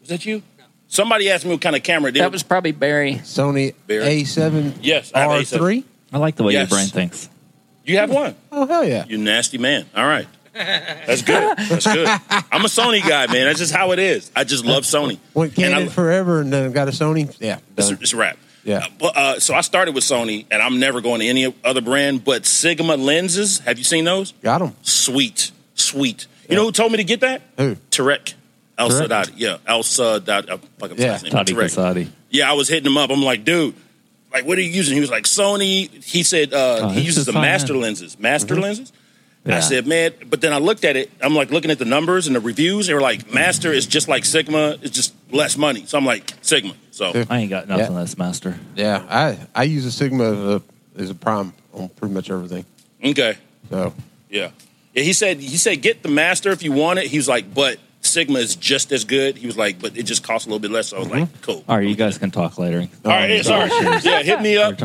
Speaker 13: Was that you? Somebody asked me what kind of camera. They
Speaker 12: That was probably Barry.
Speaker 9: Sony
Speaker 13: Barry.
Speaker 9: A7
Speaker 13: Yes, I have a
Speaker 9: R3.
Speaker 8: I like the way
Speaker 13: Yes.
Speaker 8: your brain thinks.
Speaker 13: You have one.
Speaker 9: Oh hell yeah!
Speaker 13: You nasty man. All right. That's good. That's good. I'm a Sony guy, man. That's just how it is. I just love Sony.
Speaker 9: Went
Speaker 13: And I-
Speaker 9: Canon forever, and then got a Sony. Yeah,
Speaker 13: It's,
Speaker 9: done.
Speaker 13: it's a wrap.
Speaker 9: yeah.
Speaker 13: Well, uh, so I started with Sony, and I'm never going to any other brand. But Sigma lenses, have you seen those?
Speaker 9: Got them.
Speaker 13: Sweet, sweet. You know who told me to get that?
Speaker 9: Who?
Speaker 13: Tarek Al
Speaker 9: Tarek?
Speaker 13: Sadadi. Yeah, Al Sadadi. I'm fucking
Speaker 9: Yeah,
Speaker 13: his name. Tarek. Yeah, I was hitting him up. I'm like, dude, like, what are you using? He was like, Sony. He said uh,
Speaker 8: Oh,
Speaker 13: he
Speaker 8: this
Speaker 13: uses
Speaker 8: is
Speaker 13: the
Speaker 8: fine.
Speaker 13: master lenses. Master
Speaker 8: Mhm.
Speaker 13: lenses. I
Speaker 8: Yeah.
Speaker 13: said, man, but then I looked at it. I'm like looking at the numbers and the reviews. They were like, master is just like Sigma. It's just less money. So I'm like, Sigma. So
Speaker 8: Oh, I ain't got nothing less, master.
Speaker 9: Yeah, I I use a Sigma as a, as a prime on pretty much everything.
Speaker 13: okay,
Speaker 9: So
Speaker 13: yeah. yeah. He said he said get the master if you want it. He was like, but Sigma is just as good. He was like, but it just costs a little bit less. So I was like, cool.
Speaker 8: All right, you guys can talk later.
Speaker 13: All right, yeah, sorry. yeah, hit me up.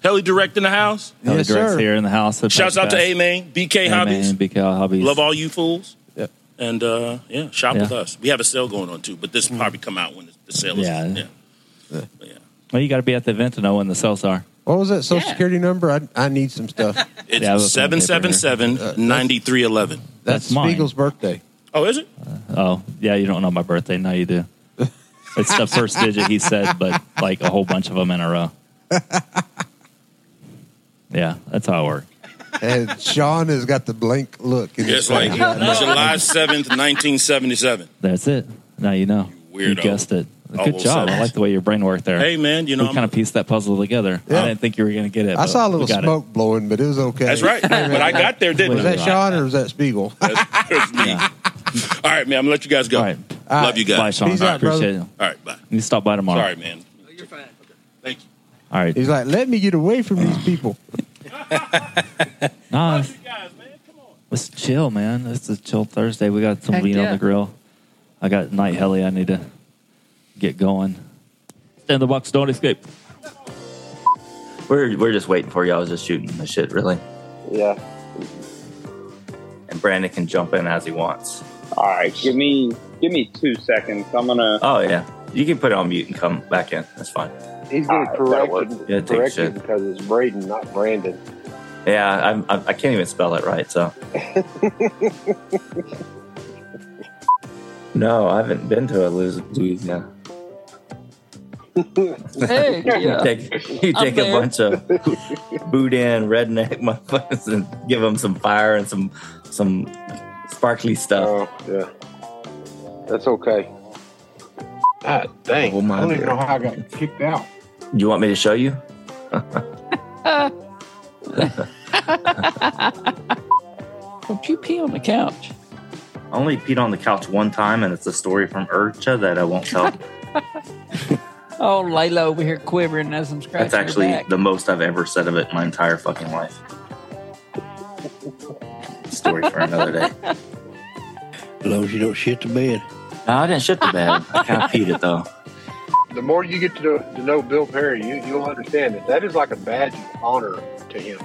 Speaker 13: Heli direct in the house.
Speaker 8: Yes, directs here in the house. at
Speaker 13: Shouts out to
Speaker 8: Patch
Speaker 13: A Main, BK
Speaker 8: Pass.
Speaker 13: Hobbies.
Speaker 8: A-Man, BK Hobbies.
Speaker 13: Love all you fools.
Speaker 9: Yep.
Speaker 13: And uh, yeah, shop
Speaker 8: Yeah.
Speaker 13: with us. We have a sale going on too, but this will probably come out when the sale is.
Speaker 8: Yeah.
Speaker 13: Yeah.
Speaker 8: Well, you got to be at the event to know when the sales are.
Speaker 9: what was that social security number? I I need some stuff.
Speaker 13: It's
Speaker 8: Yeah, I was on paper
Speaker 13: 777 9311.
Speaker 9: Uh, That's,
Speaker 8: mine.
Speaker 9: Spiegel's birthday.
Speaker 13: Oh, is it?
Speaker 8: Oh, yeah, you don't know my birthday. Now you do. It's the first digit he said, but like a whole bunch of them in a row. Yeah, that's how it works.
Speaker 9: And Sean has got the blank look. in his
Speaker 13: It's like
Speaker 9: face.
Speaker 13: July 7th, 1977.
Speaker 8: That's it. Now you know.
Speaker 13: You
Speaker 8: You guessed it.
Speaker 13: All
Speaker 8: Good
Speaker 13: those
Speaker 8: job. I
Speaker 13: sevens.
Speaker 8: like the way your brain worked there.
Speaker 13: Hey, man, you know,
Speaker 8: we
Speaker 13: I'm-
Speaker 8: kind of pieced that puzzle together.
Speaker 9: Yeah.
Speaker 8: I didn't think you were going to get it.
Speaker 9: I
Speaker 8: but
Speaker 9: saw a
Speaker 8: we
Speaker 9: little
Speaker 8: got it.
Speaker 9: smoke blowing, but it was okay.
Speaker 13: That's right. But I got there, didn't
Speaker 9: was
Speaker 13: I?
Speaker 9: that Sean or was that Spiegel?
Speaker 13: All right, man, I'm going to let you guys go. Love you guys.
Speaker 8: Bye, Sean.
Speaker 9: Peace out,
Speaker 8: appreciate
Speaker 9: brother.
Speaker 8: it.
Speaker 13: All right, bye.
Speaker 8: You can stop by tomorrow.
Speaker 13: Sorry, man. you're fine. Thank you.
Speaker 8: All right.
Speaker 9: He's like, let me get away from these people.
Speaker 8: Nah, let's- Let's chill, man. It's a chill Thursday. We got some
Speaker 2: Heck
Speaker 8: meat on
Speaker 2: yeah.
Speaker 8: the grill. I got night heli. I need to get going. Stay in the box. Don't escape.
Speaker 1: We're we're just waiting for you. I was just shooting the shit, really.
Speaker 7: Yeah.
Speaker 1: And Brandon can jump in as he wants.
Speaker 7: All right, give me give me two seconds. I'm gonna.
Speaker 1: Oh yeah, you can put it on mute and come back in. That's fine.
Speaker 4: He's going to
Speaker 1: Ah,
Speaker 4: correct
Speaker 1: that works.
Speaker 4: him,
Speaker 1: Yeah, take
Speaker 4: correct
Speaker 1: shit.
Speaker 4: him because it's Braden, not Brandon.
Speaker 1: Yeah, I'm, I'm, I can't even spell it right. So no, I haven't been to a Louis- Louisiana.
Speaker 2: Heck yeah.
Speaker 1: you take, you
Speaker 2: I'm
Speaker 1: take a
Speaker 2: there.
Speaker 1: bunch of boudin redneck motherfuckers and give them some fire and some some sparkly stuff.
Speaker 4: Yeah. Oh, That's okay. God dang.
Speaker 1: Oh, my
Speaker 4: I don't even
Speaker 1: God.
Speaker 4: know how I got kicked out.
Speaker 1: You want me to show you?
Speaker 2: Uh. Don't you pee on the couch?
Speaker 1: I only peed on the couch one time, and it's a story from Urcha that I won't tell.
Speaker 2: Oh, Layla over here quivering as I'm scratching
Speaker 1: That's
Speaker 2: her
Speaker 1: actually
Speaker 2: back.
Speaker 1: the most I've ever said of it in my entire fucking life. Story for another day.
Speaker 3: As long as you don't shit the bed.
Speaker 1: No, I didn't shit the bed. I kind of peed it though.
Speaker 4: The more you get to, know- to know Bill Perry, you, you'll understand that that is like a badge of honor to him.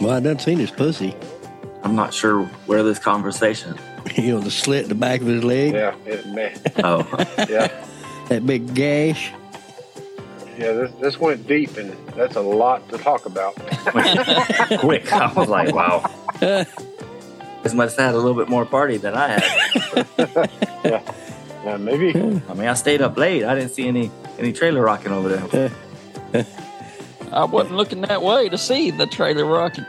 Speaker 3: Well, I done seen his pussy.
Speaker 1: I'm not sure where this conversation.
Speaker 3: You know, the slit in the back of his leg,
Speaker 4: Yeah, it, man.
Speaker 1: Oh,
Speaker 4: Yeah,
Speaker 3: that big gash.
Speaker 4: yeah. This this went deep, and that's a lot to talk about.
Speaker 1: quick! I was like, wow. This must have had a little bit more party than I had.
Speaker 4: Yeah, maybe.
Speaker 1: I mean, I stayed up late. I didn't see any any trailer rocking over there.
Speaker 2: I wasn't looking that way to see the trailer rocking.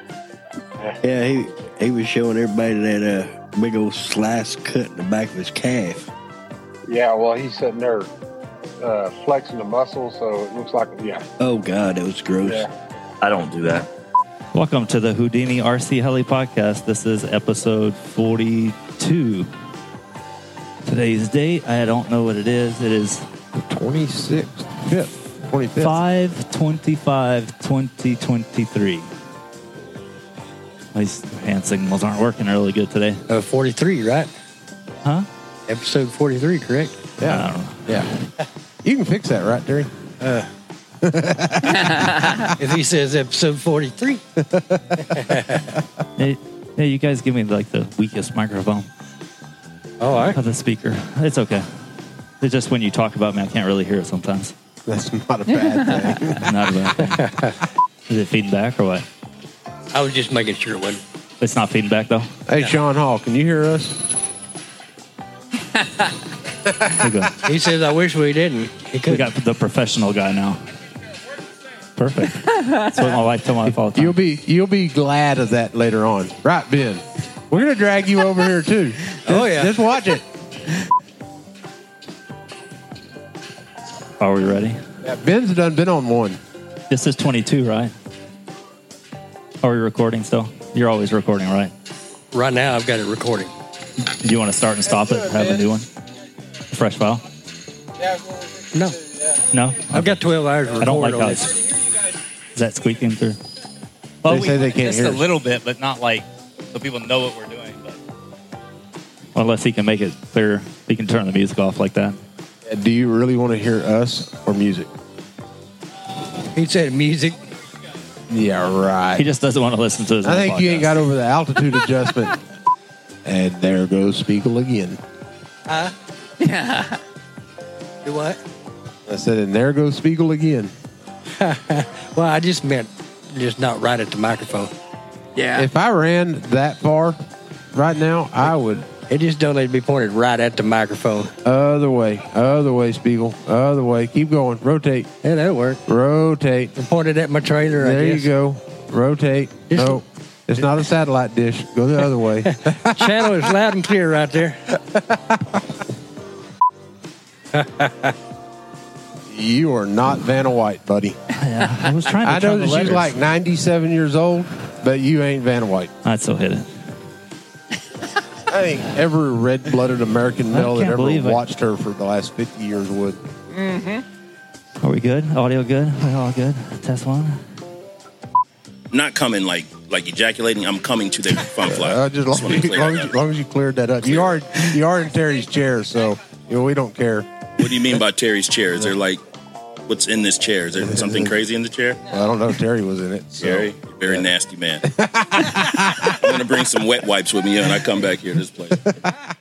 Speaker 3: Yeah, he he was showing everybody that uh, big old slice cut in the back of his calf.
Speaker 4: Yeah, well, he's sitting there uh, flexing the muscles, so it looks like yeah,
Speaker 3: Oh God, that was gross.
Speaker 4: yeah.
Speaker 1: I don't do that.
Speaker 8: Welcome to the Houdini RC Heli Podcast. This is episode 42. Today's date, I don't know what it is. It is
Speaker 9: 26th, 5th, 25th.
Speaker 8: 5 25 2023. My hand signals aren't working really good today.
Speaker 10: Uh, 43, right?
Speaker 8: Huh?
Speaker 10: Episode 43, correct?
Speaker 8: I don't
Speaker 9: Yeah.
Speaker 8: know.
Speaker 9: Yeah. You can fix that, right, Derry?
Speaker 10: Uh, if he says episode 43,
Speaker 8: Hey, hey, you guys give me like the weakest microphone
Speaker 10: all right.
Speaker 8: of the speaker. It's okay. It's just when you talk about me, I can't really hear it sometimes.
Speaker 9: That's not a bad thing.
Speaker 8: Not a bad thing. Is it feedback or what?
Speaker 10: I was just making sure it wasn't.
Speaker 8: It's not feedback though.
Speaker 9: hey, Sean Hall, can you hear us?
Speaker 8: We're good.
Speaker 10: He says, I wish we didn't. He
Speaker 8: We
Speaker 10: could.
Speaker 8: got the professional guy now. Perfect. That's what my wife told my all the time.
Speaker 9: You'll be you'll be glad of that later on, right, Ben? We're gonna drag you over here too.
Speaker 10: Oh,
Speaker 9: Just-
Speaker 10: yeah.
Speaker 9: just watch it.
Speaker 8: Are we ready?
Speaker 9: Yeah, Ben's done been on one.
Speaker 8: This is 22, right? Are we recording still? You're always recording, right?
Speaker 10: Right now, I've got it recording.
Speaker 8: Do you want to start and stop it? Have a new one? Fresh file?
Speaker 10: No,
Speaker 8: No?
Speaker 10: I've got 12 hours.
Speaker 8: I don't like
Speaker 10: recorded on
Speaker 8: how
Speaker 10: it.
Speaker 8: it's. Is that squeaking through?
Speaker 10: They say they can't
Speaker 14: just
Speaker 10: hear
Speaker 14: a
Speaker 10: us.
Speaker 14: little bit, but not like so people know what we're doing. But
Speaker 8: Well, unless he can make it clear, he can turn the music off like that.
Speaker 9: Do you really want to hear us or music?
Speaker 10: He said music.
Speaker 9: Yeah, right.
Speaker 8: He just doesn't want to listen to his.
Speaker 9: I
Speaker 8: own
Speaker 9: think you ain't
Speaker 8: podcast.
Speaker 9: got over the altitude adjustment. And there goes Spiegel again.
Speaker 10: Huh? Yeah. Do what?
Speaker 9: I said, and there goes Spiegel again.
Speaker 10: well, I just meant just not right at the microphone.
Speaker 9: Yeah. If I ran that far right now, I would.
Speaker 10: It just don't need to be pointed right at the microphone.
Speaker 9: Other way, other way, Spiegel, other way. Keep going. Rotate.
Speaker 10: Yeah, that'll work.
Speaker 9: Rotate.
Speaker 10: Pointed at my trailer. I
Speaker 9: There you
Speaker 10: guess.
Speaker 9: go. Rotate. no, it's not a satellite dish. Go the other way.
Speaker 10: Channel is loud and clear right there.
Speaker 9: you are not Vanna White, buddy.
Speaker 8: Yeah, I was trying to.
Speaker 9: I know
Speaker 8: turn the
Speaker 9: that she's
Speaker 8: letters.
Speaker 9: like 97 years old, but you ain't Vanna White.
Speaker 8: I'd still hit it.
Speaker 9: I think every red blooded American
Speaker 8: I
Speaker 9: male that
Speaker 8: can't
Speaker 9: ever
Speaker 8: believe it.
Speaker 9: watched her for the last 50 years would.
Speaker 8: Are we good? Audio good? We all good? Test one.
Speaker 13: Not coming like like ejaculating. I'm coming to the fun fly.
Speaker 9: Uh, just
Speaker 13: Just
Speaker 9: long,
Speaker 13: wanna
Speaker 9: as,
Speaker 13: clear
Speaker 9: long,
Speaker 13: that
Speaker 9: as,
Speaker 13: up.
Speaker 9: long as you cleared that up. You are you are in Terry's chair, so you know, we don't care.
Speaker 13: What do you mean by Terry's chair? Is there like what's in this chair? Is there something crazy in the chair?
Speaker 9: Well, I don't know if Terry was in it. So.
Speaker 13: Terry, you're a very nasty man. I'm gonna bring some wet wipes with me when I come back here to this place.